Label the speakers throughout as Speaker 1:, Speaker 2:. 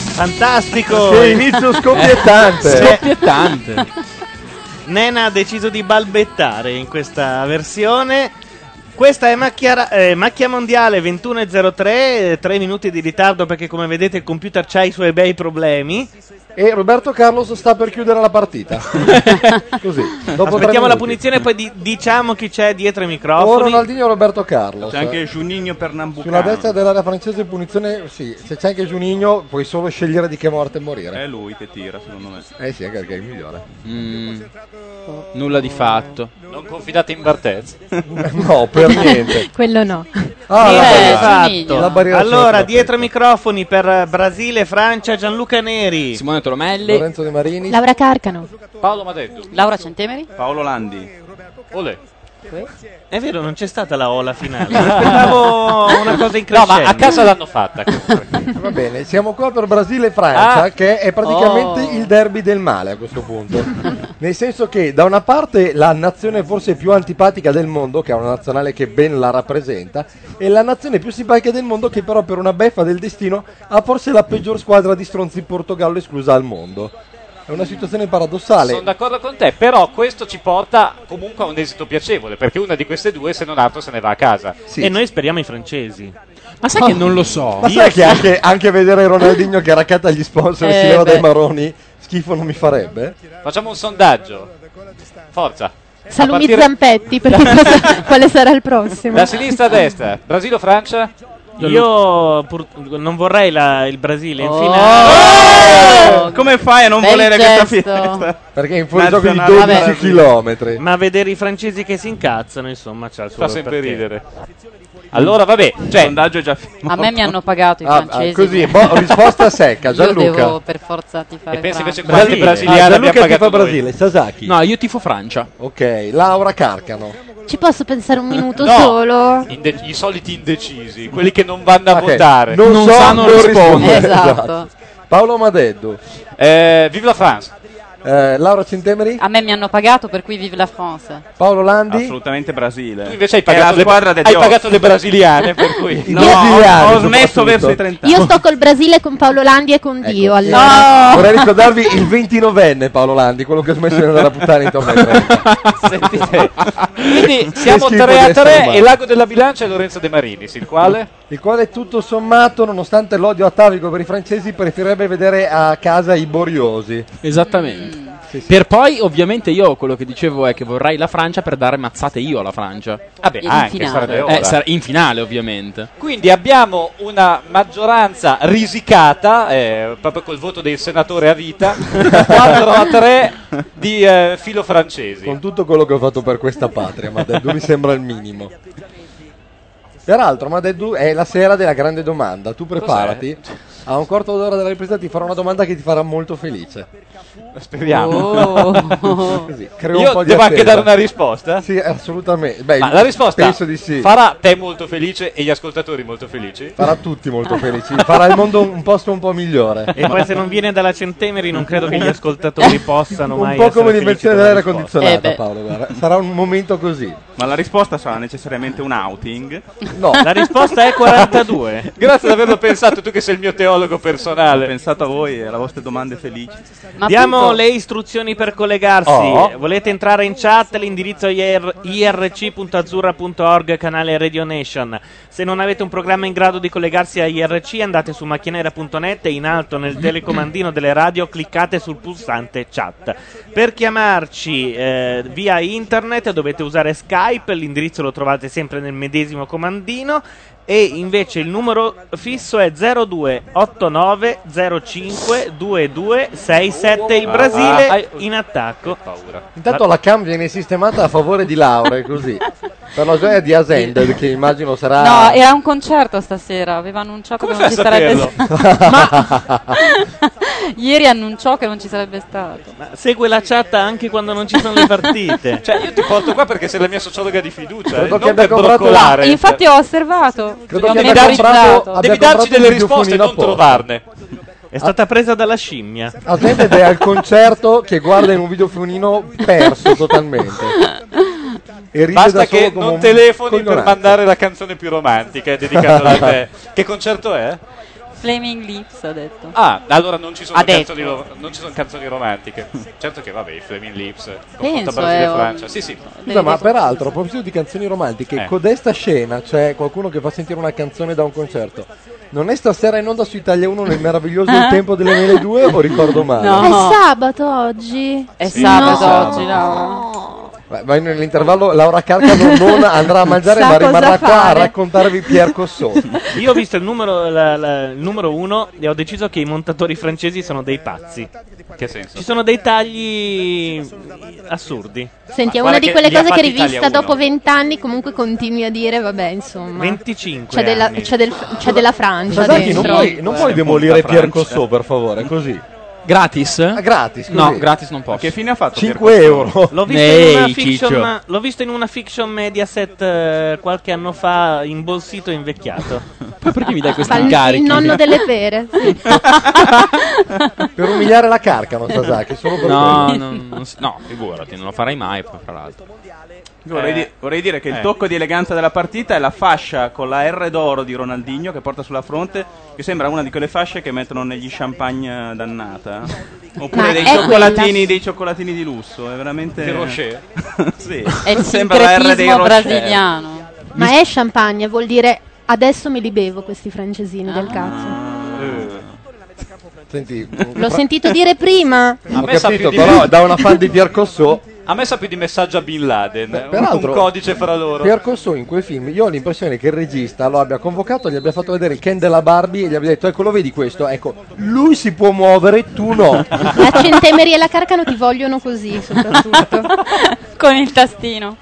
Speaker 1: Fantastico!
Speaker 2: Che inizio scoppiettante.
Speaker 1: Eh, scoppiettante. Nena ha deciso di balbettare in questa versione. Questa è macchia, ra- eh, macchia mondiale 21.03, 3 eh, minuti di ritardo perché come vedete il computer ha i suoi bei problemi.
Speaker 2: E Roberto Carlos sta per chiudere la partita. Così. Dopo tre
Speaker 1: Aspettiamo la
Speaker 2: minuti.
Speaker 1: punizione e poi di- diciamo chi c'è dietro i
Speaker 2: O
Speaker 1: microfoni.
Speaker 2: Ronaldinho o Roberto Carlos.
Speaker 3: C'è anche Juninho per Nambucano.
Speaker 2: Sulla destra dell'area francese in punizione, sì, se c'è anche Giunigno puoi solo scegliere di che morte morire.
Speaker 3: È lui che tira, secondo me.
Speaker 2: Eh sì, anche perché è il migliore.
Speaker 4: Mm, nulla di fatto.
Speaker 5: Non confidate in Bartez.
Speaker 2: no, per niente.
Speaker 6: Quello no.
Speaker 2: Ah, la
Speaker 1: Eh,
Speaker 2: barriera.
Speaker 1: fatto.
Speaker 2: La barriera
Speaker 1: Allora,
Speaker 2: c'è.
Speaker 1: dietro i microfoni per eh, Brasile, Francia, Gianluca Neri.
Speaker 4: Simone Tolomelli,
Speaker 2: Lorenzo De Marini.
Speaker 6: Laura Carcano.
Speaker 5: Paolo Madeddu.
Speaker 7: Laura Centemeri?
Speaker 3: Paolo Landi.
Speaker 5: Olè.
Speaker 1: È vero, non c'è stata la ola finale. Aspettavo una cosa
Speaker 5: No, ma
Speaker 1: incredibile.
Speaker 5: a casa l'hanno fatta.
Speaker 2: Eh, Va bene, siamo qua per Brasile e Francia,
Speaker 5: Ah.
Speaker 2: che è praticamente
Speaker 7: Oh.
Speaker 2: il derby del male a questo punto. Nel senso che da una parte la nazione forse più antipatica del mondo, che è una nazionale che ben la rappresenta, e la nazione più simpatica del mondo che però per una beffa del destino ha forse la peggior squadra di stronzi in Portogallo esclusa al mondo. È una situazione
Speaker 5: Sono
Speaker 2: paradossale.
Speaker 5: d'accordo con te, però questo ci porta comunque a un esito piacevole, perché una di queste due, se non altro, se ne va a casa.
Speaker 2: Sì. Ah,
Speaker 1: E noi speriamo i francesi.
Speaker 4: ma sai che non lo so.
Speaker 2: Ma sai che anche, anche vedere Ronaldinho che raccatta gli sponsor e si
Speaker 7: Eh,
Speaker 2: leva dai
Speaker 7: beh.
Speaker 2: maroni, schifo non mi farebbe?
Speaker 5: Facciamo un sondaggio. Forza.
Speaker 6: Salumi
Speaker 5: A partire-
Speaker 6: Zampetti, perché cosa- quale sarà il prossimo?
Speaker 5: Da sinistra a destra, Brasile o Francia?
Speaker 1: Io pur- non vorrei la- il Brasile in
Speaker 7: Oh.
Speaker 1: finale.
Speaker 7: Oh,
Speaker 3: Come fai a non
Speaker 7: bel
Speaker 3: volere questa
Speaker 7: gesto.
Speaker 3: fiesta?
Speaker 2: Perché è in fuori gioco di
Speaker 3: Nazionale
Speaker 2: 12
Speaker 3: Brasile.
Speaker 2: chilometri.
Speaker 1: Ma vedere i francesi che si incazzano, insomma, c'ha il suo
Speaker 5: Fa sempre
Speaker 1: perché.
Speaker 5: ridere. Allora, vabbè,
Speaker 3: Il
Speaker 5: cioè,
Speaker 3: sondaggio è già finito.
Speaker 7: A me mi hanno pagato i
Speaker 2: Ah,
Speaker 7: francesi.
Speaker 2: ah, così, boh, risposta secca,
Speaker 7: Io
Speaker 2: Gianluca.
Speaker 7: devo per forza ti fare
Speaker 5: e pensi invece
Speaker 7: Francia.
Speaker 5: quanti
Speaker 1: Brasile.
Speaker 2: Ah,
Speaker 5: brasiliani abbiamo
Speaker 2: Gianluca ti fa
Speaker 5: pagato noi?
Speaker 2: Brasile, Sasaki.
Speaker 4: No, io tifo Francia.
Speaker 2: Ok, Laura Carcano.
Speaker 6: Ci posso pensare un minuto
Speaker 5: No.
Speaker 6: solo?
Speaker 5: Inde- I soliti indecisi, quelli che non vanno a
Speaker 2: Ok,
Speaker 5: votare.
Speaker 2: Non,
Speaker 4: Non
Speaker 2: so,
Speaker 4: sanno
Speaker 2: non
Speaker 4: rispondere.
Speaker 7: Esatto.
Speaker 2: Paolo Madeddu.
Speaker 5: Eh, vive la France.
Speaker 2: Eh, Laura Cintemeri.
Speaker 7: A me mi hanno pagato, per cui vive la France.
Speaker 2: Paolo Landi.
Speaker 3: Assolutamente Brasile.
Speaker 5: Tu invece hai
Speaker 3: È la
Speaker 5: pagato,
Speaker 3: squadra
Speaker 5: le,
Speaker 3: del
Speaker 5: hai
Speaker 3: Dios.
Speaker 5: pagato le brasiliane, per cui...
Speaker 2: I
Speaker 3: No,
Speaker 2: brasiliani,
Speaker 3: ho, ho smesso
Speaker 2: soprattutto.
Speaker 3: verso i 30 anni.
Speaker 6: Io sto col Brasile, con Paolo Landi e con
Speaker 2: Ecco,
Speaker 6: Dio.
Speaker 2: sì.
Speaker 6: Allora.
Speaker 2: Vorrei ricordarvi il 29enne Paolo Landi, quello che ha smesso di andare a puttane intorno ai 30.
Speaker 5: Sentite. Quindi siamo
Speaker 2: schifo
Speaker 5: 3 a
Speaker 2: di essere
Speaker 5: 3
Speaker 2: umano.
Speaker 5: e l'ago della bilancia è Lorenzo De Marinis, il quale
Speaker 2: Il quale tutto sommato, nonostante l'odio atavico per i francesi, preferirebbe vedere a casa i boriosi.
Speaker 4: Esattamente. Per poi, ovviamente, io quello che dicevo è che vorrei la Francia per dare mazzate io alla Francia.
Speaker 5: vabbè,
Speaker 7: In
Speaker 5: anche
Speaker 7: finale.
Speaker 5: sarebbe
Speaker 7: Eh,
Speaker 5: ora.
Speaker 4: Eh, sarà- in finale, ovviamente.
Speaker 5: Quindi abbiamo una maggioranza risicata, eh, proprio col voto del senatore a vita, 4 a 3 di eh, filo francesi.
Speaker 2: Con tutto quello che ho fatto per questa patria, Madeddu mi sembra il minimo. Peraltro, Madeddu è la sera della grande domanda. Tu preparati. A un quarto d'ora della ripresa ti farò una domanda che ti farà molto felice.
Speaker 5: Speriamo.
Speaker 7: Oh.
Speaker 2: Così, creo un po'
Speaker 5: Io
Speaker 2: di
Speaker 5: devo anche
Speaker 2: attesa.
Speaker 5: dare una risposta.
Speaker 2: Sì, assolutamente. Beh,
Speaker 5: Ma la risposta
Speaker 2: penso di sì.
Speaker 5: farà te molto felice e gli ascoltatori molto felici.
Speaker 2: Farà tutti molto felici. Farà il mondo un posto un po' migliore.
Speaker 1: E poi se non viene dalla Centemeri non credo che gli ascoltatori possano
Speaker 2: Un
Speaker 1: mai
Speaker 2: po' come
Speaker 1: essere
Speaker 2: l'inversione
Speaker 1: felici
Speaker 2: dell'aria
Speaker 1: della risposta.
Speaker 2: condizionata,
Speaker 7: Eh beh.
Speaker 2: Paolo. guarda. Sarà un momento così.
Speaker 3: Ma la risposta sarà necessariamente un outing.
Speaker 2: No,
Speaker 1: La risposta è 42.
Speaker 5: Grazie di averlo pensato, tu che sei il mio teologo personale.
Speaker 3: Pensate a voi e alle vostre domande felici.
Speaker 7: Ma
Speaker 1: Diamo
Speaker 7: appunto,
Speaker 1: le istruzioni per collegarsi.
Speaker 2: Oh.
Speaker 1: Volete entrare in chat? L'indirizzo è ir- irc.azzurra.org, canale Radio Nation. Se non avete un programma in grado di collegarsi a IRC, andate su macchinera.net e in alto nel telecomandino delle radio cliccate sul pulsante chat. Per chiamarci eh, via internet dovete usare Skype, l'indirizzo lo trovate sempre nel medesimo comandino. E invece il numero fisso è 0289052267 il Brasile
Speaker 5: Ah, hai-
Speaker 1: in attacco.
Speaker 5: Paura.
Speaker 2: Intanto la cam viene sistemata a favore di Laure, così. Per la gioia di Asended, che immagino sarà...
Speaker 7: No, era un concerto stasera, aveva annunciato
Speaker 5: Come
Speaker 7: che non
Speaker 5: fai
Speaker 7: ci
Speaker 5: a
Speaker 7: sarebbe
Speaker 5: saperlo?
Speaker 7: stato. Ieri annunciò che non ci sarebbe stato.
Speaker 1: Ma segue la chat anche quando non ci sono le partite.
Speaker 5: Cioè, io ti porto qua perché sei la mia sociologa di fiducia.
Speaker 2: Credo
Speaker 5: eh,
Speaker 2: che
Speaker 5: non
Speaker 2: abbia
Speaker 5: per
Speaker 2: comprato-
Speaker 5: broccolare.
Speaker 7: Infatti ho osservato,
Speaker 2: Credo
Speaker 7: l'ho
Speaker 2: che abbia comprato-
Speaker 7: memorizzato.
Speaker 2: abbia
Speaker 5: Devi darci
Speaker 2: comprato
Speaker 5: delle
Speaker 2: un
Speaker 5: risposte,
Speaker 2: microfonino
Speaker 5: non
Speaker 2: apposta.
Speaker 5: trovarne.
Speaker 1: è stata presa dalla scimmia.
Speaker 2: Asended è al concerto che guarda in un videofilmino perso totalmente. E ride da
Speaker 5: Basta
Speaker 2: solo
Speaker 5: che
Speaker 2: come
Speaker 5: non
Speaker 2: un
Speaker 5: telefoni per
Speaker 2: coglionazzo.
Speaker 5: eh, mandare la canzone più romantica dedicata a te. Che concerto è?
Speaker 7: Flaming Lips ha detto.
Speaker 5: Ah, allora non ci sono,
Speaker 7: Ha detto.
Speaker 5: canzoni, ro- non ci sono canzoni romantiche. Certo che vabbè, i Flaming Lips, confronto
Speaker 2: Penso,
Speaker 5: Brasile
Speaker 2: eh,
Speaker 5: e
Speaker 2: o-
Speaker 5: Francia. Sì, sì.
Speaker 2: Scusa, ma peraltro, a proposito di canzoni romantiche,
Speaker 5: Eh.
Speaker 2: codesta scena, c'è qualcuno che fa sentire una canzone da un concerto. Non è stasera in onda su Italia 1 nel meraviglioso
Speaker 1: Eh?
Speaker 2: Il tempo delle mele 2 o ricordo male? Eh,
Speaker 6: È sabato oggi.
Speaker 7: È
Speaker 2: Sì,
Speaker 7: sabato
Speaker 2: no.
Speaker 7: oggi, no?
Speaker 2: Ma- Ma nell'intervallo Laura Carca non, non andrà a mangiare,
Speaker 1: Sa
Speaker 2: ma
Speaker 1: cosa
Speaker 2: rimarrà qua a
Speaker 1: fare.
Speaker 2: raccontarvi Pier Cossoni.
Speaker 1: Io ho visto il numero, la- la- il numero uno e ho deciso che i montatori francesi sono dei pazzi.
Speaker 5: Che senso?
Speaker 1: Ci sono dei tagli assurdi.
Speaker 6: Senti, è
Speaker 1: Ma
Speaker 6: una
Speaker 1: guarda
Speaker 6: di quelle
Speaker 1: li ha
Speaker 6: cose che
Speaker 1: fatti Italia
Speaker 6: rivista
Speaker 1: uno.
Speaker 6: dopo vent'anni comunque continui a dire, vabbè, insomma.
Speaker 1: 25
Speaker 6: c'è della,
Speaker 1: anni.
Speaker 6: c'è del- c'è della Francia
Speaker 2: Sasaki,
Speaker 6: dentro.
Speaker 2: non puoi, non puoi
Speaker 4: Eh,
Speaker 2: demolire
Speaker 4: punta
Speaker 2: Pier
Speaker 4: Francia.
Speaker 2: Cossò, per favore, così.
Speaker 4: Gratis?
Speaker 2: Ah, gratis, così.
Speaker 4: No, gratis non posso.
Speaker 2: Che fine ha fatto
Speaker 4: 5
Speaker 2: euro.
Speaker 1: L'ho visto, in una fiction, l'ho visto in una fiction Mediaset eh, qualche anno fa, imbolsito e invecchiato.
Speaker 4: Poi perché mi dai
Speaker 6: Fa il- il nonno delle pere. sì.
Speaker 2: Per umiliare la Carca, non Sasaki, solo per
Speaker 4: No,
Speaker 2: quello.
Speaker 4: no, non si- no, figurati, non lo farai mai, poi, fra l'altro.
Speaker 3: Vorrei,
Speaker 4: Eh.
Speaker 3: di- vorrei dire che il
Speaker 4: Eh.
Speaker 3: tocco di eleganza della partita è la fascia con la R d'oro di Ronaldinho che porta sulla fronte, che sembra una di quelle fasce che mettono negli champagne eh, dannata. eh. Oppure
Speaker 7: Ma ecco,
Speaker 3: dei
Speaker 7: è
Speaker 3: cioccolatini,
Speaker 7: quella-
Speaker 3: dei cioccolatini di lusso, è veramente.
Speaker 5: Di Rocher?
Speaker 3: sì.
Speaker 7: È il
Speaker 3: Sembra la R dei
Speaker 7: sincretismo
Speaker 3: Rocher.
Speaker 7: brasiliano.
Speaker 6: Ma è champagne, vuol dire adesso me li bevo questi francesini
Speaker 7: Ah.
Speaker 6: del cazzo.
Speaker 2: Senti,
Speaker 6: L'ho sentito dire prima.
Speaker 5: A
Speaker 2: Ho
Speaker 5: me sa più
Speaker 2: capito,
Speaker 5: di
Speaker 2: però
Speaker 5: me.
Speaker 2: da una fan di Pier Cossò
Speaker 5: A me sa più di messaggio a Bin Laden. un-
Speaker 2: peraltro-
Speaker 5: un codice fra loro.
Speaker 2: Pier Cossò in quei film io ho l'impressione che il regista lo abbia convocato gli abbia fatto vedere il Ken della Barbie e gli abbia detto ecco lo vedi questo ecco lui si può muovere tu no
Speaker 6: La centemeria e la carcano ti vogliono così, soprattutto.
Speaker 7: Con il tastino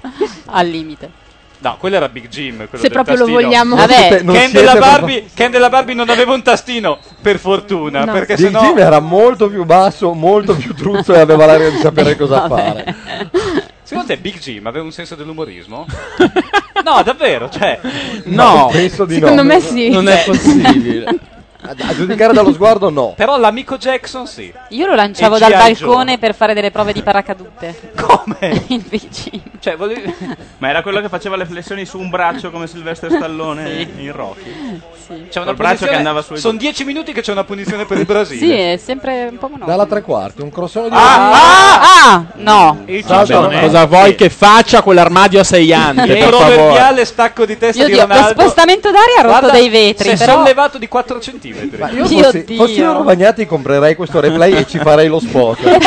Speaker 7: al limite.
Speaker 5: No, quello era Big Jim. quello
Speaker 6: Se
Speaker 5: del
Speaker 6: proprio lo
Speaker 5: tastino.
Speaker 6: vogliamo-
Speaker 7: Non Vabbè, siete- non
Speaker 5: Ken della,
Speaker 2: siete
Speaker 5: Barbie, Ken della Barbie non aveva un tastino, per fortuna, perché
Speaker 2: Big
Speaker 5: sennò...
Speaker 2: Jim era molto più basso molto più truzzo e aveva l'aria di sapere cosa fare
Speaker 5: Secondo te Big Jim aveva un senso dell'umorismo? no, davvero, cioè...
Speaker 2: No, penso di Secondo no. me sì. Non è possibile. a, a giudicare dallo sguardo no
Speaker 5: Però l'amico Jackson sì.
Speaker 7: Io lo lanciavo
Speaker 5: E
Speaker 7: dal
Speaker 5: G.I. Joe.
Speaker 7: balcone per fare delle prove di paracadute.
Speaker 5: Come?
Speaker 7: il vicino.
Speaker 5: Cioè, volevi...
Speaker 3: Ma era quello che faceva le flessioni su un braccio come Silvestre Stallone in Rocky.
Speaker 5: C'è una
Speaker 3: Col braccio che
Speaker 5: punizione-
Speaker 3: andava su e giù.
Speaker 5: Sono dieci minuti che c'è una punizione per il Brasile.
Speaker 7: Sì, eh. è sempre un po' monotono.
Speaker 2: dalla tre quarti un crossone di
Speaker 7: Ah, ah, no.
Speaker 2: Salto,
Speaker 4: Vabbè,
Speaker 2: no.
Speaker 4: cosa vuoi che faccia quell'armadio a sei anni?
Speaker 5: Il
Speaker 4: per favore.
Speaker 5: proverbiale stacco di testa
Speaker 7: Io
Speaker 5: di
Speaker 7: dico, lo
Speaker 5: Ronaldo.
Speaker 7: spostamento d'aria ha rotto
Speaker 5: Guarda,
Speaker 7: dei vetri,
Speaker 5: Si è
Speaker 7: però-
Speaker 5: sollevato di 4 centimetri.
Speaker 2: Ma io fossi, fossi io Rovagnati comprerei questo replay e ci farei lo
Speaker 7: Eh.
Speaker 2: spot.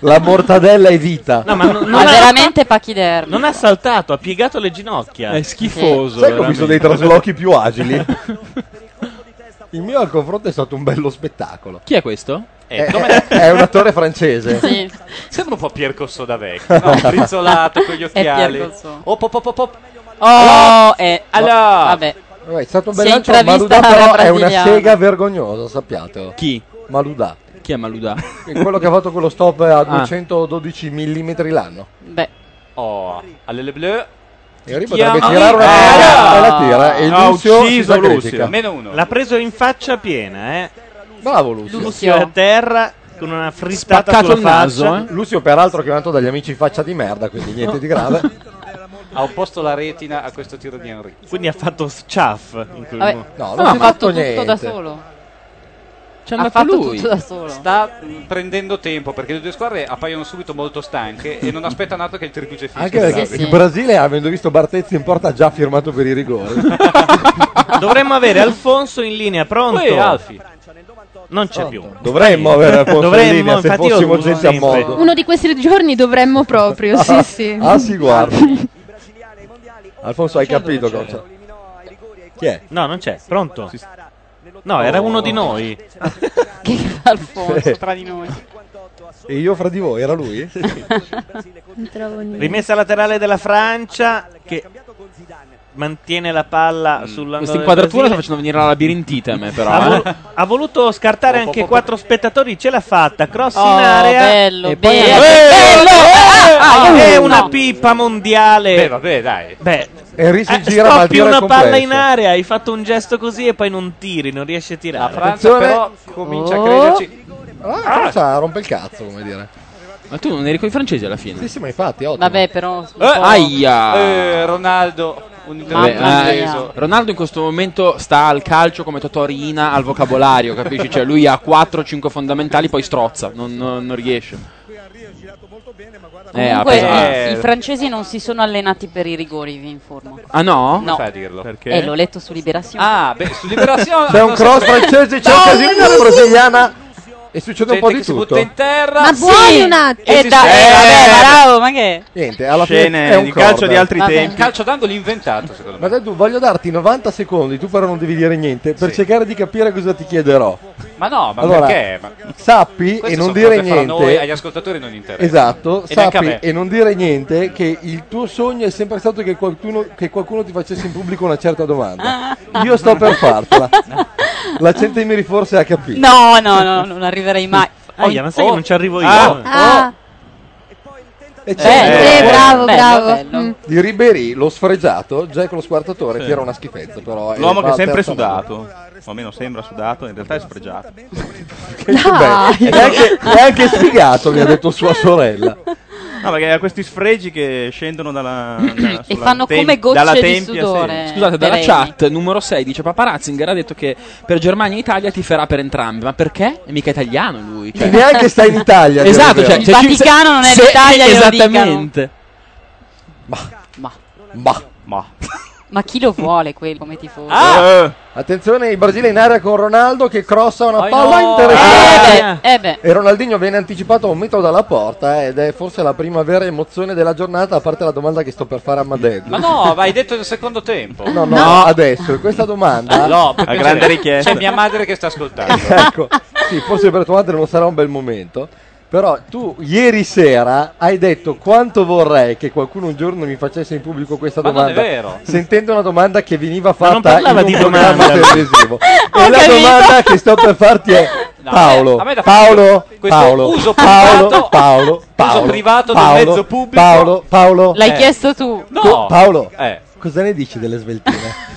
Speaker 2: La mortadella è vita.
Speaker 1: No, ma non-
Speaker 7: Ma
Speaker 1: non ha-
Speaker 7: veramente pachidermo.
Speaker 1: Non ha saltato, ha piegato le ginocchia. È
Speaker 2: schifoso, Sai che ho visto dei traslochi più agili? Il mio al confronto è stato un bello spettacolo.
Speaker 4: Chi è questo?
Speaker 2: È, Eh, è un attore francese.
Speaker 5: Eh, Sembra un po' Pier Cosso da vecchio, no? brizzolato con gli
Speaker 2: È
Speaker 5: occhiali.
Speaker 2: Pier
Speaker 5: Oh, pop, pop, pop, pop.
Speaker 7: Oh, eh,
Speaker 5: allora.
Speaker 7: Vabbè.
Speaker 2: Vabbè, È stato un bel
Speaker 7: Si è
Speaker 2: lancio. Malouda
Speaker 7: intravista
Speaker 2: però
Speaker 7: la
Speaker 2: è una
Speaker 7: brasiliana.
Speaker 2: sega vergognosa, sappiatelo.
Speaker 4: Chi?
Speaker 2: Malouda.
Speaker 4: Chi è Maluda?
Speaker 2: Quello che ha fatto quello stop a
Speaker 4: Ah.
Speaker 2: 212 mm l'anno.
Speaker 7: Beh.
Speaker 5: Oh, alle le bleu.
Speaker 2: Eri
Speaker 1: Chiama-
Speaker 2: potrebbe tirare una
Speaker 1: Ah!
Speaker 2: palla e la tira e
Speaker 1: Ha
Speaker 2: Lucio si
Speaker 1: ucciso
Speaker 2: sacrifica.
Speaker 1: Lucio.
Speaker 5: Meno uno.
Speaker 1: L'ha preso in faccia piena, eh.
Speaker 2: Bravo Lucio.
Speaker 1: Lucio è a terra con una frittata sulla
Speaker 2: Spaccato il naso,
Speaker 7: eh.
Speaker 1: faccia.
Speaker 2: Lucio peraltro chiamato dagli amici faccia di merda, quindi niente di grave.
Speaker 5: Ha opposto la retina a questo tiro di Henry.
Speaker 1: Quindi ha fatto schiaff in quel
Speaker 5: Vabbè,
Speaker 1: momento.
Speaker 5: no,
Speaker 2: non si è fatto
Speaker 7: tutto
Speaker 2: niente.
Speaker 7: da solo.
Speaker 4: C'è
Speaker 7: ha fatto tutto da solo.
Speaker 5: Cioè, Sta mh, prendendo tempo perché le due squadre appaiono subito molto stanche e non aspettano altro che il triplice fischio.
Speaker 2: Anche perché il Brasile, avendo visto Bartezzi in porta, ha già firmato per i rigori.
Speaker 1: Dovremmo avere Alfonso in linea, pronto?
Speaker 2: Ehi, Alfi.
Speaker 1: Non c'è più.
Speaker 2: Dovremmo avere Alfonso in
Speaker 1: Dovremmo,
Speaker 2: linea, se
Speaker 1: infatti io
Speaker 2: fossimo
Speaker 1: lo dico
Speaker 2: gente a
Speaker 1: sempre.
Speaker 7: Boh.
Speaker 2: modo.
Speaker 6: Uno di questi giorni dovremmo proprio, sì, sì.
Speaker 2: Ah, si guarda. Alfonso, hai capito cosa? Chi è?
Speaker 1: No, non c'è. Pronto? No, era uno di noi.
Speaker 7: Che fa Alfonso tra di noi.
Speaker 2: E io fra di voi, era lui?
Speaker 1: Rimessa laterale della Francia che mantiene la palla sull'angolo.
Speaker 4: Questa
Speaker 1: del
Speaker 4: inquadratura sta
Speaker 1: Brasile.
Speaker 4: facendo venire la labirintita a me,
Speaker 3: Ah,
Speaker 4: però.
Speaker 1: Ha,
Speaker 4: eh.
Speaker 1: vol- ha voluto scartare anche quattro spettatori, ce l'ha fatta. Cross in
Speaker 4: Oh,
Speaker 1: area.
Speaker 4: bello,
Speaker 1: e poi
Speaker 4: bello,
Speaker 1: ha-
Speaker 4: bello!
Speaker 1: Ah,
Speaker 4: Ah,
Speaker 1: ah,
Speaker 4: ah,
Speaker 1: è
Speaker 4: no.
Speaker 1: una pipa mondiale. Beh,
Speaker 5: vabbè, dai.
Speaker 1: Beh,
Speaker 2: Henry si
Speaker 1: eh,
Speaker 2: gira, ma il
Speaker 1: scoppi
Speaker 2: tiro è
Speaker 1: una palla
Speaker 2: complesso.
Speaker 1: in area, hai fatto un gesto così e poi non tiri, non riesci a tirare.
Speaker 2: La Francia Attenzione. Oh. però
Speaker 5: comincia
Speaker 2: a crederci. Ah, forza, rompe il cazzo, come dire.
Speaker 4: Ma tu non eri con i francesi alla fine?
Speaker 2: Eh, Sì, sì, ma infatti, ottimo.
Speaker 7: Vabbè, però
Speaker 5: Eh,
Speaker 4: aia!
Speaker 5: Eh, Ronaldo un
Speaker 3: Ah,
Speaker 4: Vabbè,
Speaker 5: intervento
Speaker 4: eh,
Speaker 5: inglese.
Speaker 4: Ronaldo in questo momento sta al calcio come Totorina al vocabolario, capisci? Cioè lui ha 4-5 fondamentali, poi strozza, non, non- non riesce. Eh, ha
Speaker 7: Comunque,
Speaker 4: pesato.
Speaker 7: eh, i francesi non si sono allenati per i rigori, vi informo.
Speaker 4: Ah no?
Speaker 7: No.
Speaker 5: fai a dirlo? Perché?
Speaker 7: Eh, l'ho letto su Liberazione.
Speaker 5: Ah, beh, su Liberazione
Speaker 2: C'è un
Speaker 5: hanno
Speaker 2: cross
Speaker 5: sempre-
Speaker 2: francese, c'è occasione della brasiliana e succede un po' di
Speaker 5: che si butta
Speaker 2: tutto.
Speaker 5: in terra.
Speaker 6: Ma buoni un attimo.
Speaker 7: E da, eh, vabbè, bravo, ma che?
Speaker 2: Niente, alla
Speaker 3: Scene
Speaker 2: fine è un
Speaker 3: di calcio
Speaker 2: corner.
Speaker 3: di altri
Speaker 7: Vabbè.
Speaker 3: tempi.
Speaker 5: Calcio d'angolo inventato, secondo
Speaker 2: Ma
Speaker 5: me.
Speaker 2: Dedu, voglio darti 90 secondi, tu però non devi dire niente, per cercare di capire cosa ti chiederò.
Speaker 5: Ma no, ma
Speaker 2: Allora,
Speaker 5: perché? Ma...
Speaker 2: Sappi
Speaker 5: Queste
Speaker 2: e non
Speaker 5: sono
Speaker 2: dire
Speaker 5: cose fra
Speaker 2: niente.
Speaker 5: Noi, agli ascoltatori non interessa.
Speaker 2: Esatto,
Speaker 5: E neanche ecco a
Speaker 2: sappi
Speaker 5: me.
Speaker 2: e non dire niente che il tuo sogno è sempre stato che qualcuno, che qualcuno ti facesse in pubblico una certa domanda. Io sto per fartela. La Centemiri forse ha capito.
Speaker 7: No, no, no, non arriverei mai.
Speaker 1: Oh, ma sai che non ci arrivo io?
Speaker 6: Ah,
Speaker 2: oh. E c'è
Speaker 7: Bello,
Speaker 6: eh,
Speaker 2: il
Speaker 6: bravo,
Speaker 7: bello,
Speaker 6: bravo.
Speaker 7: bello.
Speaker 6: Mm.
Speaker 2: di Ribery, lo sfregiato, già con lo squartatore, che era una schifezza però. eh,
Speaker 3: L'uomo
Speaker 2: va
Speaker 3: che è
Speaker 2: al
Speaker 3: sempre
Speaker 2: terzo mondo.
Speaker 3: sudato, o almeno sembra sudato, in realtà è sfregiato.
Speaker 2: Beh, è anche, è anche sfigato, mi ha detto sua sorella.
Speaker 3: No, perché ha questi sfregi che scendono dalla. da-
Speaker 7: E
Speaker 3: Eh, sulla
Speaker 7: fanno
Speaker 3: tem-
Speaker 7: come
Speaker 3: dalla
Speaker 7: gocce di
Speaker 3: tempia, sì.
Speaker 7: sudore.
Speaker 4: Scusate, dalla
Speaker 7: Pereni.
Speaker 4: chat numero 6 dice Papà Ratzinger ha detto che per Germania e Italia ti farà per entrambe, ma perché? È mica italiano lui.
Speaker 2: E
Speaker 4: Cioè.
Speaker 2: neanche sta in Italia. a dire
Speaker 4: Esatto,
Speaker 2: il
Speaker 4: cioè, se
Speaker 2: vero.
Speaker 4: ci-
Speaker 7: Vaticano non è
Speaker 4: se-
Speaker 7: l'Italia, glielo
Speaker 4: Esattamente.
Speaker 2: Bah.
Speaker 3: Ma.
Speaker 7: Ma chi lo vuole quello come tifoso?
Speaker 3: Ah!
Speaker 2: Eh, Attenzione, il Brasile in area con Ronaldo che crossa una
Speaker 5: Oh,
Speaker 2: palla
Speaker 5: no.
Speaker 2: interessante.
Speaker 7: Eh beh, eh beh.
Speaker 2: E Ronaldinho viene anticipato a un metro dalla porta eh, ed è forse la prima vera emozione della giornata, a parte la domanda che sto per fare a Madeddu.
Speaker 5: Ma no, ma hai detto nel secondo tempo.
Speaker 2: No, no, adesso, questa domanda...
Speaker 5: No, per
Speaker 3: A
Speaker 5: piacere.
Speaker 3: grande richiesta.
Speaker 5: C'è mia madre che sta ascoltando.
Speaker 2: ecco, sì, forse per tua madre non sarà un bel momento. Però tu ieri sera hai detto quanto vorrei che qualcuno un giorno mi facesse in pubblico questa
Speaker 5: Ma non è
Speaker 2: domanda.
Speaker 5: vero.
Speaker 2: Sentendo una domanda che veniva
Speaker 1: Ma non
Speaker 2: fatta in
Speaker 1: parlava
Speaker 2: un
Speaker 1: di
Speaker 2: programma
Speaker 1: domanda.
Speaker 2: televisivo. e la
Speaker 7: capito.
Speaker 2: domanda che sto per farti è
Speaker 5: No,
Speaker 2: Paolo,
Speaker 5: a me- a me dà
Speaker 2: Paolo,
Speaker 5: fastidio questo
Speaker 2: Paolo,
Speaker 5: uso
Speaker 2: Paolo,
Speaker 5: privato-
Speaker 2: Paolo, Paolo,
Speaker 5: privato del
Speaker 2: Paolo,
Speaker 5: mezzo pubblico.
Speaker 2: Paolo, Paolo,
Speaker 7: L'hai
Speaker 5: Eh.
Speaker 7: chiesto tu.
Speaker 5: No.
Speaker 2: Paolo,
Speaker 5: Eh.
Speaker 2: cosa ne dici delle sveltine?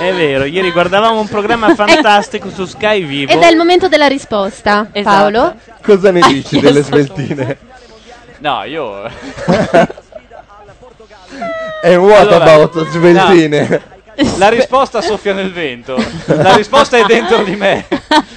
Speaker 1: È vero, ieri guardavamo un programma fantastico su Sky Vivo.
Speaker 6: Ed è il momento della risposta,
Speaker 7: Esatto.
Speaker 6: Paolo.
Speaker 2: Cosa ne dici delle
Speaker 7: chiesto tu.
Speaker 2: sveltine?
Speaker 5: No, io...
Speaker 2: E what
Speaker 5: Allora,
Speaker 2: about sveltine?
Speaker 5: La risposta soffia nel vento. La risposta è dentro di me.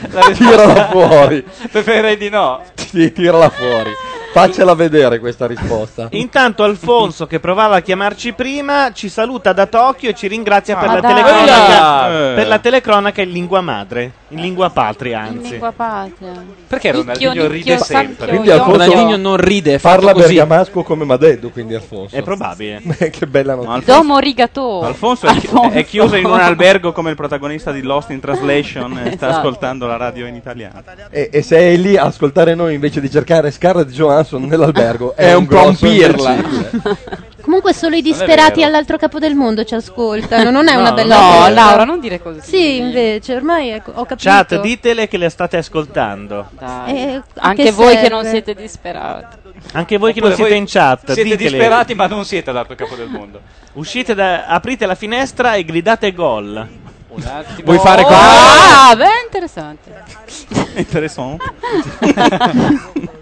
Speaker 5: La
Speaker 2: Tirala
Speaker 5: risposta...
Speaker 2: fuori,
Speaker 5: Preferirei di no.
Speaker 2: Sì, tirala fuori. Faccela vedere questa risposta.
Speaker 1: Intanto Alfonso, che provava a chiamarci prima, ci saluta da Tokyo e ci ringrazia per,
Speaker 7: Ma
Speaker 1: la
Speaker 7: dai.
Speaker 1: telecronaca,
Speaker 3: Eh.
Speaker 1: per la telecronaca in lingua madre, in lingua patria
Speaker 7: In
Speaker 1: anzi.
Speaker 7: lingua patria.
Speaker 5: Perché
Speaker 7: Nicchio,
Speaker 5: Ronaldinho
Speaker 7: nicchio,
Speaker 5: ride sempre?
Speaker 7: sacchio,
Speaker 2: Quindi Alfonso-
Speaker 7: yonchio.
Speaker 4: Ronaldinho non ride, è fatto
Speaker 2: Parla
Speaker 4: così.
Speaker 2: bergamasco come Madeddu, quindi Alfonso. Eh,
Speaker 1: È probabile.
Speaker 2: che bella
Speaker 3: No,
Speaker 2: notizia.
Speaker 3: Alfonso,
Speaker 7: Domo rigato.
Speaker 3: Alfonso è, chi- è chiuso in un albergo come il protagonista di Lost in Translation e sta
Speaker 7: Esatto.
Speaker 3: ascoltando la radio in italiano.
Speaker 2: E, e se è lì a ascoltare noi invece di cercare Scarlett Johansson nell'albergo, è,
Speaker 4: È un po' un
Speaker 2: grosso
Speaker 4: pirla.
Speaker 2: imbecille.
Speaker 6: Comunque solo i disperati
Speaker 5: vero.
Speaker 6: all'altro capo del mondo ci ascoltano, non è
Speaker 1: No,
Speaker 6: una
Speaker 1: non
Speaker 6: bella
Speaker 7: No,
Speaker 6: cosa.
Speaker 7: Laura, non dire così.
Speaker 6: Sì, invece, ormai ecco, ho capito.
Speaker 1: Chat, ditele che le state ascoltando.
Speaker 7: Dai.
Speaker 6: Eh,
Speaker 7: Anche
Speaker 6: che
Speaker 7: voi
Speaker 6: serve?
Speaker 7: che
Speaker 1: Eh.
Speaker 7: non siete disperati.
Speaker 1: Anche voi che non
Speaker 5: Oppure
Speaker 1: siete
Speaker 5: voi
Speaker 1: in chat,
Speaker 5: Siete
Speaker 1: ditele.
Speaker 5: disperati ma non siete all'altro capo del mondo.
Speaker 1: Uscite da, aprite la finestra e gridate gol.
Speaker 5: Un attimo.
Speaker 4: Vuoi fare come-
Speaker 7: Ah, beh, interessante.
Speaker 3: Interessante.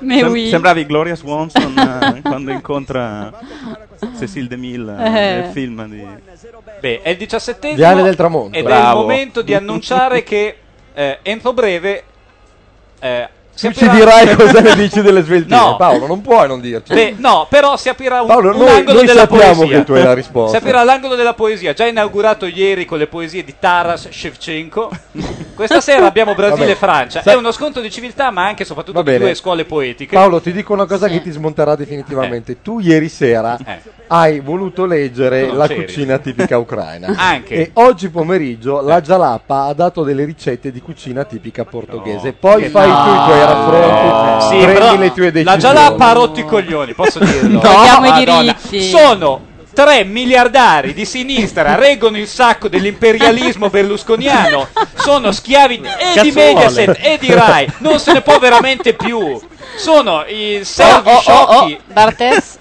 Speaker 7: Me
Speaker 3: Sem-
Speaker 7: oui.
Speaker 3: sembravi Gloria Swanson eh, quando incontra Cecil DeMille eh,
Speaker 7: Eh.
Speaker 3: nel film di
Speaker 5: Beh, è il diciassettesimo
Speaker 2: Viale del tramonto.
Speaker 5: Ed è il
Speaker 3: Bravo.
Speaker 5: momento di annunciare che eh, entro breve eh, si
Speaker 2: Tu ci
Speaker 5: aprirà-
Speaker 2: dirai cosa ne dici delle sveltine.
Speaker 5: No.
Speaker 2: Paolo, non puoi non dirci.
Speaker 5: Beh, no, però si aprirà un,
Speaker 2: certo. Paolo,
Speaker 5: un
Speaker 2: noi,
Speaker 5: angolo
Speaker 2: noi
Speaker 5: della
Speaker 2: sappiamo
Speaker 5: poesia.
Speaker 2: che tu hai la risposta.
Speaker 5: Si aprirà l'angolo della poesia, già inaugurato ieri con le poesie di Taras Shevchenko. Questa sera abbiamo Brasile
Speaker 2: Vabbè.
Speaker 5: e Francia.
Speaker 2: Sa-
Speaker 5: È uno scontro di civiltà, ma anche e soprattutto
Speaker 2: Va
Speaker 5: di
Speaker 2: bene.
Speaker 5: due scuole poetiche.
Speaker 2: Paolo, ti dico una cosa
Speaker 7: Sì.
Speaker 2: che ti smonterà definitivamente. Tu ieri sera
Speaker 5: Eh.
Speaker 2: hai voluto leggere
Speaker 5: Tu non
Speaker 2: la
Speaker 5: c'eri.
Speaker 2: cucina tipica ucraina.
Speaker 5: Anche. Eh.
Speaker 2: E oggi pomeriggio la Jalapa ha dato delle ricette di cucina tipica portoghese. Poi
Speaker 5: Che
Speaker 2: fai
Speaker 5: no.
Speaker 2: tu i tuoi raffronti,
Speaker 5: Sì,
Speaker 2: prendi
Speaker 5: però
Speaker 2: le tue decisioni.
Speaker 5: La Jalapa ha rotto i coglioni, posso dirlo.
Speaker 7: Abbiamo i
Speaker 5: Madonna.
Speaker 7: diritti.
Speaker 5: Sono tre miliardari di sinistra, reggono il sacco dell'imperialismo berlusconiano, sono schiavi e di
Speaker 1: Cazzo
Speaker 5: Mediaset
Speaker 1: vuole.
Speaker 5: e di Rai, non se ne può veramente più. Sono i servi
Speaker 7: Oh, oh, oh,
Speaker 5: sciocchi.
Speaker 7: oh, Bartes.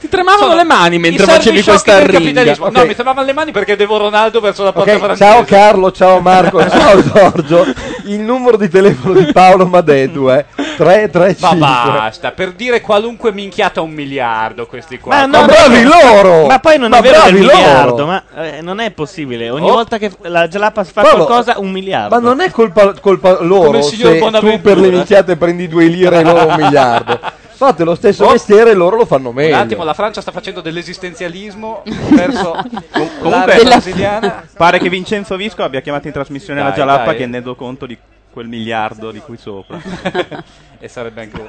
Speaker 4: Ti tremavano
Speaker 5: Sono
Speaker 4: le mani mentre
Speaker 5: i servi
Speaker 4: facevi
Speaker 5: sciocchi
Speaker 4: questa
Speaker 5: del
Speaker 4: ringa.
Speaker 5: capitalismo.
Speaker 2: Ok.
Speaker 5: No, mi trovavano le mani perché devo Ronaldo verso la porta
Speaker 2: Ok,
Speaker 5: francese.
Speaker 2: ciao Carlo, ciao Marco, ciao Giorgio. Il numero di telefono di Paolo Madeddu è eh. 3, 3, 5.
Speaker 5: Ma basta, per dire qualunque minchiata un miliardo questi qua.
Speaker 1: Ma, no, ma- Ma poi non è vero del miliardo, ma eh, non è possibile. Ogni
Speaker 2: Oh.
Speaker 1: volta che la Jalapas fa
Speaker 2: Paolo,
Speaker 1: qualcosa, un miliardo.
Speaker 2: Ma non è colpa, colpa
Speaker 1: Come
Speaker 2: loro
Speaker 1: il
Speaker 2: se
Speaker 1: signor
Speaker 2: tu
Speaker 1: Bonaventura.
Speaker 2: per le minchiate prendi due lire e loro un miliardo. Fate lo stesso
Speaker 5: Oh.
Speaker 2: mestiere e loro lo fanno
Speaker 5: Un
Speaker 2: meglio.
Speaker 5: attimo, la Francia sta facendo dell'esistenzialismo verso la
Speaker 3: Comunque,
Speaker 5: brasiliana.
Speaker 3: pare che Vincenzo Visco abbia chiamato in trasmissione la
Speaker 5: Dai,
Speaker 3: Gialappa
Speaker 5: dai.
Speaker 3: che ne do conto di quel miliardo di cui sopra.
Speaker 5: e sarebbe anche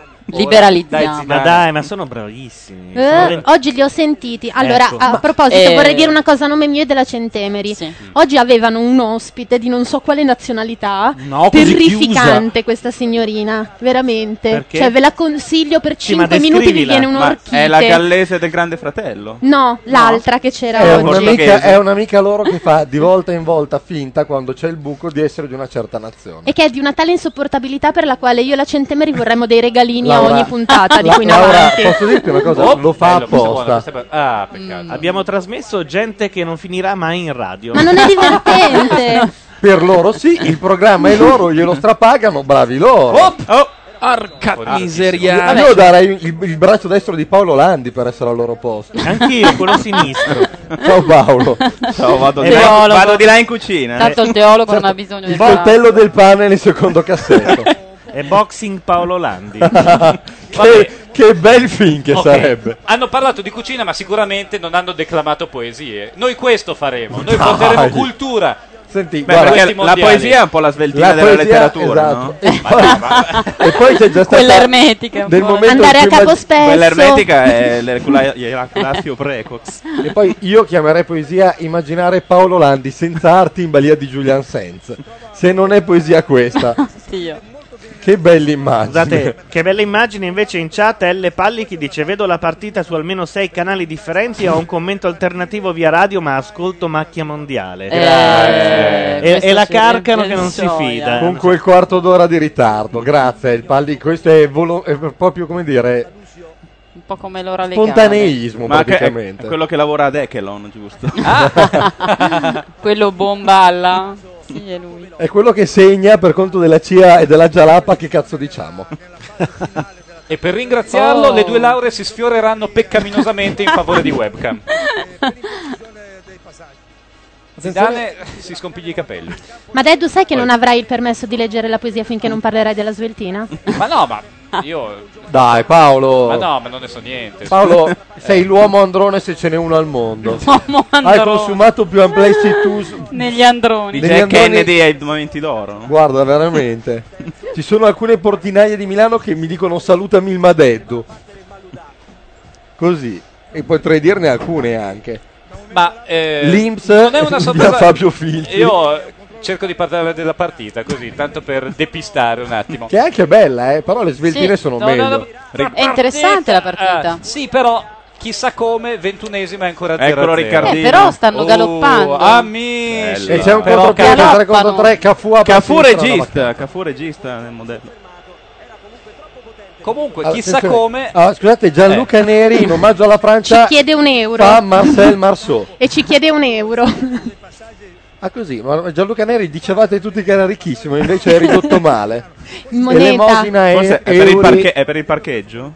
Speaker 6: Liberalizziamo.
Speaker 2: Eh.
Speaker 1: Ma dai, ma sono bravissimi.
Speaker 6: Eh,
Speaker 1: Sono ven-
Speaker 6: oggi li ho sentiti. Allora,
Speaker 1: Ecco.
Speaker 6: a
Speaker 1: Ma-
Speaker 6: proposito,
Speaker 1: eh.
Speaker 6: vorrei dire una cosa a nome mio e della Centemeri. Oggi avevano un ospite di non so quale nazionalità.
Speaker 1: No, così
Speaker 6: terrificante questa signorina, veramente.
Speaker 3: Perché?
Speaker 6: Cioè, ve la consiglio per
Speaker 3: Sì, ma
Speaker 6: 5 minuti vi
Speaker 3: descrivila.
Speaker 6: viene
Speaker 3: Ma
Speaker 6: un'orchite.
Speaker 3: È la gallese del Grande Fratello.
Speaker 6: No, l'altra che c'era
Speaker 1: Eh,
Speaker 2: È
Speaker 6: oggi.
Speaker 2: un'amica, è un'amica loro che fa di volta in volta finta quando c'è il buco di essere di una certa nazione.
Speaker 6: E che è di una tale insopportabilità per la quale io e la Centemeri vorremmo dei regalini
Speaker 2: Laura-
Speaker 6: a ogni puntata di
Speaker 2: La-
Speaker 6: cui in
Speaker 2: Laura,
Speaker 6: avanti.
Speaker 2: posso dirti una cosa? lo fa
Speaker 1: Oh, bello, questa è buona,
Speaker 2: apposta.
Speaker 1: questa è bella. Ah, peccato.
Speaker 7: Mm.
Speaker 1: Abbiamo trasmesso gente che non finirà mai in radio.
Speaker 6: Ma non è divertente.
Speaker 2: Per loro sì, il programma è loro, glielo strapagano, bravi loro.
Speaker 1: Oh,
Speaker 4: Arca
Speaker 2: Io-
Speaker 4: Oh,
Speaker 1: eh,
Speaker 4: miseria.
Speaker 2: Io darei il, il braccio destro di Paolo Landi per essere al loro posto.
Speaker 1: Anch'io, quello sinistro.
Speaker 2: Ciao Paolo.
Speaker 3: Ciao, vado di, là,
Speaker 2: Teologo.
Speaker 3: vado di là in
Speaker 2: eh.
Speaker 3: cucina.
Speaker 7: Tanto il teologo non ha bisogno di
Speaker 2: Il coltello del pane nel secondo cassetto.
Speaker 1: È boxing Paolo Landi.
Speaker 2: che, che bel film che
Speaker 1: Ok.
Speaker 2: sarebbe.
Speaker 5: Hanno parlato di cucina, ma sicuramente non hanno declamato poesie. Noi questo faremo, noi
Speaker 2: Dai.
Speaker 5: porteremo cultura.
Speaker 2: Senti,
Speaker 5: Beh,
Speaker 2: guarda,
Speaker 5: questi
Speaker 2: la
Speaker 5: mondiali.
Speaker 2: poesia è un po' la sveltina La della poesia, letteratura, esatto. no? E poi- e poi c'è già stata- Quella ermetica, un nel po'. momento Andare in a cui capo immag- spesso.
Speaker 3: Quella ermetica è l'Erculazio Precox.
Speaker 2: E poi io chiamerei poesia immaginare Paolo Landi senza arti in balia di Julian Sands. Se non è poesia questa, che bella immagine.
Speaker 1: Scusate, che bella immagine invece in chat L. Pallichi dice vedo la partita su almeno sei canali differenti ho un commento alternativo via radio ma ascolto macchia mondiale.
Speaker 7: Eh,
Speaker 2: Grazie.
Speaker 1: e, e la carcano che non si fida.
Speaker 2: Con quel quarto d'ora di ritardo, grazie. Il Palli, questo è, volo- è proprio come dire
Speaker 7: Un po' come l'ora legale.
Speaker 2: spontaneismo
Speaker 3: Ma che-
Speaker 2: praticamente.
Speaker 3: è quello che lavora ad Echelon, giusto?
Speaker 2: Ah.
Speaker 7: Quello bomballa. Sì, è lui.
Speaker 2: È quello che segna per conto della CIA e della Jalapa, che cazzo diciamo?
Speaker 5: E per ringraziarlo,
Speaker 7: Oh.
Speaker 5: le due lauree si sfioreranno peccaminosamente in favore di webcam. Zidane si scompiglia i capelli.
Speaker 6: Ma Deddu, sai che non avrai il permesso di leggere la poesia finché non parlerai della sveltina?
Speaker 5: Ma no, ma io.
Speaker 2: Dai Paolo.
Speaker 5: Ma no, ma non ne so niente.
Speaker 2: Paolo,
Speaker 5: Eh.
Speaker 2: sei l'uomo androne se ce n'è uno al mondo. Hai
Speaker 7: androne.
Speaker 2: consumato più amplessitus
Speaker 7: Negli androni.
Speaker 2: Di Jack Kennedy
Speaker 3: ai momenti d'oro.
Speaker 2: Guarda, veramente. Ci sono alcune portinaie di Milano che mi dicono salutami il Madeddu. Così. E potrei dirne alcune anche.
Speaker 5: Ma eh,
Speaker 2: L'Inps
Speaker 5: non è una
Speaker 2: da
Speaker 5: sorpresa.
Speaker 2: Fabio Filchi.
Speaker 5: Io eh, cerco di parlare della partita così, tanto per depistare un attimo.
Speaker 2: Che è anche bella, eh. Però le sveltine
Speaker 5: Sì.
Speaker 2: sono
Speaker 5: No, no,
Speaker 2: meglio.
Speaker 5: no.
Speaker 2: Ri-
Speaker 7: È interessante la partita.
Speaker 5: Ah, sì, però chissà come, ventunesima è ancora 0
Speaker 3: Eccolo Riccardini.
Speaker 7: Eh, però stanno galoppando.
Speaker 5: Oh, Amici.
Speaker 2: E c'è un
Speaker 5: Però
Speaker 2: contropiede
Speaker 5: cazzo.
Speaker 2: 3 contro 3, Cafu a
Speaker 3: Cafu
Speaker 2: partita, no,
Speaker 3: regista, Cafu regista nel modello.
Speaker 5: Comunque,
Speaker 2: Allora,
Speaker 5: chissà
Speaker 2: attenzione.
Speaker 5: come. Eh.
Speaker 2: Ah, scusate, Gianluca Neri in omaggio alla Francia
Speaker 6: Ci chiede un euro.
Speaker 2: fa Marcel Marceau.
Speaker 6: E ci chiede un euro.
Speaker 2: Ah così, ma Gianluca Neri dicevate tutti che era ricchissimo, invece è ridotto male.
Speaker 6: In
Speaker 2: Elemosina
Speaker 6: moneta.
Speaker 2: e-
Speaker 3: Forse è per, il
Speaker 2: euro-
Speaker 3: parche- è per il parcheggio?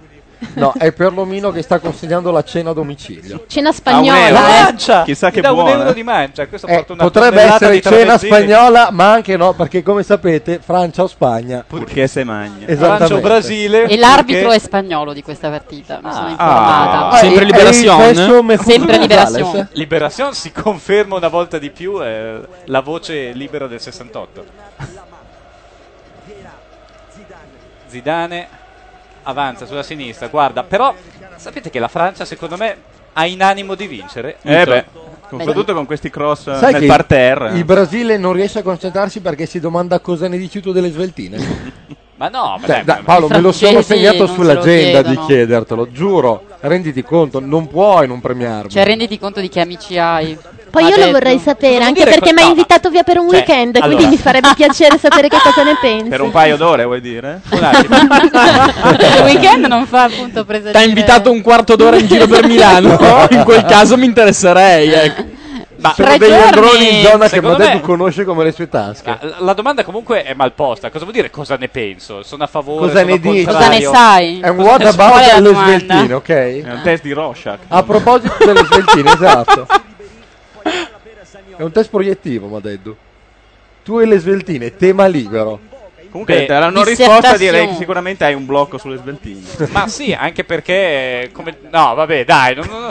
Speaker 2: No, è per l'omino che sta consegnando la cena a domicilio.
Speaker 6: Cena
Speaker 3: Ah, un euro.
Speaker 6: spagnola. eh.
Speaker 3: Chissà
Speaker 5: Mi
Speaker 3: che
Speaker 5: dà
Speaker 3: buona.
Speaker 5: un euro di mancia. Questo
Speaker 2: Eh,
Speaker 5: porta una
Speaker 2: potrebbe
Speaker 5: tonnellata
Speaker 2: essere
Speaker 5: di
Speaker 2: cena
Speaker 5: tramezzini.
Speaker 2: spagnola, ma anche no, perché come sapete Francia o Spagna.
Speaker 3: Perché se magna.
Speaker 2: Esattamente.
Speaker 7: E l'arbitro è spagnolo di questa partita, mi
Speaker 5: Ah.
Speaker 7: sono informata.
Speaker 2: Ah, Sempre è- è Liberación? il stesso Mefus
Speaker 7: Sempre
Speaker 2: Gonzalez.
Speaker 7: Liberación.
Speaker 5: Liberazione si conferma una volta di più eh, la voce libera del 68. Zidane avanza sulla sinistra, guarda, però sapete che la Francia secondo me ha in animo di vincere.
Speaker 3: Eh beh,
Speaker 5: Tutto.
Speaker 3: soprattutto con questi cross eh,
Speaker 2: Sai
Speaker 3: nel
Speaker 2: che
Speaker 3: parterre.
Speaker 2: il Brasile non riesce a concentrarsi perché si domanda cosa ne dici tu delle sveltine.
Speaker 5: Ma no, ma
Speaker 2: Cioè,
Speaker 5: dai,
Speaker 2: dai,
Speaker 5: ma-
Speaker 2: Paolo, me lo sono
Speaker 7: francesi
Speaker 2: segnato
Speaker 7: non se lo
Speaker 2: sull'agenda di
Speaker 7: chiedono.
Speaker 2: chiedertelo, giuro. Renditi conto, non puoi non premiarmi.
Speaker 7: Cioè, renditi conto di che amici hai.
Speaker 6: Poi
Speaker 7: Ha
Speaker 6: io lo
Speaker 7: detto.
Speaker 6: vorrei sapere,
Speaker 7: Cosa vuol
Speaker 6: anche
Speaker 7: dire
Speaker 6: perché mi ha
Speaker 7: costava?
Speaker 6: invitato via per un
Speaker 7: Cioè,
Speaker 6: weekend,
Speaker 5: allora.
Speaker 6: quindi mi farebbe piacere sapere che cosa ne pensi.
Speaker 3: Per un paio d'ore vuoi dire?
Speaker 5: un attimo.
Speaker 7: Il weekend non fa appunto presa
Speaker 4: T'ha invitato un quarto d'ora in giro per Milano? In quel caso mi interesserei, ecco.
Speaker 2: Sono
Speaker 7: tre
Speaker 2: degli
Speaker 7: giorni,
Speaker 2: androni in zona che
Speaker 7: secondo
Speaker 2: Badebu
Speaker 7: me-
Speaker 2: conosce come le sue tasche.
Speaker 5: Ah, La, la domanda comunque è mal posta. Cosa vuol dire cosa ne penso? Sono a favore?
Speaker 2: Cosa
Speaker 5: sono
Speaker 2: ne dici?
Speaker 5: contrario?
Speaker 2: È un
Speaker 5: Cosa-
Speaker 2: what
Speaker 5: Qual
Speaker 2: about
Speaker 5: è la
Speaker 2: dello
Speaker 5: domanda?
Speaker 2: sveltino, ok? È
Speaker 3: un test di Rorschach.
Speaker 2: A proposito dello sveltino, esatto. È un test proiettivo, Madeddu. Tu e le sveltine, tema libero.
Speaker 3: Comunque, dalla non risposta direi che sicuramente hai un blocco sulle sveltine.
Speaker 5: Ma sì, anche perché. eh, Come... No, vabbè, dai, non, non,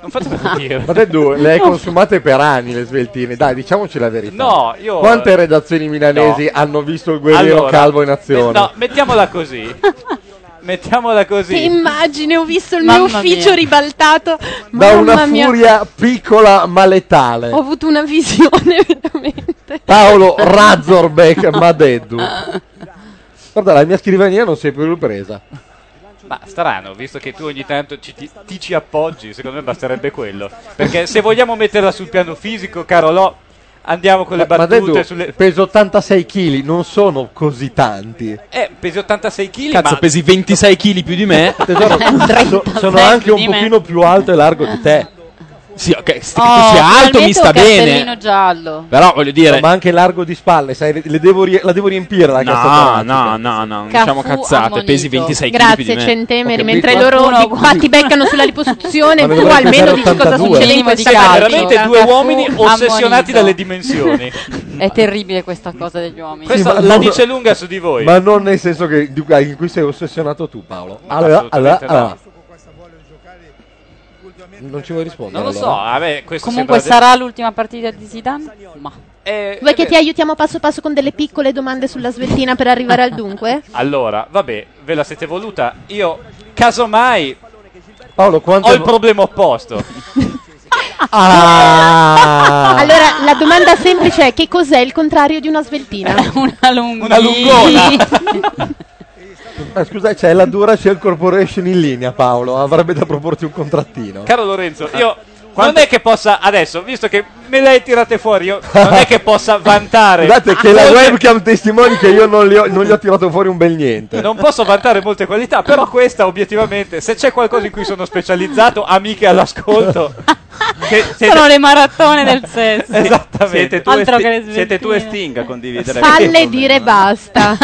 Speaker 5: non fatemi dire.
Speaker 2: Madeddu, le hai consumate per anni le sveltine, dai, diciamoci la verità.
Speaker 5: No, io-
Speaker 2: Quante redazioni milanesi hanno visto il guerriero
Speaker 5: Allora,
Speaker 2: calvo in azione?
Speaker 5: No, mettiamola così. mettiamola
Speaker 6: Che
Speaker 5: così.
Speaker 6: immagine, ho visto il mio
Speaker 5: Mamma
Speaker 6: ufficio
Speaker 5: mia.
Speaker 6: ribaltato.
Speaker 2: da
Speaker 6: Mamma
Speaker 2: una
Speaker 6: mia.
Speaker 2: furia piccola ma letale.
Speaker 6: Ho avuto una visione.
Speaker 2: Paolo Razorbeck Madeddu. Guarda, la mia scrivania non si è più ripresa.
Speaker 5: Ma strano, visto che tu ogni tanto ci- ti, ti ci appoggi, secondo me basterebbe quello. Perché se vogliamo metterla sul piano fisico, caro Lo, andiamo con le battute
Speaker 2: Madeddu,
Speaker 5: sulle.
Speaker 2: peso 86 kg, non sono così tanti.
Speaker 5: Eh, pesi 86 kg.
Speaker 4: Cazzo,
Speaker 5: ma...
Speaker 4: pesi 26 kg più di me.
Speaker 2: Tesoro, so- sono anche un
Speaker 5: di me.
Speaker 2: pochino più alto e largo di te.
Speaker 4: Sì, ok, st-
Speaker 7: Oh,
Speaker 4: che tu sia alto mi
Speaker 7: finalmente
Speaker 4: sta
Speaker 7: un
Speaker 4: bene.
Speaker 7: cartellino giallo.
Speaker 4: Però voglio dire.
Speaker 2: ma anche largo di spalle, sai, le devo rie- la devo riempire la
Speaker 4: No,
Speaker 2: cassa
Speaker 4: no, no, no, non diciamo
Speaker 6: Cafu
Speaker 4: cazzate,
Speaker 6: ammonito.
Speaker 4: pesi 26 kg più di
Speaker 6: Grazie
Speaker 4: me.
Speaker 6: centemeri,
Speaker 4: Ho
Speaker 6: mentre
Speaker 4: capito.
Speaker 6: loro di qua ti beccano sulla liposuzione, tu
Speaker 4: Ma dovrei
Speaker 6: almeno
Speaker 4: pesare
Speaker 6: dici cosa
Speaker 4: 82.
Speaker 6: succede in
Speaker 7: Minimo di
Speaker 6: questa
Speaker 7: calcio.
Speaker 6: gara.
Speaker 5: Veramente due
Speaker 7: Cafu
Speaker 5: uomini ossessionati
Speaker 7: ammonito.
Speaker 5: dalle dimensioni.
Speaker 7: È terribile questa cosa degli uomini.
Speaker 5: Questa
Speaker 2: ma
Speaker 5: la
Speaker 2: non-
Speaker 5: dice lunga su di voi.
Speaker 2: Ma non nel senso che di- in cui sei ossessionato tu, Paolo. Allora, allora,
Speaker 5: assolutamente
Speaker 2: allora. Non ci vuoi rispondere?
Speaker 5: Non lo so,
Speaker 2: allora?
Speaker 5: vabbè, questo
Speaker 7: Comunque
Speaker 5: sembra- Eh,
Speaker 7: sarà l'ultima partita di Zidane? Ma
Speaker 6: Vuoi che ti aiutiamo passo passo con delle piccole domande sulla sveltina per arrivare al dunque?
Speaker 5: Allora, vabbè, ve la siete voluta. Io, casomai,
Speaker 2: Paolo, quante
Speaker 5: ho il
Speaker 2: vo-
Speaker 5: problema opposto.
Speaker 2: Ah.
Speaker 6: Allora, la domanda semplice è che cos'è il contrario di una sveltina?
Speaker 7: Una lunga.
Speaker 5: Una lungona.
Speaker 2: Ma Ah, scusa, c'è la dura, c'è il corporation in linea, Paolo. Avrebbe da proporti un contrattino.
Speaker 5: Caro Lorenzo, io non è che possa adesso, visto che me le hai tirate fuori, io non è che possa vantare.
Speaker 2: Guardate che la
Speaker 5: molte-
Speaker 2: webcam testimoni che io non, li ho, non gli ho tirato fuori un bel niente.
Speaker 5: Non posso vantare molte qualità, però questa obiettivamente, se c'è qualcosa in cui sono specializzato, amiche all'ascolto, che siete-
Speaker 7: Sono le maratone del sesso.
Speaker 5: Esattamente,
Speaker 7: tu e Altro Sti- che le sveltine.
Speaker 3: siete tu e Sting a condividere.
Speaker 6: Falle dire basta.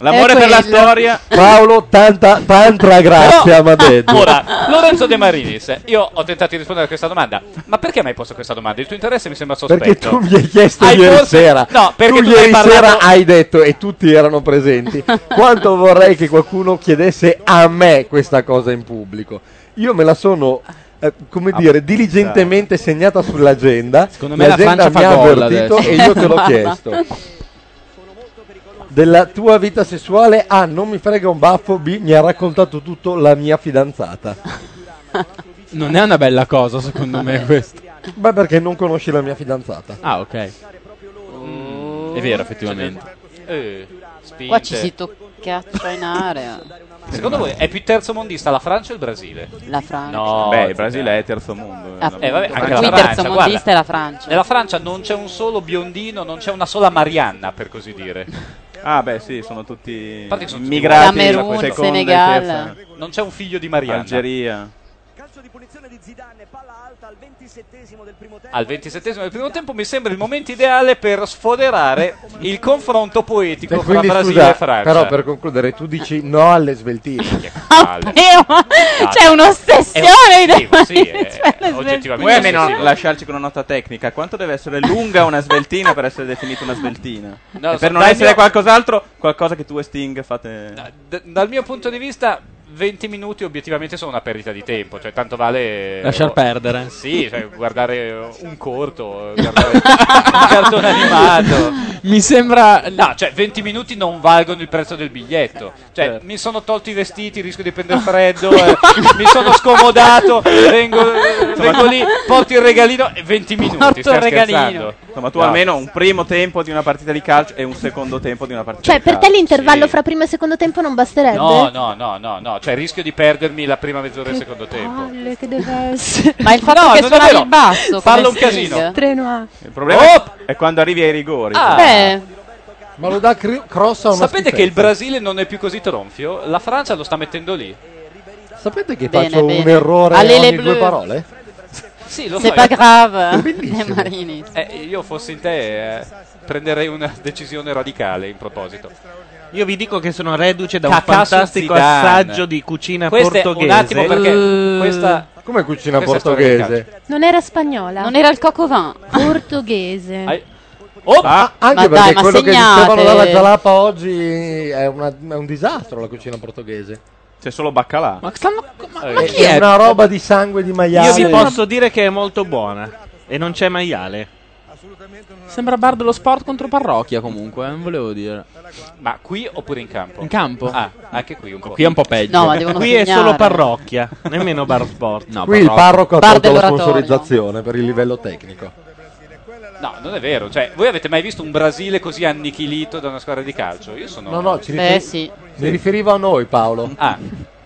Speaker 3: L'amore per la storia.
Speaker 2: Paolo, tanta, tanta grazia, mi ha detto.
Speaker 5: Ora, Lorenzo De Marinis, io ho tentato di rispondere a questa domanda, ma perché mi hai posto questa domanda? Il tuo interesse mi sembra sospetto.
Speaker 2: Perché tu mi hai chiesto
Speaker 5: Hai
Speaker 2: ieri
Speaker 5: forse-
Speaker 2: sera.
Speaker 5: No, perché tu,
Speaker 2: tu ieri
Speaker 5: hai parlato...
Speaker 2: sera hai detto, e tutti erano presenti, quanto vorrei che qualcuno chiedesse a me questa cosa in pubblico. Io me la sono, eh, come dire, diligentemente segnata sull'agenda. Secondo
Speaker 4: Ah, me la
Speaker 2: L'agenda
Speaker 4: Francia
Speaker 2: mi
Speaker 4: fa
Speaker 2: ha
Speaker 4: gol
Speaker 2: avvertito
Speaker 4: adesso.
Speaker 2: e io te l'ho
Speaker 4: Guarda.
Speaker 2: chiesto. Della tua vita sessuale, ah, non mi frega un baffo, B, mi ha raccontato tutto la mia fidanzata.
Speaker 4: Non è una bella cosa, secondo me, questo.
Speaker 2: Ma perché non conosci la mia fidanzata?
Speaker 4: Ah, ok. Mm, È vero, effettivamente.
Speaker 5: Eh, spinte.
Speaker 7: Qua ci si toccaccia in area.
Speaker 5: Secondo voi è più terzo mondista la Francia o il Brasile?
Speaker 7: La Francia.
Speaker 5: No,
Speaker 3: Beh,
Speaker 5: zia.
Speaker 3: il Brasile è terzo mondo.
Speaker 7: Ah,
Speaker 5: Eh, vabbè, anche la
Speaker 7: Qui
Speaker 5: Francia,
Speaker 7: terzo
Speaker 5: guarda.
Speaker 7: mondista è la Francia.
Speaker 5: Nella Francia non c'è un solo biondino, non c'è una sola Marianna, per così dire.
Speaker 3: Ah, beh, sì, sono tutti
Speaker 5: Infatti sono tutti
Speaker 3: immigrati.
Speaker 7: Camerun,
Speaker 3: seconda e
Speaker 7: Senegal.
Speaker 3: terza.
Speaker 5: Non c'è un figlio di Marianna.
Speaker 3: Algeria.
Speaker 5: Al ventisettesimo del primo tempo mi sembra il momento ideale per sfoderare il confronto poetico
Speaker 2: Cioè,
Speaker 5: fra
Speaker 2: quindi,
Speaker 5: Brasile
Speaker 2: scusa,
Speaker 5: e Francia.
Speaker 2: però per concludere, tu dici no alle sveltine.
Speaker 7: Eh, ma C'è un'ossessione di
Speaker 5: Ah, È sì,
Speaker 3: eh,
Speaker 7: Cioè, le
Speaker 5: oggettivamente
Speaker 3: Puoi almeno
Speaker 5: sì.
Speaker 3: lasciarci con una nota tecnica. Quanto deve essere lunga una sveltina per essere definita una sveltina?
Speaker 5: No,
Speaker 3: E per
Speaker 5: so-
Speaker 3: non
Speaker 5: dai,
Speaker 3: essere
Speaker 5: mio-
Speaker 3: qualcos'altro, qualcosa che tu e Sting fate.
Speaker 5: D- dal mio punto di vista 20 minuti obiettivamente sono una perdita di tempo, cioè tanto vale eh,
Speaker 4: Lasciar
Speaker 5: oh,
Speaker 4: perdere.
Speaker 5: Sì, cioè, guardare eh, un corto, eh, guardare un cartone animato.
Speaker 4: Mi sembra.
Speaker 5: No, cioè 20 minuti non valgono il prezzo del biglietto. Cioè, mi sono tolto i vestiti, rischio di prendere freddo, eh, mi sono scomodato, vengo, vengo lì, porto il regalino e 20 minuti,
Speaker 7: Porto
Speaker 5: stai
Speaker 7: il regalino.
Speaker 5: scherzando?
Speaker 3: Insomma, tu
Speaker 5: No.
Speaker 3: almeno un primo tempo di una partita di calcio e un secondo tempo di una partita
Speaker 6: Cioè,
Speaker 3: di
Speaker 6: per
Speaker 3: calcio.
Speaker 7: Ah,
Speaker 6: te l'intervallo
Speaker 5: sì.
Speaker 6: fra primo e secondo tempo non basterebbe?
Speaker 5: No, no, no, no, no, cioè rischio di perdermi la prima mezz'ora del secondo tempo.
Speaker 6: Palle, che deve essere.
Speaker 7: Ma il fatto
Speaker 5: No,
Speaker 7: che
Speaker 5: non è
Speaker 7: suonavi
Speaker 5: vero.
Speaker 7: il basso
Speaker 5: Fallo
Speaker 7: come
Speaker 5: un casino.
Speaker 7: Sting.
Speaker 6: Treno A.
Speaker 3: Il problema
Speaker 5: Oh,
Speaker 3: è quando arrivi ai rigori.
Speaker 2: Eh,
Speaker 7: Beh,
Speaker 2: Ma lo dà cri- cross a una
Speaker 5: Sapete
Speaker 2: schifezza.
Speaker 5: che il Brasile non è più così tronfio? La Francia lo sta mettendo lì.
Speaker 2: Sapete che
Speaker 7: Bene,
Speaker 2: faccio
Speaker 7: bene. Ah.
Speaker 2: un errore
Speaker 7: Allele
Speaker 2: ogni
Speaker 7: bleu.
Speaker 2: due parole?
Speaker 5: Sì, lo
Speaker 7: C'est
Speaker 5: so,
Speaker 7: pas
Speaker 5: io-
Speaker 7: grave, eh, Marini.
Speaker 5: Eh, io fossi in te eh, prenderei una decisione radicale in proposito.
Speaker 1: Io vi dico che sono reduce da un
Speaker 5: Kakasu
Speaker 1: fantastico
Speaker 5: Zidane.
Speaker 1: assaggio di cucina
Speaker 5: Questa è-
Speaker 1: portoghese.
Speaker 5: Un attimo perché questa
Speaker 2: Come cucina
Speaker 1: questa è storia di
Speaker 2: portoghese?
Speaker 6: Non era spagnola.
Speaker 7: Non era il cocovin.
Speaker 6: Portoghese.
Speaker 5: Ai-
Speaker 2: Ah, anche
Speaker 7: Ma dai,
Speaker 2: perché
Speaker 7: ma
Speaker 2: quello
Speaker 7: segnate.
Speaker 2: che dicevano dalla Zalapa oggi è, una- è un disastro la cucina portoghese.
Speaker 3: C'è solo baccalà.
Speaker 4: Ma, stanno,
Speaker 2: è,
Speaker 4: chi è?
Speaker 2: una roba di sangue di maiale.
Speaker 1: Io vi posso dire che è molto buona e non c'è maiale.
Speaker 4: Sembra bar dello sport contro parrocchia comunque, eh, non volevo dire.
Speaker 5: Ma Ah, qui oppure in campo?
Speaker 4: In campo?
Speaker 5: Ah, anche qui un po'.
Speaker 4: Qui è un po' peggio.
Speaker 7: No, ma devono
Speaker 1: Qui è
Speaker 7: segnare.
Speaker 1: solo parrocchia, nemmeno bar sport.
Speaker 4: No,
Speaker 2: Qui il parroco ha
Speaker 7: Bar
Speaker 2: tolto la
Speaker 7: dell'oratorio.
Speaker 2: sponsorizzazione per il livello tecnico.
Speaker 5: No, non è vero. Cioè, voi avete mai visto un Brasile così annichilito da una squadra di calcio? Io sono...
Speaker 2: No, no, ci
Speaker 7: Beh,
Speaker 2: riferi-
Speaker 7: Eh, sì.
Speaker 2: mi riferivo a noi Paolo.
Speaker 5: Ah,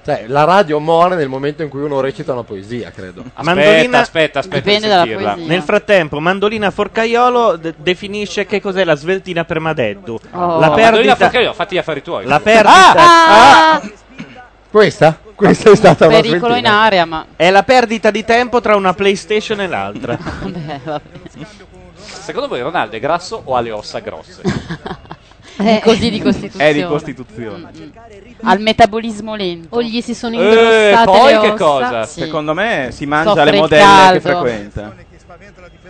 Speaker 2: Cioè, la radio muore nel momento in cui uno recita una poesia, credo.
Speaker 5: aspetta, aspetta, aspetta. di
Speaker 7: Dipende dalla
Speaker 5: sentirla.
Speaker 7: poesia.
Speaker 1: Nel frattempo, Mandolina Forcaiolo de- definisce che cos'è la sveltina per Madeddu.
Speaker 7: Oh.
Speaker 1: La
Speaker 5: No, Mandolina
Speaker 1: perdita.
Speaker 5: Forcaiolo, fatti gli affari tuoi.
Speaker 1: La perdita
Speaker 7: Ah,
Speaker 2: Questa? Questa è stata una
Speaker 7: pericolo in
Speaker 2: sventina.
Speaker 7: area, ma
Speaker 1: è la perdita di tempo tra una PlayStation e l'altra.
Speaker 7: vabbè, vabbè.
Speaker 5: Secondo voi Ronaldo è grasso o ha le ossa grosse?
Speaker 6: Eh,
Speaker 7: È così di costituzione. Mm,
Speaker 3: È di costituzione.
Speaker 7: Al metabolismo lento.
Speaker 6: O gli si sono
Speaker 5: Eh,
Speaker 6: ingrossate
Speaker 5: poi
Speaker 6: le
Speaker 5: che
Speaker 6: ossa.
Speaker 5: cosa?
Speaker 7: Sì.
Speaker 3: Secondo me si mangia
Speaker 7: Soffre
Speaker 3: le
Speaker 7: il
Speaker 3: modelle
Speaker 7: caldo.
Speaker 3: che frequenta.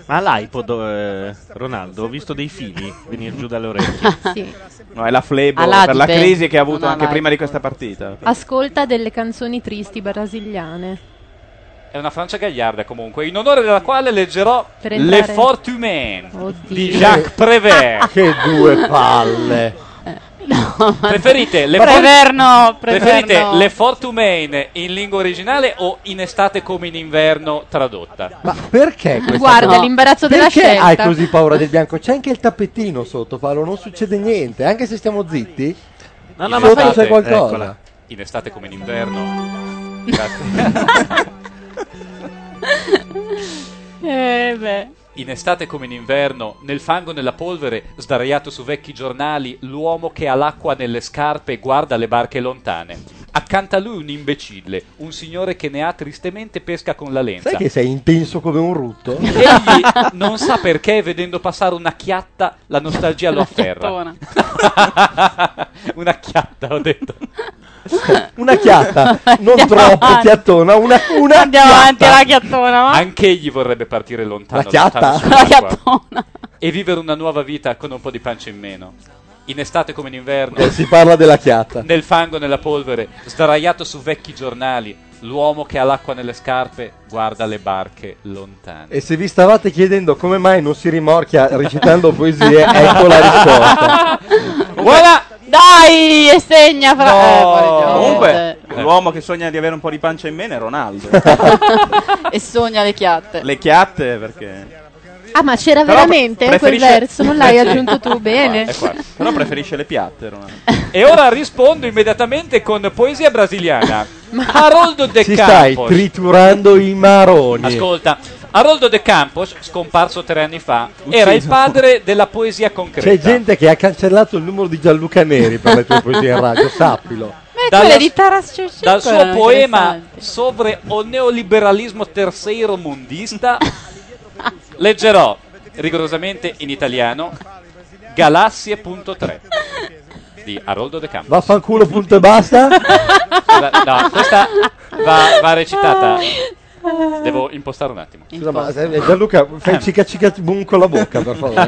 Speaker 1: Ma l'iPod, eh, Ronaldo, ho visto dei fili venire giù dalle orecchie.
Speaker 6: Sì.
Speaker 3: No, è la flebo
Speaker 7: All'adipe.
Speaker 3: per la crisi che ha avuto
Speaker 7: Non ha
Speaker 3: anche
Speaker 7: l'adipe.
Speaker 3: prima di questa partita.
Speaker 6: Ascolta delle canzoni tristi brasiliane.
Speaker 5: È una Francia gagliarda comunque, in onore della quale leggerò
Speaker 6: Per
Speaker 5: Le
Speaker 6: entrare-
Speaker 5: Fortunes
Speaker 6: Oddio.
Speaker 5: di Jacques Prévert.
Speaker 2: Ah. Che due palle.
Speaker 7: Ah,
Speaker 5: Preferite le,
Speaker 7: Preverno,
Speaker 5: preferite
Speaker 7: preverno.
Speaker 5: le Fortunes in lingua originale o in estate come in inverno tradotta?
Speaker 2: Ma perché questa
Speaker 6: Guarda
Speaker 7: no.
Speaker 6: l'imbarazzo della
Speaker 2: Perché
Speaker 6: scelta.
Speaker 2: hai così paura del bianco? C'è anche il tappettino sotto, Paolo. Non succede niente. Anche se stiamo zitti,
Speaker 1: No,
Speaker 5: In
Speaker 1: no, ma
Speaker 2: sotto
Speaker 5: estate-
Speaker 2: c'è qualcosa.
Speaker 5: eccola. In estate come in inverno. Grazie.
Speaker 7: Eh, beh.
Speaker 5: In estate come in inverno, nel fango e nella polvere, sdraiato su vecchi giornali, l'uomo che ha l'acqua nelle scarpe guarda le barche lontane. Accanto a lui un imbecille, un signore che ne ha tristemente pesca con la lenza.
Speaker 2: Sai che sei intenso come un rutto?
Speaker 5: Egli non sa perché, vedendo passare una chiatta, la nostalgia lo afferra.
Speaker 7: Chiattona.
Speaker 5: una chiatta, ho detto.
Speaker 2: Una chiatta, non
Speaker 7: Andiamo
Speaker 2: troppo
Speaker 7: avanti.
Speaker 2: chiattona, una, una
Speaker 7: Andiamo
Speaker 2: chiatta.
Speaker 7: avanti alla chiattona, va?
Speaker 5: Anche egli vorrebbe partire lontano,
Speaker 2: La chiatta?
Speaker 5: lontano
Speaker 7: La
Speaker 5: sull'acqua
Speaker 7: chiattona.
Speaker 5: e vivere una nuova vita con un po' di pancia in meno. In estate come in inverno,
Speaker 2: Eh, Si parla della chiatta.
Speaker 5: nel fango, nella polvere, sdraiato su vecchi giornali, l'uomo che ha l'acqua nelle scarpe guarda le barche lontane.
Speaker 2: E se vi stavate chiedendo come mai non si rimorchia recitando poesie, ecco la risposta.
Speaker 5: Voilà!
Speaker 7: Dai, e segna fra... eh, poi-
Speaker 3: Comunque,
Speaker 5: Eh.
Speaker 3: l'uomo che sogna di avere un po' di pancia in meno è Ronaldo.
Speaker 7: E sogna le chiatte.
Speaker 3: Le chiatte perché...
Speaker 6: Ah, ma c'era
Speaker 3: Però
Speaker 6: veramente eh, quel
Speaker 3: preferisce-
Speaker 6: verso, non l'hai aggiunto tu bene.
Speaker 3: È qua. Però preferisce le piatte Ronaldo.
Speaker 5: E ora rispondo immediatamente con poesia brasiliana. Haroldo De
Speaker 2: Ci stai
Speaker 5: Campos.
Speaker 2: triturando i maroni.
Speaker 5: Ascolta, Aroldo De Campos, scomparso tre anni fa, era il padre della poesia concreta.
Speaker 2: C'è gente che ha cancellato il numero di Gianluca Neri per le tue poesie in radio, sappilo.
Speaker 7: Ma
Speaker 5: Dalla-
Speaker 7: quelle di Taras Shevchenko
Speaker 5: Dal suo
Speaker 7: erano
Speaker 5: poema
Speaker 7: interessanti.
Speaker 5: sobre o neoliberalismo terceiro mundista, leggerò rigorosamente in italiano Galassie.3 di Aroldo De Campos.
Speaker 2: Vaffanculo, punto e basta.
Speaker 5: Scusa, No, questa va, va recitata. Devo impostare un attimo.
Speaker 2: Scusa, ma se- eh, Gianluca, fai cica cica boom con la bocca, per favore.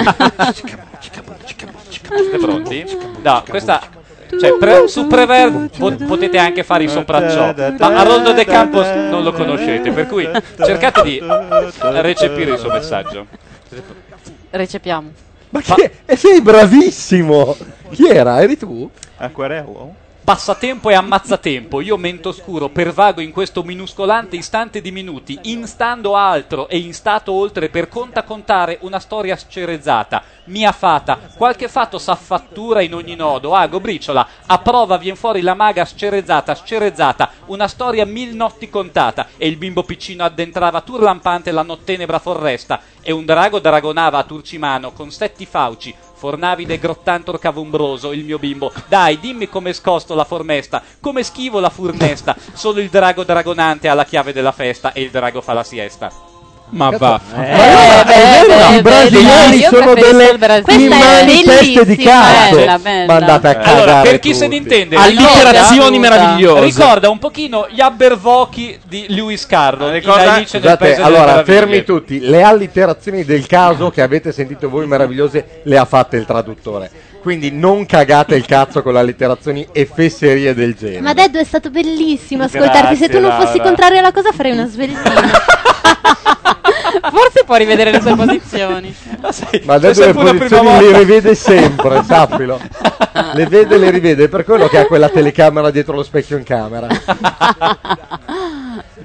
Speaker 5: Siete pronti? No, questa. Cioè, pre- su Prever po- potete anche fare il sopracciò, ma Aroldo De Campos non lo conoscete, per cui cercate di recepire il suo messaggio.
Speaker 7: Recepiamo.
Speaker 2: Ma che? E sei bravissimo! Chi era? Eri tu?
Speaker 3: Acquerello?
Speaker 5: Passatempo e ammazzatempo, io mento scuro, pervago in questo minuscolante istante di minuti, instando altro e in stato oltre per conta contare una storia scerezzata, mia fata, qualche fatto s'affattura in ogni nodo, ago, briciola, a prova vien fuori la maga scerezzata, scerezzata, una storia mil notti contata, e il bimbo piccino addentrava turlampante la nottenebra forresta, e un drago dragonava a Turcimano con setti fauci, Fornavide grottantor cavumbroso, il mio bimbo. Dai, dimmi come scosto la formesta, come schivo la furnesta. Solo il drago dragonante ha la chiave della festa e il drago fa la siesta.
Speaker 4: Ma vaffa.
Speaker 2: Ma
Speaker 7: Eh,
Speaker 4: Eh,
Speaker 2: allora, è vero, i brasiliani sono delle immani teste di cazzo. Ma andate a cagare
Speaker 5: Eh, Allora, per chi
Speaker 2: tutti.
Speaker 5: se ne intende,
Speaker 4: Alliterazioni
Speaker 5: ricorda-
Speaker 4: meravigliose.
Speaker 5: Ricorda un pochino gli abbervochi di Lewis Carroll.
Speaker 2: Ricorda-
Speaker 5: i Alice nel
Speaker 2: Scusate,
Speaker 5: Paese delle
Speaker 2: allora
Speaker 5: Meraviglie.
Speaker 2: fermi tutti. Le alliterazioni del caso che avete sentito voi meravigliose le ha fatte il traduttore. Quindi non cagate il cazzo con le allitterazioni e fesserie del genere.
Speaker 6: Ma Deddo è stato bellissimo ascoltarti.
Speaker 2: Grazie,
Speaker 6: Se tu non fossi
Speaker 2: Laura.
Speaker 6: contrario alla cosa, farei una svegliata.
Speaker 7: Forse può rivedere le sue posizioni.
Speaker 2: Ma adesso
Speaker 7: C'è
Speaker 2: le
Speaker 7: sempre una prima
Speaker 2: posizioni le
Speaker 7: volta.
Speaker 2: rivede sempre, sappilo. Le vede e le rivede, per quello che ha quella telecamera dietro lo specchio in camera.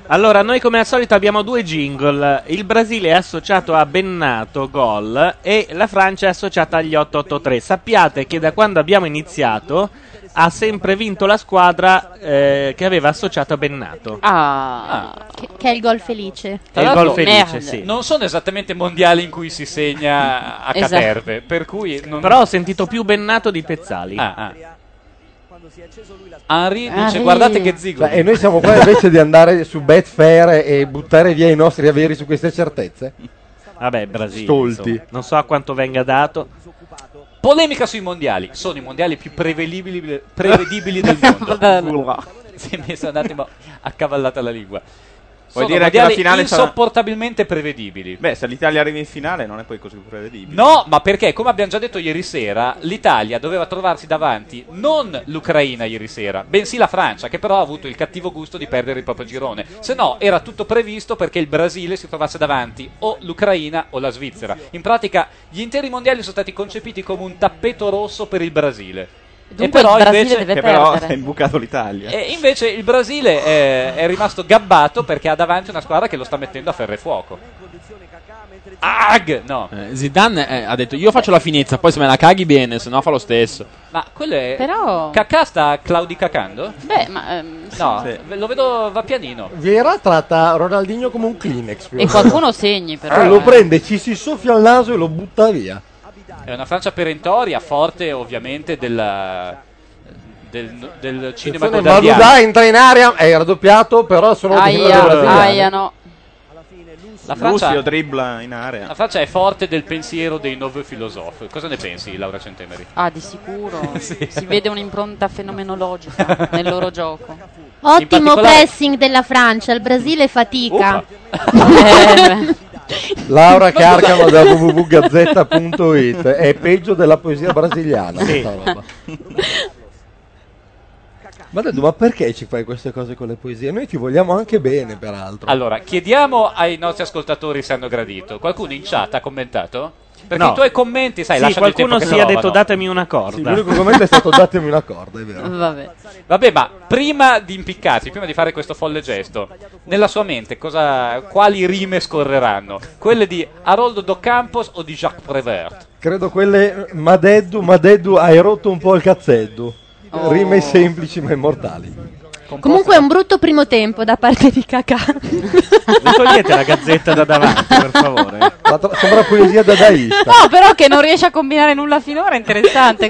Speaker 1: Allora, noi come al solito abbiamo due jingle. Il Brasile è associato a Bennato Gol e la Francia è associata agli 883. Sappiate che da quando abbiamo iniziato ha sempre vinto la squadra eh, che aveva associato a Bennato.
Speaker 7: Ah,
Speaker 6: che, che è il gol felice.
Speaker 1: È il gol felice, sì.
Speaker 5: Non sono esattamente mondiali in cui si segna a
Speaker 1: Esatto.
Speaker 5: caterve, per cui non...
Speaker 1: Però ho sentito più Bennato di Pezzali.
Speaker 5: Henry Ah, dice
Speaker 1: Henry.
Speaker 5: Ah, guardate che zigo.
Speaker 2: Cioè, e noi siamo qua invece di andare su Betfair e buttare via i nostri averi su queste certezze.
Speaker 1: Vabbè, Brasile.
Speaker 2: Stolti.
Speaker 1: insomma. Non so a quanto venga dato.
Speaker 5: Polemica sui mondiali. Sono i mondiali più prevedibili, prevedibili del mondo. Se mi sono un attimo accavallata la lingua. Sono
Speaker 3: dire che la
Speaker 5: mondiali
Speaker 3: finale sarà-
Speaker 5: insopportabilmente prevedibili.
Speaker 3: Beh, se l'Italia arriva in finale non è poi così prevedibile.
Speaker 5: No, ma perché, come abbiamo già detto ieri sera, l'Italia doveva trovarsi davanti non l'Ucraina ieri sera, bensì la Francia, che però ha avuto il cattivo gusto di perdere il proprio girone. Se no, era tutto previsto perché il Brasile si trovasse davanti o l'Ucraina o la Svizzera. In pratica, gli interi mondiali sono stati concepiti come un tappeto rosso per il Brasile.
Speaker 3: Dunque
Speaker 5: e però
Speaker 3: il Brasile
Speaker 5: invece, Eh,
Speaker 3: deve Che però perdere. ha imbucato l'Italia.
Speaker 5: E invece il Brasile eh, è rimasto gabbato perché ha davanti una squadra che lo sta mettendo a ferro e fuoco. Ag! No.
Speaker 4: Eh, Zidane eh, ha detto io faccio la finezza, poi se me la caghi bene, se no fa lo stesso.
Speaker 5: Ma quello è.
Speaker 7: Però-
Speaker 5: Cacà sta claudicacando?
Speaker 7: beh, ma ehm,
Speaker 5: No,
Speaker 7: sì.
Speaker 5: ve- lo vedo, va pianino.
Speaker 2: Viera tratta Ronaldinho come un Kleenex. più o
Speaker 7: E
Speaker 2: meno.
Speaker 7: qualcuno segni però.
Speaker 2: Cioè, lo
Speaker 7: eh.
Speaker 2: prende, ci si soffia al naso e lo butta via.
Speaker 5: È una Francia perentoria, forte ovviamente della- del, del cinema
Speaker 2: Attenzione,
Speaker 5: godardiano.
Speaker 2: Madudà entra in aria, è raddoppiato, però sono
Speaker 7: no.
Speaker 5: La Francia-
Speaker 3: Lucio dribbla in area.
Speaker 5: La Francia è forte del pensiero dei nuovi filosofi. Cosa ne pensi, Laura Centemeri?
Speaker 7: Ah, di sicuro. Si vede un'impronta fenomenologica nel loro gioco.
Speaker 5: In
Speaker 6: Ottimo
Speaker 5: particolare-
Speaker 6: pressing della Francia, il Brasile fatica. Eh,
Speaker 2: Laura
Speaker 6: Ma
Speaker 2: Carcamo da
Speaker 6: scusa.
Speaker 2: www.gazzetta.it è peggio della poesia brasiliana. questa roba. Ma Dedu, ma perché ci fai queste cose con le poesie? Noi ti vogliamo anche bene, peraltro.
Speaker 5: Allora, chiediamo ai nostri ascoltatori se hanno gradito. Qualcuno in chat ha commentato? Perché
Speaker 2: No.
Speaker 5: i tuoi commenti, sai,
Speaker 1: Sì,
Speaker 5: lasciano il
Speaker 1: qualcuno
Speaker 5: tempo che
Speaker 1: si è detto
Speaker 5: trovano.
Speaker 1: datemi una corda.
Speaker 2: Sì, l'unico commento è stato datemi una corda, è vero.
Speaker 7: Vabbè.
Speaker 5: Certo. Vabbè, ma prima di impiccarsi, prima di fare questo folle gesto, nella sua mente cosa, quali rime scorreranno? Quelle di Haroldo Do Campos o di Jacques Prévert?
Speaker 2: Credo quelle Madeddu, Madeddu, hai rotto un po' il cazzeddu.
Speaker 1: Oh.
Speaker 2: Rime semplici ma immortali.
Speaker 6: Comunque è un brutto primo tempo da parte di Kakà.
Speaker 1: Togliete la gazzetta da davanti, per favore.
Speaker 2: sembra poesia dadaista.
Speaker 7: No, però che non riesce a combinare nulla finora è interessante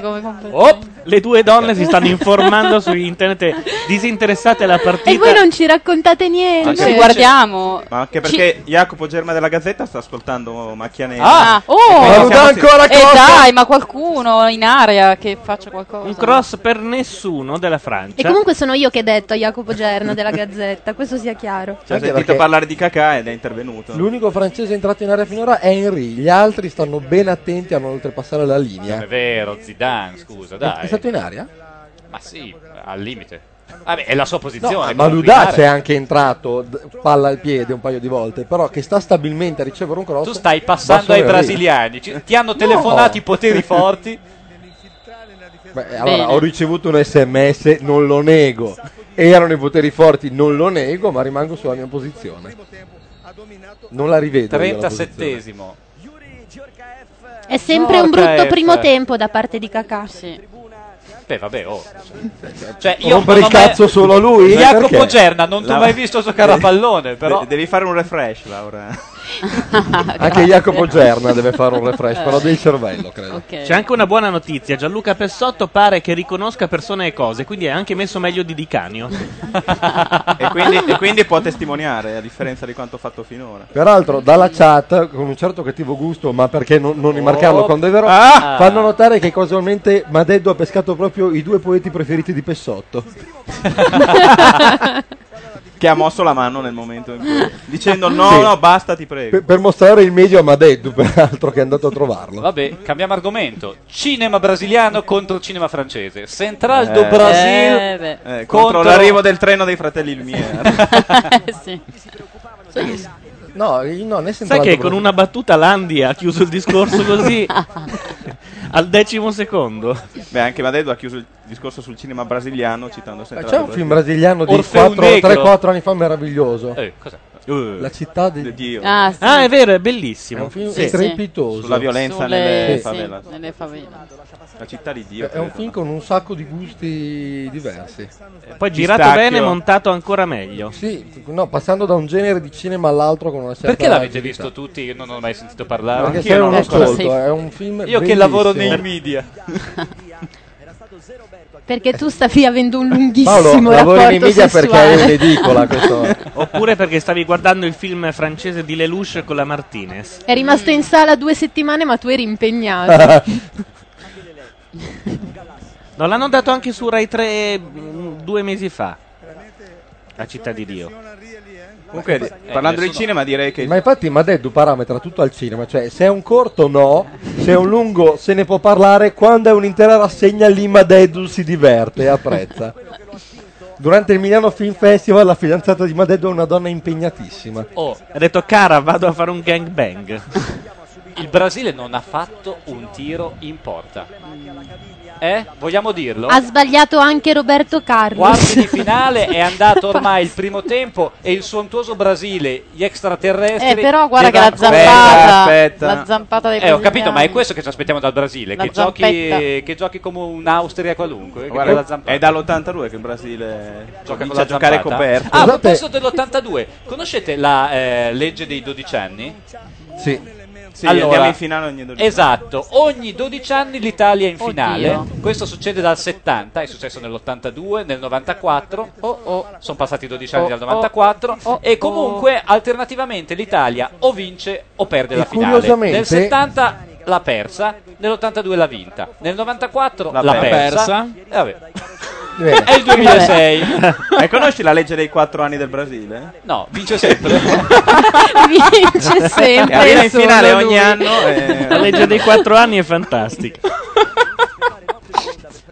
Speaker 7: come comprensione.
Speaker 1: Le due donne si stanno informando su internet e disinteressate alla partita.
Speaker 6: E voi non ci raccontate niente.
Speaker 3: Anche-
Speaker 7: guardiamo.
Speaker 3: Ma anche perché Jacopo Germa della Gazzetta sta ascoltando Macchianelli.
Speaker 7: Ah, oh!
Speaker 1: Valuta ancora
Speaker 7: E
Speaker 1: cosa?
Speaker 7: Eh, dai, ma qualcuno in area che faccia qualcosa.
Speaker 1: Un cross per nessuno della Francia.
Speaker 6: E comunque sono io che ho detto a Jacopo Gerna della Gazzetta, questo sia chiaro.
Speaker 3: Ci ha
Speaker 2: Anche
Speaker 3: sentito
Speaker 2: perché-
Speaker 3: parlare di cacà ed è
Speaker 5: Esatto.
Speaker 3: intervenuto.
Speaker 2: L'unico francese entrato in area finora è Henry, gli altri stanno ben attenti a non oltrepassare la linea.
Speaker 5: È vero, Zidane, scusa, dai.
Speaker 2: Eh. È stato in aria?
Speaker 5: Ma sì, al limite. Vabbè, è la sua posizione.
Speaker 2: No,
Speaker 5: come
Speaker 2: ma Ludà
Speaker 5: guidare.
Speaker 2: c'è anche entrato, d- palla al piede un paio di volte, però che sta stabilmente a ricevere un cross.
Speaker 5: Tu stai passando ai brasiliani, ci- ti hanno telefonato i poteri forti.
Speaker 2: Beh, allora, ho ricevuto un sms, non lo nego. Erano i poteri forti, non lo nego, ma rimango sulla mia posizione. Non la rivedo. io la posizione.
Speaker 5: 37esimo.
Speaker 6: È sempre un
Speaker 5: Porca
Speaker 6: brutto
Speaker 5: F.
Speaker 6: primo tempo da parte di Kakà.
Speaker 5: Beh, vabbè, oh. Cioè, io
Speaker 2: Rompe
Speaker 5: non
Speaker 2: il
Speaker 5: ho mai-
Speaker 2: cazzo solo lui? Eh,
Speaker 5: Jacopo
Speaker 2: Perché? Eh.
Speaker 5: Gerna, non ti ho
Speaker 3: La-
Speaker 5: mai visto giocare a pallone, però.
Speaker 3: De- devi fare un refresh, Laura.
Speaker 2: Anche Jacopo Gerna deve fare un refresh, però del cervello, credo.
Speaker 1: C'è anche una buona notizia, Gianluca Pessotto pare che riconosca persone e cose, quindi è anche messo meglio di Dicanio.
Speaker 3: e, quindi, e quindi può testimoniare, a differenza di quanto fatto finora.
Speaker 2: Peraltro, dalla chat, con un certo cattivo gusto, ma perché non, non rimarcarlo
Speaker 3: Oh.
Speaker 2: quando è vero,
Speaker 3: Ah!
Speaker 2: fanno notare che casualmente Madeddo ha pescato proprio i due poeti preferiti di Pessotto.
Speaker 3: Che ha mosso la mano nel momento in cui... Dicendo no,
Speaker 2: Sì.
Speaker 3: no, basta, ti prego.
Speaker 2: Per, per mostrare il meglio a Madeddo, peraltro, che è andato a trovarlo.
Speaker 5: Vabbè, cambiamo argomento. Cinema brasiliano contro cinema francese. Central do
Speaker 3: Eh.
Speaker 5: Brasil
Speaker 3: Eh, beh. Eh, contro l'arrivo del treno dei fratelli Lumière.
Speaker 5: Eh,
Speaker 7: sì.
Speaker 2: No, io non è
Speaker 1: Sai che con una battuta Landi ha chiuso il discorso così al decimo secondo.
Speaker 3: Beh, anche Madedo ha chiuso il discorso sul cinema brasiliano citando sempre...
Speaker 2: Eh, C'è un film brasiliano di
Speaker 1: Orfeo
Speaker 2: 3-4
Speaker 1: Negro.
Speaker 2: anni fa meraviglioso.
Speaker 5: Eh, cos'è?
Speaker 2: La città di
Speaker 3: Eh, Dio.
Speaker 7: Ah, sì.
Speaker 1: è vero, è bellissimo.
Speaker 2: È un film
Speaker 7: Sì, sì.
Speaker 2: strepitoso.
Speaker 3: Sulla violenza nelle favela.
Speaker 7: Sì, nelle favela.
Speaker 3: La città di Dio.
Speaker 2: È un film con un sacco di gusti diversi.
Speaker 5: Eh,
Speaker 1: Poi girato bene, montato ancora meglio.
Speaker 2: Sì, no, passando da un genere di cinema all'altro con
Speaker 3: Cioè,
Speaker 2: una certa
Speaker 5: Perché l'avete visto tutti? Io non ho mai sentito parlare.
Speaker 2: Perché sei un ascolto, è un film
Speaker 5: Io che lavoro nei
Speaker 2: bellissimo.
Speaker 5: media.
Speaker 6: Perché tu stavi avendo un lunghissimo
Speaker 2: Paolo, lavori nei
Speaker 6: rapporto
Speaker 2: media perché
Speaker 6: sessuale.
Speaker 2: hai un'edicola questo.
Speaker 1: Oppure perché stavi guardando il film francese di Lelouch con la Martinez.
Speaker 6: È rimasto in sala due settimane, ma tu eri impegnato.
Speaker 1: No, l'hanno dato anche su Rai 3 mh, due mesi fa. La città di Dio. Eh,
Speaker 3: Comunque, di- parlando di cinema, direi che...
Speaker 2: Ma infatti Madeddu parametra tutto al cinema, cioè se è un corto no, se è un lungo se ne può parlare, quando è un'intera rassegna lì Madeddu si diverte e apprezza. Durante il Milano Film Festival la fidanzata di Madeddu è una donna impegnatissima.
Speaker 5: Oh,
Speaker 1: Ha detto, cara, vado a fare un gangbang.
Speaker 5: il Brasile non ha fatto un tiro in porta.
Speaker 3: Mm.
Speaker 5: Eh? Vogliamo dirlo?
Speaker 6: ha sbagliato anche Roberto Carlos.
Speaker 5: Quarti di finale è andato ormai il primo tempo e il sontuoso Brasile, gli extraterrestri.
Speaker 7: Eh, però guarda che la
Speaker 5: dietro-
Speaker 7: zampata, la zampata dei
Speaker 5: Eh, ho capito, ma è
Speaker 7: brasiliani.
Speaker 5: questo che ci aspettiamo dal Brasile,
Speaker 7: La
Speaker 5: che giochi,
Speaker 7: zampetta.
Speaker 5: che giochi come un'Austria qualunque. che
Speaker 3: Guarda,
Speaker 5: con la zampata.
Speaker 3: è dall'82 che il Brasile
Speaker 5: Gioca con
Speaker 3: comincia
Speaker 5: la
Speaker 3: a giocare
Speaker 5: zampata.
Speaker 3: coperto.
Speaker 5: Ah, a proposito dell'82, conoscete la eh, legge dei 12 anni?
Speaker 2: Sì.
Speaker 3: Sì, andiamo in finale ogni 12 anni.
Speaker 5: Esatto, ogni 12 anni l'Italia è in finale.
Speaker 3: Oddio.
Speaker 5: Questo succede dal 70, è successo nell'82, nel 94. Sono passati 12 anni
Speaker 7: Oh,
Speaker 5: dal
Speaker 7: oh.
Speaker 5: 94. e comunque, alternativamente, l'Italia o vince o perde la
Speaker 2: E
Speaker 5: finale.
Speaker 2: curiosamente-
Speaker 5: Nel 70 l'ha persa, nell'82 l'ha vinta, nel 94 l'ha,
Speaker 3: per-
Speaker 5: persa. E vabbè.
Speaker 3: Bene.
Speaker 5: È il 2006.
Speaker 3: E Eh, conosci la legge dei 4 anni del Brasile?
Speaker 5: No, vince sempre.
Speaker 6: Vince
Speaker 3: E arriva
Speaker 6: sempre.
Speaker 3: in finale
Speaker 6: solo
Speaker 3: ogni
Speaker 6: lui.
Speaker 3: anno e-
Speaker 1: eh, La legge dei quattro anni è fantastica.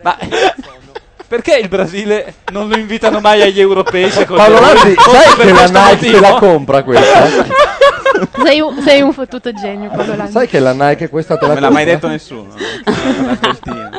Speaker 5: Ma perché il Brasile non lo invitano mai agli europei? Secondo
Speaker 2: Paolo
Speaker 5: voi?
Speaker 2: Landi,
Speaker 5: Forse
Speaker 2: sai
Speaker 5: ecco, per
Speaker 2: che la
Speaker 5: questo
Speaker 2: Nike
Speaker 5: motivo?
Speaker 2: la compra questa?
Speaker 6: Sei un, sei un fottuto genio, Paolo Landi.
Speaker 2: sai che la Nike questa te
Speaker 3: Non
Speaker 2: la
Speaker 3: me l'ha mai
Speaker 2: compra?
Speaker 3: detto nessuno. Una coltina.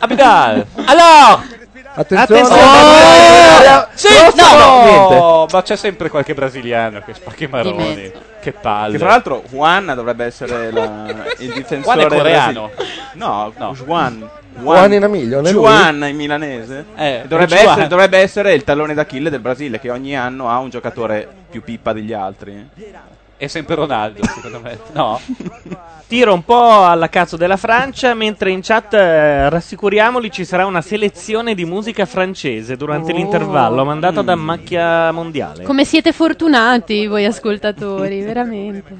Speaker 5: Abidal. Allora,
Speaker 2: Attenzione!
Speaker 5: Attenzione!
Speaker 2: Sì, no, niente.
Speaker 5: ma c'è sempre qualche brasiliano che spacca i
Speaker 7: Di
Speaker 5: maroni.
Speaker 7: mezzo.
Speaker 5: Che palle.
Speaker 3: Che tra l'altro Juan dovrebbe essere la- il
Speaker 5: Juan
Speaker 3: difensore
Speaker 5: è coreano.
Speaker 3: del Brasile. No, Juan.
Speaker 2: Juan in Amiglio, non è lui?
Speaker 3: Juan in milanese.
Speaker 5: Eh,
Speaker 3: dovrebbe,
Speaker 5: Juan.
Speaker 3: essere, dovrebbe essere il tallone d'Achille del Brasile che ogni anno ha un giocatore più pippa degli altri.
Speaker 5: È sempre Ronaldo, secondo me. No.
Speaker 1: Tiro un po' alla cazzo della Francia, mentre in chat eh, rassicuriamoli ci sarà una selezione di musica francese durante
Speaker 7: Oh.
Speaker 1: l'intervallo mandata da Macchia Mondiale.
Speaker 6: Come siete fortunati voi ascoltatori, veramente.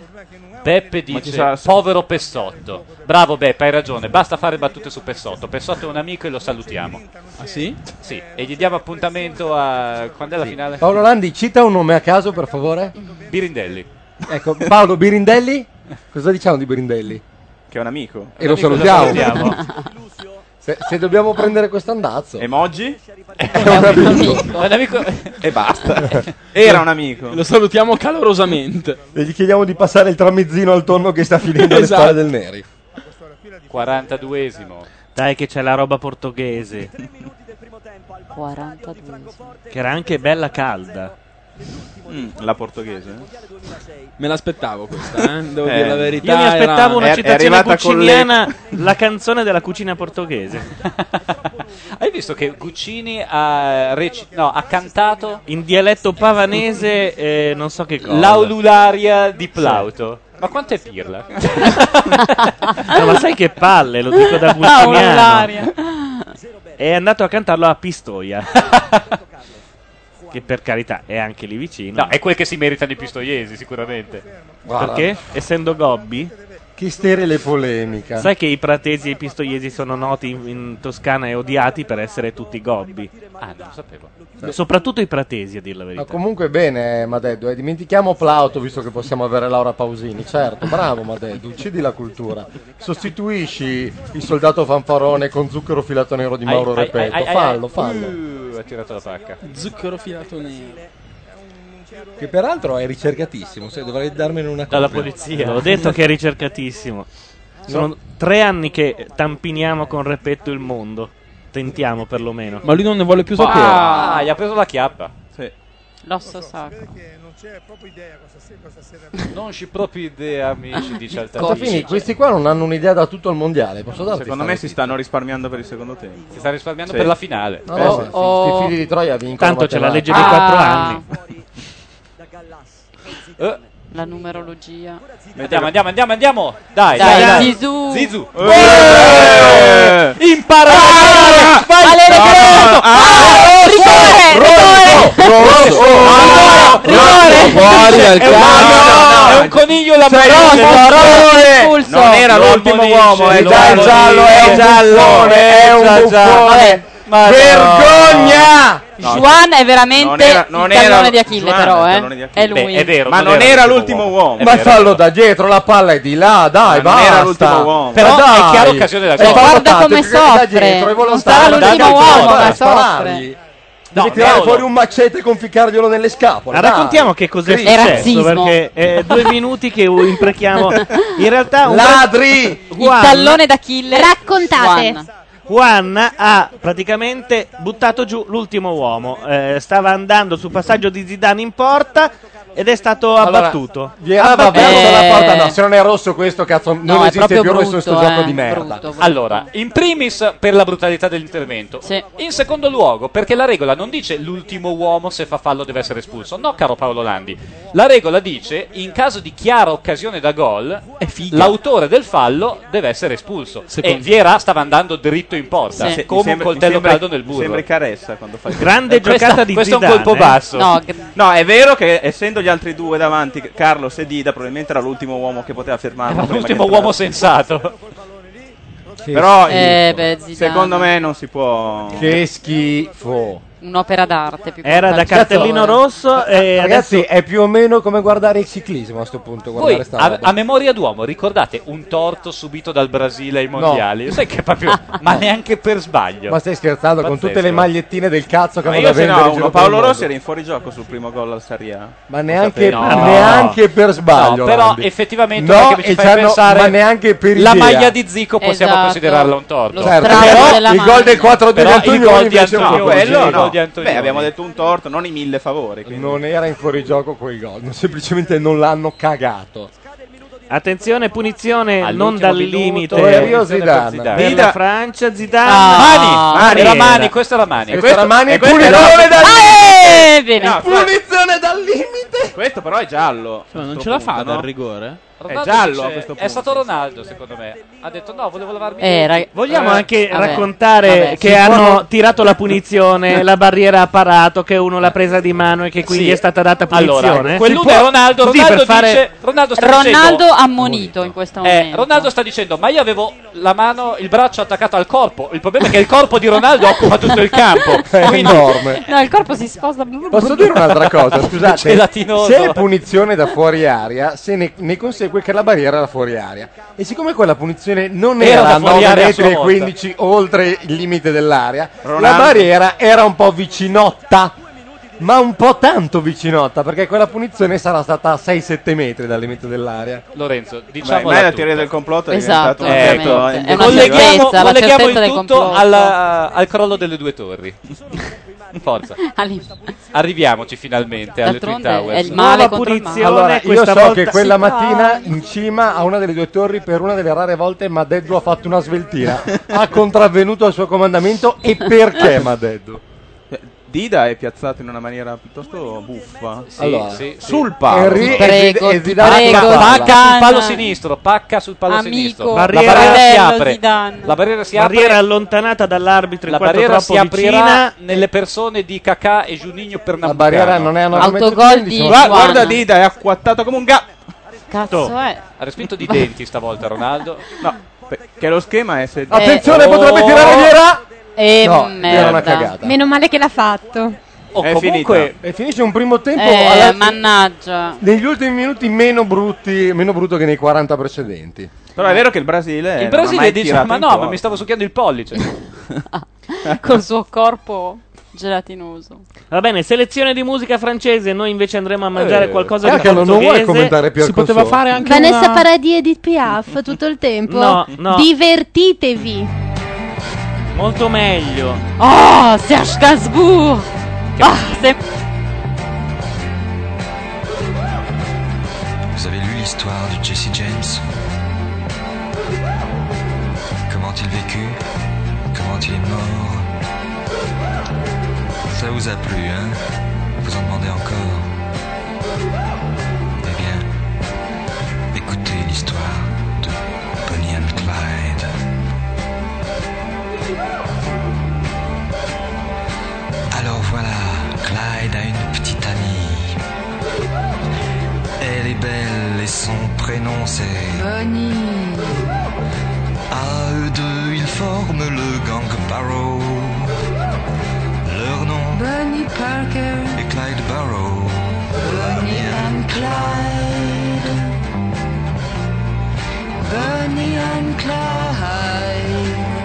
Speaker 5: Beppe
Speaker 3: Ma ci
Speaker 5: dice:
Speaker 3: sarà-
Speaker 5: Povero Pessotto. Bravo, Beppe, hai ragione. Basta fare battute su Pessotto. Pessotto è un amico e lo salutiamo.
Speaker 4: Ah sì?
Speaker 5: Sì, e gli diamo appuntamento a. Quando è la finale?
Speaker 2: Paolo Landi, cita un nome a caso per favore.
Speaker 5: Birindelli.
Speaker 2: Ecco, Paolo Birindelli? Cosa diciamo di Birindelli?
Speaker 3: Che è un amico.
Speaker 2: E lo
Speaker 5: Amico, lo
Speaker 2: salutiamo.
Speaker 5: salutiamo.
Speaker 2: Se, se dobbiamo prendere questo andazzo.
Speaker 3: Emoji?
Speaker 5: È Eh, un amico.
Speaker 3: E basta. Era un amico.
Speaker 4: Lo salutiamo calorosamente.
Speaker 2: E gli chiediamo di passare il tramezzino al tonno che sta finendo
Speaker 4: Esatto.
Speaker 2: le spalle del Neri.
Speaker 5: 42esimo.
Speaker 1: Dai che c'è la roba portoghese,
Speaker 7: 42.
Speaker 1: che era anche bella calda.
Speaker 3: Mm, la portoghese.
Speaker 4: Me l'aspettavo questa, eh? Devo
Speaker 3: Eh,
Speaker 4: dire la verità.
Speaker 1: Io mi aspettavo
Speaker 4: era-
Speaker 1: una
Speaker 3: è- è
Speaker 1: citazione
Speaker 3: arrivata con le-
Speaker 1: cuciniana, la canzone della cucina portoghese.
Speaker 5: Hai visto che Guccini ha, reci- no, ha cantato
Speaker 1: In dialetto pavanese, eh, non so che cosa.
Speaker 5: L'aulularia di Plauto? Ma quanto è pirla?
Speaker 1: No, ma sai che palle, lo dico da
Speaker 5: Aulularia.
Speaker 1: vulcaniano. È andato a cantarlo a Pistoia. che per carità è anche lì vicino.
Speaker 5: No, è quel che si merita di pistoiesi, sicuramente.
Speaker 1: Perché? Essendo gobbi?
Speaker 2: Chi sterile polemica.
Speaker 1: Sai che i pratesi e i pistoiesi sono noti in, in Toscana e odiati per essere tutti gobbi?
Speaker 5: Ah, non lo sapevo.
Speaker 1: Soprattutto i pratesi, a dir la verità.
Speaker 2: Ma comunque bene, Madeddu. eh, Dimentichiamo Plauto, visto che possiamo avere Laura Pausini. Certo, bravo Madeddu, uccidi la cultura. Sostituisci il soldato fanfarone con zucchero filato nero di Mauro
Speaker 5: Ai- ai-
Speaker 2: Repetto.
Speaker 5: ai- ai-
Speaker 2: fallo, fallo.
Speaker 5: Uh, ha tirato la pacca.
Speaker 8: Zucchero filato nero. Che peraltro è ricercatissimo, se dovrei darmene una copia.
Speaker 1: Dalla polizia. L'ho detto che è ricercatissimo. Sono
Speaker 8: No.
Speaker 1: tre anni che tampiniamo con Repetto il mondo. Tentiamo perlomeno.
Speaker 4: Ma lui non ne vuole più sapere.
Speaker 1: Ah,
Speaker 5: gli ha preso la chiappa.
Speaker 7: L'osso sacro.
Speaker 5: Non ci proprio idea, amici, dice Altarini.
Speaker 2: Altafini, questi qua non hanno un'idea da tutto il mondiale. Posso darti
Speaker 3: Secondo me si stanno risparmiando per il secondo tempo. Eh, Si
Speaker 5: sta risparmiando per la finale.
Speaker 2: No, eh, no, sti- sti figli di Troia vincono
Speaker 1: Tanto c'è la legge
Speaker 2: matematica.
Speaker 1: dei quattro
Speaker 7: Ah.
Speaker 1: anni.
Speaker 7: La numerologia.
Speaker 5: Andiamo, andiamo, andiamo, andiamo. Dai,
Speaker 7: Dai,
Speaker 5: dai, dai.
Speaker 7: Zizou.
Speaker 5: Zizou.
Speaker 7: Eh.
Speaker 5: Impara a giocare. Vai.
Speaker 7: Ah! Valere Greco. Ah, rigore,
Speaker 4: Rigore! Fuori dal
Speaker 5: È un- no, no, È un coniglio la eh.
Speaker 4: Non era l'ultimo uomo, è già il giallo, è il giallo, è un buffone.
Speaker 3: Ah,
Speaker 2: Vergogna!
Speaker 7: Juan è
Speaker 3: Non
Speaker 7: veramente
Speaker 3: era- non
Speaker 7: il tallone
Speaker 3: era-
Speaker 7: di Achille,
Speaker 3: Juan è
Speaker 7: però,
Speaker 3: il
Speaker 7: eh.
Speaker 3: tallone di Achille.
Speaker 7: È lui.
Speaker 3: Beh, è vero, Ma non non era era l'ultimo
Speaker 5: Eh,
Speaker 3: l'ultimo uomo. uomo.
Speaker 2: Ma
Speaker 3: È vero.
Speaker 2: fallo da dietro, la palla è di là, dai,
Speaker 3: Ma non
Speaker 2: basta.
Speaker 3: era l'ultimo uomo.
Speaker 2: Ma
Speaker 3: Però
Speaker 2: dai.
Speaker 3: è chiara occasione da
Speaker 2: È
Speaker 3: gol.
Speaker 2: fallo
Speaker 3: Guarda
Speaker 2: tanto,
Speaker 3: come
Speaker 2: più che da
Speaker 3: soffre.
Speaker 2: dietro, è
Speaker 3: Non
Speaker 2: volontà.
Speaker 3: sarà l'ultimo
Speaker 2: Dai, dai,
Speaker 3: uomo,
Speaker 2: dai,
Speaker 3: ma
Speaker 2: sparargli.
Speaker 3: soffre.
Speaker 2: Devi
Speaker 1: No,
Speaker 2: tirare
Speaker 1: Paolo.
Speaker 2: fuori un macete e conficcarglielo nelle scapole.
Speaker 1: Ma
Speaker 2: dai.
Speaker 1: Ah, raccontiamo che cos'è
Speaker 2: Cristo.
Speaker 1: successo. Perché eh, due minuti che imprechiamo. In realtà, un
Speaker 2: Ladri! Eh,
Speaker 1: Juan-
Speaker 7: d'Achille.
Speaker 6: Raccontate.
Speaker 1: Juan ha praticamente buttato giù l'ultimo uomo. Eh, stava andando sul passaggio di Zidane in porta ed è stato
Speaker 2: Allora,
Speaker 1: abbattuto.
Speaker 2: Vieira va
Speaker 1: Abbattuto.
Speaker 2: verso Eh,
Speaker 3: Eh.
Speaker 2: la porta, no, se non è rosso questo cazzo non
Speaker 5: eh, è
Speaker 2: esiste
Speaker 5: proprio
Speaker 2: più nessuno sto
Speaker 5: brutto,
Speaker 2: gioco
Speaker 5: eh,
Speaker 2: di merda.
Speaker 5: Allora, in primis per la brutalità dell'intervento. In secondo luogo, perché la regola non dice l'ultimo uomo se fa fallo deve essere espulso. No, caro Paolo Landi. La regola dice in caso di chiara occasione da gol, l'autore del fallo deve essere espulso.
Speaker 3: Secondo-
Speaker 5: E Vieira stava andando dritto in porta,
Speaker 3: Sì. Mi
Speaker 5: come
Speaker 3: sembra-
Speaker 5: un coltello
Speaker 3: mi sembra-
Speaker 5: caldo nel burro.
Speaker 3: sembra Caressa quando fa il-
Speaker 1: Grande
Speaker 3: Eh, questa-
Speaker 1: giocata di
Speaker 3: questo
Speaker 1: Zidane,
Speaker 3: è un colpo
Speaker 1: eh.
Speaker 3: basso.
Speaker 1: No,
Speaker 3: No,
Speaker 1: gr-
Speaker 3: è vero che essendo gli altri due davanti, Carlos e Dida, probabilmente era l'ultimo uomo che poteva fermarlo. prima
Speaker 5: L'ultimo
Speaker 3: che
Speaker 5: uomo
Speaker 3: entrasse.
Speaker 5: sensato.
Speaker 3: Però
Speaker 7: Eh,
Speaker 3: il-
Speaker 7: beh, Zidane.
Speaker 3: secondo me non si può
Speaker 2: Che schifo.
Speaker 7: Un'opera d'arte. più che
Speaker 1: Era
Speaker 7: un
Speaker 1: da
Speaker 7: calciatore.
Speaker 1: cartellino rosso e
Speaker 2: Ragazzi,
Speaker 1: adesso
Speaker 2: è più o meno come guardare il ciclismo a sto punto, guardare
Speaker 5: Voi
Speaker 2: sta
Speaker 5: a,
Speaker 2: roba.
Speaker 5: a memoria d'uomo ricordate un torto subito dal Brasile ai mondiali? Sai che proprio, ma neanche per sbaglio.
Speaker 2: Ma stai scherzando con
Speaker 5: Pazzesco.
Speaker 2: tutte le magliettine del cazzo che
Speaker 3: Ma
Speaker 2: vanno a
Speaker 3: io se
Speaker 2: vendere
Speaker 3: no,
Speaker 2: in giro
Speaker 3: uno,
Speaker 2: per il
Speaker 3: Paolo
Speaker 2: mondo.
Speaker 3: Rossi era in fuorigioco sul primo gol al Serie A.
Speaker 2: Ma neanche,
Speaker 3: Lo sapevi?
Speaker 2: neanche per sbaglio.
Speaker 5: No, però
Speaker 2: Landi.
Speaker 5: effettivamente
Speaker 2: No,
Speaker 5: perché mi
Speaker 2: e
Speaker 5: ci fai
Speaker 2: c'hanno-
Speaker 5: pensare
Speaker 2: ma neanche per
Speaker 5: la
Speaker 2: idea.
Speaker 5: maglia di Zico possiamo
Speaker 3: Esatto.
Speaker 5: considerarla un torto.
Speaker 2: Certo, però il gol del 4 di
Speaker 5: Però il gol di
Speaker 2: Antonio invece è un
Speaker 5: Antonio-
Speaker 2: po'
Speaker 5: quello
Speaker 2: così.
Speaker 5: no. Gol di Antonioni.
Speaker 3: Beh, abbiamo detto un torto, non i mille favori. quindi.
Speaker 2: Non era in fuorigioco quel gol, non- semplicemente non l'hanno cagato.
Speaker 1: attenzione punizione
Speaker 2: All'ultimo
Speaker 1: non dal
Speaker 2: minuto,
Speaker 1: limite.
Speaker 2: Valerio Zidane. Zidane.
Speaker 1: Per
Speaker 2: Vida.
Speaker 1: la Francia Zidane. Ah,
Speaker 5: Mani, Mani, era Mani, questa era Mani.
Speaker 1: E
Speaker 5: Questa era Mani,
Speaker 1: e
Speaker 5: questa
Speaker 1: questo
Speaker 5: era-
Speaker 1: era- Ah, eh,
Speaker 5: Punizione dal
Speaker 7: limite!
Speaker 3: No,
Speaker 2: Punizione dal limite!
Speaker 3: Questo però è giallo.
Speaker 5: Ma non
Speaker 4: ce la fa
Speaker 3: dal
Speaker 4: dal rigore?
Speaker 3: È giallo
Speaker 5: dice-
Speaker 3: a questo punto.
Speaker 5: È stato Ronaldo, secondo me. Ha detto no, volevo lavarmi. i
Speaker 1: Eh,
Speaker 5: denti.
Speaker 1: rag- Vogliamo
Speaker 5: Eh,
Speaker 1: anche
Speaker 5: vabbè.
Speaker 1: raccontare
Speaker 5: Vabbè,
Speaker 1: che
Speaker 5: si può-
Speaker 1: hanno tirato la punizione, la barriera ha parato, che uno l'ha presa di mano e che quindi
Speaker 5: Sì.
Speaker 1: è stata data punizione.
Speaker 3: eh?
Speaker 5: Allora, quell'uno è Ronaldo,
Speaker 1: Così
Speaker 5: Ronaldo
Speaker 1: per fare-
Speaker 5: dice, Ronaldo sta
Speaker 7: Ronaldo
Speaker 5: dicendo,
Speaker 7: ammonito in questo
Speaker 5: eh,
Speaker 7: momento.
Speaker 5: Ronaldo sta dicendo, ma io avevo la mano, il braccio attaccato al corpo. Il problema è che il corpo di Ronaldo occupa tutto il campo.
Speaker 2: È
Speaker 5: Quindi-
Speaker 2: enorme.
Speaker 7: No, il corpo si sposta.
Speaker 2: Posso dire un'altra cosa? Scusate,
Speaker 5: Gelatinoso.
Speaker 2: se è punizione da fuori aria, se ne, ne consegue che la barriera era fuori aria. E siccome quella punizione non
Speaker 5: Era
Speaker 2: era,
Speaker 5: da
Speaker 2: a
Speaker 5: fuori
Speaker 2: 9
Speaker 5: area a
Speaker 2: metri e
Speaker 5: sua
Speaker 2: 15 oltre il limite dell'area, la
Speaker 5: Ronaldo.
Speaker 2: barriera era un po' vicinotta. Ma un po' tanto vicinotta, perché quella punizione sarà stata a 6-7 metri dal limite dell'area.
Speaker 5: Lorenzo,
Speaker 3: Beh,
Speaker 5: diciamo Ecco.
Speaker 3: ormai la teoria del complotto è
Speaker 2: Esatto,
Speaker 3: diventata
Speaker 2: ovviamente.
Speaker 3: un
Speaker 2: È una
Speaker 5: colleghiamo,
Speaker 2: certezza, la
Speaker 5: colleghiamo
Speaker 2: certezza
Speaker 5: il
Speaker 2: del
Speaker 5: tutto
Speaker 2: complotto.
Speaker 5: alla- al crollo delle due torri. Forza. Arriviamoci finalmente alle Twin
Speaker 7: D'altronde
Speaker 5: Towers.
Speaker 7: è il male contro il male.
Speaker 2: Allora, io so
Speaker 7: questa
Speaker 2: che
Speaker 7: volta
Speaker 2: quella
Speaker 7: si
Speaker 2: mattina in cima a una delle due torri per una delle rare volte Madeddu ha fatto una sveltina. ha contravvenuto al suo comandamento e perché Madeddu?
Speaker 3: Cioè, Dida è piazzato in una maniera piuttosto buffa.
Speaker 2: Allora,
Speaker 3: sul palo.
Speaker 2: Henry e Zidane
Speaker 5: pacca, pacca sul
Speaker 7: Zidane.
Speaker 5: palo sinistro, pacca sul palo
Speaker 7: Amico.
Speaker 5: sinistro.
Speaker 1: Barriera-
Speaker 5: la barriera si
Speaker 1: Fratello
Speaker 5: apre.
Speaker 1: Zidane.
Speaker 5: La barriera si apre.
Speaker 1: Barriera allontanata dall'arbitro in
Speaker 5: la
Speaker 1: quanto
Speaker 5: barriera
Speaker 1: troppo
Speaker 5: si aprirà
Speaker 1: vicina.
Speaker 5: nelle persone di Kakà e Giuninho per Napolitano.
Speaker 2: barriera non è a nove metri, quindi sono-
Speaker 5: Gua-
Speaker 3: Guarda Dida, è acquattato come un gatto. Oh,
Speaker 5: Cazzo
Speaker 3: eh.
Speaker 5: eh. è? Ha respinto di denti stavolta Ronaldo.
Speaker 3: No, perché lo schema è se... Eh, oh,
Speaker 2: Attenzione, potrebbe tirare Viera!
Speaker 1: Eh,
Speaker 6: E
Speaker 2: No, era una cagata.
Speaker 6: Meno male che l'ha fatto.
Speaker 2: È
Speaker 1: Oh,
Speaker 6: comunque-
Speaker 2: finita. E finisce un primo tempo
Speaker 7: Eh,
Speaker 2: Oh, alla-
Speaker 7: mannaggia.
Speaker 2: negli ultimi minuti meno brutti, meno brutto che nei 40 precedenti.
Speaker 3: Però è vero che il Brasile...
Speaker 5: Il
Speaker 3: non ha mai
Speaker 5: Brasile dice:
Speaker 3: tirato
Speaker 5: Ma
Speaker 3: in
Speaker 5: no, ma
Speaker 3: porta."
Speaker 5: mi stavo succhiando il pollice.
Speaker 7: Col suo corpo gelatinoso.
Speaker 1: Va bene, selezione di musica francese. Noi invece andremo a mangiare
Speaker 2: Eh,
Speaker 1: qualcosa di
Speaker 2: Cacalo, non
Speaker 1: portoghese.
Speaker 2: vuoi commentare più al Si poteva console? fare anche
Speaker 6: Vanessa Paradis e Edith Piaf tutto il tempo.
Speaker 1: No, no.
Speaker 6: Divertitevi.
Speaker 1: Molto meglio.
Speaker 2: Ah!
Speaker 7: Oh, Serge Gainsbourg! Ah, c'est-
Speaker 9: Vous avez lu l'histoire de Jesse James Comment il vécut Comment il est mort Ça vous a plu, hein Vous en demandez encore Eh bien, écoutez l'histoire de Bonnie and Clyde. Alors voilà, Clyde a une petite amie. Elle est belle et son prénom c'est
Speaker 10: Bonnie.
Speaker 9: À eux deux, ils forment le gang Barrow. Leur nom
Speaker 10: Bonnie Parker.
Speaker 9: est Clyde Barrow.
Speaker 10: Bonnie and Clyde. Bonnie and Clyde.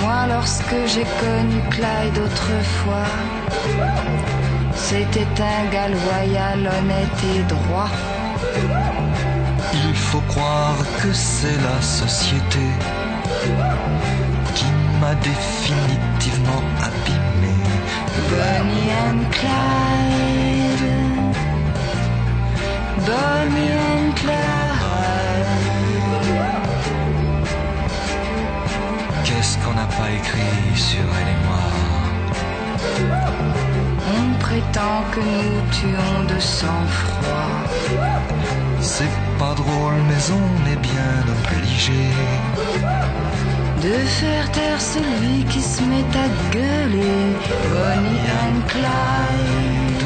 Speaker 10: Moi, lorsque j'ai connu Clyde autrefois, c'était un gars loyal, honnête et droit.
Speaker 9: Il faut croire que c'est la société qui m'a définitivement abîmé.
Speaker 10: Bonnie and Clyde. Bonnie and Clyde.
Speaker 9: Qu'est-ce qu'on n'a pas écrit sur elle et moi
Speaker 10: On prétend que nous tuons de sang-froid.
Speaker 9: C'est pas drôle, mais on est bien obligé.
Speaker 10: De faire taire celui qui se met à gueuler. Bonnie and Clyde.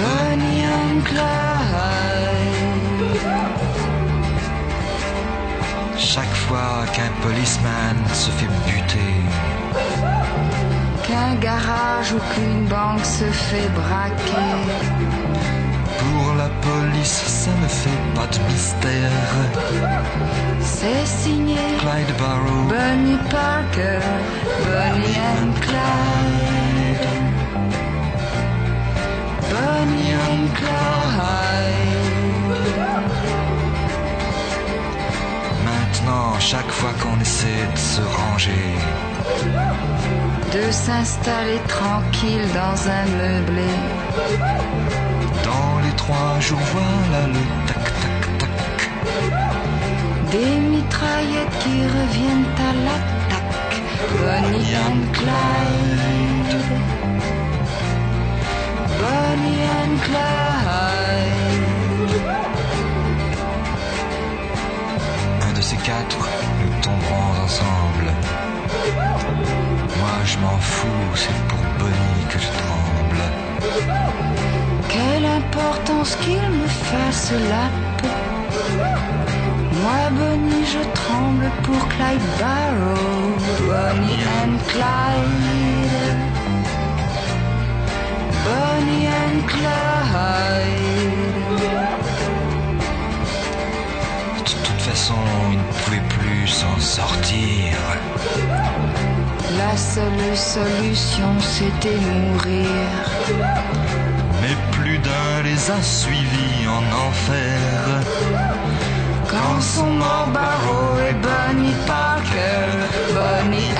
Speaker 10: Bonnie and Clyde.
Speaker 9: Chaque fois qu'un policeman se fait buter,
Speaker 10: Qu'un garage ou qu'une banque se fait braquer.
Speaker 9: pour la police, ça ne fait pas de mystère.
Speaker 10: C'est signé
Speaker 9: Clyde Barrow,
Speaker 10: Bonnie Parker, Bonnie and Clyde. Bonnie and Clyde.
Speaker 9: maintenant, chaque fois qu'on essaie de se ranger,
Speaker 10: De s'installer tranquille dans un meublé.
Speaker 9: dans les trois jours, voilà le tac-tac-tac.
Speaker 10: Des mitraillettes qui reviennent à l'attaque. Bonnie and Clyde. Bonnie and Clyde.
Speaker 9: Un de ces quatre, nous tomberons ensemble. Moi, je m'en fous, c'est pour Bonnie que je tremble.
Speaker 10: Quelle importance qu'il me fasse la peau. Moi, Bonnie, je tremble pour Clyde Barrow. Bonnie and Clyde. Bonnie and Clyde.
Speaker 9: De toute façon, il ne pouvait plus s'en sortir.
Speaker 10: La seule solution, c'était mourir.
Speaker 9: Mais plus d'un les a suivis en enfer.
Speaker 10: Quand sont morts Barrow et Bonnie Parker. Bonnie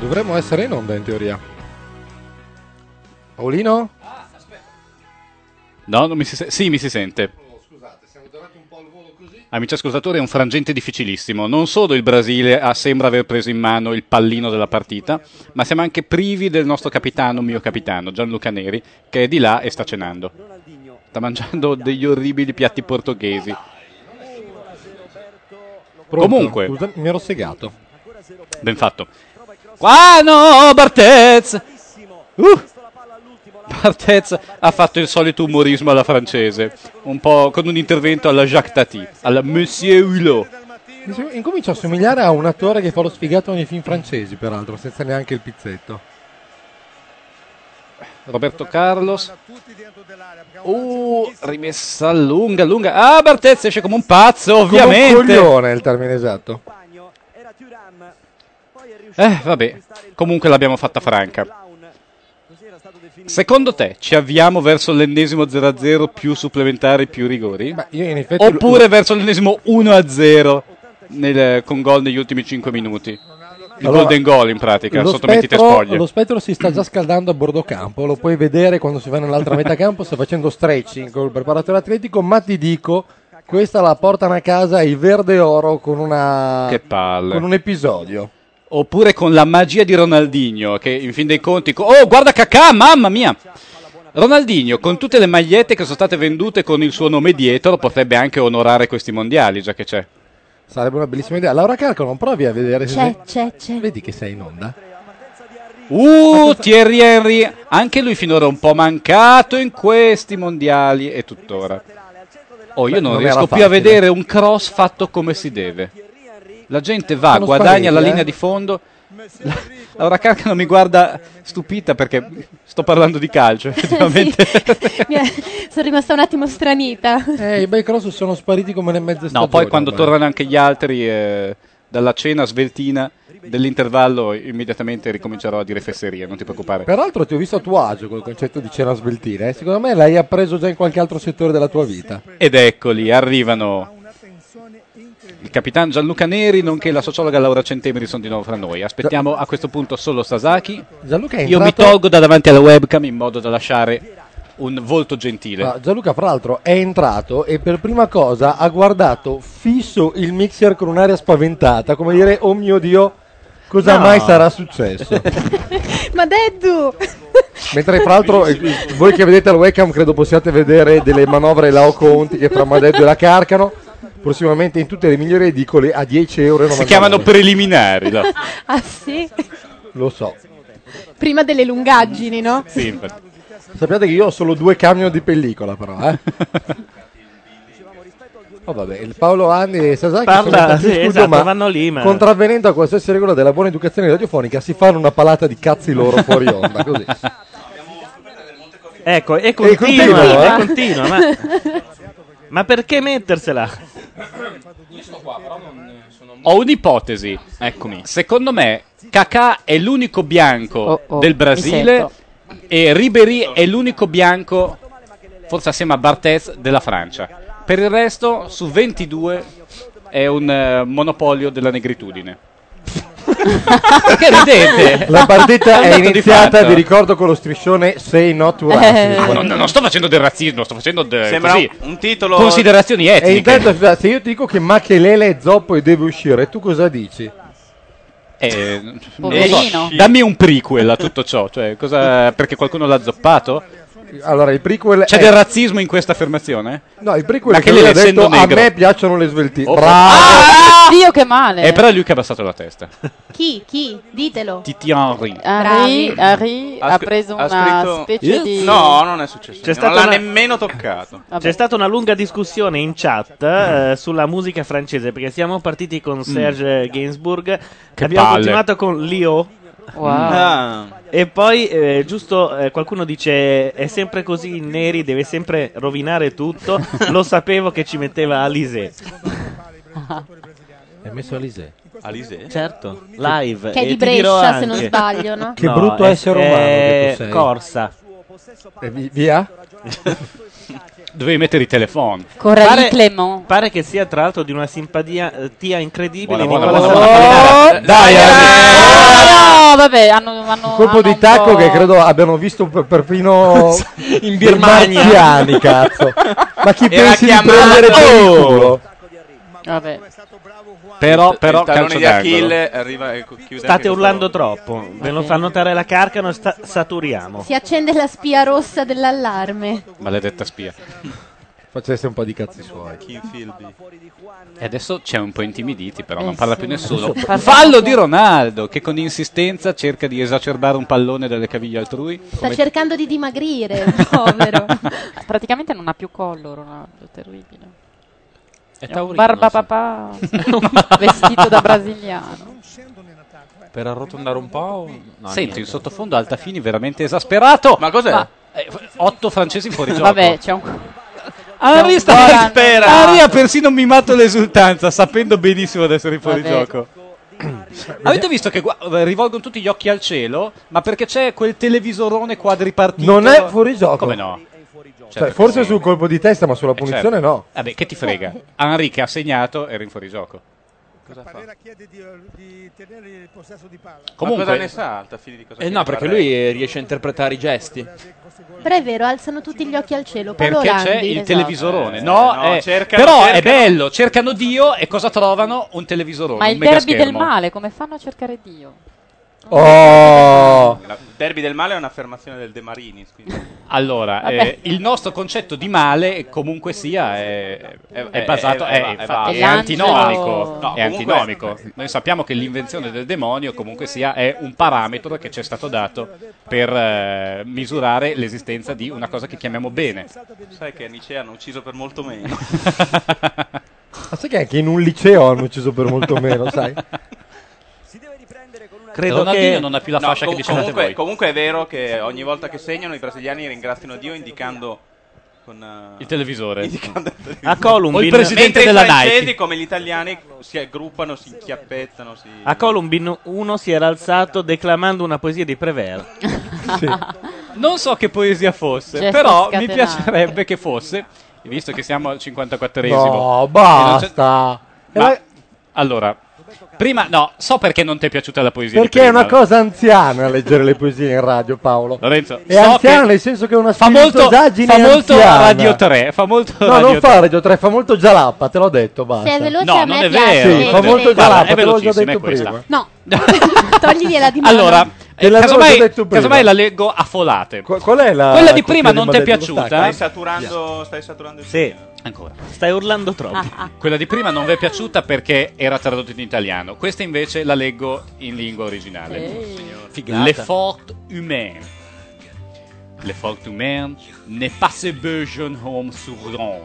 Speaker 2: Dovremmo essere in onda in teoria. Paolino?
Speaker 5: No, non mi si se- sì, mi si sente. Amici ascoltatori, è un frangente difficilissimo. Non solo il Brasile ha- sembra aver preso in mano il pallino della partita, ma siamo anche privi del nostro capitano, mio capitano, Gianluca Neri, che è di là e sta cenando. Sta mangiando degli orribili piatti portoghesi. Comunque.
Speaker 2: Scusa, mi ero segato.
Speaker 5: Ben fatto. Qua Ah, no, Bartez! Uh! Bartez ha fatto il solito umorismo alla francese, un po' con un intervento alla Jacques Tati, alla Monsieur Hulot.
Speaker 2: Mi sem- Incomincio a somigliare a un attore che fa lo sfigato nei film francesi, peraltro, senza neanche il pizzetto.
Speaker 5: Roberto Carlos. Uh, rimessa lunga, lunga. Ah, Bartez esce come un pazzo, ovviamente.
Speaker 2: Come un coglione è il termine esatto.
Speaker 5: Eh, vabbè, comunque l'abbiamo fatta franca. Secondo te ci avviamo verso l'ennesimo 0-0 più supplementari più rigori?
Speaker 2: effetti lo-
Speaker 5: Oppure verso l'ennesimo 1-0 nel- con gol negli ultimi 5 minuti? Il
Speaker 2: Allora,
Speaker 5: golden goal in pratica,
Speaker 2: Lo
Speaker 5: sotto mentite
Speaker 2: spettro,
Speaker 5: spoglie.
Speaker 2: lo spettro si sta già scaldando a bordo campo, lo puoi vedere quando si va nell'altra metà campo, sta facendo stretching col preparatore atletico, ma ti dico, questa la portano a casa i verde oro con una...
Speaker 5: Che palle.
Speaker 2: con un episodio.
Speaker 5: Oppure con la magia di Ronaldinho, che in fin dei conti. co- oh, guarda Kakà, mamma mia! Ronaldinho, con tutte le magliette che sono state vendute con il suo nome dietro, potrebbe anche onorare questi mondiali, già che c'è.
Speaker 2: Sarebbe una bellissima idea. Laura Carco, non provi a vedere se
Speaker 6: C'è,
Speaker 2: sei-
Speaker 6: c'è, c'è.
Speaker 2: Vedi che sei in onda?
Speaker 5: Uh, Thierry Henry, anche lui finora un po' mancato in questi mondiali e tuttora. Oh, io
Speaker 2: Beh,
Speaker 5: non,
Speaker 2: non era
Speaker 5: riesco più
Speaker 2: facile.
Speaker 5: a vedere un cross fatto come si deve. La gente va,
Speaker 2: Sono
Speaker 5: guadagna la
Speaker 2: spaventi,
Speaker 5: linea
Speaker 2: eh.
Speaker 5: di fondo. La- Laura Carcano mi guarda stupita perché sto parlando di calcio, effettivamente.
Speaker 6: Mi è- Sono rimasta un attimo stranita.
Speaker 2: Eh, i bei cross sono spariti come nel mezzo
Speaker 5: No, poi quando tornano anche gli altri eh, dalla cena sveltina dell'intervallo immediatamente ricomincerò a dire fesserie, non ti preoccupare.
Speaker 2: Peraltro ti ho visto a tuo agio col concetto di cena sveltina, eh. secondo me l'hai appreso già in qualche altro settore della tua vita.
Speaker 5: Ed eccoli, arrivano il capitano Gianluca Neri, nonché la sociologa Laura Centemeri sono di nuovo fra noi. Aspettiamo a questo punto solo Sasaki.
Speaker 2: Gianluca è
Speaker 5: Io mi
Speaker 2: entrato-
Speaker 5: tolgo da davanti alla webcam in modo da lasciare un volto gentile.
Speaker 2: Ma Ah, Gianluca, fra l'altro, è entrato e per prima cosa ha guardato fisso il mixer con un'aria spaventata, come dire, oh mio Dio, cosa
Speaker 6: No.
Speaker 2: mai sarà successo?
Speaker 6: Ma Deddu!
Speaker 2: Mentre fra l'altro eh, voi che vedete al webcam credo possiate vedere delle manovre Lao Conti che fra Madeddu e la Carcano, prossimamente in tutte le migliori edicole a 10 euro.
Speaker 5: Si chiamano preliminari. no?
Speaker 6: Ah sì?
Speaker 2: Lo so.
Speaker 6: Prima delle lungaggini, no?
Speaker 2: Sappiate che io ho solo due camion di pellicola però, eh. Oh, vabbè, il Paolo Anni e Sasaki
Speaker 1: Parla-
Speaker 2: sono entrati in
Speaker 1: sì,
Speaker 2: studio,
Speaker 1: esatto,
Speaker 2: ma
Speaker 1: vanno lì, ma-
Speaker 2: contravvenendo a qualsiasi regola della buona educazione radiofonica si fanno una palata di cazzi loro fuori onda, così.
Speaker 1: Ecco, e
Speaker 2: E
Speaker 1: continua,
Speaker 2: continuo,
Speaker 1: e
Speaker 2: eh.
Speaker 1: continua, ma, ma perché mettersela?
Speaker 5: Ho un'ipotesi, eccomi. Secondo me Kakà è l'unico bianco
Speaker 1: oh,
Speaker 5: del
Speaker 1: mi
Speaker 5: Brasile
Speaker 1: sento.
Speaker 5: e Ribéry è l'unico bianco, forse assieme a Barthez, della Francia. Per il resto, su 22 è un eh, monopolio della negritudine. Perché ridete?
Speaker 2: La partita
Speaker 5: un
Speaker 2: è
Speaker 5: dato di
Speaker 2: iniziata,
Speaker 5: fatto.
Speaker 2: vi ricordo, con lo striscione Say Not to Racism.
Speaker 5: Ah, no, no, non sto facendo del razzismo, sto facendo de-
Speaker 3: Sembra
Speaker 5: così,
Speaker 3: un titolo-
Speaker 5: Considerazioni etniche.
Speaker 2: E intanto, scusa, se io ti dico che Machelele è zoppo e deve uscire, tu cosa dici?
Speaker 5: Eh, non lo
Speaker 2: Poverino.
Speaker 5: so. Dammi un prequel a tutto ciò, cioè, cosa- perché qualcuno l'ha zoppato?
Speaker 2: Allora, il prequel
Speaker 5: C'è
Speaker 2: è-
Speaker 5: del razzismo in questa affermazione?
Speaker 2: No, il prequel
Speaker 5: Ma
Speaker 2: che
Speaker 5: che
Speaker 2: lui
Speaker 5: lei
Speaker 2: ha
Speaker 5: essendo
Speaker 2: detto, a
Speaker 5: negro."
Speaker 2: me piacciono le sveltine.
Speaker 5: Oh,
Speaker 2: Bravo!
Speaker 7: Dio Ah! che male.
Speaker 5: È Eh, però è lui che ha abbassato la testa.
Speaker 6: Chi? Chi? Ditelo.
Speaker 5: Titi Henry.
Speaker 7: Henry,
Speaker 6: Bravi.
Speaker 7: Henry ha,
Speaker 1: scr-
Speaker 7: preso
Speaker 1: ha
Speaker 7: una
Speaker 1: scritto-
Speaker 7: specie di...
Speaker 3: No, non è successo.
Speaker 1: eh? C'è
Speaker 3: Non
Speaker 1: stata
Speaker 3: l'ha
Speaker 1: una-
Speaker 3: nemmeno toccato.
Speaker 1: C'è stata una lunga discussione in chat eh, sulla musica francese perché siamo partiti con Serge Gainsbourg,
Speaker 5: Che
Speaker 1: abbiamo
Speaker 5: palle.
Speaker 1: continuato con Lio.
Speaker 7: Wow.
Speaker 3: Ah.
Speaker 1: E poi eh, giusto eh, qualcuno dice è sempre così in neri, deve sempre rovinare tutto. Lo sapevo che ci metteva Alizé.
Speaker 2: È messo Alizé.
Speaker 3: Alizé?
Speaker 1: Certo, live.
Speaker 6: Che è
Speaker 1: E
Speaker 6: di
Speaker 1: ti dirò
Speaker 6: Brescia, se non
Speaker 1: anche-
Speaker 6: sbaglio, no?
Speaker 2: Che brutto
Speaker 1: è-
Speaker 2: essere umano che tu
Speaker 1: è
Speaker 2: sei.
Speaker 1: Corsa.
Speaker 2: E vi- via?
Speaker 5: Dovevi mettere i telefoni.
Speaker 7: Coralie
Speaker 1: Pare-
Speaker 7: Clément.
Speaker 1: Pare che sia tra l'altro di una simpatia eh, tia incredibile.
Speaker 5: Buona,
Speaker 1: Nicola eh,
Speaker 5: buona,
Speaker 1: Stamattina-
Speaker 5: buona. Dai,
Speaker 7: No, vabbè, hanno, hanno-
Speaker 2: Colpo di tacco
Speaker 7: po'-
Speaker 2: che credo abbiano visto per- perfino
Speaker 4: in
Speaker 7: Birmania.
Speaker 2: marziani, cazzo. Ma chi
Speaker 10: Era
Speaker 2: pensi di
Speaker 10: chiamato-
Speaker 2: prendere per il culo?
Speaker 7: Vabbè.
Speaker 5: Però,
Speaker 1: Il-
Speaker 5: però,
Speaker 1: il tallone
Speaker 5: calcio
Speaker 1: di
Speaker 5: d'angolo.
Speaker 1: Achille
Speaker 3: arriva e
Speaker 5: eh.
Speaker 3: chiude
Speaker 1: State urlando troppo. Ve lo fa notare la carcano. Sta- saturiamo.
Speaker 6: Si accende la spia rossa dell'allarme.
Speaker 5: Maledetta spia.
Speaker 2: Facesse un po' di cazzi suoi.
Speaker 5: E adesso c'è un po' intimiditi, però
Speaker 2: Eh,
Speaker 5: non parla
Speaker 2: sì.
Speaker 5: più nessuno.
Speaker 2: Adesso-
Speaker 5: Fallo di Ronaldo, che con insistenza cerca di esacerbare un pallone dalle caviglie altrui.
Speaker 6: Sta
Speaker 5: Come-
Speaker 6: cercando di dimagrire, povero.
Speaker 7: Praticamente non ha più collo Ronaldo, terribile.
Speaker 4: È
Speaker 7: un
Speaker 4: taurino,
Speaker 7: Barba
Speaker 4: sì.
Speaker 7: papà vestito da brasiliano.
Speaker 4: Per arrotondare un po'. No,
Speaker 5: Sento in
Speaker 4: niente.
Speaker 5: sottofondo Altafini veramente esasperato. Ma eh,
Speaker 4: cos'è?
Speaker 5: otto francesi fuori gioco.
Speaker 7: Vabbè, c'è un
Speaker 5: Henri
Speaker 7: c'è
Speaker 5: sta
Speaker 7: un buon-
Speaker 5: Henri ha persino mimato l'esultanza, sapendo benissimo di essere fuori
Speaker 7: Vabbè.
Speaker 5: gioco. Avete visto che gua- rivolgono tutti gli occhi al cielo, ma perché c'è quel televisorone quadripartito?
Speaker 2: Non è fuori gioco.
Speaker 5: Come no?
Speaker 2: Cioè, forse sul colpo di testa, ma sulla punizione
Speaker 5: certo.
Speaker 2: no.
Speaker 5: Vabbè, che ti frega? Henri che ha segnato era in fuorigioco.
Speaker 4: Comunque-
Speaker 3: Ma cosa ne sa Altafini di cosa
Speaker 4: Eh no, perché lui eh, riesce a interpretare i gesti.
Speaker 6: Però è vero, alzano tutti gli occhi al cielo. Paolo
Speaker 5: Perché c'è
Speaker 6: Orandi,
Speaker 5: il
Speaker 6: esatto.
Speaker 5: televisorone? No,
Speaker 3: no,
Speaker 5: eh,
Speaker 3: cercano-
Speaker 5: però è
Speaker 3: cercano-
Speaker 5: bello, cercano Dio e cosa trovano? Un televisorone,
Speaker 7: Ma
Speaker 5: un
Speaker 7: il derby
Speaker 5: megaschermo.
Speaker 7: del male, come fanno a cercare Dio?
Speaker 2: Oh!
Speaker 3: Il derby del male è un'affermazione del De Marinis. Quindi.
Speaker 5: Allora,
Speaker 3: Vabbè.
Speaker 5: eh, il nostro concetto di male, comunque sia, eh, è, è- è
Speaker 3: È-
Speaker 5: basato,
Speaker 3: è-
Speaker 2: Eh,
Speaker 5: è,
Speaker 3: è-
Speaker 5: infatti,
Speaker 3: è-
Speaker 5: è
Speaker 3: è
Speaker 5: antinomico.
Speaker 3: l'angelo- No,
Speaker 5: è
Speaker 3: comunque-
Speaker 5: antinomico. Noi sappiamo che l'invenzione del demonio, comunque sia, è un parametro che ci è stato dato per eh, misurare l'esistenza di una cosa che chiamiamo bene.
Speaker 3: Sai che a Nicea hanno ucciso per molto meno.
Speaker 2: Ma sai che anche in un liceo hanno ucciso per molto meno, sai?
Speaker 1: Credo
Speaker 5: Ronaldinho
Speaker 1: che-
Speaker 5: non ha più la
Speaker 3: No,
Speaker 5: fascia
Speaker 3: com-
Speaker 5: che dicevate
Speaker 3: comunque,
Speaker 5: voi.
Speaker 3: comunque è vero che ogni volta che segnano i brasiliani ringraziano Dio indicando con eh,
Speaker 5: Il televisore.
Speaker 3: indicando il
Speaker 1: A Columbine.
Speaker 5: O il presidente
Speaker 3: Mentre
Speaker 5: della
Speaker 3: i francesi,
Speaker 5: Nike.
Speaker 3: come gli italiani si aggruppano, si inchiappettano, si
Speaker 1: A Columbine uno si era alzato declamando una poesia di Prévert.
Speaker 5: Non so che poesia fosse,
Speaker 1: Gesto
Speaker 5: però mi
Speaker 1: scatenante.
Speaker 5: piacerebbe che fosse, visto che siamo al 54esimo.
Speaker 2: No,
Speaker 5: basta. allora, prima, no, so perché non ti è piaciuta la poesia. di
Speaker 2: Perché è
Speaker 5: prima.
Speaker 2: una cosa anziana leggere le poesie in radio, Paolo.
Speaker 5: Lorenzo,
Speaker 2: È
Speaker 5: so
Speaker 2: anziana
Speaker 5: che-
Speaker 2: nel senso che è una
Speaker 5: fa molto,
Speaker 2: spudosaggine
Speaker 5: fa molto
Speaker 2: anziana.
Speaker 5: Radio 3, fa molto
Speaker 2: No,
Speaker 5: Radio
Speaker 2: non fa Radio 3, fa molto Gialappa, te l'ho detto, basta.
Speaker 6: Se è veloce
Speaker 5: No,
Speaker 6: a
Speaker 5: non
Speaker 6: me
Speaker 5: è
Speaker 6: piace.
Speaker 5: vero.
Speaker 2: Sì,
Speaker 5: non
Speaker 2: fa
Speaker 5: è vero.
Speaker 2: molto
Speaker 5: Guarda,
Speaker 2: Gialappa,
Speaker 5: è
Speaker 2: te l'ho già
Speaker 5: velocissima,
Speaker 2: detto
Speaker 5: è questa.
Speaker 2: prima.
Speaker 6: No. Togligliela di mano.
Speaker 5: Allora, eh,
Speaker 2: l'avevo
Speaker 5: casomai,
Speaker 2: già detto prima.
Speaker 5: casomai la leggo a folate.
Speaker 2: qual è la
Speaker 5: Quella Ah, di
Speaker 2: copia
Speaker 5: prima
Speaker 2: di
Speaker 5: non ti è
Speaker 2: Maledetto
Speaker 5: piaciuta?
Speaker 3: stai saturando, stai saturando il
Speaker 5: Sì, ancora.
Speaker 1: Stai urlando troppo.
Speaker 6: Ah,
Speaker 5: Quella di prima non vi è piaciuta perché era tradotta in italiano. Questa invece la leggo in lingua originale.
Speaker 7: Ehi.
Speaker 4: Figata.
Speaker 5: Le fortes humaines. Les fortes humaines n'est pas ce beau jeune homme souriant.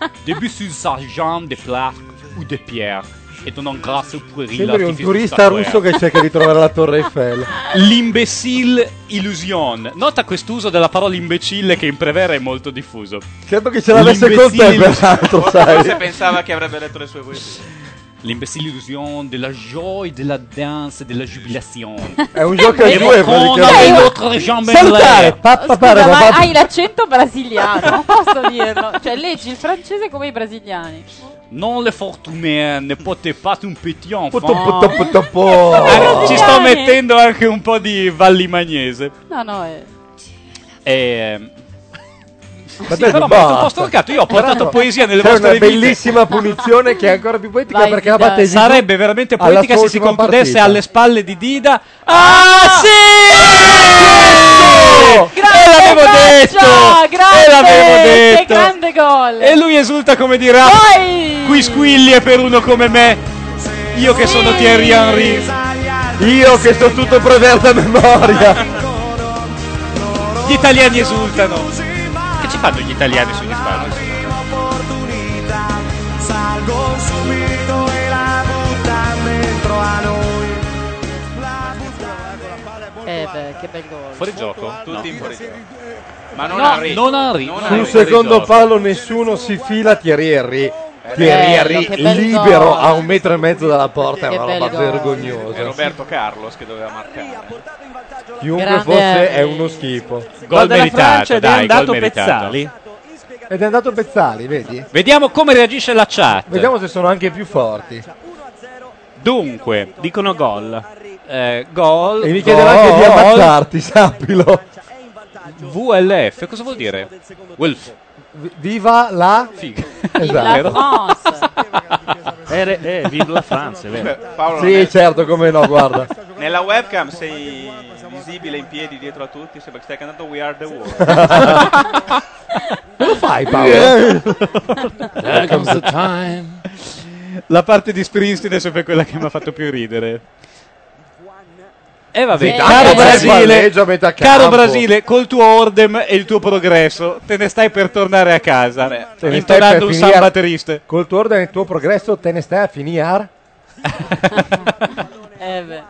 Speaker 5: Début sur sa jambe des plaques ou des pierres et donnant grâce au puéril
Speaker 2: Sembri un
Speaker 5: artifice de
Speaker 2: turista
Speaker 5: sa
Speaker 2: russo
Speaker 5: guerre.
Speaker 2: che cerca di trovare la Torre Eiffel.
Speaker 5: L'imbecille illusion. Nota quest'uso della parola imbecille che in Prevera è molto diffuso.
Speaker 2: Credo che ce l'avesse con te,
Speaker 5: L'imbecille-
Speaker 2: peraltro,
Speaker 3: Forse
Speaker 2: sai.
Speaker 3: pensava che avrebbe letto le sue poesie.
Speaker 5: L'imbécile illusion de la joie, de la danse, de la jubilation.
Speaker 2: È un gioco a due,
Speaker 5: Avec
Speaker 2: praticamente.
Speaker 5: notre jambe
Speaker 2: Salutare,
Speaker 5: en l'air.
Speaker 2: pa- pa- pa-
Speaker 7: Scusa,
Speaker 2: pa-
Speaker 7: ma
Speaker 2: pa-
Speaker 7: hai l'accento brasiliano, non posso dirlo. Cioè, leggi il francese come i brasiliani.
Speaker 5: Non le fortune, ne potez pas un petit
Speaker 2: Puto,
Speaker 5: enfant.
Speaker 2: puto, puto, puto.
Speaker 5: Ah, Ci sto mettendo anche un po' di vallimagnese.
Speaker 7: No, no, è...
Speaker 5: E... Sì,
Speaker 2: ehm, Vabbè,
Speaker 5: però mi
Speaker 2: basta.
Speaker 5: sono un po' stroncato. Io ho portato
Speaker 2: Peraltro,
Speaker 5: poesia nelle
Speaker 2: c'è
Speaker 5: vostre
Speaker 2: una
Speaker 5: vite.
Speaker 2: bellissima punizione che è ancora più poetica
Speaker 5: Vai,
Speaker 2: perché
Speaker 5: Dida.
Speaker 2: la batte Zizou
Speaker 5: Sarebbe veramente
Speaker 2: alla
Speaker 5: poetica
Speaker 2: sua
Speaker 5: se si
Speaker 2: ultima
Speaker 5: concludesse
Speaker 2: partita.
Speaker 5: alle spalle di Dida. Ah, sì! E l'avevo detto!
Speaker 7: Grande!
Speaker 5: E
Speaker 10: Eh,
Speaker 5: l'avevo
Speaker 7: che
Speaker 5: detto!
Speaker 7: grande gol!
Speaker 5: E lui esulta come dirà Qui squiglie per uno come me Io che sono Thierry Henry
Speaker 2: Io che sto tutto preverso a memoria
Speaker 5: Gli italiani esultano Che ci fanno gli italiani sugli spalle?
Speaker 10: Salgo subito e la buttan dentro a noi. La buttan
Speaker 7: Eh beh, che bel gol.
Speaker 5: Fuori gioco?
Speaker 3: Tutti in fuori gioco. Ma non
Speaker 7: No,
Speaker 3: Henry.
Speaker 5: non Henry.
Speaker 3: Non
Speaker 5: Sul
Speaker 2: Sul
Speaker 3: Henry.
Speaker 2: secondo palo nessuno si fila Thierry Henry
Speaker 5: Eh,
Speaker 2: Thierry
Speaker 3: bello,
Speaker 2: Henry
Speaker 3: che bel
Speaker 2: libero
Speaker 3: gol.
Speaker 2: a un metro e mezzo dalla porta
Speaker 3: Che
Speaker 2: è una roba
Speaker 3: bello.
Speaker 5: Eh,
Speaker 3: È
Speaker 2: vergognosa
Speaker 3: Roberto Carlos che doveva marcare.
Speaker 2: Chiunque
Speaker 3: Grande
Speaker 2: fosse
Speaker 3: Henry.
Speaker 2: è uno schifo
Speaker 1: Gol della Francia ed è andato Pezzali.
Speaker 2: Ed è andato Pezzali, vedi?
Speaker 5: Vediamo come reagisce la chat.
Speaker 2: Vediamo se sono anche più forti.
Speaker 5: Dunque, dicono gol. Eh, gol.
Speaker 2: E mi chiederà anche di ammazzarti, sappilo.
Speaker 5: VLF, cosa vuol dire? Wolf.
Speaker 2: Viva la
Speaker 5: figa.
Speaker 2: Esatto.
Speaker 1: Eh, eh, vive la France, è vero.
Speaker 3: Beh, Paolo non è-
Speaker 2: Sì, certo, come no, guarda.
Speaker 3: Nella webcam sei visibile in piedi dietro a tutti, sembra che stai cantando We Are The World.
Speaker 2: Come lo fai,
Speaker 5: Paolo?
Speaker 3: eh.
Speaker 5: There comes the time. La parte di Springsteen è sempre quella che mi ha fatto più ridere. E va bene,
Speaker 2: Sì,
Speaker 5: caro
Speaker 2: eh,
Speaker 5: Brasile,
Speaker 2: palleggio a metà
Speaker 5: caro
Speaker 2: campo.
Speaker 5: Brasile, col tuo ordem e il tuo progresso, te ne stai per tornare a casa,
Speaker 2: Te ne stai per
Speaker 5: intonando un
Speaker 2: finire-
Speaker 5: samba triste.
Speaker 2: Col tuo ordine e il tuo progresso te ne stai a finire?
Speaker 10: Eh beh.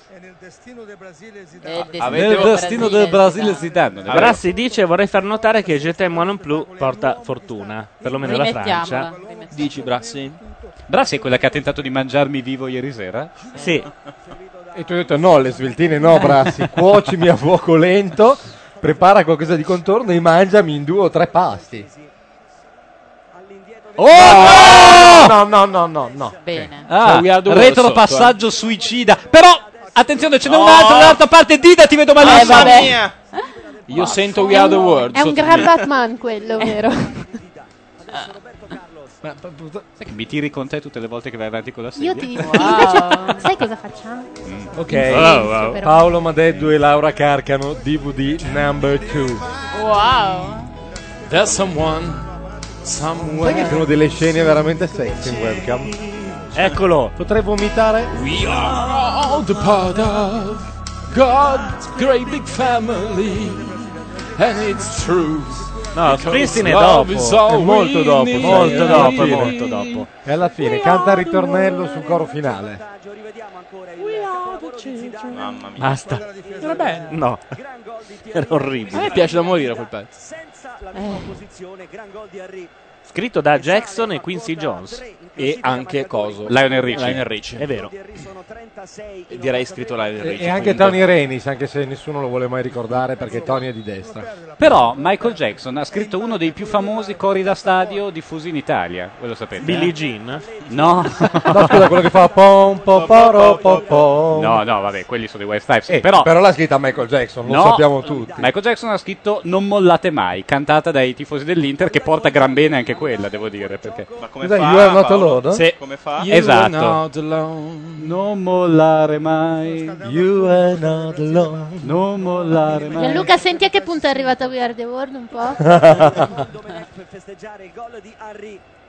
Speaker 10: Eh, destino
Speaker 5: Nel destino del Brasile si danno.
Speaker 1: Brassi dice vorrei far notare che GT Moi non plus porta fortuna,
Speaker 6: Esatto.
Speaker 1: perlomeno la
Speaker 5: Rimettiamola,
Speaker 1: Francia.
Speaker 5: Dici Brassi? Brassi è quella che ha tentato di mangiarmi vivo ieri sera?
Speaker 1: Sì.
Speaker 2: E tu hai detto no, le sveltine no, Brassi, cuocimi a fuoco lento, prepara qualcosa di contorno e mangiami in due o tre pasti.
Speaker 5: Oh
Speaker 2: Oh, no! No, no, no, no, no.
Speaker 10: Bene.
Speaker 5: Ah,
Speaker 2: Cioè, we are the world
Speaker 5: retropassaggio suicida. Però, attenzione, ce n'è un altro,
Speaker 4: Oh.
Speaker 5: dall'altra parte. Dida, ti vedo
Speaker 4: Mamma
Speaker 5: malissimo.
Speaker 4: mia. Io sento We
Speaker 6: Eh, È
Speaker 4: Are
Speaker 6: un-
Speaker 4: the World.
Speaker 6: È un
Speaker 5: sotto
Speaker 6: gran
Speaker 5: me.
Speaker 6: Batman quello, vero?
Speaker 5: Sai che mi tiri con te tutte le volte che vai avanti con la sedia?
Speaker 6: Io ti
Speaker 10: "Ah,
Speaker 6: invece, sai cosa facciamo?
Speaker 5: Mm,
Speaker 2: Ok,
Speaker 5: Wow, wow.
Speaker 6: Però-
Speaker 2: Paolo Madeddu e Laura Carcano, DVD number 2.
Speaker 10: Wow.
Speaker 4: There's someone.
Speaker 2: Sai che sono
Speaker 4: Somewhere.
Speaker 2: delle scene veramente sexy in webcam?
Speaker 1: Eccolo!
Speaker 2: Potrei vomitare?
Speaker 4: We are all the part of God's great big family. And it's true.
Speaker 1: No,
Speaker 4: Because
Speaker 1: Springsteen è dopo,
Speaker 4: love is all
Speaker 1: è molto
Speaker 4: we
Speaker 1: dopo,
Speaker 4: need.
Speaker 1: molto dopo, molto dopo.
Speaker 2: E alla fine canta il ritornello sul coro finale.
Speaker 3: Mamma mia.
Speaker 1: Basta.
Speaker 4: Non è bello.
Speaker 1: No. Era orribile.
Speaker 4: A me piace da morire quel pezzo.
Speaker 1: Scritto da Jackson e Quincy Jones.
Speaker 4: E anche Coso.
Speaker 5: Lionel Richie.
Speaker 4: Lionel Richie.
Speaker 1: È vero.
Speaker 4: Direi scritto Lionel
Speaker 2: E, e anche Tony Renis, anche se nessuno lo vuole mai ricordare perché Tony è di destra.
Speaker 5: Però Michael Jackson ha scritto uno dei più famosi cori da stadio diffusi in Italia, voi lo sapete.
Speaker 1: Billie
Speaker 5: eh?
Speaker 1: Jean?
Speaker 5: No.
Speaker 2: No, scusa, quello che fa pom pom poro pom pom.
Speaker 5: No, no, vabbè, quelli sono dei West Stripes.
Speaker 2: Eh,
Speaker 5: però
Speaker 2: però... l'ha scritta Michael Jackson, lo
Speaker 5: No.
Speaker 2: sappiamo tutti.
Speaker 5: Michael Jackson ha scritto Non mollate mai, cantata dai tifosi dell'Inter, che porta gran bene anche quella, devo dire. Perché... Ma
Speaker 3: come Scusa, fa, you are not Paolo? alone?
Speaker 5: Sì.
Speaker 3: Come fa?
Speaker 4: You are
Speaker 5: Esatto.
Speaker 4: not alone.
Speaker 5: Non mollare mai.
Speaker 2: You are not alone.
Speaker 5: Non mollare
Speaker 6: Gianluca, senti a che punto è arrivata We Are the World un po'?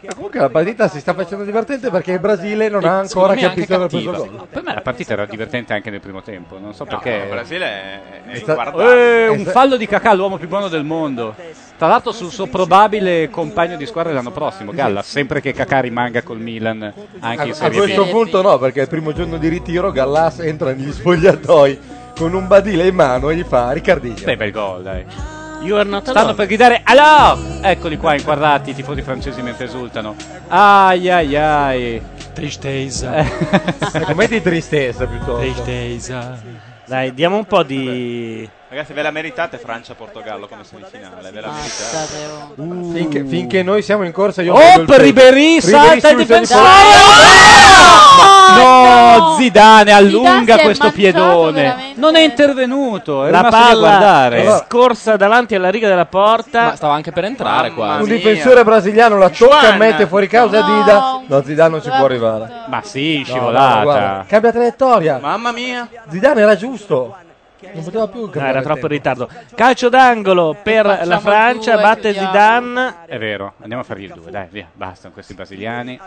Speaker 2: Ma comunque la partita si sta facendo divertente perché il Brasile non ha ancora
Speaker 5: Eh, Secondo me è anche
Speaker 2: capito aver preso
Speaker 5: cattiva.
Speaker 2: gol.
Speaker 5: Per me la partita era divertente anche nel primo tempo, non so
Speaker 3: No,
Speaker 5: perché.
Speaker 3: il Brasile è, è
Speaker 5: Sta-
Speaker 3: inguardabile.
Speaker 5: Eh, un fallo di Kakà, l'uomo più buono del mondo. Tra l'altro sul suo probabile compagno di squadra l'anno prossimo, Galla, sempre che Kakà rimanga col Milan anche in
Speaker 2: A, a
Speaker 5: Serie
Speaker 2: questo
Speaker 5: B.
Speaker 2: punto no, perché il primo giorno di ritiro Gallas entra negli spogliatoi con un badile in mano e gli fa Riccardino.
Speaker 5: Beh, bel gol, dai.
Speaker 1: You are not
Speaker 5: Stanno per gridare Alò! Eccoli qua inquadrati, i tifosi francesi mentre esultano. Ai ai ai. Eh.
Speaker 4: Tristezza.
Speaker 2: Com'è di Eh, tristezza piuttosto?
Speaker 1: Dai, diamo un po' di...
Speaker 3: Ragazzi, ve la meritate Francia-Portogallo come semifinale, ve la meritate.
Speaker 2: Uh. Finché, finché noi siamo in corsa io
Speaker 5: Oh,
Speaker 2: voglio
Speaker 5: per
Speaker 2: il pezzo.
Speaker 5: Ribéry, salta il
Speaker 2: sul segno di
Speaker 5: difensore! Oh,
Speaker 2: porta.
Speaker 5: No, Zidane allunga
Speaker 1: Ah, si è
Speaker 5: questo
Speaker 1: mangiato
Speaker 5: piedone.
Speaker 1: veramente.
Speaker 5: Non è intervenuto, è
Speaker 1: La
Speaker 5: rimasto lì a
Speaker 1: palla
Speaker 5: guardare.
Speaker 1: è scorsa davanti alla riga della porta. Ma
Speaker 4: stava anche per entrare qua.
Speaker 2: Un difensore brasiliano la tocca e mette fuori causa Dida. No, Zidane non ci può arrivare.
Speaker 5: Ma sì,
Speaker 2: No, no, guarda,
Speaker 5: scivolata.
Speaker 2: cambia traiettoria.
Speaker 3: Mamma mia.
Speaker 2: Zidane era giusto. Non poteva più
Speaker 1: No, era
Speaker 2: cambiare
Speaker 1: troppo in ritardo. Calcio d'angolo per la Francia, batte Zidane.
Speaker 5: Ah, È vero, andiamo a fargli il 2, dai, via, basta con questi brasiliani.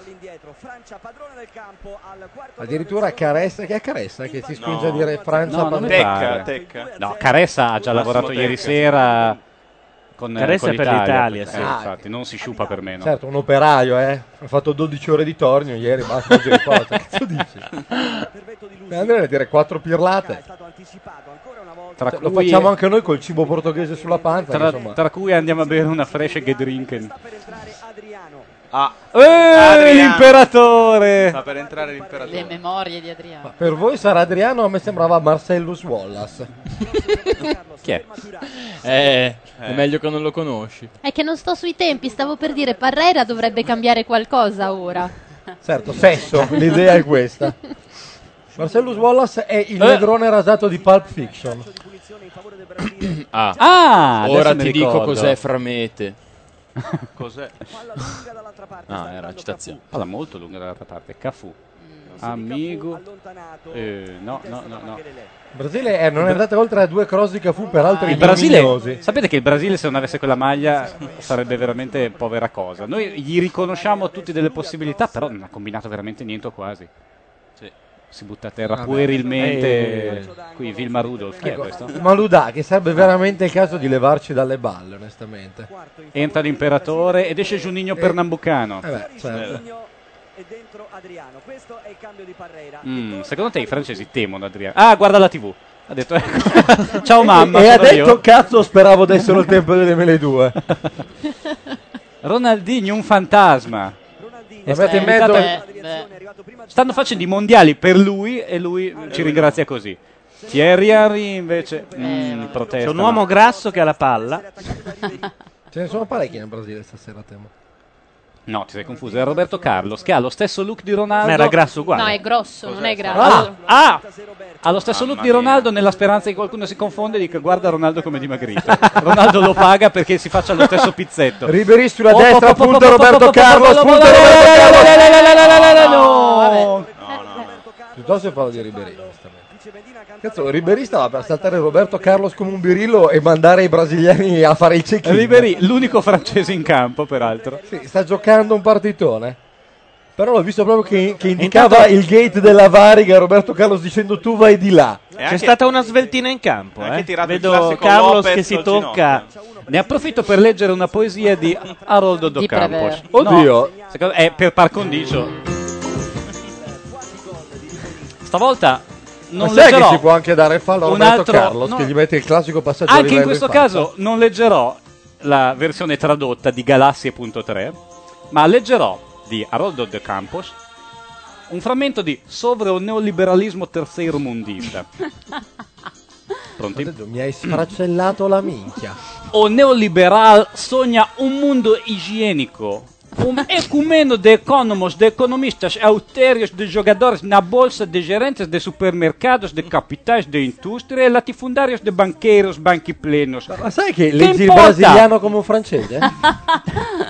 Speaker 2: Addirittura Caressa, che è Caressa che si spinge a dire Francia
Speaker 5: No, non mi pare. No, Caressa ha già lavorato
Speaker 2: Massimo
Speaker 5: ieri
Speaker 2: Tecca.
Speaker 5: sera con,
Speaker 1: Caressa
Speaker 5: con
Speaker 1: per l'Italia,
Speaker 5: Eh,
Speaker 1: sì.
Speaker 5: infatti, non si sciupa per meno.
Speaker 2: Certo, un operaio, eh. Ha fatto 12 ore di tornio ieri, basta, oggi riposa. Cazzo dici? Eh, Andrea a dire quattro pirlate. Cioè,
Speaker 5: Tra
Speaker 2: Lo
Speaker 5: cui-
Speaker 2: facciamo anche noi col cibo portoghese sulla panza,
Speaker 5: Tra,
Speaker 2: insomma.
Speaker 5: tra cui andiamo a bere una fresh Gedrinken.
Speaker 3: Ah,
Speaker 7: Eh, l'imperatore!
Speaker 3: Sta per entrare l'imperatore.
Speaker 11: Le memorie di Adriano.
Speaker 2: Per voi sarà Adriano, a me sembrava Marcellus Wallace.
Speaker 4: Chi è? Eh, è meglio che non lo conosci.
Speaker 6: È che non sto sui tempi, stavo per dire Parreira dovrebbe cambiare qualcosa ora.
Speaker 2: Certo, sesso, l'idea è questa. Marcellus Wallace è
Speaker 5: Eh.
Speaker 2: il negrone rasato di Pulp Fiction.
Speaker 4: Ah,
Speaker 2: Ah, adesso
Speaker 4: ora
Speaker 2: mi
Speaker 4: ti
Speaker 2: ricordo.
Speaker 4: dico cos'è Framete.
Speaker 3: Cos'è?
Speaker 4: No, era una citazione.
Speaker 5: Palla molto lunga dall'altra parte. Cafu. Amigo. Eh, no, no, no, no.
Speaker 2: Il Brasile eh, non è andato oltre a due cross di Cafu, peraltro
Speaker 5: Il Brasile, sapete che il Brasile se non avesse quella maglia sarebbe veramente povera cosa. Noi gli riconosciamo tutti delle possibilità, però non ha combinato veramente niente o quasi. Si butta a terra
Speaker 2: Vabbè.
Speaker 5: puerilmente.
Speaker 2: Eh. ecco,
Speaker 5: Qui Vilma Rudolph, chi è questo?
Speaker 2: Maludà, che sarebbe veramente il caso di levarci dalle balle, onestamente.
Speaker 5: Entra l'imperatore ed esce Giuninho Pernambucano.
Speaker 2: Eh beh, certo.
Speaker 10: e dentro Adriano. Questo è il cambio di Parreira.
Speaker 5: Mm, secondo te i francesi temono Adriano? Ah, guarda la TV. Ha detto ecco. Ciao
Speaker 2: E-
Speaker 5: mamma.
Speaker 2: E ha
Speaker 5: sono io.
Speaker 2: detto, cazzo, speravo dessero il tempo delle mele due.
Speaker 5: Ronaldinho un fantasma. È stato
Speaker 2: Vabbè,
Speaker 5: in mezzo- Eh.
Speaker 2: beh,
Speaker 5: Stanno facendo i mondiali per lui e lui ci ringrazia così. Thierry Henry invece
Speaker 6: Eh,
Speaker 5: mm, protesta.
Speaker 1: C'è un uomo grasso che ha la palla.
Speaker 2: Ce ne sono parecchi nel Brasile stasera, temo.
Speaker 5: No, ti sei confuso. È Roberto Carlos che ha lo stesso look di Ronaldo.
Speaker 1: Ma era grasso uguale.
Speaker 6: No, è Ah, grosso, non è
Speaker 5: Ah,
Speaker 6: grave.
Speaker 5: ah! ha lo stesso look
Speaker 3: Mamma
Speaker 5: di Ronaldo nella speranza che qualcuno si confonde e dica guarda Ronaldo come è dimagrito. Ronaldo lo paga perché si faccia lo stesso pizzetto.
Speaker 2: Ribéry sulla
Speaker 5: Oh,
Speaker 2: destra,
Speaker 5: oh, oh,
Speaker 2: punta
Speaker 5: oh, oh,
Speaker 2: Roberto
Speaker 5: oh, oh,
Speaker 2: Carlos,
Speaker 5: oh, oh,
Speaker 2: punta
Speaker 5: oh,
Speaker 2: Roberto
Speaker 5: oh,
Speaker 2: Carlos.
Speaker 5: eh, No, vabbè.
Speaker 2: Eh, Piuttosto parlo di Ribéry, onestamente. Cazzo, Ribéry stava per saltare Roberto Carlos come un birillo e mandare i brasiliani a fare il cecchino.
Speaker 5: Ribéry, l'unico francese in campo, peraltro.
Speaker 2: Sì, sta giocando un partitone. Però l'ho visto proprio che, che indicava il gate della Variga, Roberto Carlos dicendo tu vai di là.
Speaker 1: C'è stata una sveltina in campo.
Speaker 5: anche
Speaker 1: Eh?
Speaker 5: tirato il
Speaker 1: Vedo
Speaker 5: classico
Speaker 1: Carlos
Speaker 5: Lopez
Speaker 1: che si
Speaker 5: col
Speaker 1: tocca.
Speaker 5: Ne approfitto per leggere una poesia di Haroldo Do
Speaker 1: Di
Speaker 5: Campos.
Speaker 1: Prévert.
Speaker 5: No, secondo- è per par condicio. Stavolta non
Speaker 2: Ma sai
Speaker 5: leggerò.
Speaker 2: che si può anche dare fallo a
Speaker 5: un
Speaker 2: Roberto
Speaker 5: altro-
Speaker 2: Carlos
Speaker 5: no.
Speaker 2: che gli mette il classico passaggio a
Speaker 5: Anche in
Speaker 2: livello
Speaker 5: questo
Speaker 2: faccia?
Speaker 5: caso non leggerò la versione tradotta di Galassie.3, ma leggerò di Haroldo de Campos un frammento di Sovra o neoliberalismo terceirmundista. Pronti?
Speaker 2: Mi hai sfracellato la minchia.
Speaker 5: O neoliberal sogna un mundo higiênico. Um ecumeno de economos, de economistas, autérios, de jogadores na bolsa, de gerentes de supermercados, de capitais, de indústria, e latifundários, de banqueiros, banchi plenos.
Speaker 2: Ma sai che
Speaker 5: Che
Speaker 2: leggi il
Speaker 5: importa?
Speaker 2: brasiliano come un francese?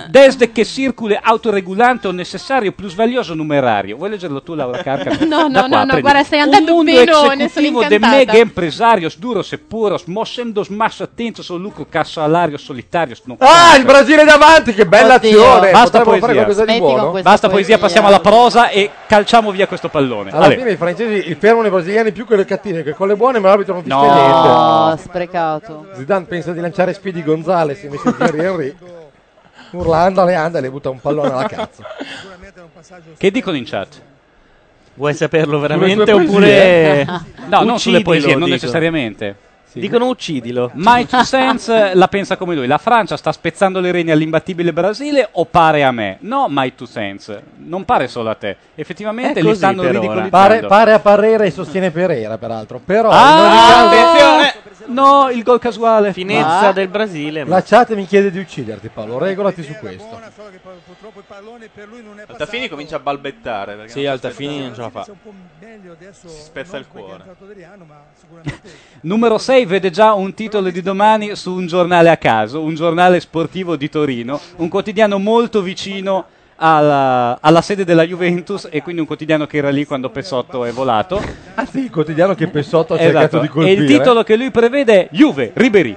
Speaker 5: Desde che circule autoregulante o necessario plusvalioso numerario. Vuoi leggerlo tu, Laura Carca?
Speaker 6: No, no,
Speaker 5: Da qua,
Speaker 6: no, no,
Speaker 5: prendi.
Speaker 6: guarda, stai andando
Speaker 5: Un mundo
Speaker 6: benone, sono
Speaker 5: executivo de
Speaker 6: incantata.
Speaker 5: mega empresarios duros e puros, mossendos más atentos o lucro ca salario solitarios. non
Speaker 2: Ah,
Speaker 5: conta.
Speaker 2: il Brasile davanti, che bella
Speaker 5: Oddio.
Speaker 2: azione!
Speaker 5: Basta
Speaker 2: Potremmo fare
Speaker 5: poesia.
Speaker 2: qualcosa di
Speaker 5: Smetti con
Speaker 2: buono.
Speaker 5: questa Basta poesia, passiamo alla prosa e calciamo via questo pallone.
Speaker 2: Alla
Speaker 5: Ale.
Speaker 2: fine i francesi li fermano i brasiliani più con le cattive che con le buone, ma l'arbitro non fischia
Speaker 11: No,
Speaker 2: niente.
Speaker 11: sprecato.
Speaker 2: Zidane pensa di lanciare Speedy Gonzales invece di Thierry Henry. Urla, andale, andale, butta un pallone alla cazzo.
Speaker 5: Che dicono in chat?
Speaker 1: Vuoi saperlo veramente
Speaker 5: Sulle sue poesie?
Speaker 1: oppure...
Speaker 5: No, non sulle
Speaker 1: Uccidilo,
Speaker 5: poesie, non
Speaker 1: dicono.
Speaker 5: necessariamente.
Speaker 1: Dicono uccidilo.
Speaker 5: My Two Cents eh, la pensa come lui. La Francia sta spezzando le reni all'imbattibile Brasile o pare a me? No, My Two Cents. Non pare solo a te. Effettivamente
Speaker 2: È
Speaker 5: li
Speaker 2: così
Speaker 5: stanno
Speaker 2: per ora.
Speaker 5: ridicolizzando.
Speaker 2: Pare, pare a Parrera e sostiene Pereira, peraltro. Però
Speaker 5: Ah,
Speaker 2: in ogni caso-
Speaker 5: attenzione! No, il gol casuale.
Speaker 1: Finezza
Speaker 2: Ah.
Speaker 1: del Brasile.
Speaker 2: La chat mi chiede di ucciderti, Paolo. Regolati su questo.
Speaker 3: Altafini comincia a balbettare. perché
Speaker 4: Sì,
Speaker 3: non si
Speaker 4: Altafini
Speaker 3: aspetta-
Speaker 4: non ce la fa.
Speaker 3: Si spezza il cuore.
Speaker 5: Numero 6 vede già un titolo di domani su un giornale a caso, un giornale sportivo di Torino, un quotidiano molto vicino alla, alla sede della Juventus e quindi un quotidiano che era lì quando Pessotto è volato.
Speaker 2: Ah sì, il quotidiano che Pessotto ha cercato
Speaker 5: Esatto.
Speaker 2: di
Speaker 5: E
Speaker 2: colpire.
Speaker 5: il titolo che lui prevede è Juve, Ribery.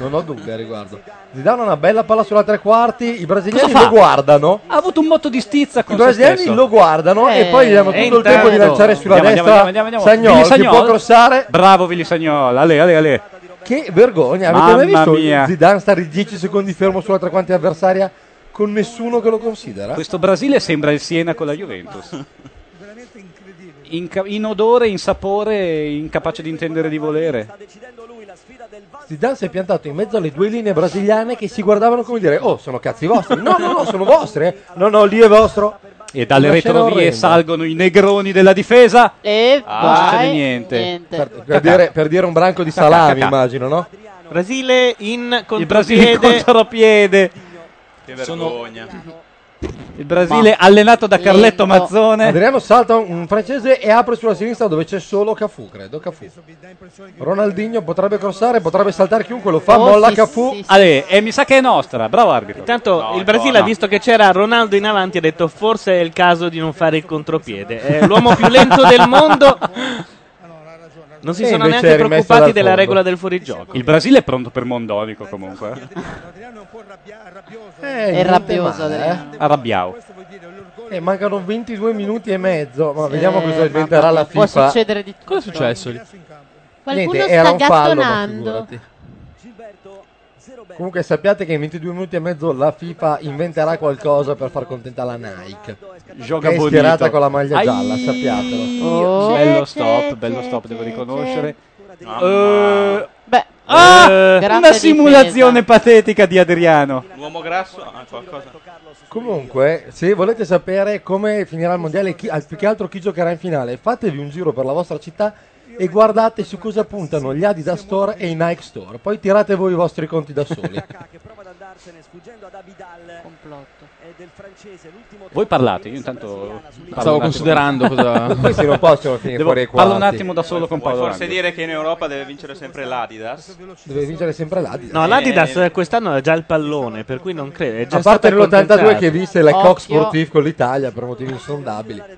Speaker 2: Non ho dubbi a riguardo. Zidane ha una bella palla sulla tre quarti, i brasiliani
Speaker 5: Cosa fa?
Speaker 2: lo guardano.
Speaker 5: Ha avuto un motto di stizza con
Speaker 2: I
Speaker 5: se
Speaker 2: brasiliani
Speaker 5: stesso.
Speaker 2: lo guardano e poi gli danno tutto
Speaker 5: e
Speaker 2: il tempo di
Speaker 5: Eh, intanto-
Speaker 2: lanciare sulla
Speaker 5: Andiamo,
Speaker 2: destra
Speaker 5: andiamo, andiamo, andiamo.
Speaker 2: Sagnol,
Speaker 5: Vili
Speaker 2: che può crossare.
Speaker 5: Bravo Vili Sagnol, ale, ale, ale.
Speaker 2: Che vergogna, Eh, avete
Speaker 5: Mamma
Speaker 2: mai visto
Speaker 5: mia.
Speaker 2: Zidane stare 10 secondi fermo sulla tre quarti avversaria con nessuno che lo considera?
Speaker 5: Questo Brasile sembra il Siena con la Juventus. Inca- inodore, insapore, incapace di intendere di volere.
Speaker 2: Zidane si è piantato in mezzo alle due linee brasiliane che si guardavano come dire oh sono cazzi vostri no no no sono vostri eh. no no lì è vostro
Speaker 5: e dalle
Speaker 2: Una scena
Speaker 5: retrovie
Speaker 2: orrenda.
Speaker 5: salgono i negroni della difesa.
Speaker 7: E
Speaker 5: Ah,
Speaker 7: vai.
Speaker 5: succede niente.
Speaker 2: per, per dire, per dire un branco di salami
Speaker 5: Cacà.
Speaker 2: immagino no?
Speaker 1: Brasile in
Speaker 5: Il Brasile in
Speaker 1: contropiede.
Speaker 5: contropiede.
Speaker 1: Che
Speaker 5: vergogna. Il Brasile allenato da Carletto Mazzone.
Speaker 2: Adriano salta un francese e apre sulla sinistra dove c'è solo Cafu credo Cafu Ronaldinho potrebbe crossare potrebbe saltare chiunque lo
Speaker 5: Oh,
Speaker 2: fa molla Cafu
Speaker 5: Ale, e mi sa che è nostra, bravo arbitro.
Speaker 1: Intanto
Speaker 5: No,
Speaker 1: il Brasile
Speaker 5: no,
Speaker 1: ha visto che c'era Ronaldo in avanti e ha detto forse è il caso di non fare il contropiede. È l'uomo più lento del mondo. Non si
Speaker 5: E
Speaker 1: sono
Speaker 5: Eh, invece
Speaker 1: neanche
Speaker 5: è rimesso
Speaker 1: preoccupati
Speaker 5: dal
Speaker 1: della
Speaker 5: fondo.
Speaker 1: regola del fuorigioco.
Speaker 5: Il Brasile è pronto per Mondonico comunque.
Speaker 2: Eh,
Speaker 5: Er-
Speaker 2: niente male, eh.
Speaker 5: Arrabbiao.
Speaker 2: Eh, mancano 22 minuti e mezzo ma vediamo cosa diventerà la
Speaker 4: Cosa
Speaker 2: FIFA
Speaker 4: è successo lì?
Speaker 6: Qualcuno
Speaker 2: Niente,
Speaker 6: sta
Speaker 2: era un fallo, ma
Speaker 6: gattonando.
Speaker 2: figurati. Comunque sappiate che in 22 minuti e mezzo la FIFA inventerà qualcosa per far contenta la Nike.
Speaker 5: Gioca
Speaker 2: che è
Speaker 5: bonito.
Speaker 2: schierata con la maglia
Speaker 5: Ai,
Speaker 2: gialla, sappiatelo.
Speaker 5: Oh. Bello stop, bello stop, devo riconoscere. Eh,
Speaker 7: ah,
Speaker 5: eh,
Speaker 7: grande
Speaker 5: una
Speaker 7: difesa.
Speaker 5: simulazione patetica di Adriano.
Speaker 3: L'uomo grasso? Ah, qualcosa.
Speaker 2: Comunque, se volete sapere come finirà il mondiale, chi, al- più che altro chi giocherà in finale, fatevi un giro per la vostra città e guardate su cosa puntano gli Adidas Store e i Nike Store. Poi tirate voi i vostri conti da soli.
Speaker 5: Voi parlate, io intanto parlo
Speaker 2: Stavo
Speaker 5: un attimo.
Speaker 2: considerando cosa- Questi non possono finire
Speaker 5: Devo-
Speaker 2: fuori ai
Speaker 5: Parlo un
Speaker 2: quarti.
Speaker 5: attimo da solo con
Speaker 3: Puoi
Speaker 5: Paolo.
Speaker 3: forse
Speaker 5: Rangel.
Speaker 3: dire che in Europa deve vincere sempre l'Adidas?
Speaker 2: Deve vincere sempre l'Adidas.
Speaker 1: No, l'Adidas eh, quest'anno ha già il pallone, per cui non credo. È già
Speaker 2: A parte
Speaker 1: stato
Speaker 2: nell'82
Speaker 1: accontentato.
Speaker 2: che visse
Speaker 5: Oh,
Speaker 2: la Cox Sportif con l'Italia per motivi insondabili.
Speaker 1: Vai,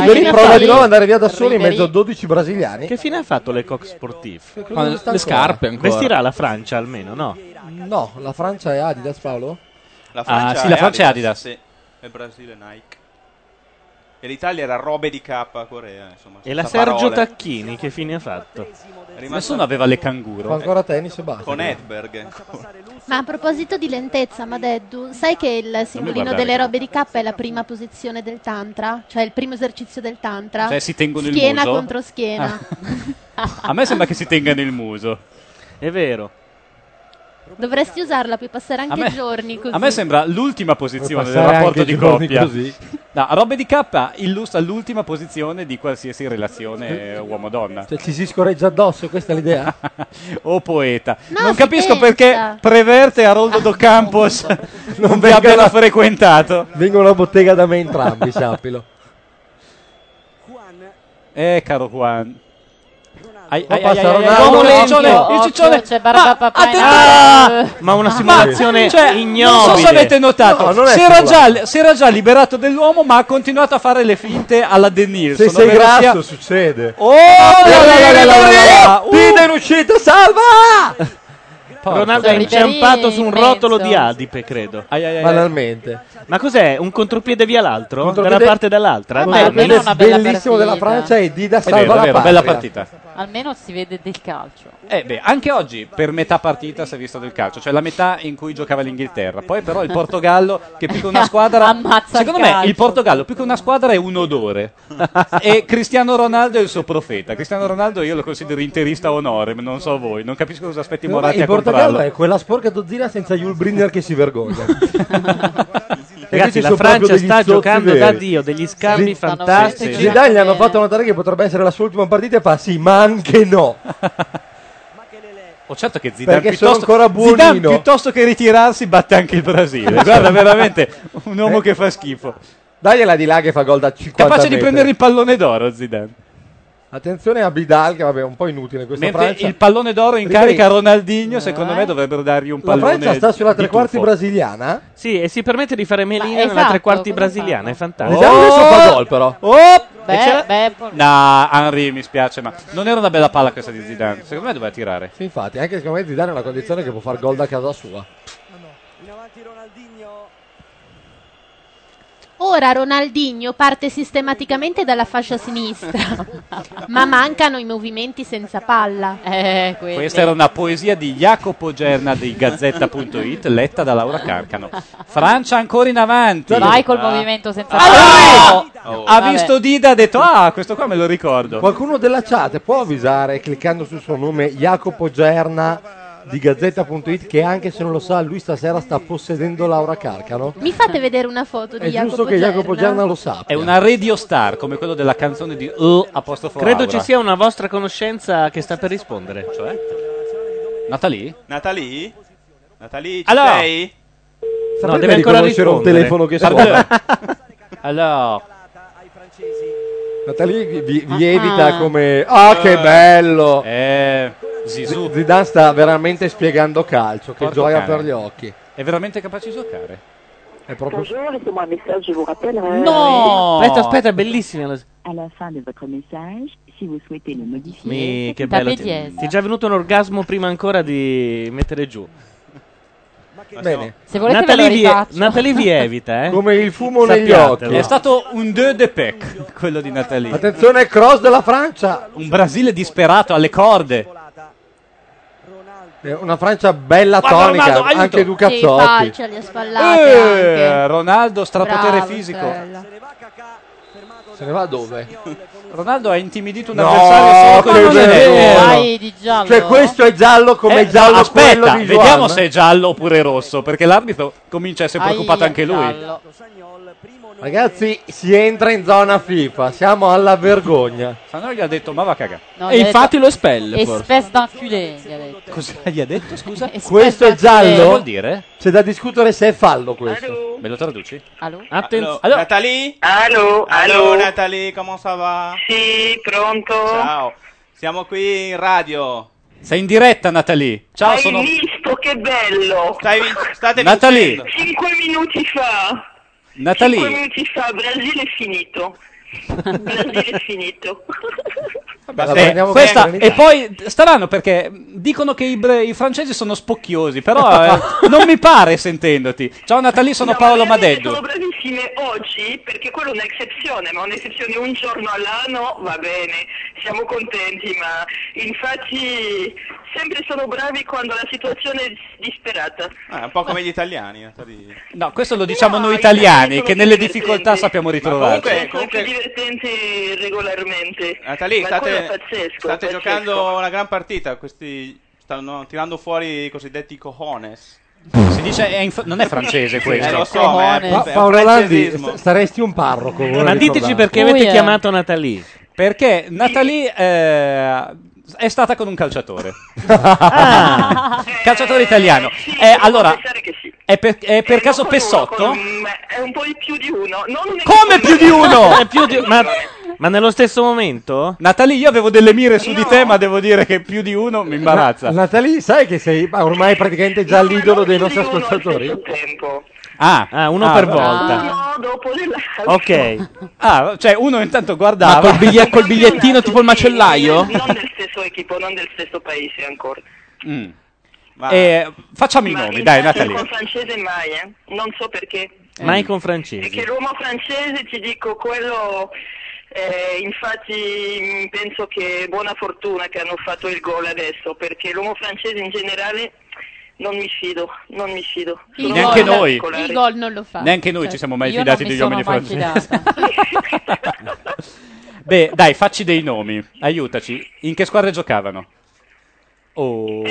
Speaker 2: Ribéry
Speaker 1: Ribéry.
Speaker 2: prova di nuovo ad andare via da solo in
Speaker 1: Ribéry.
Speaker 2: mezzo a 12 brasiliani.
Speaker 1: Che fine ha fatto le Coq Sportif?
Speaker 2: Quando- non sta le ancora. scarpe ancora.
Speaker 1: Vestirà la Francia almeno, no?
Speaker 2: No, la Francia è Adidas Paolo?
Speaker 3: La Francia
Speaker 1: Ah, sì, la Francia è Adidas.
Speaker 3: Sì. E il Brasile Nike. E l'Italia era robe di K Corea, insomma.
Speaker 1: E la
Speaker 3: senza
Speaker 1: Sergio
Speaker 3: parole.
Speaker 1: Tacchini che fine ha fatto?
Speaker 3: È rimasto-
Speaker 5: Nessuno aveva le
Speaker 2: Fa
Speaker 5: canguro.
Speaker 2: ancora tennis e
Speaker 5: Ah,
Speaker 2: basta.
Speaker 3: Con Edberg. ancora.
Speaker 6: Ma a proposito di lentezza, Madeddu, sai che il simbolino
Speaker 5: guardare.
Speaker 6: delle robe di K è la prima posizione del tantra? Cioè il primo esercizio del tantra?
Speaker 5: Cioè, si tengono il
Speaker 6: schiena
Speaker 5: muso? Ah.
Speaker 6: contro schiena.
Speaker 5: A me sembra che si tengano il muso.
Speaker 1: È vero.
Speaker 6: Dovresti usarla, puoi passare anche
Speaker 5: me-
Speaker 6: giorni così.
Speaker 5: A me sembra l'ultima posizione
Speaker 2: Puoi
Speaker 5: del
Speaker 2: passare
Speaker 5: rapporto
Speaker 2: anche
Speaker 5: di
Speaker 2: giorni
Speaker 5: coppia.
Speaker 2: così.
Speaker 5: No, robe di K illustra l'ultima posizione di qualsiasi relazione eh, uomo-donna.
Speaker 2: Cioè, ci si scorreggia addosso, questa è l'idea?
Speaker 5: o poeta.
Speaker 2: No,
Speaker 5: non
Speaker 2: si
Speaker 5: capisco
Speaker 2: pensa.
Speaker 5: perché Preverte e Haroldo Do Campos non vi abbiano frequentato.
Speaker 2: Vengono a bottega da me entrambi, sappilo.
Speaker 5: Eh, caro Juan. Ai,
Speaker 2: Qua passa Ronaldo.
Speaker 5: uomo
Speaker 2: Occhio,
Speaker 5: ciccione,
Speaker 2: occhio,
Speaker 5: ciccione.
Speaker 7: c'è Barbapapa
Speaker 5: Ma,
Speaker 7: in-
Speaker 5: attenzione!
Speaker 1: Ma una
Speaker 5: Ma-
Speaker 1: simulazione
Speaker 5: cioè, Non so
Speaker 1: ignobile.
Speaker 5: se avete notato,
Speaker 1: No, non è
Speaker 5: si, era
Speaker 1: simulata.
Speaker 5: già, si era già liberato dell'uomo, ma ha continuato a fare le finte alla De Nilsson.
Speaker 2: Se sei
Speaker 5: ovvero sia-
Speaker 2: grasso succede.
Speaker 5: Oh, la, la, la, la, la, la. Uh.
Speaker 2: Pida in uscita, salva!
Speaker 1: Ronaldo è
Speaker 2: Ribéry
Speaker 1: inciampato su un
Speaker 2: immenso.
Speaker 1: rotolo di adipe, credo.
Speaker 2: Banalmente.
Speaker 1: Ma cos'è? Un contropiede via l'altro?
Speaker 2: Contropiede-
Speaker 1: Da una parte e
Speaker 7: Eh,
Speaker 1: dall'altra?
Speaker 2: Ma
Speaker 1: Bello.
Speaker 2: almeno una bella Bellissimo partita. della Francia e Dida È salva vero, è la vero, patria.
Speaker 5: bella partita.
Speaker 7: Almeno si vede del calcio.
Speaker 5: Eh beh, anche oggi per metà partita si è visto del calcio, cioè la metà in cui giocava l'Inghilterra. Poi però il Portogallo che più che una squadra
Speaker 7: Ammazza il
Speaker 5: Secondo me
Speaker 7: calcio.
Speaker 5: il Portogallo più che una squadra è un odore. e Cristiano Ronaldo è il suo profeta. Cristiano Ronaldo io lo considero interista onorem, non so voi, non capisco cosa aspetti Moratti
Speaker 2: il
Speaker 5: a
Speaker 2: Portogallo
Speaker 5: comprarlo.
Speaker 2: è quella sporca dozzina senza Julbrinder che si vergogna.
Speaker 1: Ragazzi, la Francia sta giocando da Dio, degli scambi fantastici.
Speaker 2: Zidane gli hanno fatto notare che potrebbe essere la sua ultima partita e fa sì, ma anche no.
Speaker 5: Oh, certo che Zidane
Speaker 2: Perché sono
Speaker 5: piuttosto,
Speaker 2: ancora buonino. Esatto.
Speaker 5: Zidane, piuttosto che ritirarsi batte anche il Brasile. Guarda veramente un uomo
Speaker 2: Eh.
Speaker 5: che fa schifo.
Speaker 2: Dagliela di là che fa gol da 50
Speaker 5: Capace di
Speaker 2: metri.
Speaker 5: prendere il pallone d'oro Zidane.
Speaker 2: Attenzione a Bidal che vabbè è un po' inutile questa
Speaker 5: Mentre
Speaker 2: Francia.
Speaker 5: il pallone d'oro in
Speaker 2: Ribéry. Eh?
Speaker 5: carica a Ronaldinho, secondo me dovrebbero dargli un
Speaker 2: La
Speaker 5: pallone
Speaker 2: Francia sta sulla
Speaker 5: di
Speaker 2: tre quarti
Speaker 5: tuffo.
Speaker 2: brasiliana.
Speaker 1: Sì, e si permette di fare melina
Speaker 7: Ma
Speaker 1: nella
Speaker 7: esatto,
Speaker 1: tre quarti
Speaker 7: come
Speaker 1: brasiliana, è fantastico.
Speaker 5: Zidane adesso fa gol,
Speaker 2: però.
Speaker 7: Beh, Oh! beh, por-
Speaker 5: No, Henry mi spiace, ma non era una bella palla questa di Zidane. Secondo me doveva tirare.
Speaker 2: Sì, infatti, anche secondo me Zidane è una condizione che può far gol da casa sua.
Speaker 6: Ora Ronaldinho parte sistematicamente dalla fascia sinistra, ma mancano i movimenti senza palla.
Speaker 7: Eh, quelli.
Speaker 5: Questa era una poesia di Jacopo Gerna di Gazzetta.it, letta da Laura Carcano. Francia ancora in avanti.
Speaker 7: Vai col
Speaker 5: Ah.
Speaker 7: movimento senza
Speaker 5: Oh, Ha visto Dida, ha detto: Ah, questo qua me lo ricordo.
Speaker 2: Qualcuno della chat può avvisare cliccando sul suo nome Jacopo Gerna di Gazzetta.it che anche se non lo sa lui stasera sta possedendo Laura Carcano?
Speaker 6: Mi fate vedere una foto di
Speaker 2: È
Speaker 6: Jacopo
Speaker 2: giusto che Jacopo Gerna lo sappia.
Speaker 5: È una radio star come quello della canzone di Uh, apostrofo
Speaker 1: Credo
Speaker 5: Aura.
Speaker 1: ci sia una vostra conoscenza che sta per rispondere. Cioè?
Speaker 5: Natalie?
Speaker 3: Natalie? Natalie, ci
Speaker 1: Allora.
Speaker 3: sei?
Speaker 1: No, deve ancora rispondere.
Speaker 3: Pardon.
Speaker 5: allora.
Speaker 2: Natalie vi, vi- vi
Speaker 5: Ah.
Speaker 2: evita come... Ah che
Speaker 5: Eh.
Speaker 2: bello!
Speaker 5: Eh, Zizou.
Speaker 2: Z- Zidane sta veramente spiegando calcio, che
Speaker 5: Porco
Speaker 2: gioia
Speaker 5: cane.
Speaker 2: per gli occhi.
Speaker 5: È veramente capace di giocare?
Speaker 2: È proprio...
Speaker 5: No!
Speaker 1: Aspetta, aspetta, è bellissima. la-
Speaker 4: À la fin de votre message, si vous souhaitez le modifier,
Speaker 1: Mi- che bello. Ti, ti è già venuto un orgasmo prima ancora di mettere giù.
Speaker 2: Bene.
Speaker 7: Se
Speaker 5: volete
Speaker 1: Natalie,
Speaker 5: me lo
Speaker 1: vi,
Speaker 5: rifaccio.
Speaker 1: Natalie vi evita, eh.
Speaker 2: Come il fumo negli
Speaker 5: Sappiatelo.
Speaker 2: occhi.
Speaker 5: È stato un deux de pec, quello di Natalie.
Speaker 2: Attenzione, cross della Francia.
Speaker 5: Un Brasile disperato alle corde.
Speaker 2: È Una Francia bella
Speaker 5: Guarda
Speaker 2: tonica,
Speaker 5: Ronaldo, aiuto!
Speaker 2: anche Duca
Speaker 6: Sì,
Speaker 2: Zotti.
Speaker 6: faccia, li ha sballati
Speaker 5: Eh,
Speaker 6: anche.
Speaker 5: Ronaldo, strapotere
Speaker 6: Bravo,
Speaker 5: fisico.
Speaker 6: Stella.
Speaker 2: Se ne va dove?
Speaker 5: Ronaldo ha intimidito un
Speaker 2: No,
Speaker 5: avversario solo
Speaker 2: che
Speaker 5: con il
Speaker 2: vero.
Speaker 5: genere.
Speaker 2: Vai
Speaker 7: di giallo.
Speaker 2: Cioè, questo è giallo come
Speaker 5: Eh,
Speaker 2: è giallo
Speaker 5: aspetta,
Speaker 2: quello di Juan.
Speaker 5: vediamo se è giallo oppure rosso, perché l'arbitro comincia a essere preoccupato anche lui.
Speaker 2: Ragazzi, si entra in zona FIFA, siamo alla vergogna.
Speaker 5: Fanoi gli ha detto, ma va a cagare.
Speaker 7: No, gli ha infatti detto-
Speaker 2: lo espelle.
Speaker 7: Espèce d'enculé, gli ha detto.
Speaker 5: Cosa gli ha detto, scusa?
Speaker 2: Questo è giallo?
Speaker 5: Vuol dire?
Speaker 2: C'è da discutere se è fallo questo.
Speaker 5: Me lo traduci?
Speaker 7: Allô
Speaker 3: Allora, Natalie? Allo, allo. Natalie, come ça va? Sì, pronto. Ciao. Siamo qui in radio.
Speaker 5: Sei in diretta, Natalie. Ciao,
Speaker 3: Hai
Speaker 5: sono.
Speaker 3: visto che bello? Stai, vi- state
Speaker 5: Natalie.
Speaker 3: vincendo.
Speaker 12: 5 minuti fa. Cinque
Speaker 5: Natalie.
Speaker 12: minuti fa, Brasile è finito. Brasile è finito.
Speaker 5: Vabbè,
Speaker 2: la prendiamo
Speaker 5: questa-
Speaker 2: con serenità.
Speaker 5: e poi strano perché dicono che i, bre- i francesi sono spocchiosi, però eh, non mi pare sentendoti. Ciao Natalie, sono Paolo Madeddu.
Speaker 12: Sono bravissime oggi perché quella è un'eccezione, ma un'eccezione un giorno all'anno va bene, siamo contenti, ma infatti sempre sono bravi quando la situazione è disperata.
Speaker 3: Ah, è un po' come gli italiani, Natalie.
Speaker 5: No, questo lo diciamo noi italiani che nelle difficoltà sappiamo
Speaker 3: comunque-
Speaker 5: ritrovarci.
Speaker 12: Sono più divertenti regolarmente.
Speaker 3: Natalie,
Speaker 12: ma
Speaker 3: state,
Speaker 12: quello è pazzesco,
Speaker 3: state
Speaker 12: è pazzesco.
Speaker 3: giocando una gran partita. Questi stanno tirando fuori i cosiddetti cojones.
Speaker 5: Si dice è in fr- non è francese questo.
Speaker 3: Eh, lo so, ma è-
Speaker 2: Pa-
Speaker 3: è un
Speaker 2: Paolo Landi,
Speaker 3: francesismo.
Speaker 2: s- saresti un parroco.
Speaker 1: Ma
Speaker 2: vorrei
Speaker 1: diteci
Speaker 2: ricordare.
Speaker 1: perché
Speaker 5: Lui
Speaker 1: avete
Speaker 5: è-
Speaker 1: chiamato Natalie.
Speaker 5: Perché Natalie eh, è stata con un calciatore.
Speaker 1: Ah.
Speaker 5: Calciatore italiano. Eh, allora, è per, è per caso Pessotto?
Speaker 12: È un po' di più di uno. Non un
Speaker 5: Come più di uno?
Speaker 1: È più di- ma, ma nello stesso momento?
Speaker 5: Natalie, io avevo delle mire su di te, ma devo dire che più di uno mi imbarazza.
Speaker 2: Natalie, sai che sei ma ormai praticamente già l'idolo dei nostri ascoltatori?
Speaker 5: Ah,
Speaker 1: uno
Speaker 2: per
Speaker 1: volta.
Speaker 5: Ok. Ah, cioè uno intanto guardava.
Speaker 13: Ma col biglie- col
Speaker 5: bigliettino tipo il macellaio?
Speaker 12: Non del stesso equipo, non del stesso paese ancora.
Speaker 5: Mm, Eh, facciamo i
Speaker 12: Ma
Speaker 5: nomi, dai, Eh.
Speaker 12: infatti
Speaker 5: Natalie.
Speaker 12: Con francese mai, eh. Non so perché.
Speaker 1: Mai con
Speaker 12: Perché
Speaker 1: francesi.
Speaker 12: l'uomo francese, ti dico, quello... eh, infatti mh, penso che è buona fortuna che hanno fatto il gol adesso, perché l'uomo francese in generale non mi fido, non mi fido. Sono
Speaker 5: Neanche
Speaker 12: molto
Speaker 5: noi.
Speaker 12: particolari.
Speaker 6: Il gol non lo fa. Cioè,
Speaker 5: Neanche noi ci siamo mai fidati degli uomini francesi.
Speaker 6: fidata.
Speaker 5: Beh, dai, facci dei nomi. Aiutaci. In che squadre giocavano? Oh.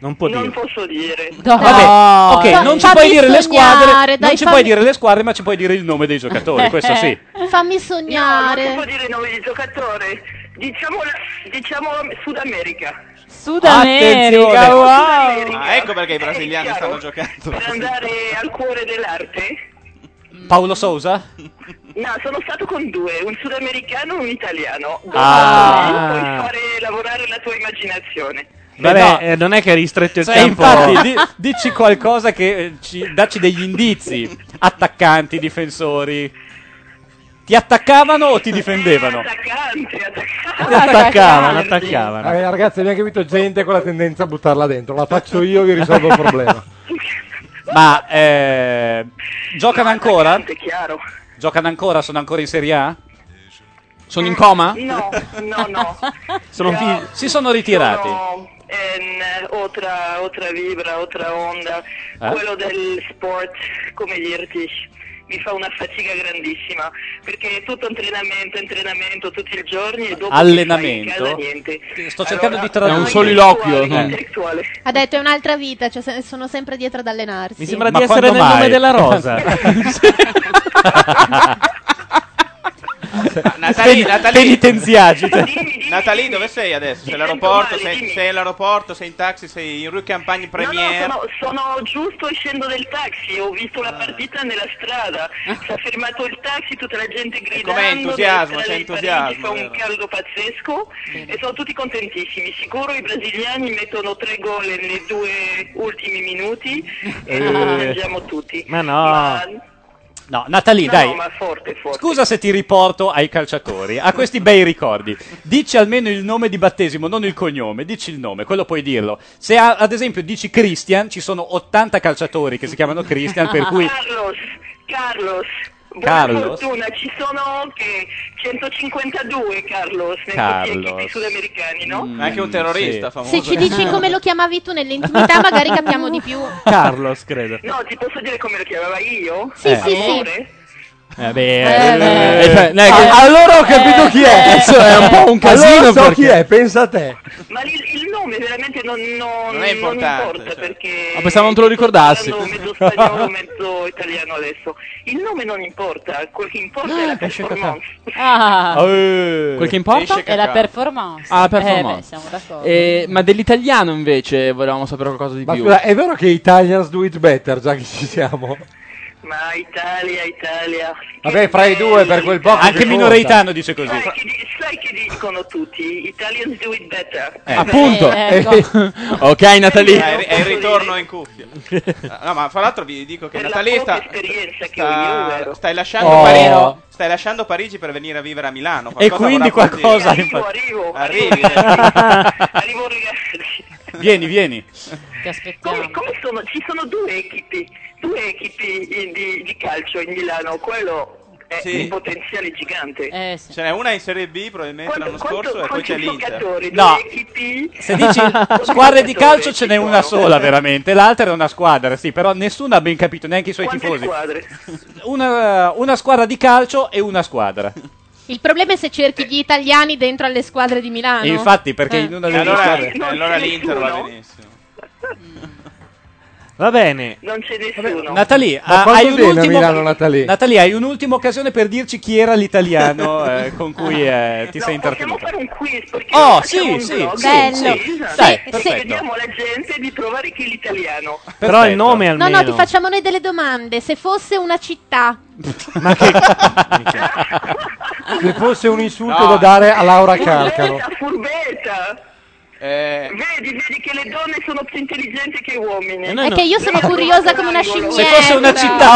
Speaker 5: Non può
Speaker 12: Eh, Non
Speaker 5: dire.
Speaker 12: posso dire.
Speaker 5: Vabbè, ok,
Speaker 6: Fa-
Speaker 5: non ci
Speaker 6: fammi
Speaker 5: puoi dire le
Speaker 6: sognare,
Speaker 5: squadre,
Speaker 6: dai,
Speaker 5: non ci
Speaker 6: fammi-
Speaker 5: puoi dire le squadre, ma ci puoi dire il nome dei giocatori, questo sì.
Speaker 6: Fammi
Speaker 12: No,
Speaker 6: sognare.
Speaker 12: non si può dire il nome di giocatore. Diciamo, la- diciamo Sud America.
Speaker 7: Sud
Speaker 5: Attenzione.
Speaker 3: Ah, ecco perché i brasiliani stanno giocando.
Speaker 12: Per andare al cuore dell'arte.
Speaker 5: Paolo Sousa?
Speaker 12: No, sono stato con due, un sudamericano e un italiano. Dopo
Speaker 1: Ah.
Speaker 12: puoi fare lavorare la tua immaginazione.
Speaker 1: Vabbè,
Speaker 5: no.
Speaker 1: eh, non è che hai ristretto il
Speaker 5: Cioè,
Speaker 1: campo.
Speaker 5: infatti, di- dici qualcosa che eh, ci, dacci degli indizi. Attaccanti, difensori. Ti attaccavano o ti difendevano?
Speaker 2: Attaccavano,
Speaker 5: attaccavano.
Speaker 2: Eh, ragazzi, abbiamo capito gente con la tendenza a buttarla dentro. La faccio io, vi risolvo il problema.
Speaker 5: Ma eh, giocano ancora?
Speaker 12: È chiaro.
Speaker 5: Giocano ancora? Sono ancora in Serie A?
Speaker 4: Sono in coma?
Speaker 12: No, no, no.
Speaker 5: Sono fi- si sono ritirati.
Speaker 12: ehm, Otra, otra vibra, otra onda.
Speaker 5: Eh?
Speaker 12: Quello del sport, come dirti, mi fa una fatica grandissima. Perché è tutto allenamento, allenamento tutti i giorni e dopo
Speaker 5: Allenamento?
Speaker 12: che fai in casa, niente.
Speaker 5: Sto cercando di
Speaker 4: È
Speaker 5: tradurre.
Speaker 4: un soliloquio.
Speaker 5: Eh.
Speaker 6: Ha detto è un'altro Altra vita, cioè se- sono sempre dietro ad allenarsi.
Speaker 1: Mi sembra
Speaker 5: Ma
Speaker 1: di essere
Speaker 5: quando
Speaker 1: nel
Speaker 5: mai?
Speaker 1: nome della rosa.
Speaker 10: Ah.
Speaker 3: Natali, Natali.
Speaker 1: Penitenziagita.
Speaker 3: Natali, dove sei adesso? Sei all'aeroporto? Sei, sei all'aeroporto? Sei in taxi? Sei in Rue Campagne
Speaker 12: No, no,
Speaker 3: Premiere?
Speaker 12: sono, sono giusto scendo dal taxi, ho visto
Speaker 3: Eh.
Speaker 12: la partita nella strada, si è fermato il taxi, tutta la gente gridando,
Speaker 3: com'è entusiasmo,
Speaker 12: nella strada
Speaker 3: c'è
Speaker 12: di Parigi,
Speaker 3: entusiasmo,
Speaker 12: fa un
Speaker 3: vero?
Speaker 12: caldo pazzesco e sono tutti contentissimi, sicuro i brasiliani mettono tre gol nei due ultimi minuti e lo
Speaker 5: Eh.
Speaker 12: mangiamo tutti.
Speaker 5: Ma no.
Speaker 12: Ma-
Speaker 5: No, Natali,
Speaker 12: no,
Speaker 5: dai.
Speaker 12: ma forte, forte.
Speaker 5: Scusa se ti riporto ai calciatori, a questi bei ricordi. Dici almeno il nome di battesimo, non il cognome, dici il nome, quello puoi dirlo. Se a- ad esempio dici Christian, ci sono 80 calciatori che si chiamano Christian, per cui
Speaker 12: Carlos, Carlos. Buona
Speaker 5: Carlos.
Speaker 12: fortuna, ci sono anche 152 Carlos nei
Speaker 5: Carlos. Mm.
Speaker 12: sudamericani, no?
Speaker 3: Anche un terrorista famoso.
Speaker 6: Se ci dici come lo chiamavi tu nell'intimità, magari capiamo di più.
Speaker 1: Carlos, credo.
Speaker 12: No, ti posso dire come lo chiamava io?
Speaker 6: Sì, sì, sì.
Speaker 12: Amore?
Speaker 1: beh.
Speaker 4: Eh,
Speaker 10: cioè,
Speaker 4: beh, non è che-
Speaker 2: Eh, Ah, allora ho capito chi
Speaker 10: eh,
Speaker 2: è.
Speaker 4: Cazzo, è un po' un casino
Speaker 2: Eh, Allora so
Speaker 4: perché-
Speaker 2: chi è, pensa a te.
Speaker 12: Ma il, il nome veramente non, non-
Speaker 3: Non è importante,
Speaker 12: non importa perché
Speaker 4: Ma pensavo non te lo ricordassi.
Speaker 12: sono Eh, mezzo spagnolo, mezzo italiano adesso. Il nome non importa, quel che importa è la performance.
Speaker 7: Ah,
Speaker 4: Quel che importa?
Speaker 7: è la performance.
Speaker 4: Eh. Ah, la
Speaker 7: Eh, beh,
Speaker 4: performance.
Speaker 7: siamo d'accordo.
Speaker 4: Eh, ma dell'italiano invece volevamo sapere qualcosa di
Speaker 2: Ma
Speaker 4: più.
Speaker 2: scusa,
Speaker 1: eh,
Speaker 2: è vero che Italians do it better, già che ci siamo?
Speaker 12: Ma Italia, Italia.
Speaker 2: Vabbè, fra i due per quel poco.
Speaker 5: Anche
Speaker 2: che
Speaker 5: Minoreitano dice così.
Speaker 12: Sai che, di- sai che dicono tutti? Italians do it better. ecco.
Speaker 4: Eh, Appunto. ok, Natali.
Speaker 3: È, il- è il ritorno in cuffia. No, ma fra l'altro vi dico che Natali sta, sta- stai, lasciando
Speaker 5: Oh.
Speaker 3: Parigi, stai lasciando Parigi per venire a vivere a Milano.
Speaker 5: E quindi
Speaker 3: vorrà dire.
Speaker 5: qualcosa hai fatto.
Speaker 12: Arrivo,
Speaker 3: Arrivi.
Speaker 12: arrivo ragazzi.
Speaker 5: Vieni, vieni.
Speaker 12: Ti aspettiamo. Come, come sono? Ci sono due equipi, due equipi in- di, di calcio in Milano, quello è
Speaker 3: Sì.
Speaker 12: un potenziale gigante.
Speaker 5: Eh,
Speaker 3: Ce n'è una in Serie B probabilmente l'anno scorso e poi c'è l'Inter.
Speaker 5: No.
Speaker 12: Equipi
Speaker 5: Se dici squadre di calcio ce n'è una sola veramente, l'altra era una squadra, sì, però nessuno ha ben capito, neanche i suoi tifosi.
Speaker 12: squadre.
Speaker 5: Una, una squadra di calcio e una squadra.
Speaker 6: Il problema è se cerchi gli italiani dentro alle squadre di Milano.
Speaker 5: E infatti, perché in una
Speaker 3: E
Speaker 5: delle
Speaker 3: allora,
Speaker 5: squadre-
Speaker 3: e allora l'Inter va benissimo.
Speaker 1: Va bene.
Speaker 12: Non c'è nessuno.
Speaker 5: Natali,
Speaker 2: Ma
Speaker 5: ha-
Speaker 2: quanto
Speaker 5: hai un
Speaker 2: viene a
Speaker 5: ultimo-
Speaker 2: Milano, Natali?
Speaker 5: Natali, hai un'ultima occasione per dirci chi era l'italiano eh, con cui eh, ti sei intrattenuto. Oh, sì, sì,
Speaker 12: Blog,
Speaker 5: sì,
Speaker 12: bello.
Speaker 5: sì.
Speaker 12: Esatto.
Speaker 5: Dai,
Speaker 12: E
Speaker 5: perfetto.
Speaker 12: chiediamo alla gente di provare chi è l'italiano.
Speaker 1: Però il nome
Speaker 6: No,
Speaker 1: almeno.
Speaker 6: no, ti facciamo noi delle domande. Se fosse una città,
Speaker 1: Ma che
Speaker 2: Se fosse un insulto
Speaker 3: No.
Speaker 2: da dare a Laura Carcano.
Speaker 12: La furbetta.
Speaker 3: Eh,
Speaker 12: Vedi, vedi che le donne sono più intelligenti che gli uomini.
Speaker 6: è che io sono curiosa come una scimmietta.
Speaker 5: Se fosse una
Speaker 3: Ah,
Speaker 5: città,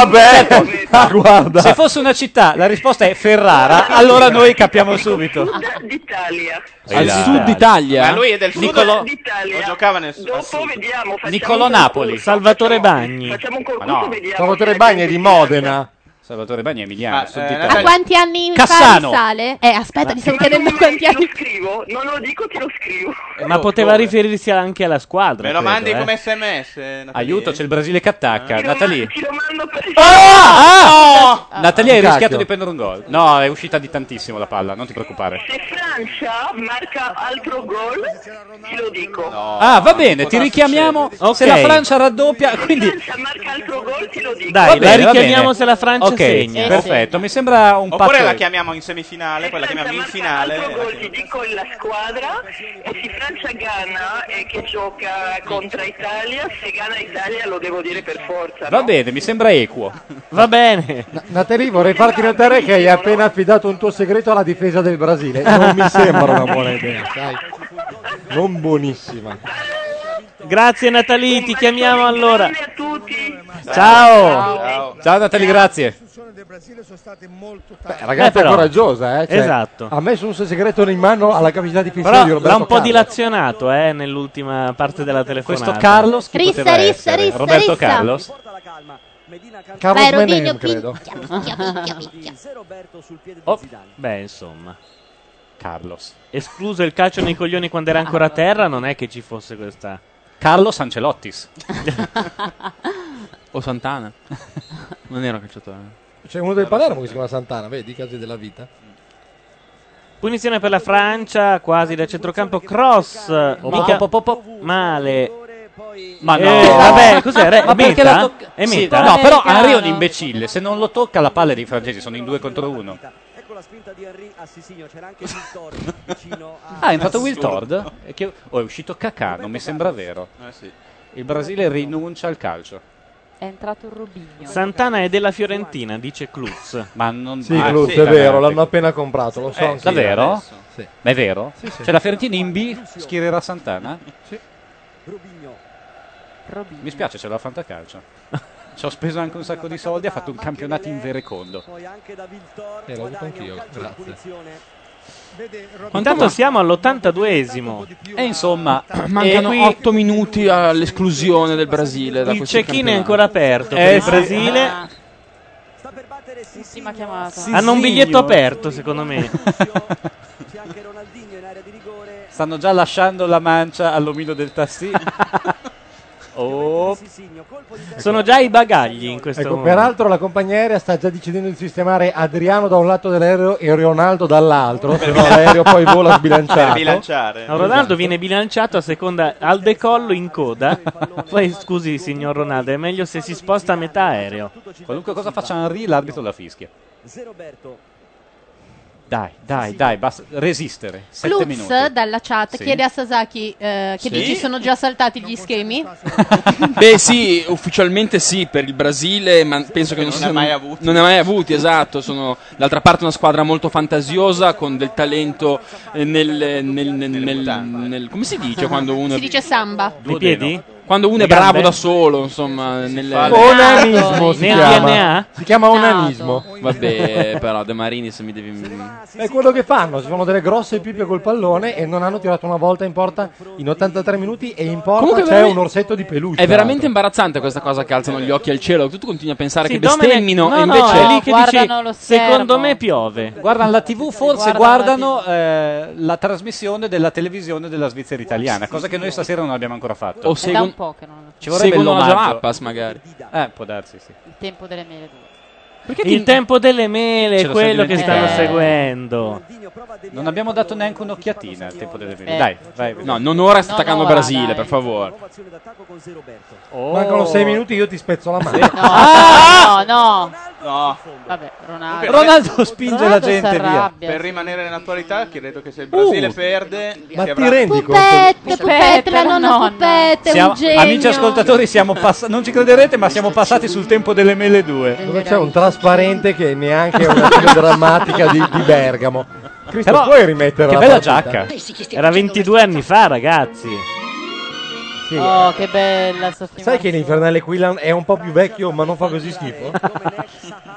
Speaker 2: Ah, guarda.
Speaker 5: Se fosse una città, la risposta è Ferrara, allora noi capiamo subito.
Speaker 12: d'Italia.
Speaker 5: Al sud Italia?
Speaker 3: Ma lui è del sud
Speaker 5: Nicolò-
Speaker 3: o- o giocava nel sud? al
Speaker 12: Dopo
Speaker 3: sud?
Speaker 12: vediamo, facciamo
Speaker 5: Niccolò
Speaker 12: un
Speaker 5: Napoli, Salvatore Bagni.
Speaker 12: Facciamo un
Speaker 5: Ma no.
Speaker 12: concorso, e vediamo.
Speaker 2: Salvatore Bagni è di Modena.
Speaker 4: Salvatore Bagni
Speaker 5: Ah,
Speaker 4: Emiliano.
Speaker 5: eh,
Speaker 6: A quanti anni fa
Speaker 4: Cassano.
Speaker 6: risale? Eh, aspetta, mi sto chiedendo quanti anni fa.
Speaker 12: Scrivo, non lo dico, ti lo scrivo.
Speaker 5: eh,
Speaker 1: Ma poteva riferirsi anche alla squadra.
Speaker 3: Me lo
Speaker 1: credo,
Speaker 3: mandi
Speaker 1: eh.
Speaker 3: come sms, Natali?
Speaker 5: Aiuto, c'è il Brasile che
Speaker 12: Eh.
Speaker 5: attacca. Natali.
Speaker 12: Ti lo mando per
Speaker 5: Ah!
Speaker 12: Ah!
Speaker 5: Natali hai
Speaker 12: Cacchio.
Speaker 5: rischiato di prendere un gol. No, è uscita di tantissimo la palla, non ti preoccupare.
Speaker 12: Se Francia marca altro gol, te lo dico.
Speaker 5: Ah, va bene, ti richiamiamo se la Francia raddoppia, quindi
Speaker 12: Se marca altro gol, te lo dico.
Speaker 5: Va bene, va bene.
Speaker 1: Francia
Speaker 5: Ok,
Speaker 1: segna.
Speaker 5: Perfetto, mi sembra un
Speaker 3: Oppure
Speaker 5: patto.
Speaker 3: la chiamiamo in semifinale, poi la chiamiamo in finale.
Speaker 12: Eh, Altro gol, ti dico la squadra. E se Francia gana e che gioca contro Italia, se gana Italia lo devo dire per forza.
Speaker 5: Va bene, mi sembra equo.
Speaker 1: Va bene.
Speaker 2: Natali, vorrei farti notare che hai appena affidato un tuo segreto alla difesa del Brasile.
Speaker 5: Eh,
Speaker 2: Non mi sembra una buona idea, sai. Non buonissima.
Speaker 1: Grazie Natali, ti chiamiamo allora.
Speaker 5: Ciao.
Speaker 1: Ciao.
Speaker 5: Ciao Natali, grazie.
Speaker 2: Beh, ragazza
Speaker 1: però.
Speaker 2: coraggiosa, eh. cioè,
Speaker 1: Esatto.
Speaker 2: Ha messo un suo segreto in mano alla capacità difensiva
Speaker 1: Però
Speaker 2: di Roberto
Speaker 1: l'ha un po'
Speaker 2: Carlos.
Speaker 1: dilazionato eh, nell'ultima parte della telefonata.
Speaker 5: Questo Carlos chi
Speaker 1: Rissa,
Speaker 5: poteva
Speaker 1: rissa,
Speaker 5: essere?
Speaker 1: rissa,
Speaker 5: Roberto
Speaker 1: rissa.
Speaker 5: Carlos?
Speaker 10: calma. Medina canta-
Speaker 2: Carlos Beh, Rodinio, Menem, credo. picchia, picchia, picchia,
Speaker 1: picchia.
Speaker 10: Di Zé Roberto sul piede di
Speaker 1: Oh,
Speaker 10: Zidane.
Speaker 1: beh, insomma.
Speaker 5: Carlos.
Speaker 1: Escluso il calcio nei coglioni quando era ancora a terra, non è che ci fosse questa.
Speaker 5: Carlos Ancelottis.
Speaker 4: o Santana. non era un calciatore.
Speaker 2: C'è uno del Palermo che si chiama Santana, vedi, i casi della vita.
Speaker 1: Punizione per la Francia, quasi da centrocampo, cross. mica- male.
Speaker 5: Ma no,
Speaker 1: Eh, vabbè, cos'è? Re-
Speaker 5: Ma
Speaker 1: è
Speaker 5: perché
Speaker 1: meta?
Speaker 5: la tocca-
Speaker 1: È
Speaker 5: Sì,
Speaker 1: meta?
Speaker 5: No, però Henry è un imbecille. Se non lo tocca la palla dei francesi, sono in due contro uno.
Speaker 10: Ecco la spinta di Henry a Sisigno, c'era anche Will Thorne vicino a...
Speaker 5: Ah, è entrato Will
Speaker 10: Assurdo.
Speaker 5: Tord? E chi- Oh, è uscito Kakà, non mi sembra vero. Il Brasile rinuncia al calcio.
Speaker 7: È entrato il Robinho.
Speaker 1: Santana è della Fiorentina, dice Klutz.
Speaker 5: Ma non
Speaker 1: Eh,
Speaker 2: Sì, Cruz, è vero, l'hanno appena comprato, lo so.
Speaker 5: Eh,
Speaker 2: anch'io.
Speaker 5: davvero?
Speaker 2: Sì.
Speaker 5: Ma è vero?
Speaker 2: Sì, sì.
Speaker 5: Cioè la Fiorentina in B schiererà Santana?
Speaker 2: Sì.
Speaker 5: Mi spiace, c'è la fantacalcio. Ci ho speso anche un sacco di soldi, ha fatto un campionato in verecondo.
Speaker 14: Eh, l'ho avuto anch'io, grazie.
Speaker 1: Intanto siamo all'82esimo.
Speaker 5: E insomma,
Speaker 4: Mancano
Speaker 1: e eh, qui
Speaker 4: 8 minuti all'esclusione del Brasile. Da Eh
Speaker 1: Il
Speaker 4: questo
Speaker 1: check-in è
Speaker 4: campionato.
Speaker 1: ancora aperto per il Brasile.
Speaker 7: Ah. Ultima chiamata.
Speaker 1: Hanno un biglietto aperto, secondo me.
Speaker 5: Stanno già lasciando la mancia all'omino del tassì. Oh.
Speaker 1: Sono già i bagagli in questo
Speaker 2: Ecco,
Speaker 1: momento.
Speaker 2: peraltro la compagnia aerea sta già decidendo di sistemare Adriano da un lato dell'aereo e Ronaldo dall'altro, se no l'aereo poi vola sbilanciato.
Speaker 1: No, Ronaldo viene bilanciato a seconda al decollo in coda. Poi scusi, signor Ronaldo, è meglio se si sposta a metà aereo.
Speaker 5: Qualunque cosa faccia Henry, l'arbitro la fischia.
Speaker 10: Zé Roberto,
Speaker 5: Dai, dai, dai, basta resistere. Sette
Speaker 6: Klutz
Speaker 5: minuti.
Speaker 6: dalla chat
Speaker 5: Sì.
Speaker 6: chiede a Sasaki eh, che
Speaker 4: Sì.
Speaker 6: dici sono già saltati gli schemi.
Speaker 4: Beh, sì, ufficialmente sì per il Brasile, ma penso che non,
Speaker 15: Non
Speaker 4: sia-
Speaker 15: ne ha mai avuti.
Speaker 4: Non ne ha mai avuti, esatto. Sono d'altra parte una squadra molto fantasiosa con del talento eh, nel, nel- nel- nel- nel- come si dice quando uno
Speaker 6: Si dice samba.
Speaker 4: Due piedi? Quando uno è bravo da solo, insomma, nel
Speaker 2: Onanismo si
Speaker 4: Nel
Speaker 2: chiama.
Speaker 4: DNA?
Speaker 2: Si chiama onanismo.
Speaker 4: Vabbè, però De Marini se mi devi
Speaker 2: È quello che fanno, si fanno delle grosse pippe col pallone e non hanno tirato una volta in porta in 83 minuti e in porta
Speaker 4: Comunque
Speaker 2: c'è
Speaker 4: veramente-
Speaker 2: un orsetto di peluche.
Speaker 4: È veramente imbarazzante questa cosa che alzano gli occhi al cielo. Tu continui a pensare
Speaker 2: Sì,
Speaker 4: che
Speaker 2: Domenic-
Speaker 4: bestemmino
Speaker 2: no,
Speaker 4: e
Speaker 2: no,
Speaker 4: invece
Speaker 2: è lì che Guardano dici, lo schermo.
Speaker 1: secondo me piove.
Speaker 5: Guardano la TV, forse
Speaker 1: Guardano
Speaker 5: guardano, eh, la trasmissione della televisione della Svizzera italiana, cosa che noi stasera non abbiamo ancora fatto.
Speaker 4: O È segon- da un po'
Speaker 7: che non-
Speaker 5: Ci vorrebbe
Speaker 4: seguono la
Speaker 5: l'omaggio.
Speaker 4: Jamapas, magari.
Speaker 5: Eh, può darsi, sì.
Speaker 7: Il tempo delle mele due.
Speaker 1: Il tempo delle mele
Speaker 5: Ce
Speaker 1: è
Speaker 5: lo
Speaker 1: quello
Speaker 5: siamo
Speaker 1: che stanno
Speaker 5: dimenticati.
Speaker 1: seguendo.
Speaker 5: Non abbiamo dato neanche un'occhiatina al tempo delle vele.
Speaker 1: Eh.
Speaker 5: Dai, vai.
Speaker 4: No, non ora sta attaccando
Speaker 5: No, no,
Speaker 4: Brasile,
Speaker 5: dai.
Speaker 4: per favore.
Speaker 2: Mancano 6 minuti io ti spezzo la mano.
Speaker 7: No, no. Vabbè, Ronaldo. Ronaldo si arrabbia.
Speaker 3: Per rimanere nell'attualità, credo che se il Brasile
Speaker 5: Uh,
Speaker 3: perde,
Speaker 5: ma
Speaker 3: si
Speaker 5: ti
Speaker 3: avrà-
Speaker 5: rendi
Speaker 6: Pupette, pupette, la
Speaker 7: la
Speaker 6: nonna
Speaker 7: nonna.
Speaker 6: pupette, è
Speaker 5: Siamo-
Speaker 6: un genio.
Speaker 5: amici ascoltatori, siamo pass- non ci crederete, ma siamo passati sul tempo delle mele
Speaker 2: Dove
Speaker 5: due.
Speaker 2: c'è un trasparente che neanche è una fila drammatica di, di Bergamo. Cristo, puoi rimettere
Speaker 1: che
Speaker 2: la
Speaker 1: bella
Speaker 2: partita?
Speaker 1: giacca. Era 22 anni fa, ragazzi.
Speaker 2: Sì.
Speaker 7: Oh, che bella Sofia.
Speaker 2: Sai che l'infernale Quillan è un po' più vecchio, ma non fa così schifo?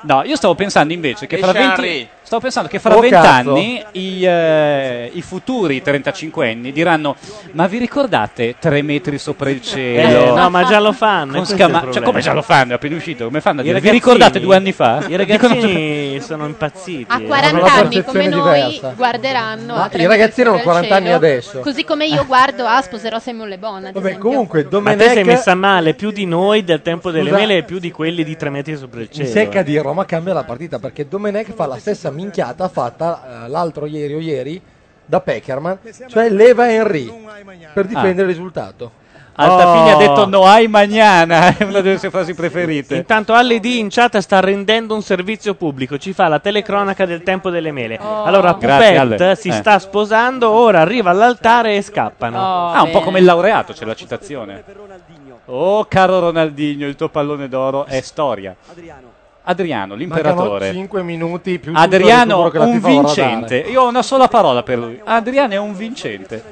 Speaker 5: No, io stavo pensando invece che
Speaker 2: E
Speaker 5: fra
Speaker 2: Shari.
Speaker 5: 20 stavo pensando che fra
Speaker 2: Oh,
Speaker 5: 20
Speaker 2: cazzo.
Speaker 5: anni i, eh, i futuri 35 anni diranno "Ma vi ricordate 3 metri sopra il cielo?"
Speaker 1: Eh, no, ma già lo fanno,
Speaker 5: Con
Speaker 1: questo è il
Speaker 5: Scama- cioè
Speaker 1: problema.
Speaker 5: come già lo fanno, è appena uscito, come fanno a
Speaker 1: I
Speaker 5: dire? Vi
Speaker 1: ragazzini-
Speaker 5: ricordate due anni fa?
Speaker 1: I
Speaker 5: Dicono-
Speaker 1: ragazzini sono impazziti.
Speaker 6: A 40 anni come noi guarderanno. a
Speaker 2: i
Speaker 6: tre
Speaker 2: ragazzini
Speaker 6: metri
Speaker 2: hanno
Speaker 6: dal
Speaker 2: 40 anni
Speaker 6: cielo,
Speaker 2: adesso.
Speaker 6: Così come io guardo a Sposerò Samuel Le Bon. ad esempio.
Speaker 2: Comunque,
Speaker 1: Ma te sei
Speaker 2: Domenech
Speaker 1: messa male più di noi del tempo delle
Speaker 2: Scusa.
Speaker 1: mele e più di quelli di 3 metri sopra il
Speaker 2: in
Speaker 1: cielo. eh.
Speaker 2: secca
Speaker 5: eh.
Speaker 2: di Roma cambia la partita perché Domenech fa la stessa minchiata fatta eh, l'altro ieri o ieri da Peckerman, cioè leva Henry per difendere il risultato.
Speaker 5: Altafini
Speaker 1: Oh.
Speaker 5: Ah. ha detto no hai magnana, è una delle sue frasi preferite.
Speaker 1: Intanto Ale D in chat sta rendendo un servizio pubblico, ci fa la telecronaca del tempo delle mele. Allora
Speaker 5: Oh. Grazie, Ale.
Speaker 1: Poupette si
Speaker 5: Eh.
Speaker 1: sta sposando, ora arriva all'altare e scappano.
Speaker 5: ah, un po' come il laureato, c'è la citazione. Oh, caro Ronaldinho, il tuo pallone d'oro è storia. Adriano, l'imperatore.
Speaker 2: 5 minuti più tutto il
Speaker 5: Adriano,
Speaker 2: recupero che la
Speaker 5: un
Speaker 2: FIFA vorrà
Speaker 5: vincente.
Speaker 2: dare.
Speaker 5: Io ho una sola parola per lui. Adriano è un vincente.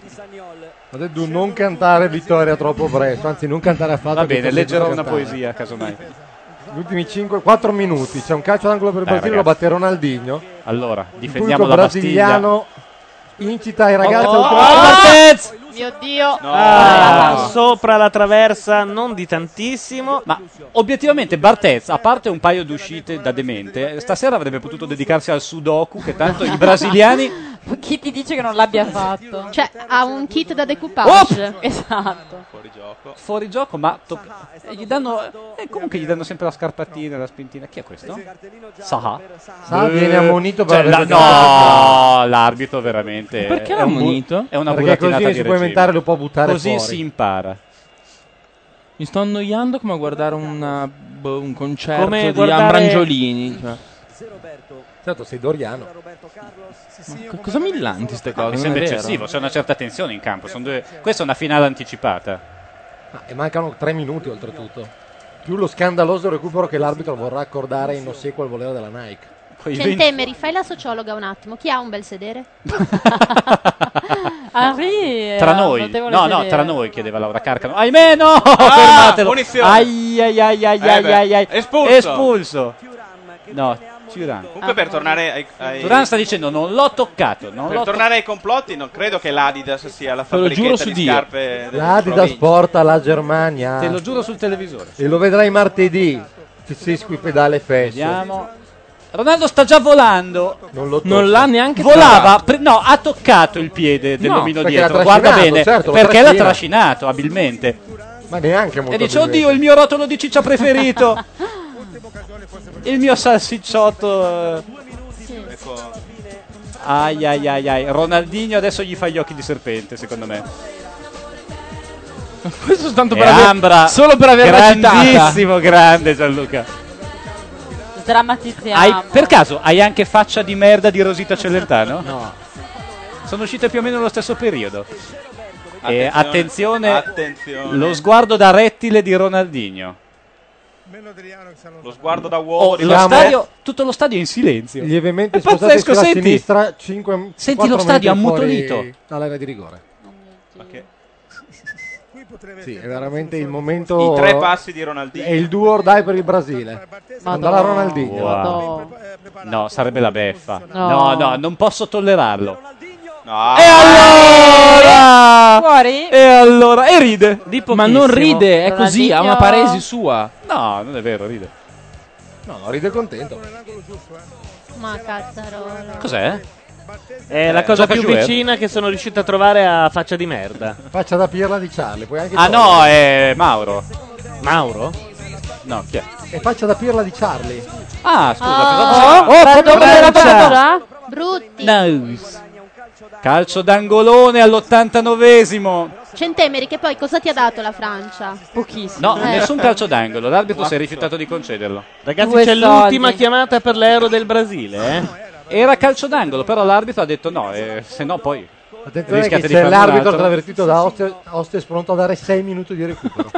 Speaker 2: Ho detto non cantare vittoria troppo presto, anzi non cantare affatto.
Speaker 5: Va bene,
Speaker 2: vittoria
Speaker 5: leggerò
Speaker 2: senza
Speaker 5: una
Speaker 2: cantare.
Speaker 5: poesia, casomai.
Speaker 2: Gli ultimi 5-4 minuti, c'è un calcio d'angolo per il
Speaker 5: Dai,
Speaker 2: Brasile, lo
Speaker 5: Eh, ragazzi.
Speaker 2: batte Ronaldinho.
Speaker 5: Allora,
Speaker 2: Il pubblico
Speaker 5: difendiamo la Bastiglia.
Speaker 2: brasiliano incita i ragazzi
Speaker 5: Oh,
Speaker 2: a ultimare-
Speaker 5: Cortez!
Speaker 7: Mio Dio.
Speaker 1: Ah, sopra la traversa, non di tantissimo.
Speaker 5: Ma obiettivamente Bartez, a parte un paio di uscite da demente, stasera avrebbe potuto dedicarsi al sudoku che tanto i brasiliani...
Speaker 7: Chi ti dice che non l'abbia fatto?
Speaker 6: Cioè, ha un kit da decoupage.
Speaker 7: Esatto.
Speaker 5: Fuori gioco, ma to- gli danno. eh, comunque gli danno sempre la scarpatina, la spintina. Chi è questo? Saha.
Speaker 2: Saha viene ammonito per
Speaker 5: Cioè, la-
Speaker 2: aver giocato.
Speaker 5: No, l'arbitro veramente.
Speaker 2: Perché
Speaker 5: è
Speaker 2: l'ha
Speaker 5: un bu-
Speaker 2: ammonito?
Speaker 5: È una
Speaker 2: Perché
Speaker 5: buratinata
Speaker 2: così il
Speaker 5: di
Speaker 2: supplementare
Speaker 5: regime.
Speaker 2: lo può buttare
Speaker 5: Così
Speaker 2: fuori.
Speaker 5: si impara.
Speaker 4: Mi sto annoiando come a guardare una- boh, un concerto
Speaker 2: Come
Speaker 4: di
Speaker 2: guardare-
Speaker 4: Ambrangiolini. Cioè.
Speaker 2: Certo, sei Doriano.
Speaker 4: Co- cosa mi lanti ste
Speaker 16: No,
Speaker 4: cose?
Speaker 16: mi
Speaker 4: Non
Speaker 16: sembra
Speaker 4: è vero.
Speaker 16: eccessivo, c'è una certa tensione in campo. sono due- Questa è una finale anticipata.
Speaker 2: Ah, e mancano tre minuti oltretutto. Più lo scandaloso recupero che l'arbitro vorrà accordare in ossequio al volere della Nike.
Speaker 6: Centemeri, fai la sociologa un attimo. Chi ha un bel sedere? Ah, Eh,
Speaker 7: Henry.
Speaker 16: Tra
Speaker 7: era
Speaker 16: noi, no,
Speaker 7: notevole
Speaker 16: no,
Speaker 7: sedere.
Speaker 16: tra noi, chiedeva Laura Carcano. Ahimè, no! fermatelo!
Speaker 5: punizione. Ai ai ai ai
Speaker 16: Eh
Speaker 5: ai
Speaker 16: beh,
Speaker 5: ai ai.
Speaker 16: espulso.
Speaker 5: Espulso. No, Ciuran.
Speaker 3: Comunque per tornare ai... ai-
Speaker 5: Turan sta dicendo non l'ho toccato. Non
Speaker 3: per
Speaker 5: l'ho
Speaker 3: tornare ai complotti, non credo che l'Adidas sia la
Speaker 2: lo
Speaker 3: fabbrichetta
Speaker 2: giuro su
Speaker 3: di
Speaker 2: Dio.
Speaker 3: scarpe del
Speaker 2: La Adidas porta la Germania.
Speaker 5: Te lo giuro sul televisore.
Speaker 2: E lo vedrai martedì. Fisescu pedale fesso.
Speaker 5: Vediamo. Ronaldo sta già volando.
Speaker 2: Non, lo
Speaker 4: Non l'ha neanche
Speaker 5: Volava,
Speaker 4: toccato.
Speaker 5: pre- no, ha toccato il piede dell'omino
Speaker 2: perché
Speaker 5: dietro.
Speaker 2: l'ha
Speaker 5: Guarda
Speaker 2: trascinato,
Speaker 5: bene,
Speaker 2: certo, lo
Speaker 5: perché l'ha
Speaker 2: trascina.
Speaker 5: trascinato abilmente.
Speaker 2: Ma neanche molto
Speaker 5: E dice: "Oh,
Speaker 2: abilmente.
Speaker 5: Oddio, il mio rotolo di ciccia preferito. il mio salsicciotto. eh. Ai ai ai ai. Ronaldinho adesso gli fa gli occhi di serpente, secondo me.
Speaker 4: Questo soltanto
Speaker 5: E
Speaker 4: per aver-
Speaker 5: Ambra,
Speaker 4: solo per averla citata.
Speaker 5: grandissimo, grande Gianluca.
Speaker 7: Sdrammatizziamo.
Speaker 5: Hai- per caso hai anche faccia di merda di Rosita Celentano? No. Sono uscite più o meno nello stesso periodo. E
Speaker 3: Attenzione,
Speaker 5: attenzione,
Speaker 3: attenzione.
Speaker 5: lo sguardo da rettile di Ronaldinho.
Speaker 3: Lo sguardo da uomo
Speaker 5: Oh,
Speaker 3: di
Speaker 5: lo stadio, tutto lo stadio è in silenzio.
Speaker 2: Lievemente
Speaker 5: è pazzesco,
Speaker 2: sulla
Speaker 5: senti.
Speaker 2: sinistra, cinque-
Speaker 5: Senti
Speaker 2: quattro
Speaker 5: lo stadio
Speaker 2: metri fuori
Speaker 5: ammutolito.
Speaker 2: dall'area di rigore. Sì, è veramente il
Speaker 3: I
Speaker 2: momento.
Speaker 3: tre passi di Ronaldinho.
Speaker 2: È il duo or die per il Brasile. Andrà Ronaldinho.
Speaker 5: Wow. No, sarebbe la beffa. No. no, non posso tollerarlo.
Speaker 3: E
Speaker 5: allora?
Speaker 7: Fuori?
Speaker 5: E allora? E ride.
Speaker 4: Ma non ride, è così, ha una paresi sua.
Speaker 5: No, non è vero, ride.
Speaker 2: No, no, ride contento.
Speaker 6: Ma cazzarola.
Speaker 5: Cos'è?
Speaker 1: È la cosa
Speaker 5: Gioca
Speaker 1: più
Speaker 5: giù, eh?
Speaker 1: vicina che sono riuscito a trovare a faccia di merda.
Speaker 2: Faccia da pirla di Charlie. Puoi anche
Speaker 5: Ah
Speaker 2: toglierla.
Speaker 5: no, è Mauro.
Speaker 1: Mauro?
Speaker 5: No, chi è?
Speaker 2: E faccia da pirla di Charlie.
Speaker 5: Ah, scusa,
Speaker 2: Oh,
Speaker 5: cosa c'è?
Speaker 2: perdona, perdona.
Speaker 6: Brutti.
Speaker 5: Calcio d'angolone all'89esimo.
Speaker 6: Centemeri, che poi cosa ti ha dato la Francia? Eh.
Speaker 5: No,
Speaker 6: Pochissimo.
Speaker 5: nessun calcio d'angolo. L'arbitro si è rifiutato di concederlo.
Speaker 1: Ragazzi, c'è l'ultima chiamata per l'euro del Brasile, eh?
Speaker 5: Era calcio d'angolo, però l'arbitro ha detto no, eh, se no poi.
Speaker 2: Attenzione che
Speaker 5: rischiate di
Speaker 2: c'è
Speaker 5: farne un
Speaker 2: l'arbitro
Speaker 5: altro.
Speaker 2: travestito da Ostes, Ostes pronto a dare 6 minuti di recupero.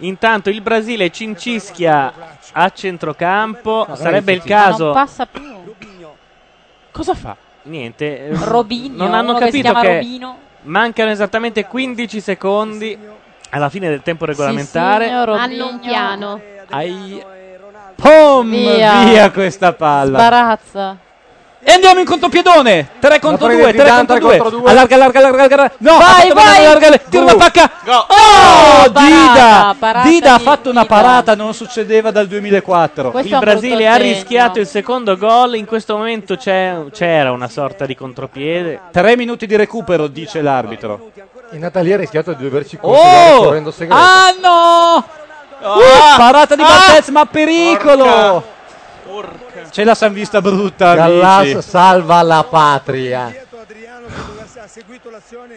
Speaker 1: Intanto il Brasile cincischia a centrocampo.
Speaker 7: No,
Speaker 1: Sarebbe il
Speaker 7: ragazzi, ma
Speaker 1: caso.
Speaker 7: Non passa più.
Speaker 1: Cosa fa? Niente. eh,
Speaker 7: Robinho,
Speaker 1: Non hanno
Speaker 7: uno che si
Speaker 1: capito
Speaker 7: chiama
Speaker 1: che
Speaker 7: Robino.
Speaker 1: mancano esattamente 15 secondi alla fine del tempo regolamentare.
Speaker 6: Hanno un piano.
Speaker 1: Eh,
Speaker 5: Ai... Pom!
Speaker 7: Via.
Speaker 5: Via. questa palla.
Speaker 7: Barazza.
Speaker 5: E andiamo in contropiedone 3 contro
Speaker 7: prende
Speaker 5: 2, 3
Speaker 7: Zidane,
Speaker 5: contro 2.
Speaker 7: tre contro due.
Speaker 5: Allarga, allarga, allarga, allarga. No,
Speaker 7: Vai,
Speaker 5: ha fatto bene ad
Speaker 7: vai.
Speaker 5: allargare. Tira una pacca. Oh, Dida.
Speaker 7: parata
Speaker 5: Dida ha fatto una parata, non succedeva dal 2004.
Speaker 1: Il Brasile ha rischiato il secondo gol. In questo momento c'è- c'era una sorta di contropiede.
Speaker 5: 3 minuti di recupero, dice l'arbitro.
Speaker 2: e Natalia ha rischiato di doverci continuare
Speaker 5: Oh!
Speaker 2: correndo segreto.
Speaker 5: Ah no! Uh, parata di Bartez, ma pericolo! Ce la san vista brutta,
Speaker 2: Gallas
Speaker 5: amici.
Speaker 2: salva la patria.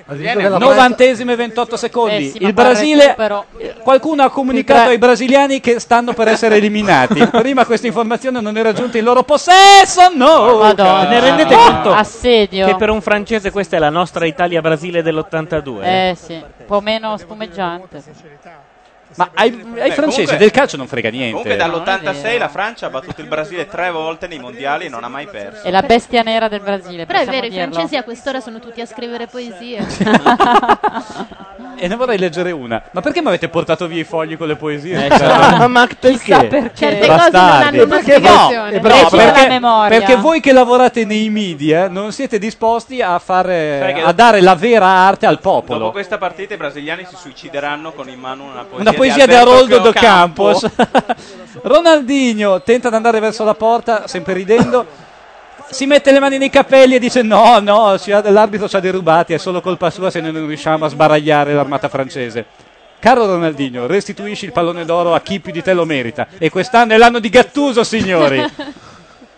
Speaker 2: Addirittura la Francia-
Speaker 5: 90 e 28 secondi.
Speaker 2: Eh sì, ma
Speaker 5: il
Speaker 2: pare
Speaker 5: Brasile.
Speaker 2: recupero.
Speaker 5: Qualcuno ha comunicato
Speaker 2: Tre.
Speaker 5: ai brasiliani che stanno per essere eliminati. Prima questa informazione non era giunta in loro possesso. No,
Speaker 1: Madonna. Ne rendete
Speaker 7: Ah,
Speaker 1: conto?
Speaker 7: Assedio.
Speaker 1: Che per un francese questa è la nostra Italia-Brasile dell'82.
Speaker 7: Eh sì, un po' meno spumeggiante.
Speaker 5: Ma ai, ai
Speaker 3: Beh,
Speaker 5: francesi
Speaker 3: comunque-
Speaker 5: del calcio non frega niente.
Speaker 3: Comunque
Speaker 7: No, non è
Speaker 3: dall'86
Speaker 7: vero.
Speaker 3: la Francia ha battuto il Brasile tre volte nei mondiali e non ha mai perso.
Speaker 7: È la bestia nera del Brasile.
Speaker 6: Però è
Speaker 7: possiamo
Speaker 6: vero, i
Speaker 7: dirlo.
Speaker 6: francesi a quest'ora sono tutti a scrivere poesie.
Speaker 5: e ne vorrei leggere una. Ma perché mi avete portato via i fogli con le poesie? Cioè,
Speaker 1: Eh, sa- ma perché? Chissà perché. Certe cose non
Speaker 5: Bastardi.
Speaker 1: hanno una
Speaker 5: Perché voi-
Speaker 1: spiegazione.
Speaker 5: eh, perché-
Speaker 1: No, perché-
Speaker 5: perché-
Speaker 1: la memoria.
Speaker 5: perché voi che lavorate nei media non siete disposti a, fare,
Speaker 3: Perché-
Speaker 5: a dare la vera arte al
Speaker 3: Dopo
Speaker 5: popolo.
Speaker 3: questa partita i brasiliani si suicideranno con in mano una poesia,
Speaker 5: Una poesia di
Speaker 3: Alberto
Speaker 5: Haroldo Do
Speaker 3: Campo.
Speaker 5: Campos. Ronaldinho tenta di andare verso la porta, sempre ridendo. Si mette le mani nei capelli e dice: No, no, ci ha- l'arbitro ci ha derubati, è solo colpa sua se noi non riusciamo a sbaragliare l'armata francese. Caro Ronaldinho, restituisci il pallone d'oro a chi più di te lo merita. E quest'anno è l'anno di Gattuso, signori.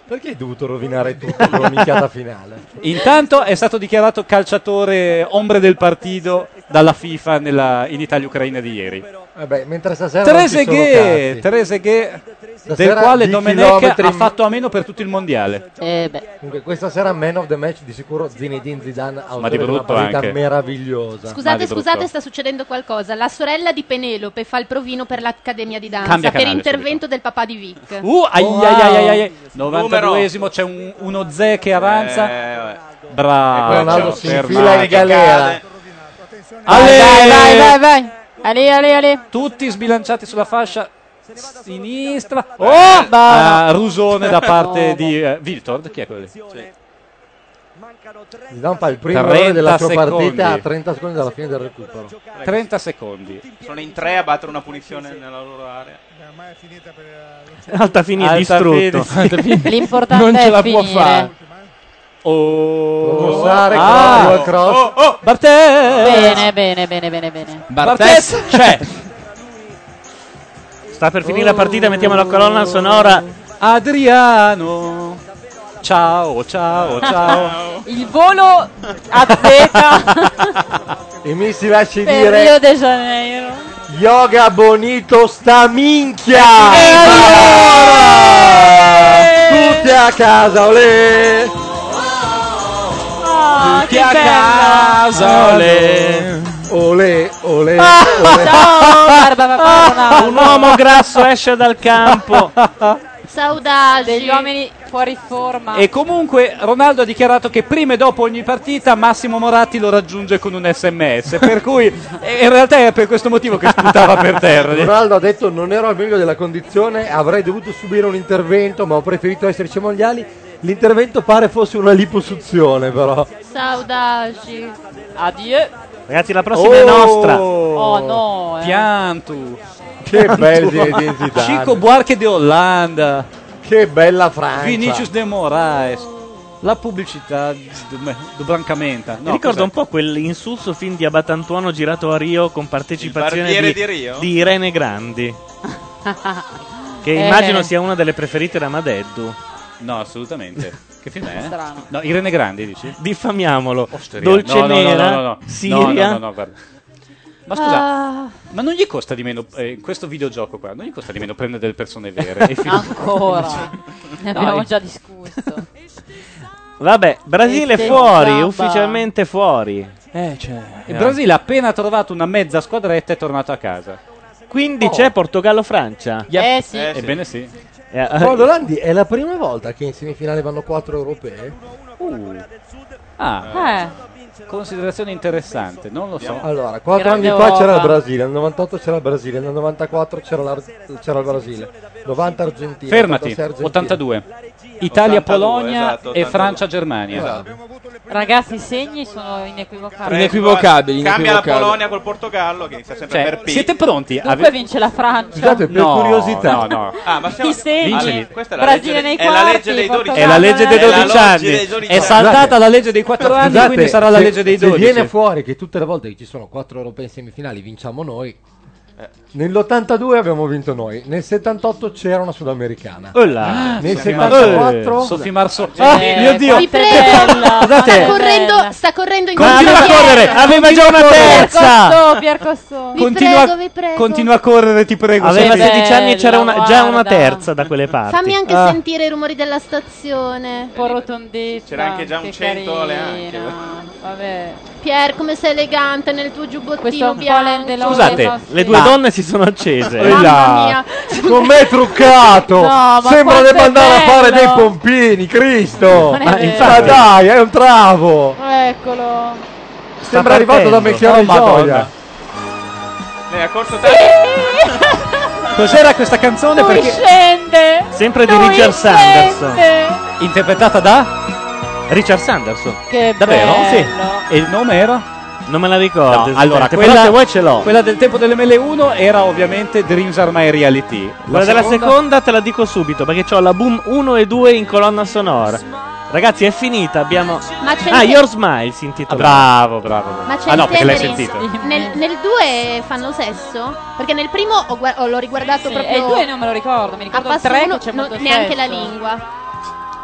Speaker 2: Perché hai dovuto rovinare tutto con la minchiata finale?
Speaker 5: Intanto è stato dichiarato calciatore ombre del partito dalla FIFA nella- in Italia-Ucraina di ieri.
Speaker 2: Vabbè, mentre stasera non ci sono
Speaker 5: Trezeguet,
Speaker 2: cazzi.
Speaker 5: Trezeguet del
Speaker 2: Stasera
Speaker 5: quale
Speaker 2: di
Speaker 5: Domenech
Speaker 2: chilometri-
Speaker 5: ha fatto a meno per tutto il mondiale.
Speaker 7: Eh,
Speaker 2: Comunque, questa sera man of the match di sicuro Zinedine Zidane autore
Speaker 5: di
Speaker 2: di una
Speaker 5: brutto
Speaker 2: partita
Speaker 5: anche.
Speaker 2: meravigliosa.
Speaker 6: Scusate, scusate, sta succedendo qualcosa. La sorella di Penelope fa il provino per l'Accademia di Danza
Speaker 5: Cambia
Speaker 6: per
Speaker 5: canale
Speaker 6: intervento del papà di Vic.
Speaker 5: Uh, ai
Speaker 6: Wow.
Speaker 5: ai ai ai ai, ai. 92esimo, c'è un- uno Zè che avanza.
Speaker 2: Eh,
Speaker 5: Bravo.
Speaker 2: Ronaldo
Speaker 5: ciao,
Speaker 2: si
Speaker 5: ferma.
Speaker 2: infila in galera.
Speaker 5: Ale!
Speaker 7: Vai, vai, vai, vai. Ale, ale, ale.
Speaker 5: Tutti sbilanciati sulla fascia sinistra. Oh!
Speaker 7: Eh,
Speaker 5: Ah,
Speaker 7: no.
Speaker 5: rusone da parte
Speaker 7: No,
Speaker 5: di eh, Viltord, chi è quello lì?
Speaker 2: Zidane fa il primo
Speaker 5: 30
Speaker 2: errore della sua
Speaker 5: secondi.
Speaker 2: partita a 30 secondi dalla fine del recupero.
Speaker 5: 30 secondi.
Speaker 3: Sono in tre a battere una punizione nella loro area.
Speaker 1: Alta fine
Speaker 5: Alta
Speaker 1: distrutto.
Speaker 5: fine, alta fine.
Speaker 7: L'importante
Speaker 5: Non ce
Speaker 7: è
Speaker 5: la può
Speaker 7: finire.
Speaker 5: fare. Oh,
Speaker 1: Ah,
Speaker 2: Rossare, Croglio, Cross.
Speaker 5: Oh, oh. Bartes!
Speaker 7: Bene, bene, bene, bene, bene.
Speaker 1: Bartes c'è. Sta per finire la partita, mettiamo la colonna sonora.
Speaker 5: Adriano. Ciao, ciao, ciao.
Speaker 7: Il volo a zeta
Speaker 2: E mi si lasci
Speaker 7: per Rio
Speaker 2: dire
Speaker 7: de Janeiro.
Speaker 2: Yoga Bonito sta minchia! Tutti a casa, olè!
Speaker 7: Tutti
Speaker 2: a casa,
Speaker 1: olè!
Speaker 2: Olè, olè,
Speaker 1: Ah,
Speaker 2: olè.
Speaker 7: Ciao, barba papà
Speaker 1: Un uomo grasso esce dal campo.
Speaker 7: Saudade. Degli uomini fuori forma.
Speaker 5: E comunque Ronaldo ha dichiarato che prima e dopo ogni partita Massimo Moratti lo raggiunge con un sms. Per cui eh, in realtà è per questo motivo che sputava per terra.
Speaker 2: Ronaldo ha detto non ero al meglio della condizione, avrei dovuto subire un intervento, ma ho preferito esserci ai mondiali. L'intervento pare fosse una liposuzione, però.
Speaker 6: Saudade.
Speaker 7: Addio.
Speaker 1: Ragazzi, la prossima è
Speaker 2: Oh!
Speaker 1: nostra.
Speaker 7: Oh no. eh.
Speaker 5: Piantu.
Speaker 2: Che bel Zinedine Zidane.
Speaker 5: Chico Buarque di Olanda.
Speaker 2: Che bella Francia.
Speaker 5: Vinicius De Moraes. La pubblicità di di- di Brancamenta.
Speaker 1: Mi ricordo un po' quell'insulso film di Abatantuono girato a Rio con partecipazione
Speaker 3: Il
Speaker 1: di,
Speaker 3: barbiere di Rio?
Speaker 1: di Irene Grandi,
Speaker 10: Oh.
Speaker 1: che
Speaker 7: Eh.
Speaker 1: immagino sia una delle preferite da Madeddu.
Speaker 5: No, assolutamente. Che film è?
Speaker 7: Strano.
Speaker 5: No, Irene Grandi dici?
Speaker 1: Diffamiamolo.
Speaker 5: Osteria.
Speaker 1: Dolce
Speaker 5: No, no, no,
Speaker 1: Nera,
Speaker 5: no, no, no.
Speaker 1: Siria.
Speaker 5: No, no, no, no, guarda. Ma scusa,
Speaker 7: Ah.
Speaker 5: ma non gli costa di meno eh, questo videogioco qua? Non gli costa di meno prendere delle persone vere? Cioè, e film-
Speaker 7: Ancora. Ne
Speaker 5: No,
Speaker 7: abbiamo
Speaker 5: io-
Speaker 7: già discusso.
Speaker 1: Vabbè, Brasile
Speaker 7: E te,
Speaker 1: fuori,
Speaker 7: Gabba.
Speaker 1: ufficialmente fuori.
Speaker 5: Eh, cioè. Il Brasile ha appena trovato una mezza squadretta e è tornato a casa. Oh.
Speaker 1: Quindi c'è Portogallo-Francia.
Speaker 7: Eh, sì.
Speaker 2: Eh, sì.
Speaker 5: Ebbene sì.
Speaker 2: Paolo Landi Oh, è la prima volta che in semifinale vanno quattro europee.
Speaker 5: Mm.
Speaker 6: eh,
Speaker 5: Ah, considerazione interessante, non lo so.
Speaker 2: Allora, quattro anni fa c'era il Brasile, nel 98 c'era il Brasile, nel 94 c'era, l'Ar- c'era il Brasile, 90 Argentina.
Speaker 5: Fermati,
Speaker 2: 86 Argentina.
Speaker 5: 82. Italia-Polonia
Speaker 2: esatto,
Speaker 5: e
Speaker 2: 82.
Speaker 5: Francia-Germania.
Speaker 7: Ragazzi, i segni sono inequivocabili.
Speaker 3: Cambia la
Speaker 5: inequivocabili.
Speaker 3: Polonia col Portogallo che inizia sempre
Speaker 5: Cioè,
Speaker 3: per P.
Speaker 5: siete pronti?
Speaker 7: Dunque
Speaker 6: diciamo
Speaker 7: vince la Francia.
Speaker 5: No, No, no.
Speaker 3: Ah, ma siamo...
Speaker 7: I segni.
Speaker 3: Vincili. Questa è la
Speaker 7: Brasile
Speaker 3: legge,
Speaker 7: nei
Speaker 3: dei- è la
Speaker 7: quarti,
Speaker 3: legge dei
Speaker 6: Diciamo
Speaker 3: 12
Speaker 5: È la legge dei 12 anni. È saltata la legge dei 4 anni,
Speaker 2: Scusate,
Speaker 5: quindi sarà la
Speaker 2: se-
Speaker 5: legge dei
Speaker 2: se
Speaker 5: 12.
Speaker 2: viene fuori che tutte le volte che ci sono quattro europei in semifinali vinciamo noi. Nell'82 abbiamo vinto noi, nel 78 c'era una sudamericana.
Speaker 5: Olla.
Speaker 2: nel
Speaker 5: Sofì
Speaker 2: 74
Speaker 5: Marceau. Sofì Marceau.
Speaker 2: Ah,
Speaker 5: Eh,
Speaker 2: mio Dio.
Speaker 6: Vi prego, sta correndo, sta correndo in
Speaker 5: Continua a
Speaker 6: questa
Speaker 5: correre,
Speaker 6: maniera.
Speaker 5: aveva già una terza.
Speaker 7: Piercosso.
Speaker 5: Continua,
Speaker 6: prego, vi prego.
Speaker 5: continua a correre, ti prego.
Speaker 1: Aveva
Speaker 5: Sofì.
Speaker 1: 16 anni e c'era una- già una terza da quelle parti.
Speaker 6: Fammi anche
Speaker 5: Ah.
Speaker 6: sentire i rumori della stazione.
Speaker 7: Un po' rotondetta.
Speaker 3: C'era anche già un
Speaker 7: che
Speaker 3: cento alle
Speaker 7: carina. Vabbè.
Speaker 6: Pier, come sei elegante nel tuo giubbottino
Speaker 7: Questo Polen
Speaker 6: bianco.
Speaker 7: DeLonge.
Speaker 1: Scusate, le due
Speaker 5: Ma-
Speaker 1: donne si sono accese.
Speaker 2: Mamma Là. mia. Con me è truccato!
Speaker 6: No, ma
Speaker 2: Sembra
Speaker 6: quanto
Speaker 2: debba
Speaker 6: è
Speaker 2: andare a fare
Speaker 6: bello.
Speaker 2: dei pompini, Cristo!
Speaker 6: Non è
Speaker 2: Ma
Speaker 6: vero.
Speaker 2: infatti- Ma dai, è un travo!
Speaker 7: Eccolo.
Speaker 2: Sembra arrivato da Mecchiano
Speaker 5: Oh, Madonna.
Speaker 2: Gioia.
Speaker 3: È Eh, corso tempo.
Speaker 5: Cos'era questa canzone?
Speaker 7: Lui
Speaker 5: Perché-
Speaker 7: scende.
Speaker 1: Sempre di
Speaker 7: Lui
Speaker 1: Richard
Speaker 7: scende.
Speaker 1: Sanderson.
Speaker 5: Interpretata da?
Speaker 1: Richard Sanderson.
Speaker 7: Che
Speaker 5: Davvero?
Speaker 7: bello.
Speaker 5: E il nome era?
Speaker 1: Non me la ricordo.
Speaker 5: No, allora,
Speaker 1: esattamente,
Speaker 5: esatto. quella,
Speaker 1: però se vuoi ce l'ho.
Speaker 5: quella del tempo delle mele 1 era ovviamente Dreams Are My Reality.
Speaker 1: Quella della seconda te la dico subito perché ho la boom 1 e 2 in colonna sonora. Ragazzi, è finita. Abbiamo.
Speaker 6: Ma c'è
Speaker 1: ah,
Speaker 6: anche-
Speaker 1: Your Smile si intitola.
Speaker 5: Ah, bravo, bravo.
Speaker 6: Ma c'è
Speaker 1: ah, no,
Speaker 6: il
Speaker 1: perché l'hai
Speaker 6: Teneris.
Speaker 1: sentito.
Speaker 6: Nel, nel 2 fanno sesso? Perché nel primo ho gua- ho- l'ho riguardato
Speaker 7: Sì,
Speaker 6: proprio.
Speaker 7: e il due non me lo ricordo, mi ricordo
Speaker 6: a
Speaker 7: il
Speaker 6: passo
Speaker 7: tre che
Speaker 6: uno,
Speaker 7: c'è
Speaker 6: no-
Speaker 7: molto
Speaker 6: neanche la
Speaker 7: sesso.
Speaker 6: lingua.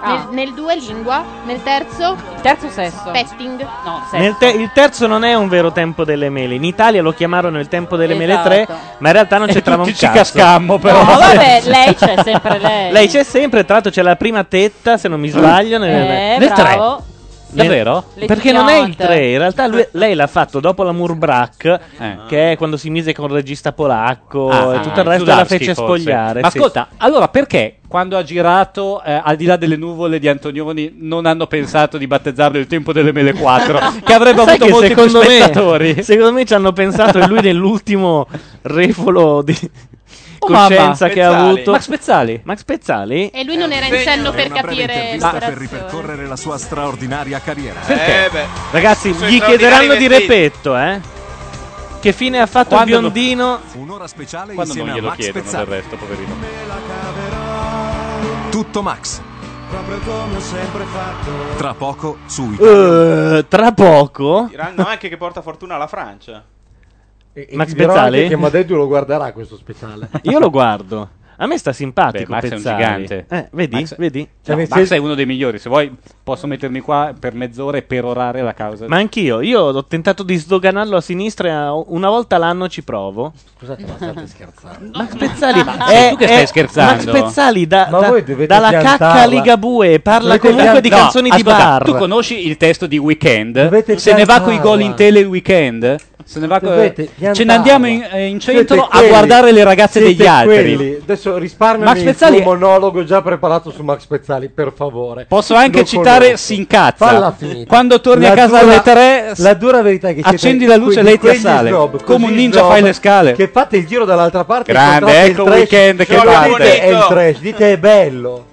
Speaker 7: Ah.
Speaker 6: Nel 2 lingua, nel terzo. Il
Speaker 7: terzo sesso.
Speaker 6: Petting.
Speaker 7: No,
Speaker 1: Nel te- il terzo non è un vero tempo delle mele. In Italia lo chiamarono il tempo delle mele
Speaker 7: Esatto.
Speaker 1: 3, ma in realtà non
Speaker 5: E
Speaker 1: c'entrava un
Speaker 5: tutti ci
Speaker 1: cazzo.
Speaker 5: cascammo, però.
Speaker 7: No, vabbè, lei c'è sempre lei.
Speaker 1: Lei c'è sempre, tra l'altro c'è la prima tetta, se non mi sbaglio, nel,
Speaker 7: Eh,
Speaker 1: nel
Speaker 7: bravo.
Speaker 1: 3.
Speaker 5: Davvero?
Speaker 7: Le
Speaker 1: Perché non è il
Speaker 7: ginocchia.
Speaker 1: 3, in realtà lui- lei l'ha fatto dopo la Murbrack, che è quando si mise con il regista polacco
Speaker 5: Eh. Ah,
Speaker 1: e
Speaker 5: ah,
Speaker 1: tutto il resto la
Speaker 5: Sudarski,
Speaker 1: fece
Speaker 5: forse.
Speaker 1: spogliare.
Speaker 5: Ma
Speaker 1: sì.
Speaker 5: ascolta, allora perché quando ha girato eh, Al di là delle nuvole di Antonioni non hanno pensato di battezzarlo il tempo delle mele 4? che avrebbe
Speaker 1: Sai
Speaker 5: avuto
Speaker 1: che
Speaker 5: molti più
Speaker 1: secondo me-
Speaker 5: spettatori.
Speaker 1: secondo me ci hanno pensato e lui nell'ultimo refolo di
Speaker 5: Oh, mamma.
Speaker 1: coscienza che ha
Speaker 5: Spezzali. Eh.
Speaker 1: avuto.
Speaker 5: Max Pezzali.
Speaker 1: Max Pezzali?
Speaker 6: E lui non era in senno per capire
Speaker 1: per
Speaker 17: ripercorrere la sua straordinaria carriera. Eh,
Speaker 1: Perché?
Speaker 17: beh.
Speaker 1: Ragazzi,
Speaker 17: Sono
Speaker 1: gli
Speaker 17: straordinari
Speaker 1: chiederanno di
Speaker 17: vestiti.
Speaker 1: repetto, eh? Che fine ha fatto
Speaker 17: Quando
Speaker 1: il
Speaker 17: lo-
Speaker 1: biondino?
Speaker 17: Fu un'ora speciale
Speaker 1: Quando
Speaker 17: insieme
Speaker 1: non
Speaker 17: a
Speaker 1: glielo
Speaker 17: Max
Speaker 1: chiedono,
Speaker 17: Pezzali.
Speaker 1: del
Speaker 17: resto, poverino. Tutto Max.
Speaker 18: Proprio come ho sempre fatto.
Speaker 17: Tra poco su
Speaker 1: Eh, tra poco?
Speaker 3: Diranno anche che porta fortuna alla Francia.
Speaker 1: Max
Speaker 2: Ti dirò
Speaker 1: Pezzali?
Speaker 2: anche Che Madeddu lo guarderà questo speciale.
Speaker 1: Io lo guardo. A me sta simpatico.
Speaker 5: Beh, Max è un
Speaker 1: Pezzali.
Speaker 5: gigante.
Speaker 1: Eh, vedi? vedi?
Speaker 5: Cioè,
Speaker 1: No,
Speaker 5: Max
Speaker 1: Max-
Speaker 5: è uno dei migliori. Se vuoi, posso mettermi qua per mezz'ora e perorare la causa.
Speaker 1: Ma anch'io, io ho tentato di sdoganarlo a sinistra e a- una volta l'anno ci provo.
Speaker 2: Scusate, ma state scherzando.
Speaker 1: Max Pezzali,
Speaker 2: Ma
Speaker 1: è-
Speaker 2: sei tu che stai
Speaker 1: è-
Speaker 2: scherzando?
Speaker 1: eh, Max Pezzali da,
Speaker 2: Ma
Speaker 1: da-
Speaker 2: voi dovete
Speaker 1: dalla
Speaker 2: piantarla.
Speaker 1: cacca a Ligabue parla
Speaker 2: Dovete
Speaker 1: comunque di
Speaker 5: No,
Speaker 1: canzoni di
Speaker 5: ascolta,
Speaker 1: bar.
Speaker 5: Tu conosci il testo di Weekend? Se ne va
Speaker 1: piantarla.
Speaker 5: con i gol in tele il weekend? Se ne va co-
Speaker 2: Dovete
Speaker 5: Ce
Speaker 2: piantarla.
Speaker 5: ne andiamo in, eh, in centro
Speaker 2: Siete
Speaker 5: a
Speaker 2: quelli-
Speaker 5: guardare le ragazze
Speaker 2: siete
Speaker 5: degli altri.
Speaker 2: quelli. Adesso risparmiami
Speaker 5: Max
Speaker 2: il
Speaker 5: Pezzali-
Speaker 2: tuo monologo già preparato su Max Pezzali, per favore.
Speaker 5: Posso anche
Speaker 2: Lo
Speaker 5: citare
Speaker 2: conosco. Falla
Speaker 5: Sincazza.
Speaker 2: finita.
Speaker 5: Quando torni
Speaker 2: La
Speaker 5: a casa
Speaker 2: dura-
Speaker 5: alle tre,
Speaker 2: la dura verità è che siete
Speaker 5: accendi la luce e
Speaker 2: quegli-
Speaker 5: lei ti
Speaker 2: quegli
Speaker 5: assale.
Speaker 2: snob,
Speaker 5: Come
Speaker 2: così
Speaker 5: un ninja
Speaker 2: snob
Speaker 5: fai le scale.
Speaker 2: Che fate il giro dall'altra parte.
Speaker 5: Grande, ecco
Speaker 2: incontrate il trash,
Speaker 5: Weekend che
Speaker 2: non dite
Speaker 5: parte.
Speaker 2: È il trash, dite è bello.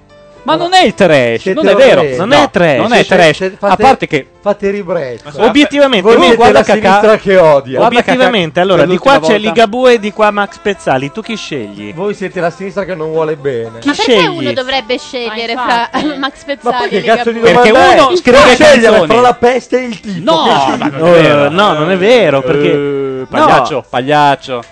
Speaker 5: Ma non è il trash, non è
Speaker 2: Siete
Speaker 5: vero.
Speaker 2: orrendi.
Speaker 5: No, Non è trash.
Speaker 2: Siete-
Speaker 5: a
Speaker 2: fate-
Speaker 5: parte che
Speaker 2: Fate ribrezzo.
Speaker 1: Obiettivamente,
Speaker 2: Voi
Speaker 1: mi-
Speaker 2: siete la sinistra che odia.
Speaker 1: Obiettivamente, allora, di qua c'è Ligabue e di qua Max Pezzali. Tu chi scegli?
Speaker 2: Voi siete la sinistra che non vuole bene.
Speaker 1: Chi
Speaker 6: Ma perché
Speaker 1: scegli?
Speaker 6: uno dovrebbe scegliere
Speaker 7: Ma
Speaker 6: fra Max
Speaker 2: Ma
Speaker 6: Pezzali
Speaker 2: poi
Speaker 6: e
Speaker 2: che
Speaker 6: Ligabue?
Speaker 2: cazzo di
Speaker 1: Perché
Speaker 2: domanda
Speaker 1: uno
Speaker 2: è?
Speaker 1: scrive
Speaker 2: Puoi scegliere
Speaker 1: canzoni.
Speaker 2: fra la peste e il tipo.
Speaker 5: No, ma non è
Speaker 1: Eh,
Speaker 5: vero.
Speaker 1: no, non è vero, perché-
Speaker 5: Eh, pagliaccio,
Speaker 1: no.
Speaker 5: pagliaccio.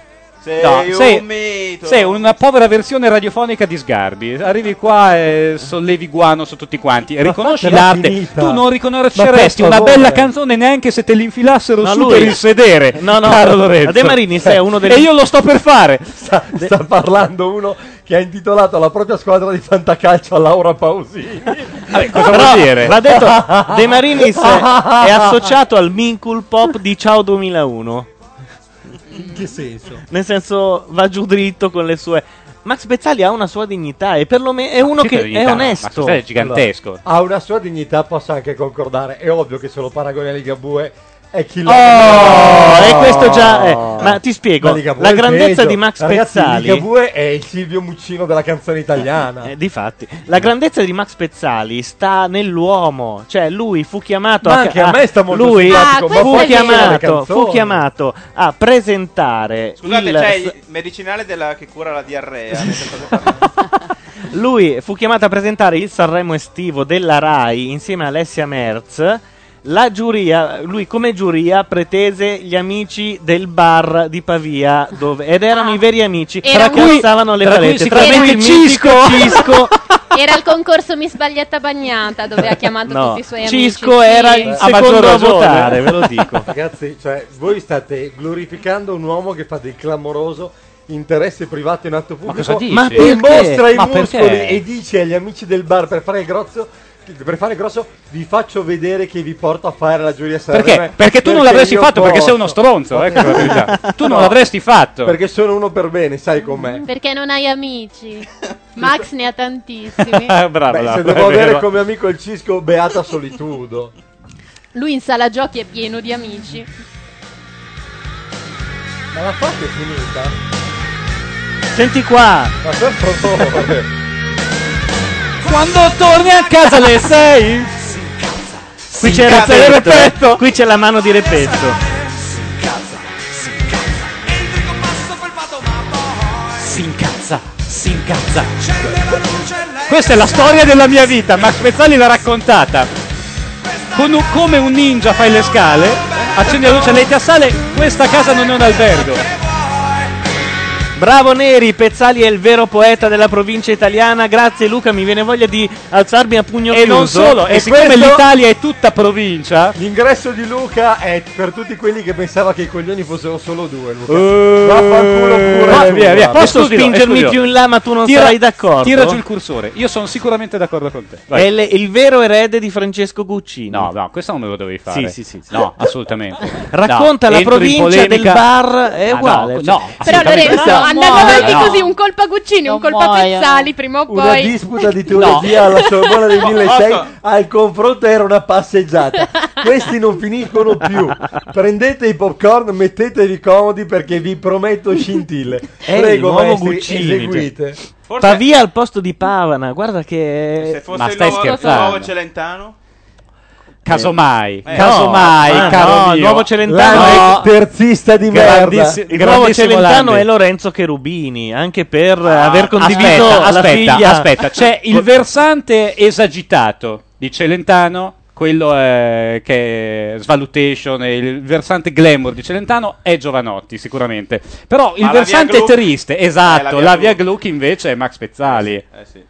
Speaker 1: Sei un
Speaker 5: sei,
Speaker 1: mito.
Speaker 5: sei una povera versione radiofonica di Sgarbi. Arrivi qua e sollevi guano su tutti quanti. Riconosci
Speaker 1: fatela
Speaker 5: l'arte.
Speaker 1: finita.
Speaker 5: Tu non
Speaker 1: Ma per
Speaker 5: riconosceresti una
Speaker 1: favore.
Speaker 5: bella canzone neanche se te l'infilassero
Speaker 1: No,
Speaker 5: su
Speaker 1: lui-
Speaker 5: per il sedere.
Speaker 1: No, no,
Speaker 5: caro Lorenzo.
Speaker 1: De Marini, sei uno degli-
Speaker 5: E io lo sto per fare.
Speaker 2: Sta, sta parlando uno che ha intitolato la propria squadra di fantacalcio a Laura Pausini.
Speaker 1: cosa
Speaker 2: vuol dire?
Speaker 1: Va detto, De Marinis è associato al Minkul Pop di Ciao 2001.
Speaker 2: In che senso?
Speaker 1: Nel senso, va giù dritto con le sue. Max Pezzali ha una sua dignità e perlomeno è uno
Speaker 5: sì,
Speaker 1: che
Speaker 5: che dignità,
Speaker 1: è
Speaker 5: Max
Speaker 1: onesto.
Speaker 5: Pezzali è gigantesco.
Speaker 2: Allora, ha una sua dignità, posso anche concordare. È ovvio che se lo paragoni a Ligabue è chi lo Oh.
Speaker 1: Oh, e questo già è- ma ti spiego,
Speaker 2: Ma Ligabue
Speaker 1: la
Speaker 2: è il
Speaker 1: grandezza
Speaker 2: peggio.
Speaker 1: di Max
Speaker 2: Ragazzi,
Speaker 1: Pezzali-
Speaker 2: Ligabue è il Silvio Muccino della canzone italiana.
Speaker 1: Eh, difatti, la grandezza di Max Pezzali sta nell'uomo, cioè lui fu chiamato
Speaker 2: Ma anche a me sta molto
Speaker 1: lui
Speaker 2: simpatico,
Speaker 1: fu,
Speaker 2: ma poi le
Speaker 1: chiamato,
Speaker 2: canzoni.
Speaker 1: fu chiamato a presentare
Speaker 3: Scusate,
Speaker 1: il-
Speaker 3: c'è il medicinale della- che cura la diarrea. queste cose qua.
Speaker 1: lui fu chiamato a presentare il Sanremo estivo della Rai insieme a Alessia Merz. La giuria, lui come giuria pretese gli amici del bar di Pavia dove, ed erano i veri amici
Speaker 6: Era
Speaker 1: tra
Speaker 6: un-
Speaker 1: cui stavano le
Speaker 5: tra cui
Speaker 1: palette, tra cui il
Speaker 5: sicuramente
Speaker 1: mitico Cisco
Speaker 6: Era il concorso Miss Baglietta Bagnata dove ha chiamato
Speaker 1: No,
Speaker 6: tutti i suoi amici.
Speaker 1: Cisco
Speaker 6: sì.
Speaker 1: era il secondo a votare, ve lo dico.
Speaker 2: Ragazzi, cioè, voi state glorificando un uomo che fa del clamoroso interesse privato in atto pubblico.
Speaker 5: cosa dici?
Speaker 2: Ma
Speaker 5: Ma
Speaker 2: perché?
Speaker 5: perché?
Speaker 2: mostra i
Speaker 5: Ma
Speaker 2: muscoli
Speaker 5: perché?
Speaker 2: e dice agli amici del bar per fare il grosso per fare il grosso vi faccio vedere che vi porto a fare la giuria Sanremo
Speaker 5: Perché? Perché tu non l'avresti
Speaker 2: io
Speaker 5: fatto, perché
Speaker 2: posso.
Speaker 5: sei uno stronzo, ecco la verità. Tu non l'avresti fatto.
Speaker 2: Perché sono uno per bene, sai com'è.
Speaker 6: Perché non hai amici. Max ne ha tantissimi.
Speaker 5: Bravo,
Speaker 2: Beh,
Speaker 5: bravo,
Speaker 2: se
Speaker 5: è
Speaker 2: devo avere
Speaker 5: vero.
Speaker 2: come amico il Cisco Beata Solitudo.
Speaker 6: Lui in sala giochi è pieno di amici.
Speaker 2: Ma la fate è finita?
Speaker 1: Senti qua.
Speaker 2: Ma per favore.
Speaker 5: Quando torni a casa alle 6.
Speaker 1: Qui c'è il
Speaker 5: incazza il
Speaker 1: repetto.
Speaker 5: Repetto.
Speaker 1: Qui c'è la mano di repetto.
Speaker 5: Si incazza, si incazza. Questa è la storia della mia vita, Max Pezzali l'ha raccontata. Con un- come un ninja fai le scale, accendi la luce alle sale questa casa non è un albergo.
Speaker 1: Bravo Neri, Pezzali è il vero poeta della provincia italiana. Grazie Luca, mi viene voglia di alzarmi a pugno
Speaker 5: E non
Speaker 1: chiuso.
Speaker 5: solo, e siccome
Speaker 1: questo-
Speaker 5: l'Italia è tutta provincia,
Speaker 2: L'ingresso di Luca è per tutti quelli che pensava che i coglioni fossero solo due. Luca.
Speaker 5: Eh,
Speaker 2: Vaffanculo pure.
Speaker 5: eh, via, via.
Speaker 1: Posso
Speaker 5: Esclusivo,
Speaker 1: spingermi
Speaker 5: esclusivo.
Speaker 1: più in là, ma tu non
Speaker 5: Tira-
Speaker 1: sarai d'accordo? Eh,
Speaker 5: Tira giù il cursore, io sono sicuramente d'accordo con te. Vai.
Speaker 1: È le- il vero erede di Francesco Guccini.
Speaker 5: No, no, questo non me lo dovevi fare.
Speaker 1: Sì, sì, sì. sì.
Speaker 5: No, assolutamente.
Speaker 1: Racconta
Speaker 5: No,
Speaker 1: la
Speaker 5: entro in
Speaker 1: provincia del
Speaker 5: polemica.
Speaker 1: bar, è
Speaker 5: Ah, no,
Speaker 1: uguale.
Speaker 5: No,
Speaker 1: Cioè-
Speaker 19: Però
Speaker 5: assolutamente.
Speaker 19: Lorenzo,
Speaker 5: Questa-
Speaker 19: andando
Speaker 5: No,
Speaker 19: avanti
Speaker 5: no.
Speaker 19: così, un colpo a Guccini, un colpo a
Speaker 5: muoiono.
Speaker 19: Pezzali, prima
Speaker 6: Oh,
Speaker 19: o
Speaker 2: Una
Speaker 19: poi.
Speaker 2: disputa di teologia alla Sorbona del 1006 al confronto era una passeggiata. Questi non finiscono più. Prendete i popcorn, mettetevi comodi perché vi prometto scintille.
Speaker 1: È
Speaker 2: Prego,
Speaker 1: il nuovo
Speaker 2: maestri,
Speaker 1: Guccini,
Speaker 2: eseguite.
Speaker 1: cioè. Pavia al posto di Pavana, guarda che...
Speaker 20: Se fosse il nuovo, il nuovo Celentano,
Speaker 5: Casomai,
Speaker 1: Eh,
Speaker 5: casomai,
Speaker 1: no, ma
Speaker 5: caro
Speaker 1: no, il
Speaker 5: mio.
Speaker 1: nuovo Celentano
Speaker 2: L'anno
Speaker 1: è-
Speaker 2: terzista di
Speaker 1: Grandissi-
Speaker 2: merda.
Speaker 1: il nuovo Celentano è Lorenzo Cherubini, anche per eh, aver condiviso
Speaker 5: Ah, aspetta,
Speaker 1: la
Speaker 5: aspetta,
Speaker 1: figlia.
Speaker 5: aspetta, c'è il versante esagitato di Celentano, quello eh, che è Svalutation, e il versante glamour di Celentano è Giovanotti sicuramente, però il
Speaker 21: Ma la
Speaker 5: versante
Speaker 21: Via Gluck-
Speaker 5: triste, esatto,
Speaker 21: Eh, la
Speaker 5: la
Speaker 21: Via Eh,
Speaker 5: Via, Gluck invece è Max Pezzali.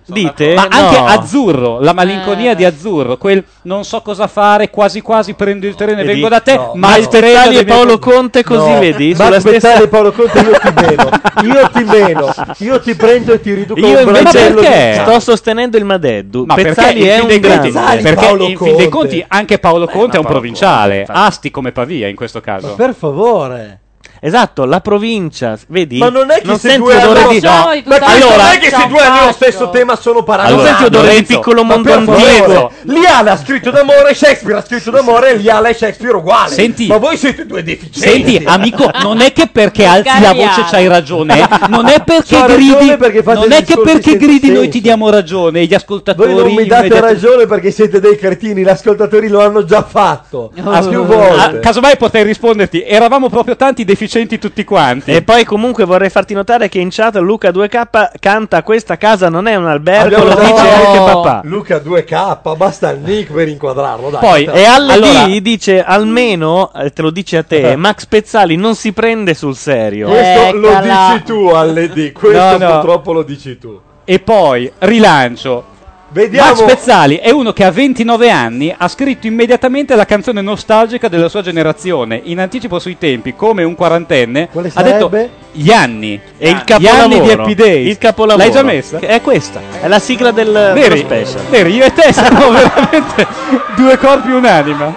Speaker 1: Dite?
Speaker 5: Ma anche
Speaker 1: No.
Speaker 5: Azzurro, la malinconia di Azzurro, quel non so cosa fare, quasi quasi prendo il terreno e
Speaker 1: Vedi?
Speaker 5: vengo da te,
Speaker 1: No,
Speaker 5: ma
Speaker 1: no.
Speaker 5: il terreno
Speaker 1: Pezzali e
Speaker 5: dei miei
Speaker 1: Paolo
Speaker 5: problemi.
Speaker 1: Conte così,
Speaker 2: No.
Speaker 1: vedi?
Speaker 2: Ma
Speaker 1: Sulla
Speaker 2: aspettare
Speaker 1: stessa-
Speaker 2: Paolo Conte io ti meno. Io ti meno. Io ti prendo e ti riduco
Speaker 1: Io
Speaker 2: un
Speaker 1: invece
Speaker 2: brandello di-
Speaker 1: sto sostenendo il Madeddu.
Speaker 5: Ma
Speaker 1: Pezzali
Speaker 5: perché
Speaker 1: è
Speaker 5: in
Speaker 1: un
Speaker 5: fin dei conti,
Speaker 1: grande.
Speaker 5: perché in fin dei conti anche Paolo Conte è un
Speaker 1: Paolo
Speaker 5: provinciale,
Speaker 1: Conte,
Speaker 5: asti come Pavia in questo caso.
Speaker 2: Per favore.
Speaker 1: Esatto, la provincia, vedi?
Speaker 2: Ma non è che se
Speaker 1: senti
Speaker 2: due
Speaker 1: odore
Speaker 2: hanno...
Speaker 1: di
Speaker 2: Ma allora, non è che se due hanno lo stesso tema sono paragonati.
Speaker 1: Non senti odore di piccolo
Speaker 2: Ma
Speaker 1: mondo
Speaker 2: per favore,
Speaker 1: antico?
Speaker 2: Liana ha scritto d'amore, Shakespeare ha scritto d'amore, e Liana e Shakespeare uguale.
Speaker 5: Senti.
Speaker 2: Ma voi siete due deficienti.
Speaker 5: Senti, amico, non è che perché alzi la
Speaker 2: Garriano.
Speaker 5: voce c'hai ragione, eh. non è perché
Speaker 2: C'ho ragione
Speaker 5: gridi,
Speaker 2: perché fate
Speaker 5: non è che
Speaker 2: discorsi
Speaker 5: perché
Speaker 2: senza
Speaker 5: gridi
Speaker 2: senso.
Speaker 5: noi ti diamo ragione, gli ascoltatori
Speaker 2: Voi non mi date
Speaker 5: immediatamente-
Speaker 2: ragione perché siete dei cretini, gli ascoltatori lo hanno già fatto. A più volte.
Speaker 5: Ah, casomai potrei risponderti, eravamo proprio tanti deficienti tutti quanti.
Speaker 1: E poi comunque vorrei farti notare che in chat Luca 2K canta Questa casa non è un albergo,
Speaker 2: Abbiamo
Speaker 1: lo
Speaker 2: dato-
Speaker 1: dice anche papà.
Speaker 2: Luca 2K, basta il nick per inquadrarlo. Dai,
Speaker 1: Poi,
Speaker 2: Dai.
Speaker 1: e alle D dice almeno, eh, te lo dice a te, Max Pezzali non si prende sul serio.
Speaker 2: Questo lo dici tu, Alledi. Questo
Speaker 5: No, no.
Speaker 2: purtroppo lo dici tu.
Speaker 5: E poi rilancio.
Speaker 2: Vediamo-
Speaker 5: Max Pezzali è uno che a 29 anni ha scritto immediatamente la canzone nostalgica della sua generazione, in anticipo sui tempi, come un quarantenne. Ha detto
Speaker 1: sarebbe?
Speaker 5: gli anni.
Speaker 1: E il
Speaker 5: Gli anni
Speaker 1: capolavoro.
Speaker 5: di Happy Days.
Speaker 1: Il capolavoro.
Speaker 5: L'hai già messa?
Speaker 1: Che È questa. È la sigla del dello
Speaker 5: Neri,
Speaker 1: special.
Speaker 5: Neri, io e te siamo veramente due corpi e un'anima.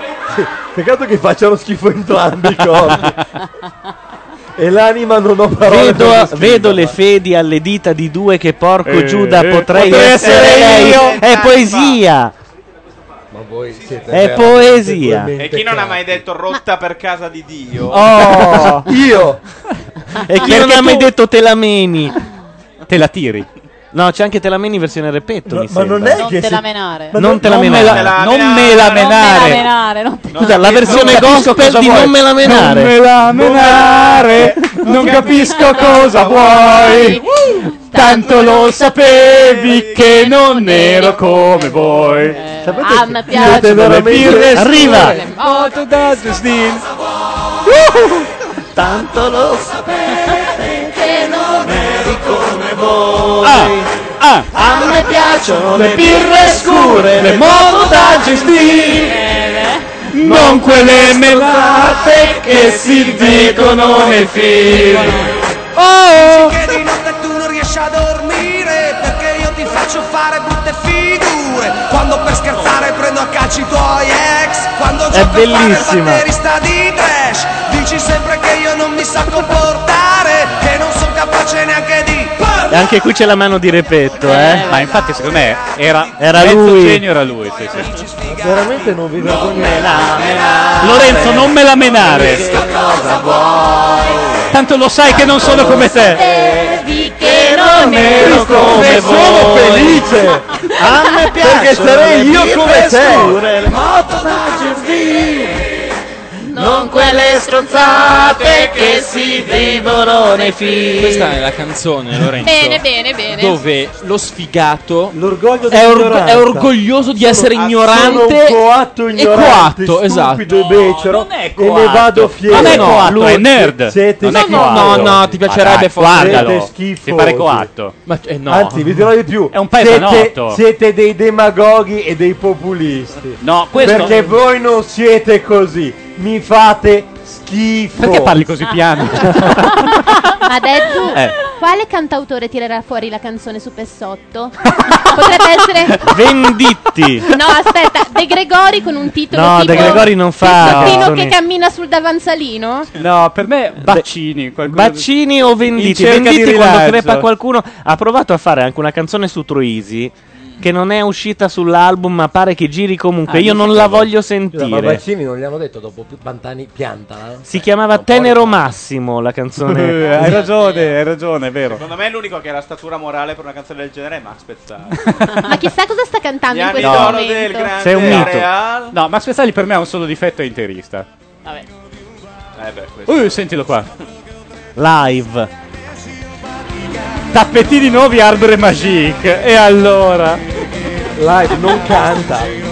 Speaker 2: Peccato che facciano schifo entrambi i corpi. e l'anima non ho parole.
Speaker 1: Vedo,
Speaker 2: per descriverla.
Speaker 1: vedo le fedi alle dita di due che porco
Speaker 2: Eh,
Speaker 1: Giuda
Speaker 2: eh,
Speaker 1: potrei,
Speaker 2: potrei
Speaker 1: essere
Speaker 2: essere
Speaker 1: lei.
Speaker 2: io.
Speaker 1: È poesia.
Speaker 2: Ma voi siete
Speaker 1: È
Speaker 2: veramente
Speaker 1: poesia.
Speaker 2: due
Speaker 20: e chi non ha mai detto rotta per casa di Dio?
Speaker 1: Oh.
Speaker 2: Io.
Speaker 1: E chi
Speaker 20: Perché
Speaker 1: non ha mai
Speaker 20: tu-
Speaker 1: detto te la meni?
Speaker 5: Te la tiri.
Speaker 1: No, c'è anche te la meni versione repetto,
Speaker 2: No,
Speaker 1: mi
Speaker 2: ma
Speaker 1: sembra.
Speaker 2: non è
Speaker 7: Non
Speaker 2: che
Speaker 7: te
Speaker 2: si-
Speaker 7: la menare.
Speaker 1: Non te la
Speaker 5: Non me
Speaker 1: menare.
Speaker 5: la- non me la
Speaker 7: Non me la
Speaker 5: menare.
Speaker 7: menare, non te-
Speaker 1: Scusa, la versione
Speaker 5: capisco
Speaker 1: gospel
Speaker 5: cosa
Speaker 1: di
Speaker 5: vuoi.
Speaker 1: non me la menare.
Speaker 5: Non me la menare, non capisco cosa vuoi. Tanto lo sapevi che non ero come voi.
Speaker 7: Ah, mi piace.
Speaker 5: Arriva.
Speaker 7: Oh, tu da Justin.
Speaker 1: Tanto lo
Speaker 22: sapete che non eri come voi.
Speaker 5: Ah, ah.
Speaker 22: A me piacciono
Speaker 5: Le birre scure, le moto da gestire, non quelle melate che si dicono nei film.
Speaker 22: Oh! Che di notte tu non riesci a dormire perché io ti faccio fare brutte figure. Quando per scherzare prendo a calci i tuoi ex, quando gioco a fare il
Speaker 1: bellissima.
Speaker 22: batterista di trash, dici sempre che io non mi so comportare, che non sono capace neanche di
Speaker 1: E anche qui c'è la mano di repetto, eh.
Speaker 5: Ma infatti secondo me era,
Speaker 1: Era
Speaker 5: mezzo
Speaker 1: lui.
Speaker 5: genio era lui, sì, sì.
Speaker 2: Veramente non vi vergognate.
Speaker 5: Ah, Lorenzo, non me la menare. Tanto lo sai che non sono come te.
Speaker 10: Che non
Speaker 5: ero come
Speaker 2: sono felice.
Speaker 10: A me
Speaker 2: Perché sarei io come te.
Speaker 10: Non quelle strozzate che si vivono nei film.
Speaker 4: Questa è la canzone, Lorenzo.
Speaker 7: Bene, bene, bene.
Speaker 4: Dove lo sfigato è, orgo-
Speaker 2: dell'ignoranza.
Speaker 4: è orgoglioso di essere
Speaker 2: Sono-
Speaker 4: ignorante
Speaker 2: sono un coatto ignorante,
Speaker 4: e coatto, esatto.
Speaker 2: stupido e becero e ne
Speaker 4: coatto.
Speaker 2: vado fiero.
Speaker 4: Non è coatto, Ah, è nerd.
Speaker 2: Siete
Speaker 4: Non è
Speaker 2: schifosi.
Speaker 4: coatto. No, no, ti piacerebbe
Speaker 2: Siete
Speaker 4: forse. Guardalo,
Speaker 2: schifosi.
Speaker 4: ti pare coatto. Ma- eh, no.
Speaker 2: Anzi, vi dirò di più.
Speaker 4: È un
Speaker 2: siete,
Speaker 4: paesanotto.
Speaker 2: siete dei demagoghi e dei populisti.
Speaker 5: No, questo-
Speaker 2: Perché voi non siete così. Mi fate schifo.
Speaker 5: Perché parli così
Speaker 2: Ah.
Speaker 5: piano?
Speaker 6: Ma Dezzu,
Speaker 5: Eh.
Speaker 6: quale cantautore tirerà fuori la canzone su Pessotto? Potrebbe essere...
Speaker 1: Venditti.
Speaker 6: No, aspetta, De Gregori con un titolo
Speaker 1: No,
Speaker 6: tipo...
Speaker 1: De Gregori non fa.
Speaker 6: Pezzottino che
Speaker 1: canzoni.
Speaker 6: cammina sul davanzalino?
Speaker 5: No, per me Baccini.
Speaker 1: Baccini o Venditti?
Speaker 5: In cerca di
Speaker 1: Venditti quando
Speaker 5: rilancio.
Speaker 1: crepa qualcuno ha provato a fare anche una canzone su Troisi che non è uscita sull'album ma pare che giri comunque.
Speaker 2: Ah,
Speaker 1: Io
Speaker 2: non
Speaker 1: non
Speaker 2: sapevo.
Speaker 1: la voglio
Speaker 2: Scusa, ma
Speaker 1: sentire.
Speaker 2: Baccini non gli hanno detto dopo più Pantani piantala?
Speaker 1: Si chiamava Tenero Massimo la canzone.
Speaker 5: Eh, hai ragione, hai ragione, è vero.
Speaker 3: Secondo me l'unico che ha la statura morale per una canzone del genere è Max Pezzali.
Speaker 6: Ma chissà cosa sta cantando
Speaker 3: Gli
Speaker 6: in
Speaker 3: anni
Speaker 6: questo
Speaker 3: d'oro
Speaker 6: momento.
Speaker 3: del grande
Speaker 5: Sei un
Speaker 3: Real.
Speaker 5: mito. No, Max Pezzali per me ha un solo difetto è interista.
Speaker 6: Vabbè.
Speaker 3: Eh beh, questo.
Speaker 5: Uh, sentilo qua.
Speaker 1: Live.
Speaker 5: Tappetini nuovi, Arbre Magique. E allora?
Speaker 2: Live non canta.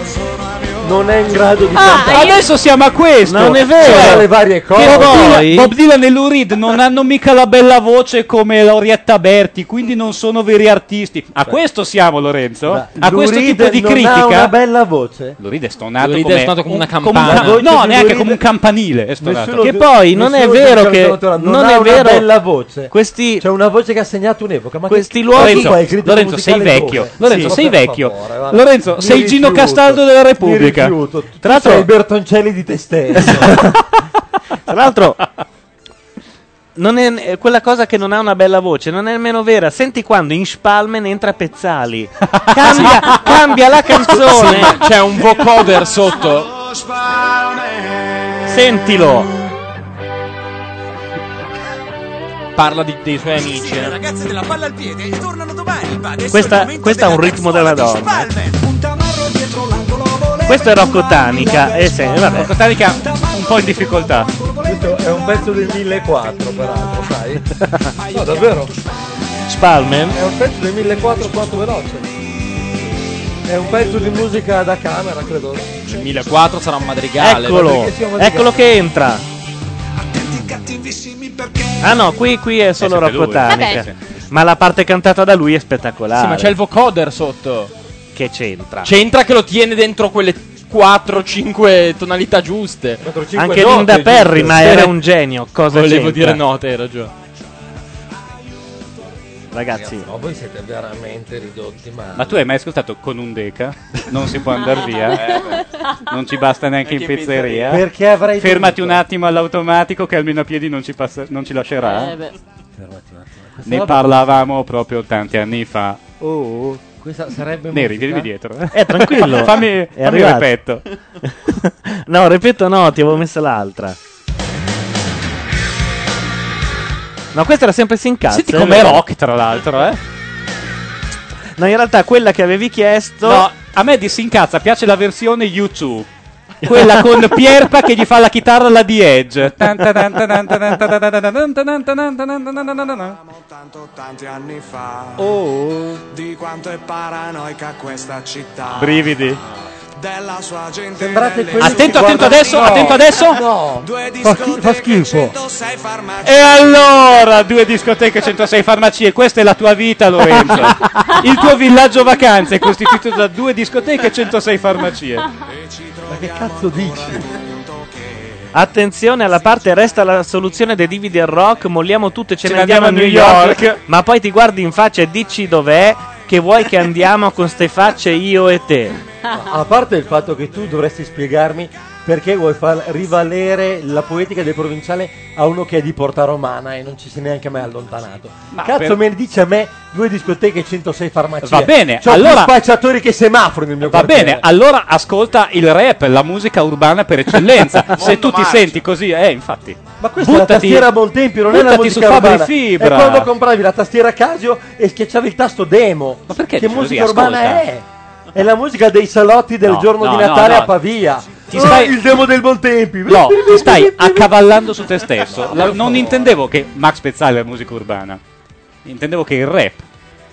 Speaker 2: Non è in grado di cantare.
Speaker 5: Ah, adesso siamo a questo.
Speaker 2: Non è vero.
Speaker 5: Cioè,
Speaker 2: le varie
Speaker 5: che
Speaker 2: cose.
Speaker 5: Bob,
Speaker 2: Poi-
Speaker 5: Dylan, Bob Dylan e Lou Reed non hanno mica la bella voce come Laurietta Berti, quindi non sono veri artisti. A questo siamo, Lorenzo? Uh, a
Speaker 2: Lou
Speaker 5: questo
Speaker 2: Reed
Speaker 5: tipo di
Speaker 2: non
Speaker 5: critica?
Speaker 2: Ha una bella voce.
Speaker 5: Lou Reed è stonato,
Speaker 2: Lou Reed è
Speaker 5: come,
Speaker 2: stonato come una
Speaker 5: un-
Speaker 2: campana.
Speaker 5: come un-
Speaker 2: La
Speaker 5: no,
Speaker 2: voce di
Speaker 5: neanche
Speaker 2: Lou
Speaker 5: come un
Speaker 2: Reed-
Speaker 5: campanile. È stonato.
Speaker 2: Nessuno
Speaker 1: Che
Speaker 2: di-
Speaker 1: poi non è
Speaker 2: nessuno
Speaker 1: vero
Speaker 2: di-
Speaker 1: che-
Speaker 2: non,
Speaker 1: non
Speaker 2: ha
Speaker 1: è
Speaker 2: una
Speaker 1: vero-
Speaker 2: bella voce.
Speaker 1: Questi
Speaker 2: c'è una voce che ha segnato un'epoca, ma
Speaker 1: questi
Speaker 2: che-
Speaker 1: luoghi-
Speaker 2: Lorenzo,
Speaker 1: Lorenzo,
Speaker 5: Lorenzo, sei vecchio. Lorenzo, sei vecchio. Lorenzo, sei Gino Castaldo della Repubblica.
Speaker 2: Tra
Speaker 5: Tra
Speaker 2: l'altro
Speaker 5: l'altro-
Speaker 2: sei il Bertoncelli di te stesso.
Speaker 1: Eh, Tra l'altro non è, è quella cosa che non ha una bella voce, non è nemmeno vera. Senti quando in Spalmen entra Pezzali. Cambia, cambia la
Speaker 4: Sì, ma
Speaker 1: canzone.
Speaker 4: c'è un vocoder sotto.
Speaker 1: Sentilo.
Speaker 4: Parla di- dei suoi amici. eh.
Speaker 23: Ragazze della palla al piede tornano domani. Ma adesso è il
Speaker 1: Questa,
Speaker 23: momento
Speaker 1: questo è un
Speaker 23: della
Speaker 1: ritmo della
Speaker 23: terza
Speaker 1: donna.
Speaker 23: di Spalmer. Un tamarro dietro l'angolo voleva
Speaker 1: Questo è Rocco Tanica. Eh, sì, vabbè. Rocco
Speaker 5: Tanica un po' in difficoltà.
Speaker 2: Questo è un pezzo del 1004, peraltro, sai? No, davvero.
Speaker 1: Spalmen.
Speaker 2: È un pezzo del 1004 quanto veloce. È un pezzo di musica da camera, credo.
Speaker 4: 1004 sarà un madrigale.
Speaker 1: Eccolo.
Speaker 4: Perché siamo madrigali?
Speaker 1: Eccolo che entra. Ah no, qui, qui
Speaker 5: Eh,
Speaker 1: è solo
Speaker 4: sempre
Speaker 1: Rocco
Speaker 4: lui.
Speaker 1: Tanica.
Speaker 4: Vabbè.
Speaker 1: Ma la parte cantata da lui è spettacolare.
Speaker 4: Sì, ma c'è il vocoder sotto.
Speaker 1: Che c'entra?
Speaker 4: C'entra che lo tiene dentro quelle 4-5 tonalità giuste.
Speaker 1: Anche Linda Perry, ma era un genio. Cosa c'entra?
Speaker 4: Volevo dire note, hai ragione.
Speaker 1: Ragazzi,
Speaker 2: ma voi siete veramente ridotti,
Speaker 5: Ma tu hai mai ascoltato con un deca? Non si può andare via.
Speaker 2: Eh, beh.
Speaker 5: non ci basta neanche in
Speaker 2: Neanche in
Speaker 5: pizzeria.
Speaker 2: pizzeria. Perché avrei
Speaker 5: Fermati
Speaker 2: dovuto?
Speaker 5: un attimo all'automatico che almeno a piedi non ci, passa- non ci lascerà.
Speaker 2: Eh, beh.
Speaker 5: Ne parlavamo proprio tanti anni fa.
Speaker 2: Oh, questa sarebbe
Speaker 5: Neri,
Speaker 2: musica?
Speaker 5: vieni dietro.
Speaker 1: Eh, tranquillo.
Speaker 5: fammi,
Speaker 1: È
Speaker 5: fammi il
Speaker 1: arrivato.
Speaker 5: repetto.
Speaker 1: no, ripeto, no, ti avevo messa l'altra. No, questa era sempre si incazza.
Speaker 5: Senti
Speaker 1: eh,
Speaker 5: com'è
Speaker 1: vero?
Speaker 5: rock, tra l'altro, eh.
Speaker 1: No, in realtà quella che avevi chiesto.
Speaker 5: No, a me di si incazza piace la versione YouTube. Quella con Pierpa che gli fa la chitarra alla di Edge. Tan, tan, tan, tan, tan, tan, tan, tan, tan, tan, tan, tan, tan, tan, tan, tan, tan.
Speaker 23: Tanto tanti anni fa. Oh. Di quanto è paranoica questa città.
Speaker 5: Brividi.
Speaker 23: Della sua gente.
Speaker 2: Sembrate
Speaker 23: delle-
Speaker 2: quelli
Speaker 5: Attento,
Speaker 2: che
Speaker 5: attento
Speaker 2: guardano-
Speaker 5: adesso, attento adesso.
Speaker 2: No.
Speaker 23: Due di
Speaker 2: Fa, schi- fa schifo.
Speaker 5: E allora, due discoteche, 106 farmacie, questa è la tua vita, Lorenzo. Il tuo villaggio vacanze è costituito da due discoteche e 106 farmacie.
Speaker 2: Ma che cazzo dici?
Speaker 1: Attenzione alla parte, resta la soluzione dei Divide and Rock. Molliamo tutto e ce,
Speaker 5: Ce
Speaker 1: ne
Speaker 5: ne
Speaker 1: andiamo a New
Speaker 5: andiamo a New
Speaker 1: York,
Speaker 5: York.
Speaker 1: Ma poi ti guardi in faccia e dici dov'è. Che vuoi che andiamo con ste facce io e te.
Speaker 2: A parte il fatto che tu dovresti spiegarmi perché vuoi far rivalere la poetica del provinciale a uno che è di Porta Romana e non ci si è neanche mai allontanato.
Speaker 5: Ma
Speaker 2: Cazzo
Speaker 5: per-
Speaker 2: me ne dice a me due discoteche e 106 farmacie.
Speaker 5: Va bene,
Speaker 2: C'ho
Speaker 5: allora-
Speaker 2: più spacciatori che semafori nel mio
Speaker 5: Va
Speaker 2: quartiere.
Speaker 5: bene, allora ascolta il rap, la musica urbana per eccellenza. Se tu ti
Speaker 2: marcio.
Speaker 5: senti così, eh, infatti.
Speaker 2: Ma questa è la tastiera a Bontempi, non è la
Speaker 5: buttati
Speaker 2: musica
Speaker 5: su Fabri
Speaker 2: urbana.
Speaker 5: Fibra.
Speaker 2: È quando compravi la tastiera Casio e schiacciavi il tasto demo. Ma perché che
Speaker 5: dici così?
Speaker 2: musica urbana
Speaker 5: Ascolta.
Speaker 2: è? È la musica dei salotti del
Speaker 5: No,
Speaker 2: giorno
Speaker 5: no,
Speaker 2: di
Speaker 5: no,
Speaker 2: Natale
Speaker 5: no.
Speaker 2: a Pavia.
Speaker 5: Ti
Speaker 2: Oh,
Speaker 5: stai-
Speaker 2: il demo del Bontempi.
Speaker 5: No, ti stai accavallando su te stesso. La- non intendevo che Max Pezzali era musica urbana. Intendevo che il rap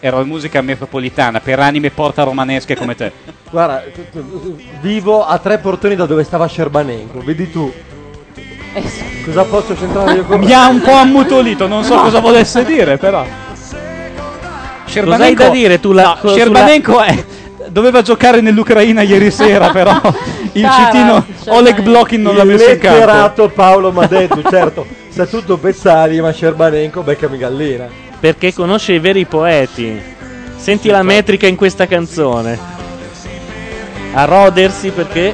Speaker 5: era la musica metropolitana per anime porta romanesche come te.
Speaker 2: Guarda, t- t- vivo a tre portoni da dove stava Scerbanenco. Vedi tu. Cosa posso centrare io con
Speaker 5: Mi ha un po' ammutolito, non so
Speaker 2: No.
Speaker 5: cosa volesse dire, però.
Speaker 1: Cos'hai da dire tu la-
Speaker 5: No,
Speaker 1: sulla-
Speaker 5: Scerbanenko è- Doveva giocare nell'Ucraina ieri sera, però il
Speaker 2: Cara,
Speaker 5: citino Oleg Blokin non l'ha
Speaker 2: Il
Speaker 5: messo in campo.
Speaker 2: letterato Paolo Madeddu, certo. Sa tutto Bezzali, ma Scerbanenco beccami gallina.
Speaker 1: Perché conosce i veri poeti. Senti la metrica in questa canzone. A rodersi perché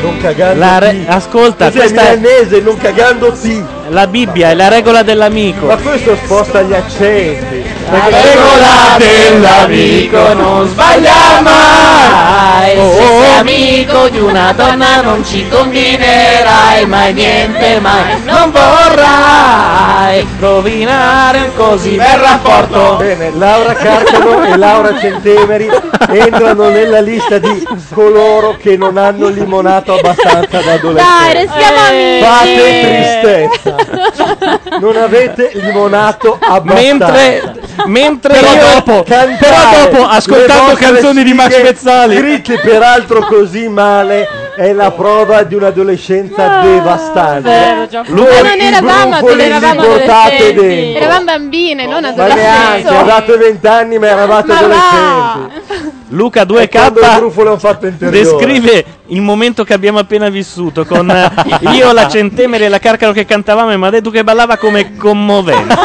Speaker 2: Non cagando
Speaker 1: La re-
Speaker 2: chi.
Speaker 1: ascolta,
Speaker 2: Cos'è,
Speaker 1: questa è-
Speaker 2: milanese, non cagando ti.
Speaker 1: la Bibbia è la regola dell'amico.
Speaker 2: Ma questo sposta gli accenti. Perché
Speaker 1: regola dell'amico non
Speaker 10: sbaglia
Speaker 2: mai.
Speaker 10: Oh, oh, oh.
Speaker 24: amico di una donna non ci combinerai mai niente, mai non vorrai rovinare un così bel rapporto.
Speaker 2: Bene, Laura Carcano e Laura Centemeri entrano nella lista di coloro che non hanno limonato abbastanza da adolescenti.
Speaker 10: Dai, restiamo amici.
Speaker 2: Fate tristezza. Non avete limonato abbastanza.
Speaker 1: Mentre- mentre
Speaker 2: Però
Speaker 1: io-
Speaker 2: dopo,
Speaker 1: però
Speaker 2: cantare
Speaker 1: dopo, ascoltando
Speaker 2: le vostre
Speaker 1: canzoni di Max
Speaker 2: sfide,
Speaker 1: Pezzali.
Speaker 2: scritte peraltro così male è la prova di un'adolescenza devastante.
Speaker 25: Ah,
Speaker 1: Eh,
Speaker 25: vero, Giacomo.
Speaker 2: Loro
Speaker 25: Eh, Ma non
Speaker 2: i
Speaker 25: eravamo
Speaker 2: brufoli li
Speaker 25: eravamo
Speaker 2: portate
Speaker 25: adolescenti.
Speaker 2: dentro.
Speaker 25: Eravamo bambine, non
Speaker 2: Ma neanche,
Speaker 25: adolescenti.
Speaker 2: avevate 20 anni ma eravate
Speaker 25: Ah, Ma va.
Speaker 2: adolescenti.
Speaker 1: Luca
Speaker 2: Quando il
Speaker 1: 2K
Speaker 2: brufolo è un fatto interiore.
Speaker 1: descrive il momento che abbiamo appena vissuto con eh, io, la Centemere e la Carcaro che cantavamo e Madeddu che ballava come commovente.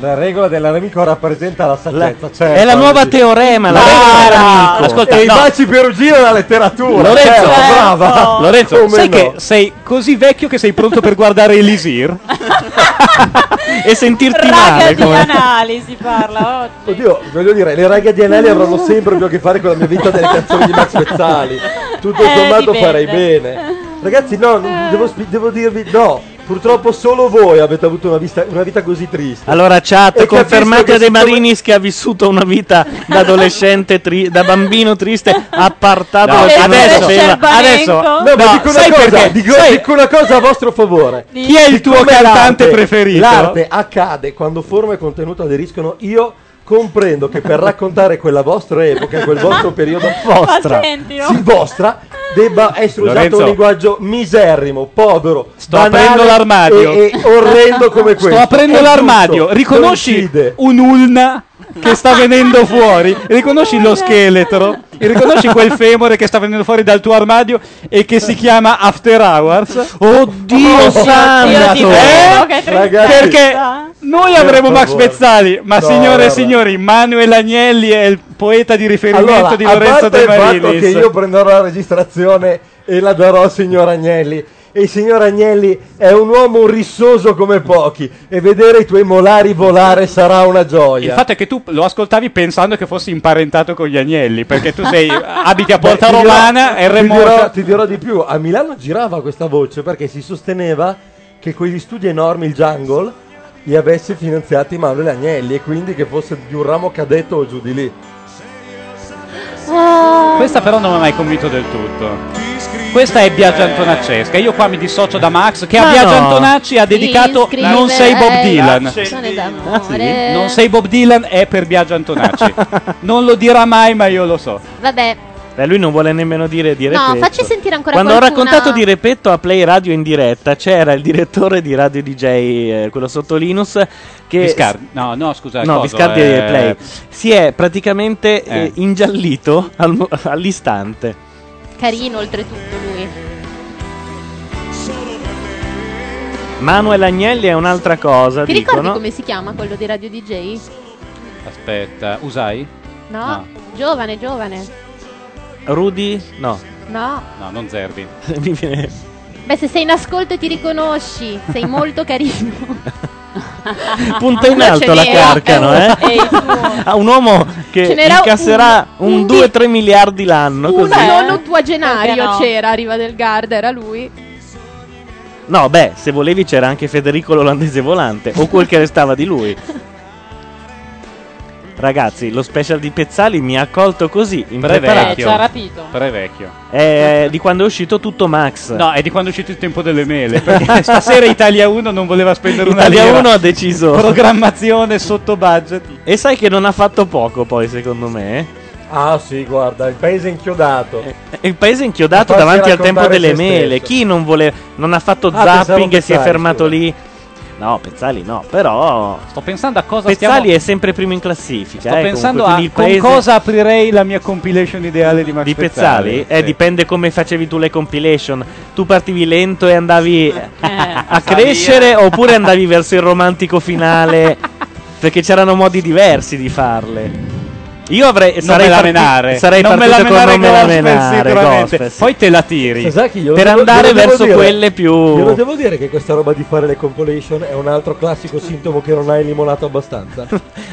Speaker 2: La regola dell'amico rappresenta la saggezza, certo.
Speaker 1: è la nuova
Speaker 2: Oggi.
Speaker 1: teorema, la
Speaker 2: Brava!
Speaker 1: regola dell'amico. Ascolta,
Speaker 2: e
Speaker 1: no.
Speaker 2: i baci perugino è la letteratura.
Speaker 5: Lorenzo,
Speaker 2: certo, brava.
Speaker 5: Lorenzo,
Speaker 2: Come
Speaker 5: sai
Speaker 2: no?
Speaker 5: che sei così vecchio che sei pronto per guardare Elisir?
Speaker 1: e sentirti
Speaker 26: Raga di anali si parla oggi.
Speaker 2: Oddio, voglio dire, le raghe di Anali avranno sempre più a che fare con la mia vita delle canzoni di Max Pezzali. Tutto
Speaker 26: Eh,
Speaker 2: sommato
Speaker 26: dipende.
Speaker 2: farei bene. Ragazzi, no, non- devo, spi- devo dirvi no. Purtroppo solo voi avete avuto una, vista- una vita così triste.
Speaker 1: Allora, chat,
Speaker 2: E capisco
Speaker 1: confermate
Speaker 2: che
Speaker 1: a De
Speaker 2: siccome-
Speaker 1: Marinis che ha vissuto una vita da adolescente, tri- da bambino triste, appartato
Speaker 2: No,
Speaker 1: da chi non
Speaker 2: adesso-
Speaker 1: sapeva.
Speaker 2: adesso- no, ma dico una
Speaker 1: sai
Speaker 2: cosa,
Speaker 1: perché?
Speaker 2: dico, dico una cosa a vostro favore.
Speaker 1: Chi è il
Speaker 2: Siccome
Speaker 1: tuo cantante
Speaker 2: l'arte-
Speaker 1: preferito?
Speaker 2: L'arte accade quando forma e contenuto aderiscono. Io comprendo che per raccontare quella vostra epoca, quel vostro periodo vostra,
Speaker 10: Attentino.
Speaker 2: sì, vostra debba essere usato
Speaker 5: Lorenzo.
Speaker 2: un linguaggio miserrimo, povero,
Speaker 5: Sto
Speaker 2: banale
Speaker 5: aprendo l'armadio.
Speaker 2: e, e orrendo come questo.
Speaker 5: Sto aprendo
Speaker 2: È giusto,
Speaker 5: l'armadio.
Speaker 2: non
Speaker 5: Riconosci
Speaker 2: uccide.
Speaker 5: un'ulna che sta venendo fuori. Riconosci lo scheletro. E riconosci quel femore che sta venendo fuori dal tuo armadio e che si chiama After Hours. Oh,
Speaker 1: Oddio
Speaker 10: santo!
Speaker 2: Eh?
Speaker 10: Dio, ti prego, che tristezza.
Speaker 5: Eh? perché noi
Speaker 10: Per
Speaker 5: avremo Max
Speaker 10: favore.
Speaker 5: Pezzali, ma
Speaker 2: No,
Speaker 5: signore e
Speaker 2: guarda.
Speaker 5: signori, Manuel Agnelli è il poeta di riferimento
Speaker 2: Allora,
Speaker 5: di
Speaker 2: a
Speaker 5: Lorenzo
Speaker 2: parte
Speaker 5: De
Speaker 2: il fatto
Speaker 5: Marinis.
Speaker 2: che io prenderò la registrazione e la darò al signor Agnelli. E il signor Agnelli è un uomo rissoso come pochi e vedere i tuoi molari volare sarà una gioia.
Speaker 5: Il fatto è che tu lo ascoltavi pensando che fossi imparentato con gli agnelli, perché tu sei, abiti a Porta
Speaker 2: Beh, ti dirò-
Speaker 5: Romana e
Speaker 2: ti dirò,
Speaker 5: remoto.
Speaker 2: ti dirò di più, a Milano girava questa voce perché si sosteneva che quegli studi enormi, il Jungle, li avesse finanziati Manuel Agnelli e quindi che fosse di un ramo cadetto o giù di lì.
Speaker 1: Eh,
Speaker 5: Questa però non mi ha mai convinto del tutto. Questa è Biagio Antonaccesca. Io qua mi dissocio da Max, che a
Speaker 1: Eh. Ma
Speaker 5: Biagio
Speaker 1: no.
Speaker 5: Antonacci ha dedicato
Speaker 6: Iscriverei
Speaker 5: Non sei Bob Dylan. Ah,
Speaker 6: canzone Eh, d'amore.
Speaker 5: Non sei Bob Dylan è per Biagio Antonacci. non lo dirà mai, ma io lo so.
Speaker 6: Vabbè,
Speaker 1: Beh, lui non vuole nemmeno dire di
Speaker 6: no,
Speaker 1: repetto.
Speaker 6: facci sentire ancora
Speaker 1: Quando ho
Speaker 6: qualcuna.
Speaker 1: raccontato di Repetto a Play Radio in diretta, c'era il direttore di Radio DJ, eh, quello sotto Linus, che...
Speaker 5: Viscardi. No, no, scusa.
Speaker 1: No,
Speaker 5: coso,
Speaker 1: Viscardi
Speaker 5: eh,
Speaker 1: e Play. Si è praticamente eh,
Speaker 5: Eh.
Speaker 1: ingiallito al mo- all'istante.
Speaker 6: Carino oltretutto lui.
Speaker 1: Manuel Agnelli è un'altra cosa,
Speaker 6: Ti ricordi
Speaker 1: dicono.
Speaker 6: come si chiama quello di Radio DJ?
Speaker 5: Aspetta, usai?
Speaker 6: No? Giovane, giovane.
Speaker 1: Rudy? No.
Speaker 6: No.
Speaker 27: No, non Zerbi.
Speaker 1: Mi viene-
Speaker 6: Beh, se sei in ascolto e ti riconosci, sei molto carino.
Speaker 1: Punta in
Speaker 6: Ma ce
Speaker 1: alto la
Speaker 6: n'era,
Speaker 1: carcano,
Speaker 6: eh,
Speaker 1: eh?
Speaker 6: è il
Speaker 1: A un uomo che
Speaker 6: Ce n'era
Speaker 1: incasserà un, 2-3 miliardi l'anno.
Speaker 6: Un
Speaker 1: Così.
Speaker 6: non ottuagenario
Speaker 7: Perché no?
Speaker 6: c'era a Riva del Garda, era lui.
Speaker 1: No, beh, se volevi c'era anche Federico l'olandese volante o quel che restava di lui. Ragazzi, lo special di Pezzali mi ha accolto così,
Speaker 7: Eh, ci ha
Speaker 1: impreparato.
Speaker 7: rapito.
Speaker 27: Prevecchio.
Speaker 1: È di quando è uscito tutto Max.
Speaker 5: No, è di quando è uscito il tempo delle mele. Perché stasera Italia 1 non voleva spendere una
Speaker 1: Italia
Speaker 5: lira.
Speaker 1: 1 ha deciso.
Speaker 5: Programmazione sotto budget.
Speaker 1: E sai che non ha fatto poco poi, secondo me. eh?
Speaker 2: Ah sì, guarda, il paese inchiodato.
Speaker 5: Eh,
Speaker 1: E Il paese è inchiodato
Speaker 2: Farsi
Speaker 1: davanti al tempo
Speaker 2: raccontare
Speaker 1: delle
Speaker 2: se stesso.
Speaker 1: mele. Chi non, vole- non ha fatto
Speaker 2: Ah,
Speaker 1: zapping
Speaker 2: pensavo
Speaker 1: e si è
Speaker 2: Pezzali,
Speaker 1: fermato lì? No, Pezzali no, però.
Speaker 5: Sto pensando a cosa
Speaker 1: Pezzali
Speaker 5: stiamo-
Speaker 1: è sempre primo in classifica.
Speaker 5: Sto
Speaker 1: eh,
Speaker 5: pensando
Speaker 1: comunque,
Speaker 5: a
Speaker 1: quindi il
Speaker 5: con
Speaker 1: paese
Speaker 5: cosa aprirei la mia compilation ideale di Max
Speaker 1: Di Pezzali? Eh,
Speaker 5: Sì.
Speaker 1: dipende come facevi tu le compilation. Tu partivi lento e andavi a crescere oppure andavi verso il romantico finale? perché c'erano modi diversi di farle. Io avrei,
Speaker 5: Non
Speaker 1: sarei
Speaker 5: me la
Speaker 1: parti-
Speaker 5: menare.
Speaker 1: sarei
Speaker 5: Non me
Speaker 1: partito
Speaker 5: la menare
Speaker 1: con non me la
Speaker 5: gospel,
Speaker 1: menare,
Speaker 5: sicuramente.
Speaker 1: gospel, sì.
Speaker 5: Poi te la tiri.
Speaker 2: Sasaki, Ecco, glielo
Speaker 1: Per
Speaker 2: devo-
Speaker 1: andare
Speaker 2: glielo Esatto, devo
Speaker 1: verso
Speaker 2: dire.
Speaker 1: quelle più-
Speaker 2: Glielo devo dire che questa roba di fare le compilation è un altro classico sintomo che non hai limonato abbastanza.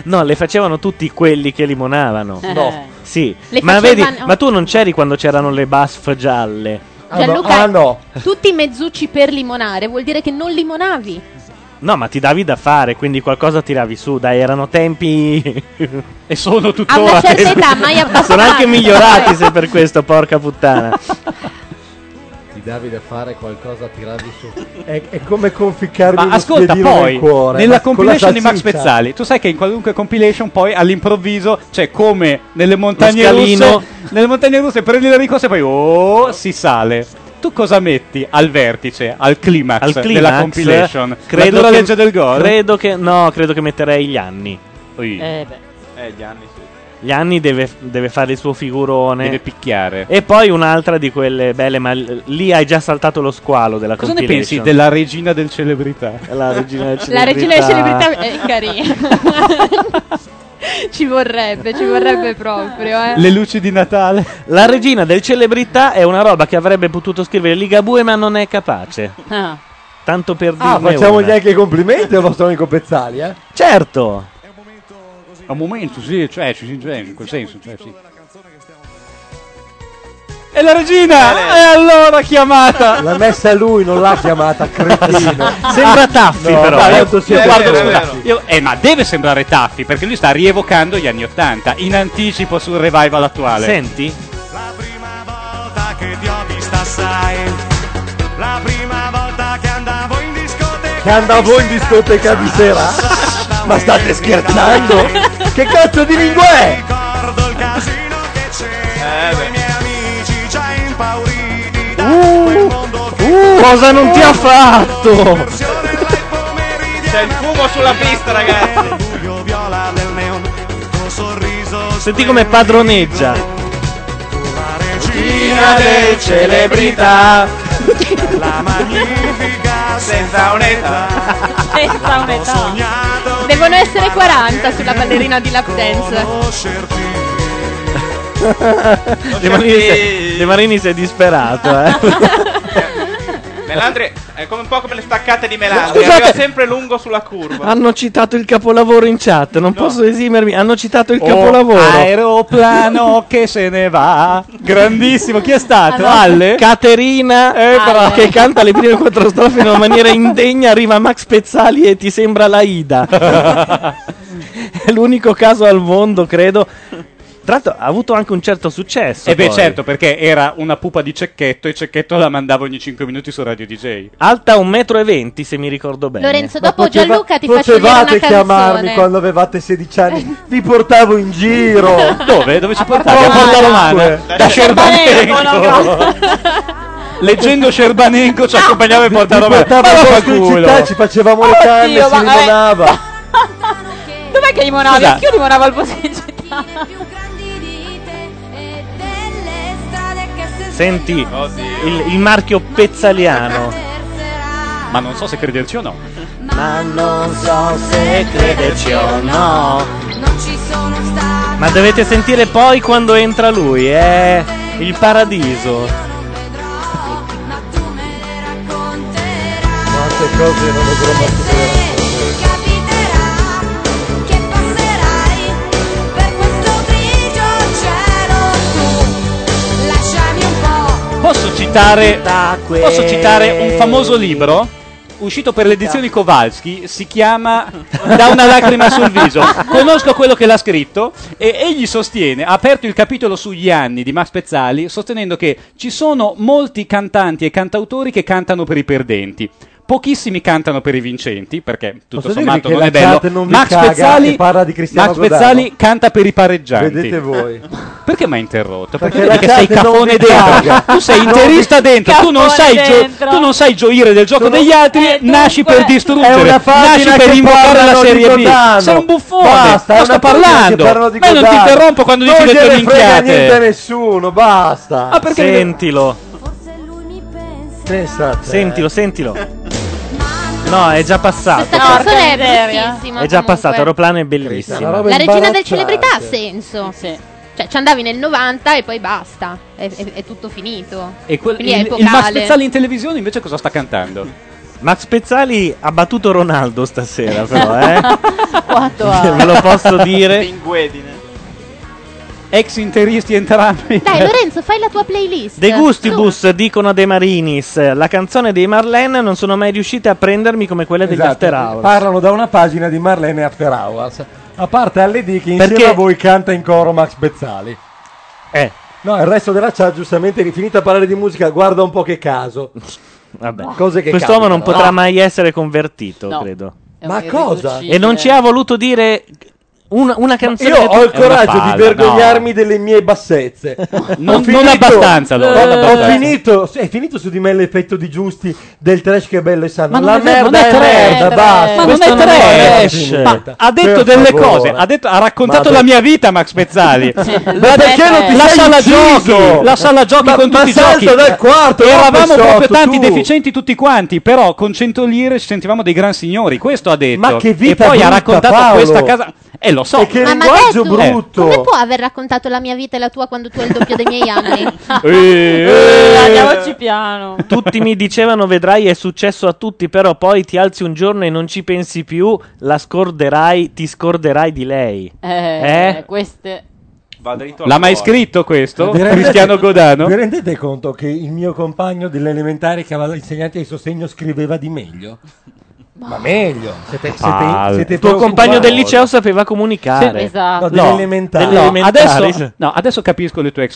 Speaker 1: No, le facevano tutti quelli che limonavano.
Speaker 2: Eh. No.
Speaker 1: Sì.
Speaker 6: Le
Speaker 1: Ma, vedi,
Speaker 6: facevano-
Speaker 1: ma tu non c'eri quando c'erano le buff gialle.
Speaker 6: Ah, Gianluca, tutti i mezzucci per limonare vuol dire che non limonavi.
Speaker 1: No, ma ti davi da fare, quindi qualcosa tiravi su. Dai, erano tempi.
Speaker 5: e sono tuttora.
Speaker 6: A una certa età, mai abbastanza.
Speaker 1: Sono anche migliorati se per questo, porca puttana.
Speaker 2: Ti davi da fare qualcosa, tiravi su. È, è come conficcarmi
Speaker 5: Ma
Speaker 2: uno
Speaker 5: ascolta,
Speaker 2: spiedino nel
Speaker 5: poi
Speaker 2: cuore,
Speaker 5: nella
Speaker 2: ma con la
Speaker 5: compilation di Max
Speaker 2: salsiccia.
Speaker 5: Pezzali, tu sai che in qualunque compilation poi all'improvviso c'è come nelle montagne
Speaker 1: scalino.
Speaker 5: russe, nelle montagne russe prendi le ricorse e poi oh, si sale. Tu cosa metti al vertice, al climax,
Speaker 1: Al climax,
Speaker 5: della compilation?
Speaker 1: credo
Speaker 5: la dura
Speaker 1: che-
Speaker 5: legge del gol?
Speaker 1: Credo che no, credo che metterei gli anni.
Speaker 3: Eh, beh. Eh, gli anni sì.
Speaker 1: Gli anni deve, deve fare il suo figurone.
Speaker 27: Deve picchiare.
Speaker 1: E poi un'altra di quelle belle, ma l- lì hai già saltato lo squalo della
Speaker 5: Cosa ne
Speaker 1: compilation.
Speaker 5: pensi della regina del celebrità?
Speaker 1: La regina del
Speaker 6: La regina delle celebrità è carina. ci vorrebbe, ci vorrebbe proprio, eh.
Speaker 5: luci di Natale.
Speaker 1: La regina del celebrità è una roba che avrebbe potuto scrivere Ligabue, ma non è capace.
Speaker 7: Ah.
Speaker 1: Tanto per dirne
Speaker 2: Ah, facciamogli
Speaker 1: una.
Speaker 2: anche i complimenti al nostro amico Pezzali, eh?
Speaker 1: Certo.
Speaker 27: A un momento, sì, cioè, ci si- cioè, in quel senso, cioè, sì.
Speaker 5: E la regina! E allora chiamata!
Speaker 2: L'ha Eh. messa lui, non l'ha chiamata, cretino.
Speaker 5: Sembra Taffi,
Speaker 2: No,
Speaker 5: però.
Speaker 2: dai,
Speaker 5: eh.
Speaker 2: tanto si è
Speaker 5: Io guardo
Speaker 2: vero,
Speaker 5: su
Speaker 2: è
Speaker 5: Taffi. Io- eh, ma deve sembrare Taffi perché lui sta rievocando gli anni 80 in anticipo sul revival attuale.
Speaker 1: Senti?
Speaker 10: che ti ho vista sai eh, La prima volta che andavo in discoteca
Speaker 2: Che andavo in discoteca di sera? Ma state scherzando? Che cazzo di lingua è?
Speaker 10: Ricordo il casino che c'era I miei amici già impauriti Da quel mondo che
Speaker 1: Uh, Cosa non ti ha fatto?
Speaker 3: C'è il fumo sulla pista, ragazzi.
Speaker 10: buio viola del neon Il tuo sorriso
Speaker 1: Senti come padroneggia.
Speaker 10: Regina
Speaker 3: delle celebrità.
Speaker 10: La magnifica senza un'età
Speaker 7: Senza un'età.
Speaker 6: Devono essere 40 sulla ballerina di lap dance.
Speaker 1: De Marini, si è- De Marini si è disperato, eh.
Speaker 3: Cioè, Melandri è come un po' come le staccate di Melandri.
Speaker 1: Scusate.
Speaker 3: Arriva sempre lungo sulla curva.
Speaker 1: Hanno citato il capolavoro in chat, non posso esimermi. Hanno citato il capolavoro.
Speaker 5: Oh, Aeroplano che se ne va. Grandissimo. Chi è stato?
Speaker 1: Allora.
Speaker 5: Alle? Eh,
Speaker 1: Caterina
Speaker 5: bravo.
Speaker 1: che canta le prime quattro strofe in una maniera indegna, arriva Max Pezzali e ti sembra la Ida. È l'unico caso al mondo, credo. Tra l'altro ha avuto anche un certo successo.
Speaker 5: E beh
Speaker 1: poi.
Speaker 5: certo perché era una pupa di cecchetto e cecchetto la mandava ogni 5 minuti su Radio DJ.
Speaker 1: Alta 1,20 m se mi ricordo bene.
Speaker 6: Lorenzo, dopo Gianluca ti faccio vedere una
Speaker 2: Potevate
Speaker 6: canzone.
Speaker 2: chiamarmi quando avevate 16 anni, vi portavo in giro.
Speaker 5: Dove? Dove ci portavi?
Speaker 2: Porta Romana.
Speaker 5: Da Cerbanenco. Leggendo Cerbanenco ci accompagnava e portava
Speaker 2: Vi portavo posto in città, ci facevamo le canne,
Speaker 7: Oddio,
Speaker 2: si
Speaker 7: ma- eh.
Speaker 2: limonava.
Speaker 7: Dov'è che limonavi?
Speaker 2: Scusa.
Speaker 7: Anch'io limonavo al posto in città.
Speaker 1: Senti il, il marchio pezzaliano.
Speaker 5: Ma non so se crederci o no.
Speaker 28: Ma non so se crederci o no.
Speaker 29: Non ci sono stati
Speaker 1: Ma dovete sentire poi quando entra lui, è il paradiso.
Speaker 2: Quante cose non dovrò mai sapere.
Speaker 10: Lasciami un po'.
Speaker 5: Posso citare, posso citare un famoso libro uscito per le edizioni
Speaker 2: Esatto.
Speaker 5: Kowalski, si chiama Da una lacrima sul viso. Conosco quello che l'ha scritto e egli sostiene, ha aperto il capitolo sugli anni di Max Pezzali, sostenendo che ci sono molti cantanti e cantautori che cantano per i perdenti. Pochissimi cantano per i vincenti, perché tutto
Speaker 2: Posso dirvi
Speaker 5: sommato
Speaker 2: che
Speaker 5: non
Speaker 2: la
Speaker 5: è bello.
Speaker 2: chat non vi
Speaker 5: Max
Speaker 2: caga
Speaker 5: Pezzali,
Speaker 2: e parla di Cristiano
Speaker 5: Max
Speaker 2: Godano.
Speaker 5: Pezzali canta per i pareggianti.
Speaker 2: Vedete voi.
Speaker 5: Perché mi hai interrotto? Perché,
Speaker 2: Perché
Speaker 5: vedi
Speaker 2: la
Speaker 5: che sei
Speaker 2: chat non
Speaker 5: cafone
Speaker 2: vi
Speaker 5: dentro.
Speaker 2: paga.
Speaker 5: Tu sei
Speaker 2: Non vi-
Speaker 5: interista dentro. Tu non,
Speaker 2: Cafone
Speaker 5: sai gio-
Speaker 2: dentro. Eh,
Speaker 5: tu non sai gioire del gioco degli altri. nasci per distruggere.
Speaker 2: È una
Speaker 5: nasci
Speaker 2: pagina
Speaker 5: per
Speaker 2: che
Speaker 5: invocare la
Speaker 2: parlano di
Speaker 5: Serie B.
Speaker 2: Godano.
Speaker 5: Sei un buffone.
Speaker 2: Basta, è
Speaker 5: Ma sto
Speaker 2: una pagina che
Speaker 5: parlando.
Speaker 2: parlano di
Speaker 5: Ma io non ti
Speaker 2: Godano.
Speaker 5: interrompo quando dici
Speaker 2: Non
Speaker 5: le tue
Speaker 2: gliene frega niente a
Speaker 5: minchiate.
Speaker 2: nessuno, basta.
Speaker 5: Ah, perché-
Speaker 1: Sentilo, sentilo, sentilo. No, è già passato.
Speaker 6: Questa canzone è
Speaker 30: miseria.
Speaker 6: bruttissima.
Speaker 1: È già
Speaker 6: comunque.
Speaker 1: passato, Aeroplano è bellissimo.
Speaker 6: La regina del celebrità ha senso. Cioè, ci andavi nel 90 e poi basta. È, è- è tutto finito.
Speaker 5: E quel-
Speaker 6: Quindi è
Speaker 5: il, il
Speaker 6: epocale.
Speaker 5: Max Pezzali in televisione invece cosa sta cantando?
Speaker 1: Max Pezzali ha battuto Ronaldo stasera, però, eh.
Speaker 30: Quanto ha?
Speaker 1: Ve lo posso dire.
Speaker 20: Pinguedine.
Speaker 5: Ex interisti entrambi.
Speaker 6: Dai, Lorenzo, fai la tua playlist.
Speaker 1: De Gustibus dicono De Marinis. La canzone dei Marlene non sono mai riuscite a prendermi come quella degli
Speaker 2: Esatto,
Speaker 1: After Hours.
Speaker 2: Parlano da una pagina di Marlene After Hours. A parte Alledi che insieme
Speaker 1: Perché-
Speaker 2: a voi canta in coro Max Bezzali.
Speaker 1: Eh.
Speaker 2: No, il resto della chat giustamente rifinita a parlare di musica, guarda un po' che caso.
Speaker 1: Vabbè.
Speaker 2: Cose che
Speaker 1: Quest'uomo non
Speaker 2: capitano.
Speaker 1: potrà
Speaker 2: No.
Speaker 1: mai essere convertito, credo.
Speaker 2: Ma cosa?
Speaker 1: E non ci ha voluto dire una, una canzone.
Speaker 2: Io
Speaker 1: che tu-
Speaker 2: ho il
Speaker 1: È una
Speaker 2: coraggio
Speaker 1: palla,
Speaker 2: di vergognarmi delle mie bassezze.
Speaker 1: Non-
Speaker 2: Ho
Speaker 1: non abbastanza, allora.
Speaker 2: Ho-
Speaker 1: Non abbastanza.
Speaker 2: Ho finito, sì, è finito su di me l'effetto di Giusti del trash che è bello e sano.
Speaker 5: Ma non
Speaker 2: La
Speaker 5: è vero, non
Speaker 2: merda
Speaker 5: è
Speaker 2: è,
Speaker 5: trash.
Speaker 2: merda, basta.
Speaker 5: Ma non è
Speaker 2: Questa una
Speaker 5: trash.
Speaker 2: merda
Speaker 5: Ma
Speaker 2: finita.
Speaker 5: ha detto
Speaker 2: Per
Speaker 5: delle
Speaker 2: favore.
Speaker 5: cose, ha, detto- ha raccontato
Speaker 2: Ma
Speaker 5: la
Speaker 2: per-
Speaker 5: mia vita Max Pezzali.
Speaker 2: Sì.
Speaker 5: La-
Speaker 2: Ma perché non ti
Speaker 5: la
Speaker 2: sei
Speaker 5: sala
Speaker 2: ucciso?
Speaker 5: giochi, la sala giochi
Speaker 2: Ma-
Speaker 5: con
Speaker 2: ma
Speaker 5: tutti i
Speaker 2: salta
Speaker 5: giochi.
Speaker 2: dal quarto, non
Speaker 5: Eravamo
Speaker 2: per
Speaker 5: proprio
Speaker 2: sotto,
Speaker 5: tanti
Speaker 2: tu.
Speaker 5: deficienti tutti quanti, però con 100 lire ci sentivamo dei gran signori, questo ha detto.
Speaker 2: Ma che vita
Speaker 5: e poi ha
Speaker 2: brutta,
Speaker 5: raccontato
Speaker 2: Paolo.
Speaker 5: questa casa e lo so.
Speaker 2: E che
Speaker 6: Ma
Speaker 2: linguaggio
Speaker 6: Madeddu,
Speaker 2: brutto.
Speaker 6: Come può aver raccontato la mia vita e la tua quando tu hai il doppio dei miei anni?
Speaker 30: Andiamoci piano.
Speaker 1: "Eh, Tutti mi dicevano, vedrai, è successo a tutti, però poi ti alzi un giorno e non ci pensi più, la scorderai, ti scorderai di lei.
Speaker 30: Eh,
Speaker 1: Eh?
Speaker 30: queste.
Speaker 20: Va dritto
Speaker 5: L'ha mai scritto questo? Cristiano Godano?
Speaker 2: Vi rendete conto che il mio compagno dell'elementare che aveva l'insegnante di sostegno scriveva di meglio? Ma meglio, siete, siete,
Speaker 5: Palle.
Speaker 2: siete
Speaker 5: Tuo
Speaker 2: proprio
Speaker 5: compagno
Speaker 2: una
Speaker 5: del
Speaker 2: cosa.
Speaker 1: liceo sapeva comunicare.
Speaker 30: Sì,
Speaker 21: Ah,
Speaker 30: esatto.
Speaker 2: No, dell'elementare.
Speaker 5: no, adesso,
Speaker 2: Dell'elementare.
Speaker 5: no, adesso capisco le tue ex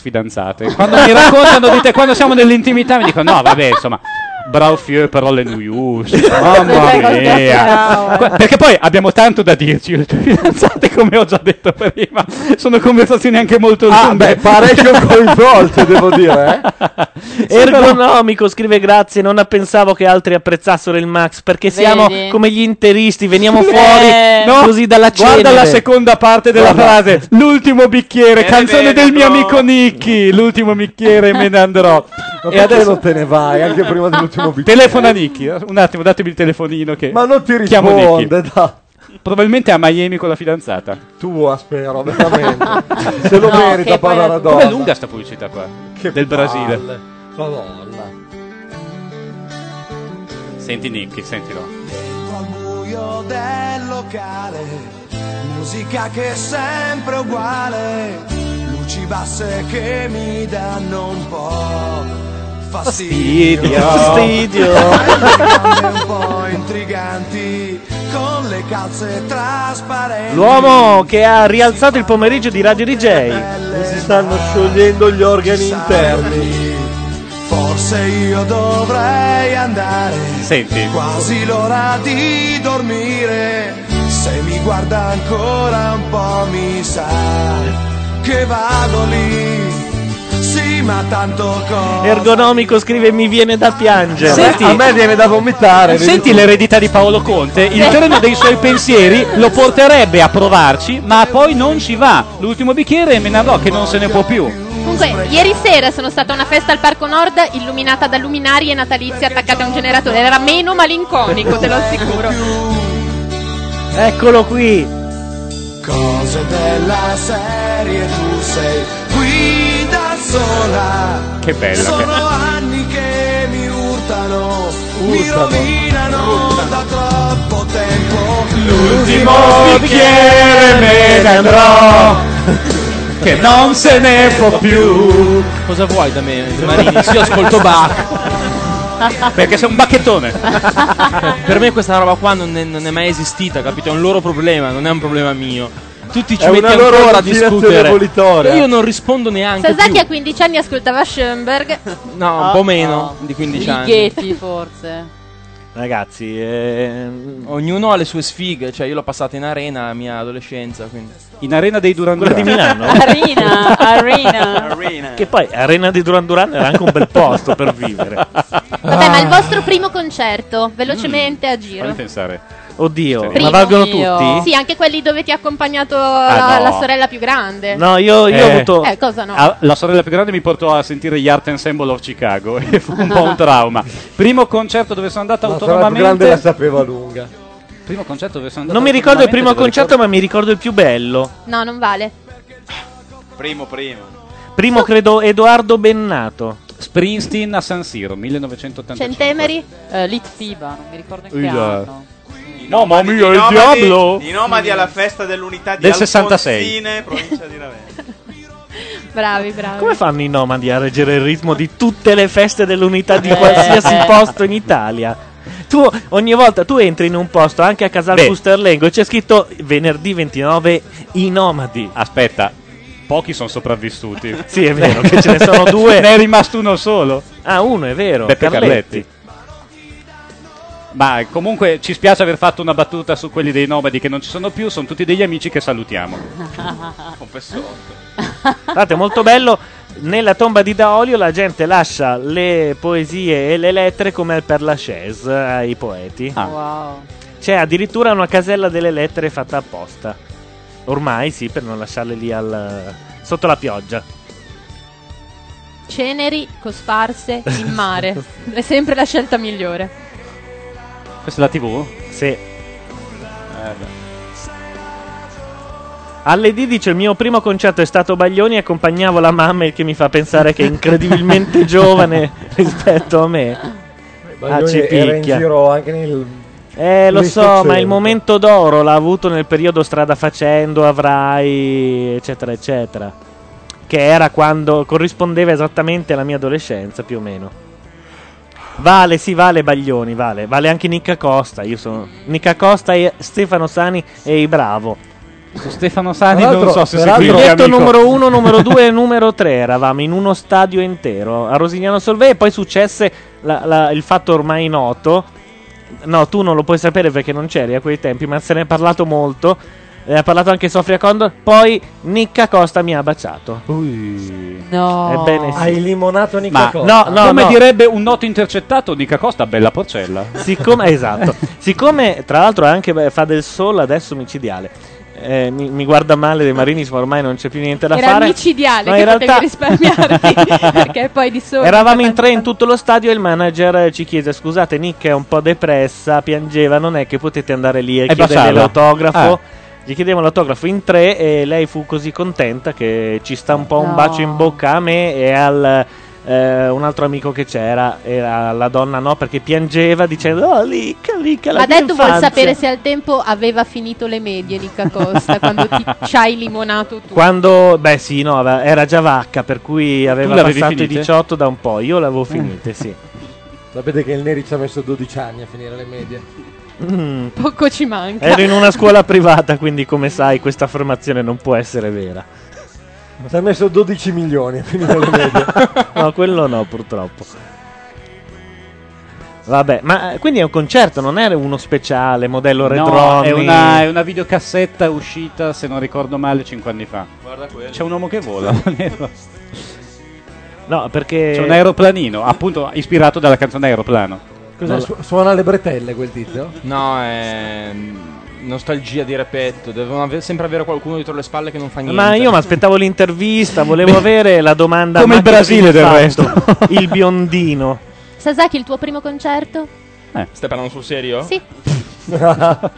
Speaker 5: fidanzate. Quando mi raccontano di te, quando siamo nell'intimità, mi dico: no, vabbè, insomma. Bravo Fieu, parole nuius.
Speaker 21: Sì,
Speaker 5: Mamma
Speaker 21: cosa
Speaker 5: mia.
Speaker 21: bravo.
Speaker 5: Qua- Perché poi abbiamo tanto da dirci. Le tue fidanzate, come ho già detto prima, sono conversazioni anche molto lunghe.
Speaker 2: Ah, beh, parecchio coinvolte, devo dire. eh.
Speaker 1: Ergonomico scrive grazie, non pensavo che altri apprezzassero il Max perché siamo
Speaker 5: Vedi?
Speaker 1: come gli interisti, veniamo
Speaker 5: Eh,
Speaker 1: fuori
Speaker 5: no,
Speaker 1: così dalla cenere.
Speaker 5: Guarda la seconda parte della
Speaker 1: Guarda.
Speaker 5: frase. L'ultimo bicchiere, canzone del mio amico Nicky. L'ultimo bicchiere me ne andrò.
Speaker 2: Ma
Speaker 5: e
Speaker 2: perché
Speaker 5: adesso
Speaker 2: non te ne vai anche prima dell'ultimo video?
Speaker 5: Ah. telefona Nicky. Un attimo, datemi il telefonino che
Speaker 2: Ma non ti
Speaker 5: chiamo Nicky.
Speaker 2: risponde, dai.
Speaker 5: Probabilmente a Miami con la fidanzata.
Speaker 2: Tua, spero, veramente. Se lo
Speaker 5: No,
Speaker 2: merita
Speaker 5: che poi la-
Speaker 2: Pavara Donna.
Speaker 5: Com'è lunga sta pubblicità qua? del Brasile.
Speaker 2: palle. Madonna.
Speaker 5: Senti Nicky, sentilo.
Speaker 22: al buio del locale, musica che è sempre uguale, luci basse che mi danno un po' fastidio.
Speaker 5: Fastidio. Fastidio.
Speaker 22: Gambe un po' intriganti, con le calze trasparenti.
Speaker 1: L'uomo che ha rialzato il pomeriggio di Radio DJ.
Speaker 2: Si stanno sciogliendo gli organi interni.
Speaker 22: Forse io dovrei andare.
Speaker 5: Senti.
Speaker 22: Quasi l'ora di dormire. Se mi guarda ancora un po' mi sa che vado lì. Sì, ma tanto cosa.
Speaker 1: Ergonomico scrive mi viene da piangere.
Speaker 5: Senti-
Speaker 2: A me viene da vomitare. vedi
Speaker 5: Senti
Speaker 2: tu.
Speaker 5: l'eredità di Paolo Conte, il terreno dei suoi pensieri lo porterebbe a provarci, ma poi non ci va. L'ultimo bicchiere e me ne andrò che non se ne può più.
Speaker 6: Comunque, ieri sera sono stata a una festa al Parco Nord illuminata da luminarie natalizie attaccate a un generatore. Era meno malinconico, te lo assicuro.
Speaker 1: Eccolo qui.
Speaker 22: Cose della serie.
Speaker 10: ferie tu sei qui da sola.
Speaker 31: Che bella
Speaker 10: Sono
Speaker 31: che-
Speaker 10: anni che mi urtano, mi
Speaker 31: Urtano.
Speaker 10: rovinano da troppo tempo.
Speaker 32: L'ultimo bicchiere me ne andrò
Speaker 31: Che non se ne può più
Speaker 4: Cosa vuoi da me, Marini? Sì, io ascolto Bach
Speaker 31: Perché sei un bacchettone
Speaker 4: Per me questa roba qua non è, non è mai esistita, capito? È un loro problema, non è un problema mio Tutti ci
Speaker 2: È
Speaker 4: metti
Speaker 2: una loro
Speaker 4: ancora a
Speaker 2: ostinazione
Speaker 4: discutere
Speaker 2: volitoria.
Speaker 4: Io non rispondo neanche
Speaker 6: Sasaki
Speaker 4: più
Speaker 6: a 15 anni ascoltava Schoenberg.
Speaker 4: No,
Speaker 6: Ah,
Speaker 4: un po' meno di 15 anni
Speaker 7: Fighetti forse.
Speaker 4: Ragazzi, ognuno ha le sue sfighe, cioè io l'ho passata in arena la mia adolescenza, quindi.
Speaker 5: In arena dei Duran
Speaker 4: Quella
Speaker 5: Duran.
Speaker 4: di Milano?
Speaker 7: Arena, arena.
Speaker 1: Che poi Arena di Duran Duran era anche un bel posto per vivere.
Speaker 6: Vabbè, ma il
Speaker 1: Ah.
Speaker 6: vostro primo concerto, velocemente a giro.
Speaker 31: pensare.
Speaker 1: Oddio,
Speaker 6: Primo.
Speaker 1: Mm. ma valgono tutti? Ah,
Speaker 6: Sì, anche quelli dove ti ha accompagnato la,
Speaker 1: no.
Speaker 6: la sorella più grande.
Speaker 1: No, io-
Speaker 6: Eh.
Speaker 1: io ho avuto-
Speaker 6: Eh, cosa no?
Speaker 5: Ah, La sorella più grande mi portò a sentire gli Art Ensemble of Chicago e fu un po' un trauma. Primo concerto dove sono andato
Speaker 2: La sarà più grande la
Speaker 5: autonomamente.
Speaker 2: sapeva lunga.
Speaker 5: Primo concerto dove sono andato
Speaker 1: Non mi ricordo il
Speaker 5: autonomamente,
Speaker 1: primo
Speaker 5: dove
Speaker 1: concerto, ma mi ricordo il più bello.
Speaker 6: No, non vale.
Speaker 3: Primo, primo.
Speaker 1: Primo credo Edoardo Bennato.
Speaker 5: Springsteen a San Siro, 1985.
Speaker 6: Centemeri?
Speaker 7: Litfiba, Eh, non mi ricordo in che
Speaker 5: Ui, là.
Speaker 7: anno.
Speaker 5: Mamma mia, il
Speaker 3: Nomadi-
Speaker 5: diavolo!
Speaker 3: I nomadi alla festa dell'unità di
Speaker 5: Del
Speaker 3: Alfonsine, provincia di Ravenna.
Speaker 6: Bravi, bravi.
Speaker 1: Come fanno i nomadi a reggere il ritmo di tutte le feste dell'unità di
Speaker 6: Eh,
Speaker 1: qualsiasi
Speaker 6: eh.
Speaker 1: posto in Italia? Tu ogni volta tu entri in un posto, anche a Casal
Speaker 5: Beh.
Speaker 1: Fusterlengo, e c'è scritto venerdì 29 i nomadi.
Speaker 5: Aspetta, pochi sono sopravvissuti.
Speaker 1: Sì, è vero, che ce ne sono due.
Speaker 5: ne è rimasto uno solo.
Speaker 1: Ah, uno, è vero.
Speaker 5: Beppe
Speaker 1: Carletti.
Speaker 5: Carletti. Ma comunque ci spiace aver fatto una battuta su quelli dei nomadi che non ci sono più, sono tutti degli amici che salutiamo.
Speaker 1: Guardate, è molto bello. Nella tomba di Daolio la gente lascia le poesie e le lettere come per la chaise ai poeti.
Speaker 5: Ah.
Speaker 7: Wow.
Speaker 1: C'è addirittura una casella delle lettere fatta apposta. Ormai sì, per non lasciarle lì al- sotto la pioggia.
Speaker 6: Ceneri cosparse in mare. È sempre la scelta migliore.
Speaker 5: Questa è la TV?
Speaker 1: Sì. Eh, Alle D dice il mio primo concerto è stato Baglioni e accompagnavo la mamma, il che mi fa pensare che è incredibilmente giovane rispetto a me. Ah, ci
Speaker 2: Baglioni era in
Speaker 1: picchia.
Speaker 2: giro anche nel.
Speaker 1: Eh, lo
Speaker 2: nel
Speaker 1: so, ma il
Speaker 2: Settecento.
Speaker 1: momento d'oro l'ha avuto nel periodo strada facendo, avrai, eccetera, eccetera. Che era quando corrispondeva esattamente alla mia adolescenza, più o meno. Vale, sì, vale Baglioni, vale. Vale anche Nicca Costa. Io sono Nicca Costa e Stefano Sani e i Bravo.
Speaker 5: Su Stefano Sani
Speaker 1: Tra
Speaker 5: non
Speaker 1: l'altro-
Speaker 5: so se
Speaker 1: tra
Speaker 5: seguirvi,
Speaker 1: l'altro-
Speaker 5: amico.
Speaker 1: Biglietto numero 1, numero 2 e numero 3 eravamo in uno stadio intero a Rosignano Solvay e poi successe la- la- il fatto ormai noto. No, tu non lo puoi sapere perché non c'eri a quei tempi, ma se ne è parlato molto. Ne ha parlato anche Sofia Condor. Poi Nicca Costa mi ha baciato.
Speaker 7: No.
Speaker 1: Ebbene sì.
Speaker 2: Hai limonato Nicca
Speaker 5: Ma
Speaker 2: Costa.
Speaker 1: no, no,
Speaker 5: come
Speaker 1: no.
Speaker 5: direbbe un noto intercettato di Cacosta, bella porcella.
Speaker 1: Siccome, esatto, siccome tra l'altro anche beh, fa del sole adesso micidiale. Eh, mi, mi guarda male De Marinis, ma ormai non c'è più niente da
Speaker 6: Era
Speaker 1: fare.
Speaker 6: micidiale
Speaker 1: No,
Speaker 6: che
Speaker 1: in
Speaker 6: potevi
Speaker 1: realtà
Speaker 6: risparmiarti. perché poi di solito.
Speaker 1: Eravamo in tre in tutto lo stadio e il manager ci chiese: Scusate, Nick è un po' depressa, piangeva, non è che potete andare lì e,
Speaker 5: E
Speaker 1: chiederle
Speaker 5: baciarla.
Speaker 1: l'autografo.
Speaker 5: Ah.
Speaker 1: Gli chiedevamo l'autografo in tre e lei fu così contenta che ci stampò
Speaker 5: No.
Speaker 1: un bacio in bocca a me e al. eh, un altro amico che c'era, era la donna no, perché piangeva dicendo: Oh, Lick, Lick, la
Speaker 6: Ma
Speaker 1: mia
Speaker 6: detto vuol
Speaker 1: infanzia."
Speaker 6: sapere se al tempo aveva finito le medie Nicca Costa quando ti ci hai limonato tu.
Speaker 1: Quando, beh, sì, no, aveva- era già vacca, per cui aveva
Speaker 2: l'avevi
Speaker 1: passato i
Speaker 2: finite?
Speaker 1: 18 da un po'. Io
Speaker 6: Eh.
Speaker 1: l'avevo finite, sì.
Speaker 2: Sapete che il Neri ci ha messo 12 anni a finire le medie.
Speaker 1: Mm.
Speaker 6: Poco ci manca.
Speaker 1: Ero in una scuola privata, quindi come sai questa affermazione non può essere vera.
Speaker 2: Ci ha messo 12 milioni a finire le medie.
Speaker 1: No, quello no, purtroppo. Vabbè, ma eh, quindi è un concerto, non era uno speciale, modello retro.
Speaker 5: No, è una, è una videocassetta uscita, se non ricordo male, 5 anni fa.
Speaker 3: Guarda quello.
Speaker 5: C'è un uomo che vola.
Speaker 1: no, perché...
Speaker 4: Eh,
Speaker 5: C'è un aeroplanino, appunto ispirato dalla canzone Aeroplano.
Speaker 2: Cos'è?
Speaker 5: Non la-
Speaker 2: Su- suona le bretelle quel tizio?
Speaker 4: No, è nostalgia di repetto, devono ave- sempre avere qualcuno dietro le spalle che non fa niente.
Speaker 1: Ma io mi aspettavo l'intervista, volevo avere la domanda...
Speaker 4: Come
Speaker 1: ma
Speaker 4: il
Speaker 1: che
Speaker 4: Brasile,
Speaker 1: film
Speaker 4: del
Speaker 1: fatto?
Speaker 4: resto.
Speaker 1: Il biondino.
Speaker 6: Sasaki, il tuo primo concerto?
Speaker 4: Stai parlando Eh. sul serio?
Speaker 6: Sì.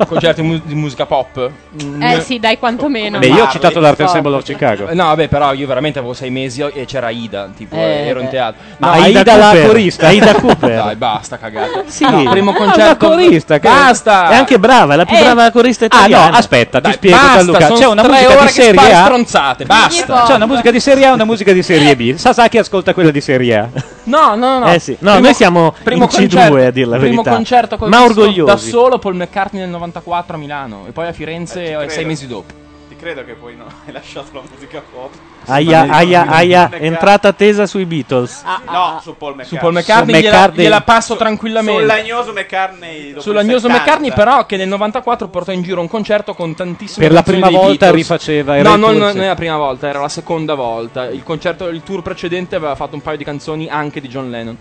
Speaker 4: Concerti mu- di musica pop?
Speaker 33: Eh sì, dai, quantomeno.
Speaker 34: Beh, io ho citato l'Art Ensemble of
Speaker 4: Chicago. Eh, No, vabbè, però io veramente avevo sei mesi e c'era Aida, tipo,
Speaker 34: Eh,
Speaker 4: ero in
Speaker 34: beh.
Speaker 4: teatro.
Speaker 34: Ma
Speaker 4: No,
Speaker 34: Aida la corista.
Speaker 4: Aida
Speaker 34: Cooper.
Speaker 4: Dai, basta cagata.
Speaker 34: Sì.
Speaker 4: No, primo
Speaker 34: Ah,
Speaker 4: concerto.
Speaker 34: la corista, che-
Speaker 4: Basta.
Speaker 1: È anche brava, è la più
Speaker 4: Eh.
Speaker 1: brava corista italiana.
Speaker 5: Ah, no, aspetta, ti spiego,
Speaker 4: basta,
Speaker 5: Gianluca.
Speaker 4: sono
Speaker 5: C'è una
Speaker 4: tre
Speaker 5: musica
Speaker 4: ore
Speaker 5: di
Speaker 4: che
Speaker 5: serie
Speaker 4: spari
Speaker 5: A.
Speaker 4: stronzate, basta.
Speaker 5: C'è una musica di serie A e una musica di serie B. Sasaki ascolta quella di serie A.
Speaker 4: No, no, no.
Speaker 5: Eh sì.
Speaker 1: No, noi siamo in C2, a dir la
Speaker 4: primo
Speaker 1: verità.
Speaker 4: concerto col
Speaker 1: Ma
Speaker 4: disco
Speaker 1: orgogliosi.
Speaker 4: da solo Paul McCartney nel 94 a Milano e poi a Firenze eh, sei mesi dopo.
Speaker 3: Ti credo che poi no, hai lasciato la musica pop.
Speaker 1: Aia,
Speaker 4: Sì, ma-
Speaker 1: aia, aia,
Speaker 3: Paul
Speaker 1: entrata tesa sui Beatles.
Speaker 3: No, su Paul McCartney.
Speaker 4: Su Paul McCartney,
Speaker 1: Su
Speaker 4: gliela,
Speaker 1: McCartney.
Speaker 4: gliela passo tranquillamente.
Speaker 3: Sull'agnoso McCartney. dopo
Speaker 4: Sull'agnoso
Speaker 3: il 70.
Speaker 4: McCartney, però, che nel 94 portò in giro un
Speaker 2: certo,
Speaker 4: concerto con tantissime
Speaker 5: Per la
Speaker 4: canzoni
Speaker 5: prima
Speaker 4: dei
Speaker 5: volta
Speaker 4: Beatles.
Speaker 5: rifaceva i
Speaker 4: No,
Speaker 5: Ray
Speaker 4: non,
Speaker 5: Pulse.
Speaker 4: non è la prima volta, era la seconda volta. Il, concerto, il tour precedente aveva fatto un paio di canzoni anche di John Lennon.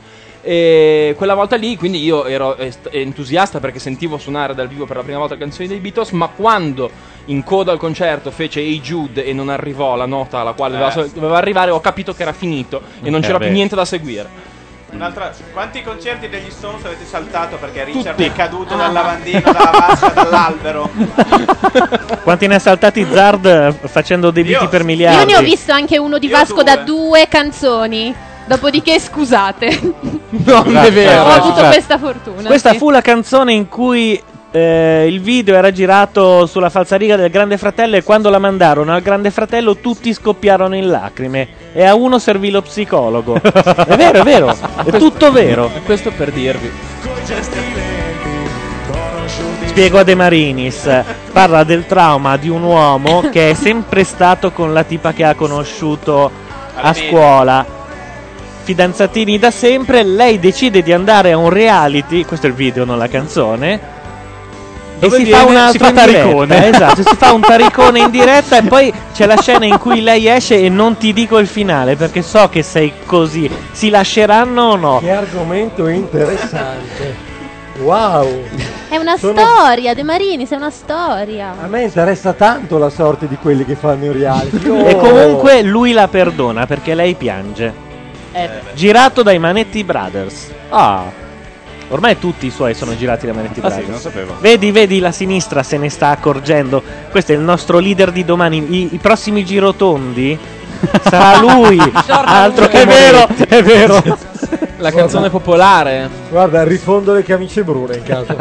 Speaker 4: E quella volta lì, quindi io ero est- entusiasta perché sentivo suonare dal vivo per la prima volta le canzoni dei Beatles. Ma quando in coda al concerto fece Hey Jude e non arrivò la nota alla quale doveva,
Speaker 3: Eh.
Speaker 4: doveva arrivare, ho capito che era finito e non
Speaker 3: Eh,
Speaker 4: c'era
Speaker 3: beh.
Speaker 4: più niente da seguire.
Speaker 3: Un'altra- quanti concerti degli Stones avete saltato perché Richard
Speaker 4: Tutti.
Speaker 3: è caduto dal lavandino, dalla vasca, dall'albero?
Speaker 1: Quanti ne ha saltati Zard eh, facendo debiti per miliardi?
Speaker 33: Io ne ho visto anche uno di Vasco da due canzoni. Dopodiché, scusate,
Speaker 1: Non è vero.
Speaker 33: ho avuto questa fortuna.
Speaker 1: Questa
Speaker 33: sì.
Speaker 1: fu la canzone in cui eh, il video era girato sulla falsariga del Grande Fratello e quando la mandarono al Grande Fratello tutti scoppiarono in lacrime e a uno servì lo psicologo. è vero, è vero, è tutto vero.
Speaker 4: Questo per dirvi.
Speaker 1: Spiego a De Marinis, parla del trauma di un uomo che è sempre stato con la tipa che ha conosciuto a scuola. Fidanzatini da sempre, lei decide di andare a un reality, questo è il video, non la canzone.
Speaker 5: Dove
Speaker 1: e si
Speaker 5: viene-
Speaker 1: fa un
Speaker 5: si
Speaker 1: altro
Speaker 5: fa
Speaker 1: in diretta,
Speaker 5: taricone.
Speaker 1: esatto, si fa un taricone in diretta e poi c'è la scena in cui lei esce e non ti dico il finale perché so che sei così. Si lasceranno o no?
Speaker 2: Che argomento interessante. Wow.
Speaker 6: È una
Speaker 2: Sono-
Speaker 6: storia, De Marinis, è una storia.
Speaker 34: Ah,
Speaker 2: A me interessa tanto la sorte di quelli che fanno i Oh. reality. Io-
Speaker 10: Oh.
Speaker 1: E comunque lui la perdona perché lei piange.
Speaker 2: Eh.
Speaker 1: Girato dai Manetti Brothers. Ah. Ormai tutti i suoi sono girati da Manetti
Speaker 10: Ah, sì,
Speaker 1: Brothers.
Speaker 10: non sapevo.
Speaker 1: Vedi, vedi, la sinistra se ne sta accorgendo. Questo è il nostro leader di domani. I, i prossimi girotondi sarà lui. altro che
Speaker 2: È vero,
Speaker 1: Moretti.
Speaker 2: è vero.
Speaker 4: La canzone popolare.
Speaker 2: Guarda, rifondo le camicie brune in caso.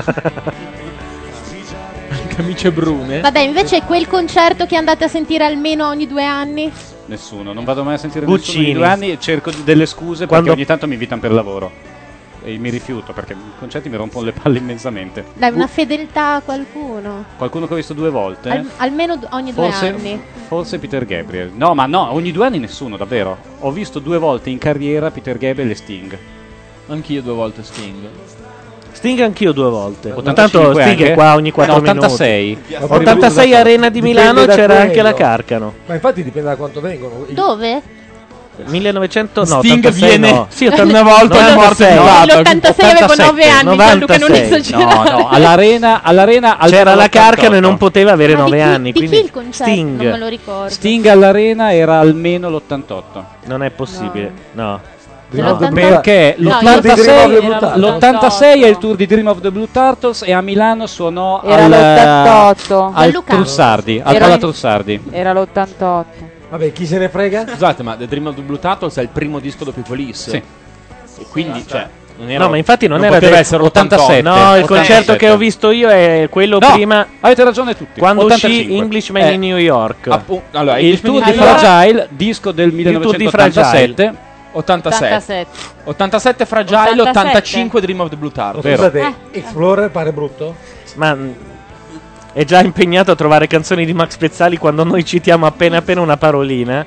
Speaker 4: Camicie brune.
Speaker 6: Vabbè, invece quel concerto che andate a sentire almeno ogni due anni.
Speaker 34: Nessuno, non vado mai a sentire nessuno
Speaker 1: Guccini.
Speaker 34: in due anni e cerco delle scuse
Speaker 1: Quando-
Speaker 34: perché ogni tanto mi invitano per lavoro. E mi rifiuto perché i concerti mi rompono le palle immensamente.
Speaker 6: Dai, una fedeltà a qualcuno.
Speaker 34: Qualcuno che ho visto due volte.
Speaker 6: Al- almeno d- ogni
Speaker 34: Eh. Forse,
Speaker 6: due anni.
Speaker 34: forse Peter Gabriel. No, ma no, ogni due anni nessuno, davvero. Ho visto due volte in carriera Peter Gabriel e Sting.
Speaker 4: Anch'io due volte Sting.
Speaker 1: Sting anch'io due volte.
Speaker 34: 85
Speaker 1: Tanto Sting
Speaker 34: anche?
Speaker 1: è qua ogni 4
Speaker 2: Eh,
Speaker 34: No,
Speaker 1: minuti.
Speaker 34: 86.
Speaker 1: 86 Arena di
Speaker 2: Dipende
Speaker 1: Milano
Speaker 2: da
Speaker 1: c'era
Speaker 2: quello.
Speaker 1: anche la Carcano.
Speaker 2: Ma infatti dipende da quanto vengono. Il-
Speaker 6: Dove?
Speaker 1: 1900 Esatto, no,
Speaker 2: Sting
Speaker 1: 86
Speaker 2: viene-
Speaker 1: no.
Speaker 2: Sì, 89
Speaker 1: 96.
Speaker 2: è morto in Novak.
Speaker 6: Nell'86 avevo 9 anni, Gianluca, non
Speaker 1: 96.
Speaker 6: esagerare.
Speaker 1: No, no, all'arena,
Speaker 5: all'arena al-
Speaker 1: c'era la
Speaker 5: all'88.
Speaker 1: Carcano e non poteva avere
Speaker 5: Ma di
Speaker 1: 9
Speaker 5: chi-
Speaker 1: anni,
Speaker 5: di chi
Speaker 1: quindi
Speaker 6: il concerto?
Speaker 1: Sting.
Speaker 6: Non me lo ricordo.
Speaker 5: Sting all'arena era almeno l'88.
Speaker 1: Non è possibile. No.
Speaker 5: No,
Speaker 1: No.
Speaker 5: perché
Speaker 1: No,
Speaker 5: l'86,
Speaker 1: io-
Speaker 5: l'86 è il tour di Dream of the Blue Turtles e a Milano suonò
Speaker 7: Era
Speaker 5: al, eh,
Speaker 7: l'88.
Speaker 5: al
Speaker 7: Gianluca.
Speaker 5: Trussardi, al
Speaker 7: Era
Speaker 5: Pala
Speaker 7: in-
Speaker 5: Trussardi.
Speaker 7: Era l'88.
Speaker 2: Vabbè, chi se ne frega?
Speaker 4: Scusate, ma The Dream of the Blue Turtles è il primo disco dopo i Police. E quindi, cioè, non era
Speaker 1: No, ma infatti non, era
Speaker 4: poteva
Speaker 1: del-
Speaker 4: essere l'87.
Speaker 1: No, il concerto che ho visto io è quello
Speaker 4: No,
Speaker 1: prima.
Speaker 5: Avete ragione tutti.
Speaker 1: Quando
Speaker 5: 85.
Speaker 1: uscì Englishman
Speaker 5: Eh,
Speaker 1: in New York.
Speaker 5: appu-
Speaker 4: allora,
Speaker 5: il tour di
Speaker 1: Allora-
Speaker 5: Fragile, disco del
Speaker 1: Il tour di
Speaker 5: 1987.
Speaker 4: 87. 87 Fragile,
Speaker 2: 87.
Speaker 4: 85 Dream of the Blue Turtles.
Speaker 2: Scusate,
Speaker 6: Eh.
Speaker 2: Explorer pare brutto?
Speaker 1: Ma mh, è già impegnato a trovare canzoni di Max Pezzali quando noi citiamo appena appena una parolina.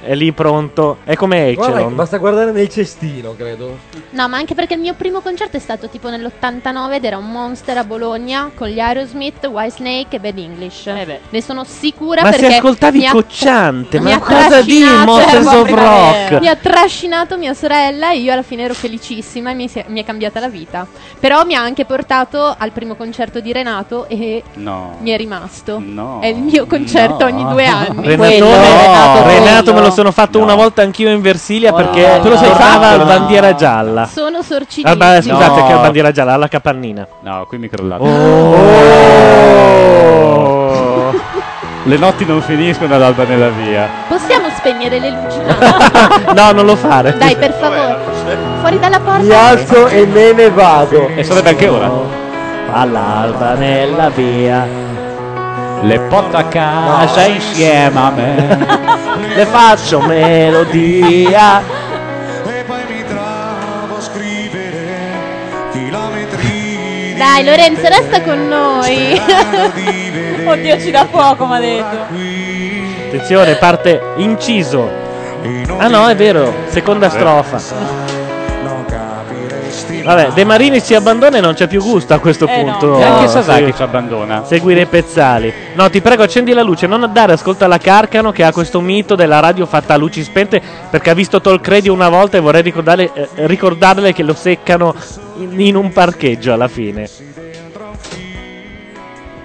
Speaker 1: È lì pronto. È come
Speaker 2: Guarda,
Speaker 1: Echelon.
Speaker 2: basta guardare nel cestino, credo.
Speaker 6: No, ma anche perché il mio primo concerto è stato tipo nell'89 ed era un monster a Bologna con gli Aerosmith, White Snake e Bad English.
Speaker 34: Eh
Speaker 6: Ne sono sicura
Speaker 1: Ma se
Speaker 6: perché
Speaker 1: ascoltavi
Speaker 6: mi ha-
Speaker 1: Cocciante,
Speaker 6: mi
Speaker 1: ma
Speaker 6: ha
Speaker 1: cosa di
Speaker 6: trascinato-
Speaker 1: Monsters
Speaker 6: eh,
Speaker 1: of
Speaker 6: vabbè.
Speaker 1: Rock?
Speaker 6: Mi ha trascinato mia sorella e io alla fine ero felicissima e mi, si è, mi è cambiata la vita. Però mi ha anche portato al primo concerto di Renato e
Speaker 34: No.
Speaker 6: mi è rimasto.
Speaker 34: No.
Speaker 6: È il mio concerto
Speaker 34: No.
Speaker 6: ogni due anni.
Speaker 1: Renatone, Renato me lo lo sono fatto una volta anch'io in Versilia perché
Speaker 35: Te lo sei
Speaker 1: tornava
Speaker 35: fatto?
Speaker 1: la bandiera gialla.
Speaker 6: Sono sorciti.
Speaker 1: Ah, beh, scusate,
Speaker 36: No.
Speaker 1: che bandiera gialla, alla capannina. Oh.
Speaker 36: No, qui mi crollate.
Speaker 6: Oh.
Speaker 36: Le notti non finiscono all'alba nella via.
Speaker 6: Possiamo spegnere le luci?
Speaker 1: Ah, no, non lo fare.
Speaker 6: Dai, per favore. Fuori dalla porta.
Speaker 37: Mi alzo e me ne vado.
Speaker 36: E sarebbe anche ora.
Speaker 35: All'alba nella via.
Speaker 36: Le porto a
Speaker 35: casa insieme a me. Le faccio melodia.
Speaker 6: Dai, Lorenzo, resta con noi.
Speaker 7: Oddio, ci dà fuoco, mi ha detto.
Speaker 1: Attenzione, parte inciso. Ah no, è vero, seconda strofa. Vabbè, De Marini si abbandona e non c'è più gusto a questo
Speaker 36: Eh, no.
Speaker 1: punto.
Speaker 36: E anche Sasaki ci
Speaker 1: abbandona. Seguire i pezzali. No, ti prego, accendi la luce, non dare ascolto alla Carcano che ha questo mito della radio fatta a luci spente perché ha visto Talk Radio una volta e vorrei ricordarle, eh, ricordarle che lo seccano in, in un parcheggio alla fine.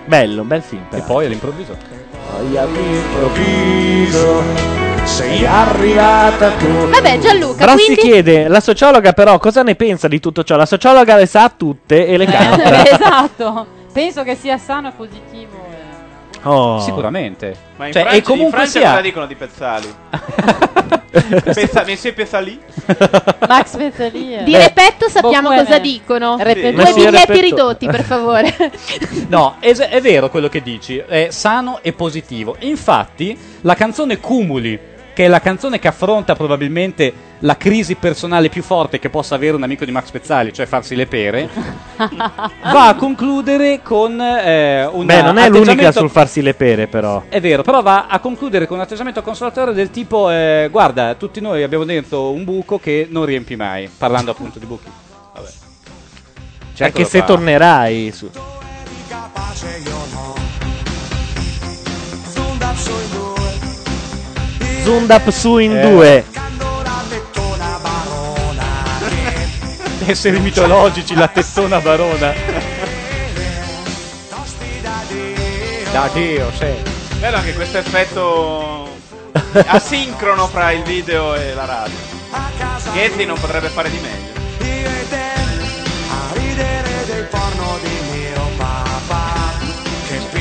Speaker 1: Bello, un bel film. E poi all'improvviso.
Speaker 35: Sei arrivata tu.
Speaker 6: Vabbè, Gianluca,
Speaker 1: Però si
Speaker 6: quindi
Speaker 1: chiede, la sociologa però cosa ne pensa di tutto ciò? La sociologa le sa tutte
Speaker 36: Eh.
Speaker 1: e le canta.
Speaker 7: esatto. Penso che sia sano e positivo. eh.
Speaker 1: Oh.
Speaker 36: Sicuramente.
Speaker 3: Ma in
Speaker 36: Cioè,
Speaker 3: Francia,
Speaker 36: e comunque
Speaker 3: in Francia
Speaker 36: sia-
Speaker 3: cosa dicono di Pezzali? Pezza, mi sei Pezzali?
Speaker 7: Max Pezzali.
Speaker 6: di repetto sappiamo
Speaker 7: Bocquene.
Speaker 6: cosa dicono.
Speaker 7: Repetto.
Speaker 6: Due
Speaker 7: Ma sì,
Speaker 6: biglietti
Speaker 7: repetto.
Speaker 6: ridotti, per favore.
Speaker 5: No, es- è vero quello che dici, è sano e positivo. Infatti, la canzone Cumuli, che è la canzone che affronta probabilmente la crisi personale più forte che possa avere un amico di Max Pezzali, cioè farsi le pere, va a concludere con eh, un
Speaker 1: Beh, non è
Speaker 5: atteggiamento-
Speaker 1: l'unica sul farsi le pere, però.
Speaker 5: È vero, però va a concludere con un atteggiamento consolatorio del tipo eh, guarda, tutti noi abbiamo dentro un buco che non riempi mai, parlando appunto di buchi. Vabbè.
Speaker 1: Cioè, che
Speaker 5: Eccolo
Speaker 1: se
Speaker 5: qua.
Speaker 1: tornerai. su- Zundap su
Speaker 5: Eh.
Speaker 1: in due.
Speaker 5: Esseri mitologici, la testona barona.
Speaker 3: Da
Speaker 5: Dio, sì.
Speaker 3: Bello anche questo effetto asincrono fra il video e la radio. Ghezzi non potrebbe fare di meglio.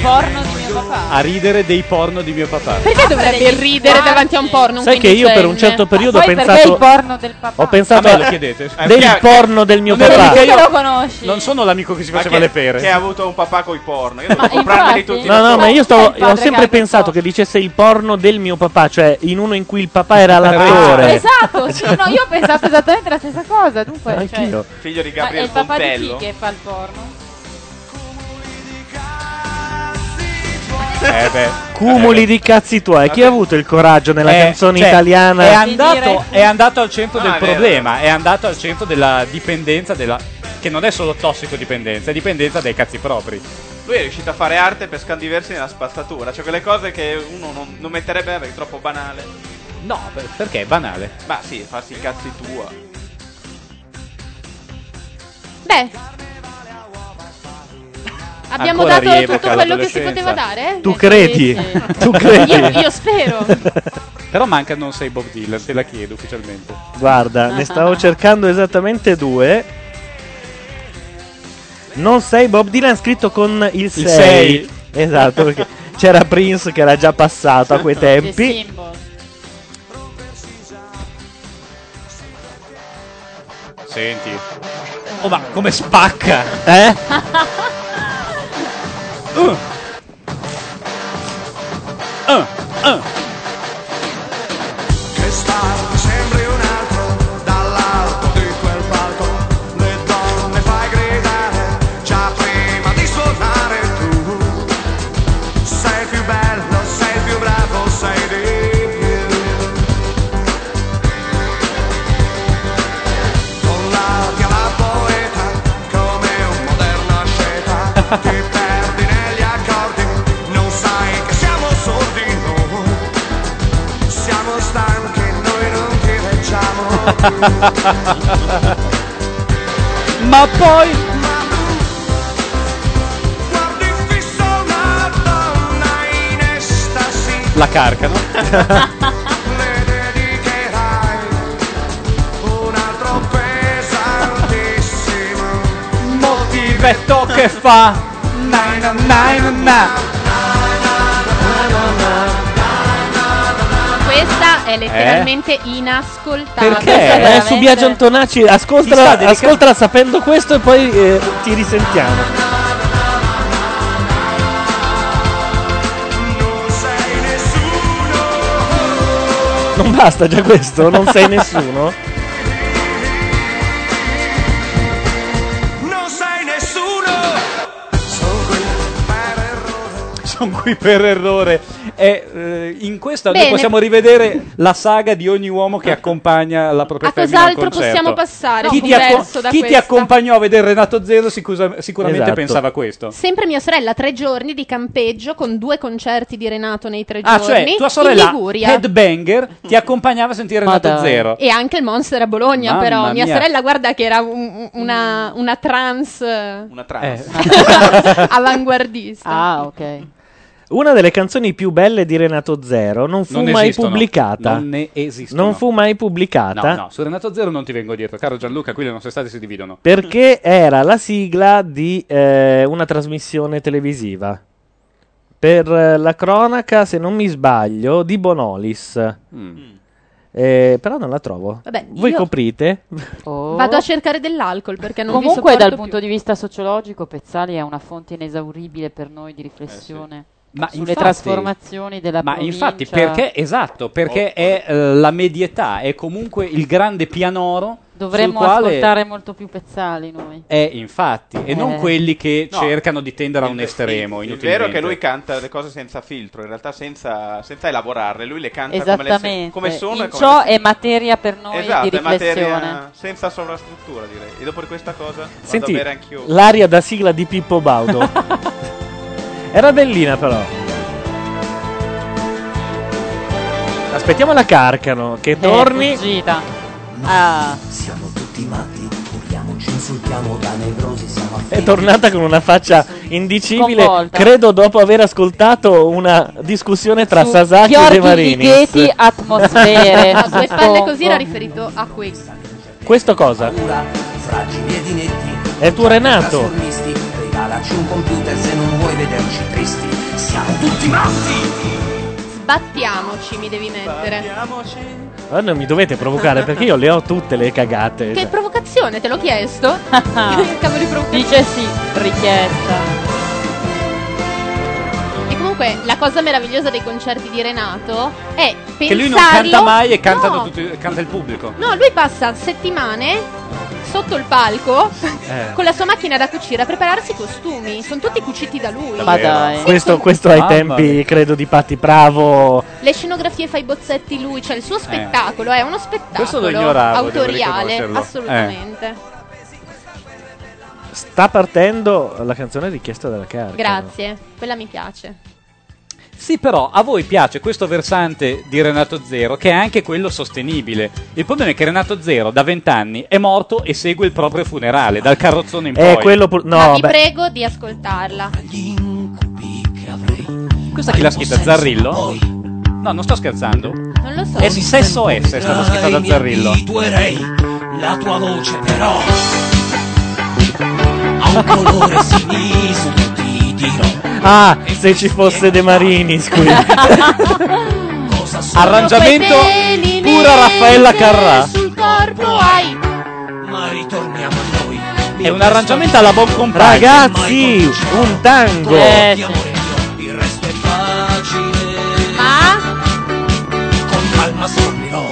Speaker 7: Porno di mio papà.
Speaker 5: A ridere dei porno di mio papà.
Speaker 6: Perché dovrebbe ridere davanti a un porno? un
Speaker 1: Sai che io per un
Speaker 6: quindicenne?
Speaker 1: certo periodo ho
Speaker 7: Poi perché
Speaker 1: pensato.
Speaker 7: il porno del papà?
Speaker 1: Ho pensato
Speaker 5: A me
Speaker 1: a
Speaker 5: lo chiedete. Eh,
Speaker 1: del
Speaker 5: chiaro-
Speaker 1: porno del mio
Speaker 5: non ero
Speaker 1: papà.
Speaker 5: mica
Speaker 7: Perché lo conosci?
Speaker 5: Non sono l'amico che si faceva
Speaker 3: che-
Speaker 5: le pere.
Speaker 3: Che ha avuto un papà coi porno. Io devo comprarmeli tutti. da
Speaker 1: No, no,
Speaker 3: solo.
Speaker 1: ma io stavo,
Speaker 7: padre
Speaker 1: ho sempre
Speaker 7: caldo
Speaker 1: pensato che dicesse il porno del mio papà, cioè in uno in cui il papà
Speaker 5: Ah,
Speaker 1: era l'attore.
Speaker 7: Esatto, sì, no, io ho pensato esattamente la stessa cosa. Dunque,
Speaker 1: Anch'io.
Speaker 7: Cioè,
Speaker 3: Figlio di
Speaker 7: ma è
Speaker 3: Gabriel
Speaker 7: il papà di
Speaker 3: Pontello.
Speaker 7: chi che fa il porno?
Speaker 3: Eh beh.
Speaker 1: Cumuli di cazzi tuoi. Chi ha avuto il coraggio nella
Speaker 5: Eh,
Speaker 1: canzone
Speaker 5: cioè,
Speaker 1: italiana?
Speaker 5: È andato, è andato al centro
Speaker 1: No,
Speaker 5: del
Speaker 1: Ah, è vero.
Speaker 5: problema, è andato al centro della dipendenza, della, che non è solo tossicodipendenza, è dipendenza dai cazzi propri.
Speaker 3: Lui è riuscito a fare arte per scandiversi nella spazzatura, cioè quelle cose che uno non, non metterebbe perché è troppo banale.
Speaker 5: No, perché è banale.
Speaker 3: Ma sì, farsi i cazzi tua.
Speaker 6: Beh. Abbiamo
Speaker 5: Ancora
Speaker 6: dato
Speaker 5: rievoca
Speaker 6: tutto quello che si
Speaker 5: l'adolescenza.
Speaker 6: poteva dare?
Speaker 5: Tu credi? Tu credi?
Speaker 6: Io, io spero.
Speaker 5: Però manca non sei Bob Dylan, te la chiedo ufficialmente.
Speaker 1: Guarda, ne stavo cercando esattamente due. Non sei Bob Dylan scritto con il 6.
Speaker 5: sei.
Speaker 1: Esatto, perché c'era Prince che era già passato a quei tempi.
Speaker 5: Senti. Oh, ma come spacca!
Speaker 1: Eh?
Speaker 5: Uh. Uh, uh.
Speaker 10: Che star sembri un altro dall'alto di quel palco. Le donne fai gridare già prima di suonare tu. Sei più bello, sei più bravo, sei di più. Con l'arte alla poeta come un moderno asceta. Ti perdi negli accordi, non sai che siamo sordi noi. Siamo stanchi, noi non ti leggiamo
Speaker 5: Ma poi
Speaker 10: Fisso una donna in estasi
Speaker 5: la carcano.
Speaker 10: Le
Speaker 5: l'effetto che fa. Na, na, na, na, na.
Speaker 6: Questa è
Speaker 5: Eh?
Speaker 6: letteralmente inascoltabile.
Speaker 1: Perché? È su Biagio Antonacci,
Speaker 6: Ti sta
Speaker 1: ascoltala,
Speaker 6: dedicando-
Speaker 1: ascoltala sapendo questo e poi eh, ti risentiamo. Non basta già questo, non sei nessuno.
Speaker 38: Non sei nessuno.
Speaker 5: Sono qui per errore. E, eh, in questo noi
Speaker 6: Bene.
Speaker 5: possiamo rivedere la saga di ogni uomo che accompagna la propria
Speaker 6: A
Speaker 5: femmina al
Speaker 6: cos'altro
Speaker 5: concerto.
Speaker 6: possiamo passare?
Speaker 5: Chi,
Speaker 6: Sono
Speaker 5: ti, acco-
Speaker 6: perso da
Speaker 5: chi ti
Speaker 6: questa.
Speaker 5: accompagnò a vedere Renato Zero sicusa- sicuramente
Speaker 1: Esatto.
Speaker 5: pensava questo.
Speaker 6: Sempre mia sorella, tre giorni di campeggio con due concerti di Renato nei tre
Speaker 5: Ah,
Speaker 6: giorni.
Speaker 5: cioè tua
Speaker 6: in
Speaker 5: sorella
Speaker 6: Liguria.
Speaker 5: Headbanger ti accompagnava a sentire Renato
Speaker 6: Madonna.
Speaker 5: Zero.
Speaker 6: E anche il Monster a Bologna,
Speaker 5: Mamma
Speaker 6: però. Mia,
Speaker 5: mia.
Speaker 6: sorella, guarda che era un- una, una trans eh,
Speaker 3: Una trans.
Speaker 6: avanguardista.
Speaker 7: oh.
Speaker 6: Ah, ok.
Speaker 1: Una delle canzoni più belle di Renato Zero non fu
Speaker 5: Non
Speaker 1: mai
Speaker 5: esistono.
Speaker 1: pubblicata.
Speaker 5: Non ne esistono.
Speaker 1: Non fu mai
Speaker 39: No,
Speaker 1: pubblicata.
Speaker 39: no, su Renato Zero non ti vengo dietro, caro Gianluca, qui le nostre strade si dividono.
Speaker 1: Perché era la sigla di eh, una trasmissione televisiva. Per eh, la cronaca, se non mi sbaglio, di Bonolis.
Speaker 5: Mm.
Speaker 1: Eh, però non la trovo.
Speaker 6: Vabbè,
Speaker 1: Voi
Speaker 6: io-
Speaker 1: coprite?
Speaker 6: Vado a cercare dell'alcol perché non
Speaker 7: Oh. Comunque,
Speaker 6: vi sopporto
Speaker 7: dal
Speaker 6: più.
Speaker 7: punto di vista sociologico, Pezzali è una fonte inesauribile per noi di riflessione
Speaker 3: Eh,
Speaker 5: Ma
Speaker 7: sulle
Speaker 5: infatti-
Speaker 7: trasformazioni della
Speaker 5: Ma
Speaker 7: provincia.
Speaker 5: infatti perché esatto, perché
Speaker 3: Oh,
Speaker 5: è eh, la medietà, è comunque il grande pianoro
Speaker 7: dovremmo
Speaker 5: sul quale
Speaker 7: ascoltare molto più Pezzali noi?
Speaker 5: è infatti e non
Speaker 7: Eh.
Speaker 5: quelli che
Speaker 7: No.
Speaker 5: cercano di tendere a un estremo
Speaker 3: Il
Speaker 5: inutilmente.
Speaker 3: vero è che lui canta le cose senza filtro, in realtà senza, senza elaborarle, lui le canta come, le se-
Speaker 7: Esattamente.
Speaker 3: come sono e
Speaker 7: In
Speaker 3: come
Speaker 7: ciò
Speaker 3: le-
Speaker 7: è materia per noi
Speaker 3: esatto,
Speaker 7: di
Speaker 3: è materia
Speaker 7: riflessione.
Speaker 3: senza sovrastruttura direi. E dopo di questa cosa vado a
Speaker 1: Senti,
Speaker 3: bere anch'io.
Speaker 1: l'aria da sigla di Pippo Baudo. Era bellina però. Aspettiamo la Carcano
Speaker 7: Eh.
Speaker 1: che torni.
Speaker 12: Ah.
Speaker 10: Siamo tutti matti, urliamo, ci insultiamo da nevrosi, siamo affetti.
Speaker 1: È tornata con una faccia indicibile,
Speaker 10: Sconvolta.
Speaker 1: credo dopo aver ascoltato una discussione tra Sasaki e De Marini.
Speaker 7: Ligeti, atmosfere.
Speaker 6: No, due spalle così era
Speaker 7: suppongo.
Speaker 6: riferito a questo.
Speaker 1: Questo cosa?
Speaker 10: Fragili ed inetti.
Speaker 1: È il tuo Renato.
Speaker 10: Trasformisti, regalaci un computer se non vuoi vederci tristi. Siamo tutti matti.
Speaker 6: Sbattiamoci, mi devi mettere. Sbattiamoci.
Speaker 1: Ah, non mi dovete provocare perché io le ho tutte le cagate.
Speaker 6: Che provocazione, te l'ho chiesto?
Speaker 7: Dice sì, richiesta.
Speaker 6: E comunque la cosa meravigliosa dei concerti di Renato è pensarlo...
Speaker 5: che lui non canta mai e cantano
Speaker 6: no,
Speaker 5: tutti- canta il pubblico.
Speaker 6: No, lui passa settimane sotto il palco
Speaker 5: Eh.
Speaker 6: con la sua macchina da cucire a prepararsi i costumi. Sono tutti cuciti da lui.
Speaker 1: Ma dai. Questo, questo ai
Speaker 6: Mamma
Speaker 1: tempi, credo, di Patti Pravo.
Speaker 6: Le scenografie fa i bozzetti lui, cioè il suo spettacolo è uno spettacolo
Speaker 1: Eh. Questo lo ignoravo, devo
Speaker 6: autoriale,
Speaker 1: riconoscerlo. Eh.
Speaker 6: assolutamente.
Speaker 1: Sta partendo la canzone richiesta dalla Carcano.
Speaker 6: Grazie, quella mi piace.
Speaker 5: Sì, però a voi piace questo versante di Renato Zero, che è anche quello sostenibile. Il problema è che Renato Zero da vent'anni è morto e segue il proprio funerale, dal carrozzone in
Speaker 1: È
Speaker 5: poi.
Speaker 1: Eh, quello pur- no,
Speaker 6: Ma Ah, vi
Speaker 1: beh.
Speaker 6: prego di ascoltarla.
Speaker 5: Questa chi l'ha scritta? Zarrillo? No, non sto scherzando.
Speaker 6: Non lo so.
Speaker 5: È Sesso S, è stata scritta da Zarrillo.
Speaker 10: Abituerei la tua voce però a un colore sinistro ti dirò.
Speaker 1: Ah, se ci fosse De Marini, scusa.
Speaker 10: Cosa sono
Speaker 1: Ah. Arrangiamento
Speaker 10: quei peli
Speaker 1: pura
Speaker 10: neri
Speaker 1: Raffaella Carrà.
Speaker 6: Sul corpo hai
Speaker 10: Ma ritorniamo a noi.
Speaker 5: È un arrangiamento alla buon compagno.
Speaker 1: Ragazzi, un tango.
Speaker 10: Eh, Il resto è facile.
Speaker 6: Ma
Speaker 10: Con calma scoprirò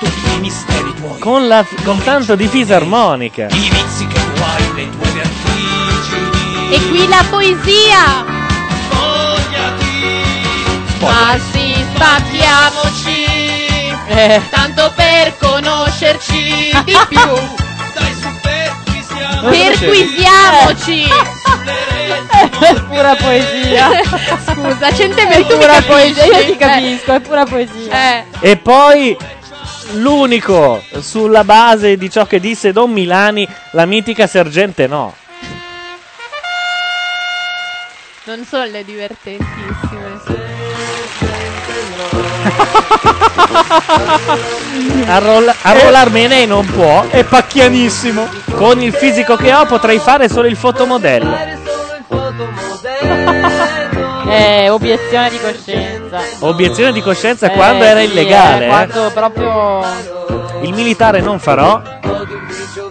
Speaker 10: tutti i misteri tuoi.
Speaker 1: Con, la, con tanto di fisarmonica.
Speaker 10: I vizi che tu hai, le tue vertigini.
Speaker 6: E qui la poesia. Ma sì, sbattiamoci.
Speaker 7: Eh.
Speaker 6: Tanto per conoscerci di più. Perquisiamoci.
Speaker 7: Eh. Pura poesia.
Speaker 6: Scusa, Centemeri, tu mi
Speaker 7: Pura
Speaker 6: capisci?
Speaker 7: poesia, io ti
Speaker 6: Eh.
Speaker 7: capisco, è pura poesia.
Speaker 6: Eh.
Speaker 1: E poi l'unico sulla base di ciò che disse Don Milani, la mitica sergente no.
Speaker 6: Non sono le divertentissime.
Speaker 1: A, roll- a
Speaker 40: Eh.
Speaker 1: rollarmene non può.
Speaker 5: È pacchianissimo.
Speaker 1: Con il fisico che ho potrei fare solo il fotomodello.
Speaker 7: Eh, obiezione di coscienza.
Speaker 1: Obiezione di coscienza
Speaker 7: Eh,
Speaker 1: quando era
Speaker 7: sì, eh,
Speaker 1: illegale. eh.
Speaker 7: quando proprio...
Speaker 1: Il militare non farò.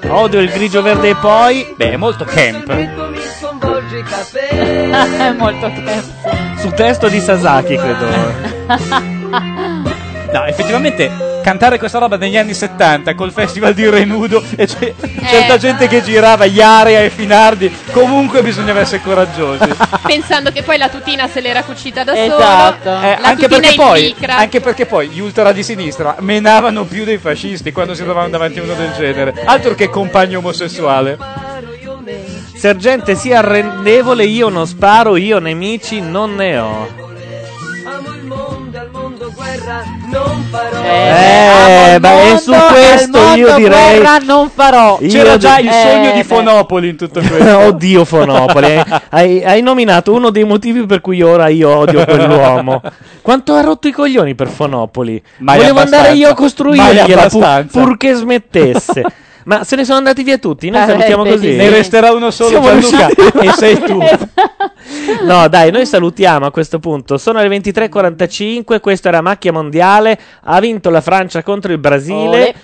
Speaker 1: Odio il grigio verde e poi.
Speaker 41: Beh, è molto camp.
Speaker 7: È molto tempo.
Speaker 1: Su testo di Sasaki, credo.
Speaker 5: No, effettivamente cantare questa roba negli anni 70 col festival di Renudo e c'è
Speaker 1: Eh,
Speaker 5: certa gente che girava Iarea e Finardi, comunque bisognava essere coraggiosi.
Speaker 6: pensando che poi la tutina se l'era cucita da
Speaker 5: Eh,
Speaker 6: solo. la
Speaker 5: anche,
Speaker 6: tutina
Speaker 5: perché
Speaker 6: in
Speaker 5: poi,
Speaker 6: licra.
Speaker 5: anche perché poi gli ultra di sinistra menavano più dei fascisti quando si trovavano davanti a uno del genere, altro che compagno omosessuale.
Speaker 1: Sergente, sia arrendevole, io non sparo, io nemici non ne ho.
Speaker 10: Amo il mondo, al mondo guerra non farò.
Speaker 1: Eh,
Speaker 10: Amo il
Speaker 1: beh, e su
Speaker 10: mondo, al
Speaker 1: questo
Speaker 10: mondo
Speaker 1: io direi-
Speaker 10: guerra non farò.
Speaker 1: Io
Speaker 5: C'era già
Speaker 1: de-
Speaker 5: il sogno
Speaker 1: Eh,
Speaker 5: di
Speaker 1: beh.
Speaker 5: Fonopoli in tutto questo.
Speaker 1: Oddio, Fonopoli. eh. Hai, hai nominato uno dei motivi per cui ora io odio quell'uomo. Quanto ha rotto i coglioni per Fonopoli.
Speaker 4: Mai
Speaker 1: Volevo andare
Speaker 4: abbastanza.
Speaker 1: io a
Speaker 4: Mai
Speaker 1: costruirgliela pur,
Speaker 4: abbastanza.
Speaker 1: purché
Speaker 5: Eh
Speaker 1: smettesse. Ma se ne sono andati via tutti, noi
Speaker 4: Eh,
Speaker 1: salutiamo
Speaker 4: vedi.
Speaker 1: così.
Speaker 4: Ne resterà uno solo, Gianluca,
Speaker 1: riusciti-
Speaker 4: e sei tu.
Speaker 1: No, dai, noi salutiamo a questo punto. Sono le 23.45, questo era Macchia Mondiale, ha vinto la Francia contro il Brasile.
Speaker 4: Ole.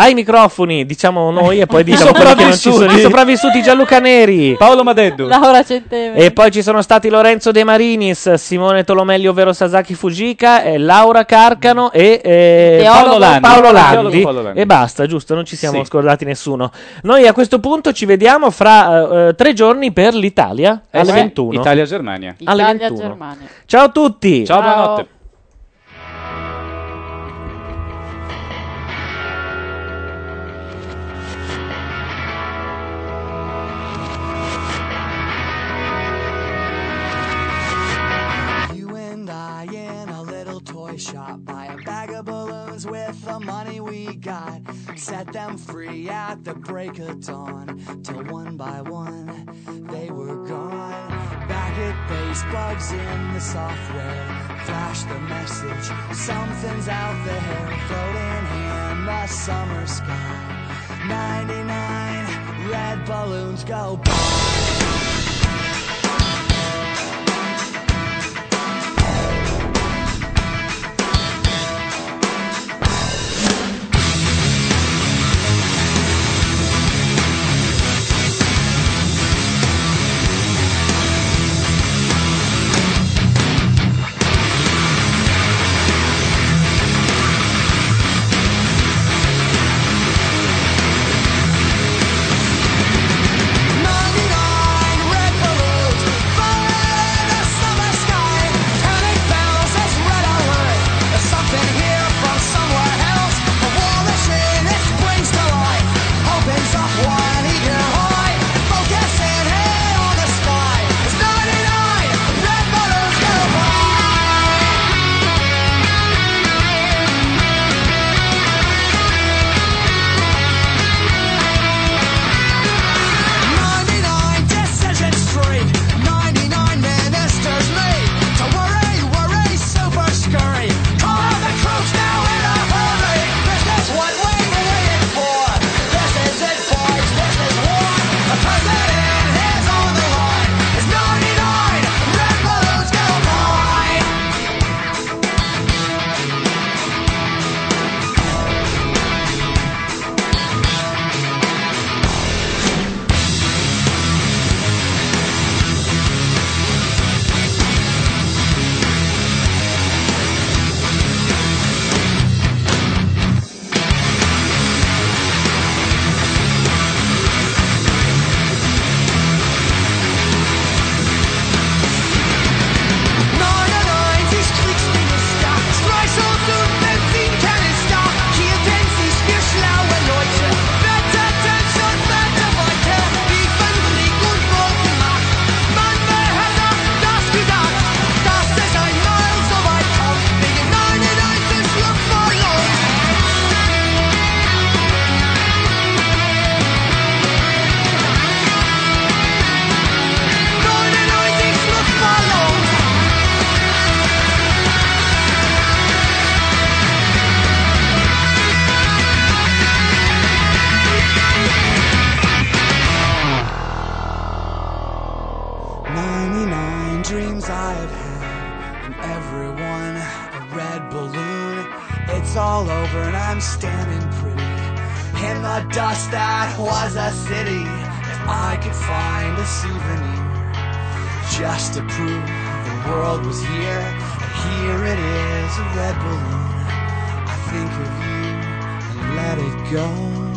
Speaker 1: Ai microfoni, diciamo noi, e poi
Speaker 4: I
Speaker 1: diciamo quelli che non ci sono.
Speaker 4: sopravvissuti.
Speaker 1: I sopravvissuti Gianluca Neri,
Speaker 5: Paolo Madeddu.
Speaker 7: Laura Centemere.
Speaker 1: E poi ci sono stati Lorenzo De Marinis, Simone Tolomelli, ovvero Sasaki Fujika, e Laura Carcano e eh,
Speaker 4: Teologo
Speaker 1: Paolo Landi.
Speaker 4: Paolo Landi.
Speaker 1: Teologo Paolo Landi. E basta, giusto, non ci siamo scordati nessuno. Noi a questo punto ci vediamo fra eh, tre giorni per l'Italia
Speaker 42: Eh
Speaker 1: alle
Speaker 42: sì,
Speaker 1: 21.
Speaker 42: Italia-Germania.
Speaker 1: Alle
Speaker 7: Italia,
Speaker 1: 21.
Speaker 7: Germania.
Speaker 1: Ciao a tutti.
Speaker 42: Ciao, Ciao. buonanotte.
Speaker 10: You and I in a little toy shop buy a bag of balloons with the money we got. Set them free at the break of dawn. Till one by one they were gone. Back at base, bugs in the software. Flash the message, something's out there. Floating in the summer sky. 99 red balloons go. Red all over and I'm standing pretty in the dust that was a city. If I could find a souvenir just to prove the world was here, and here it is, a red balloon. I think of you and let it go.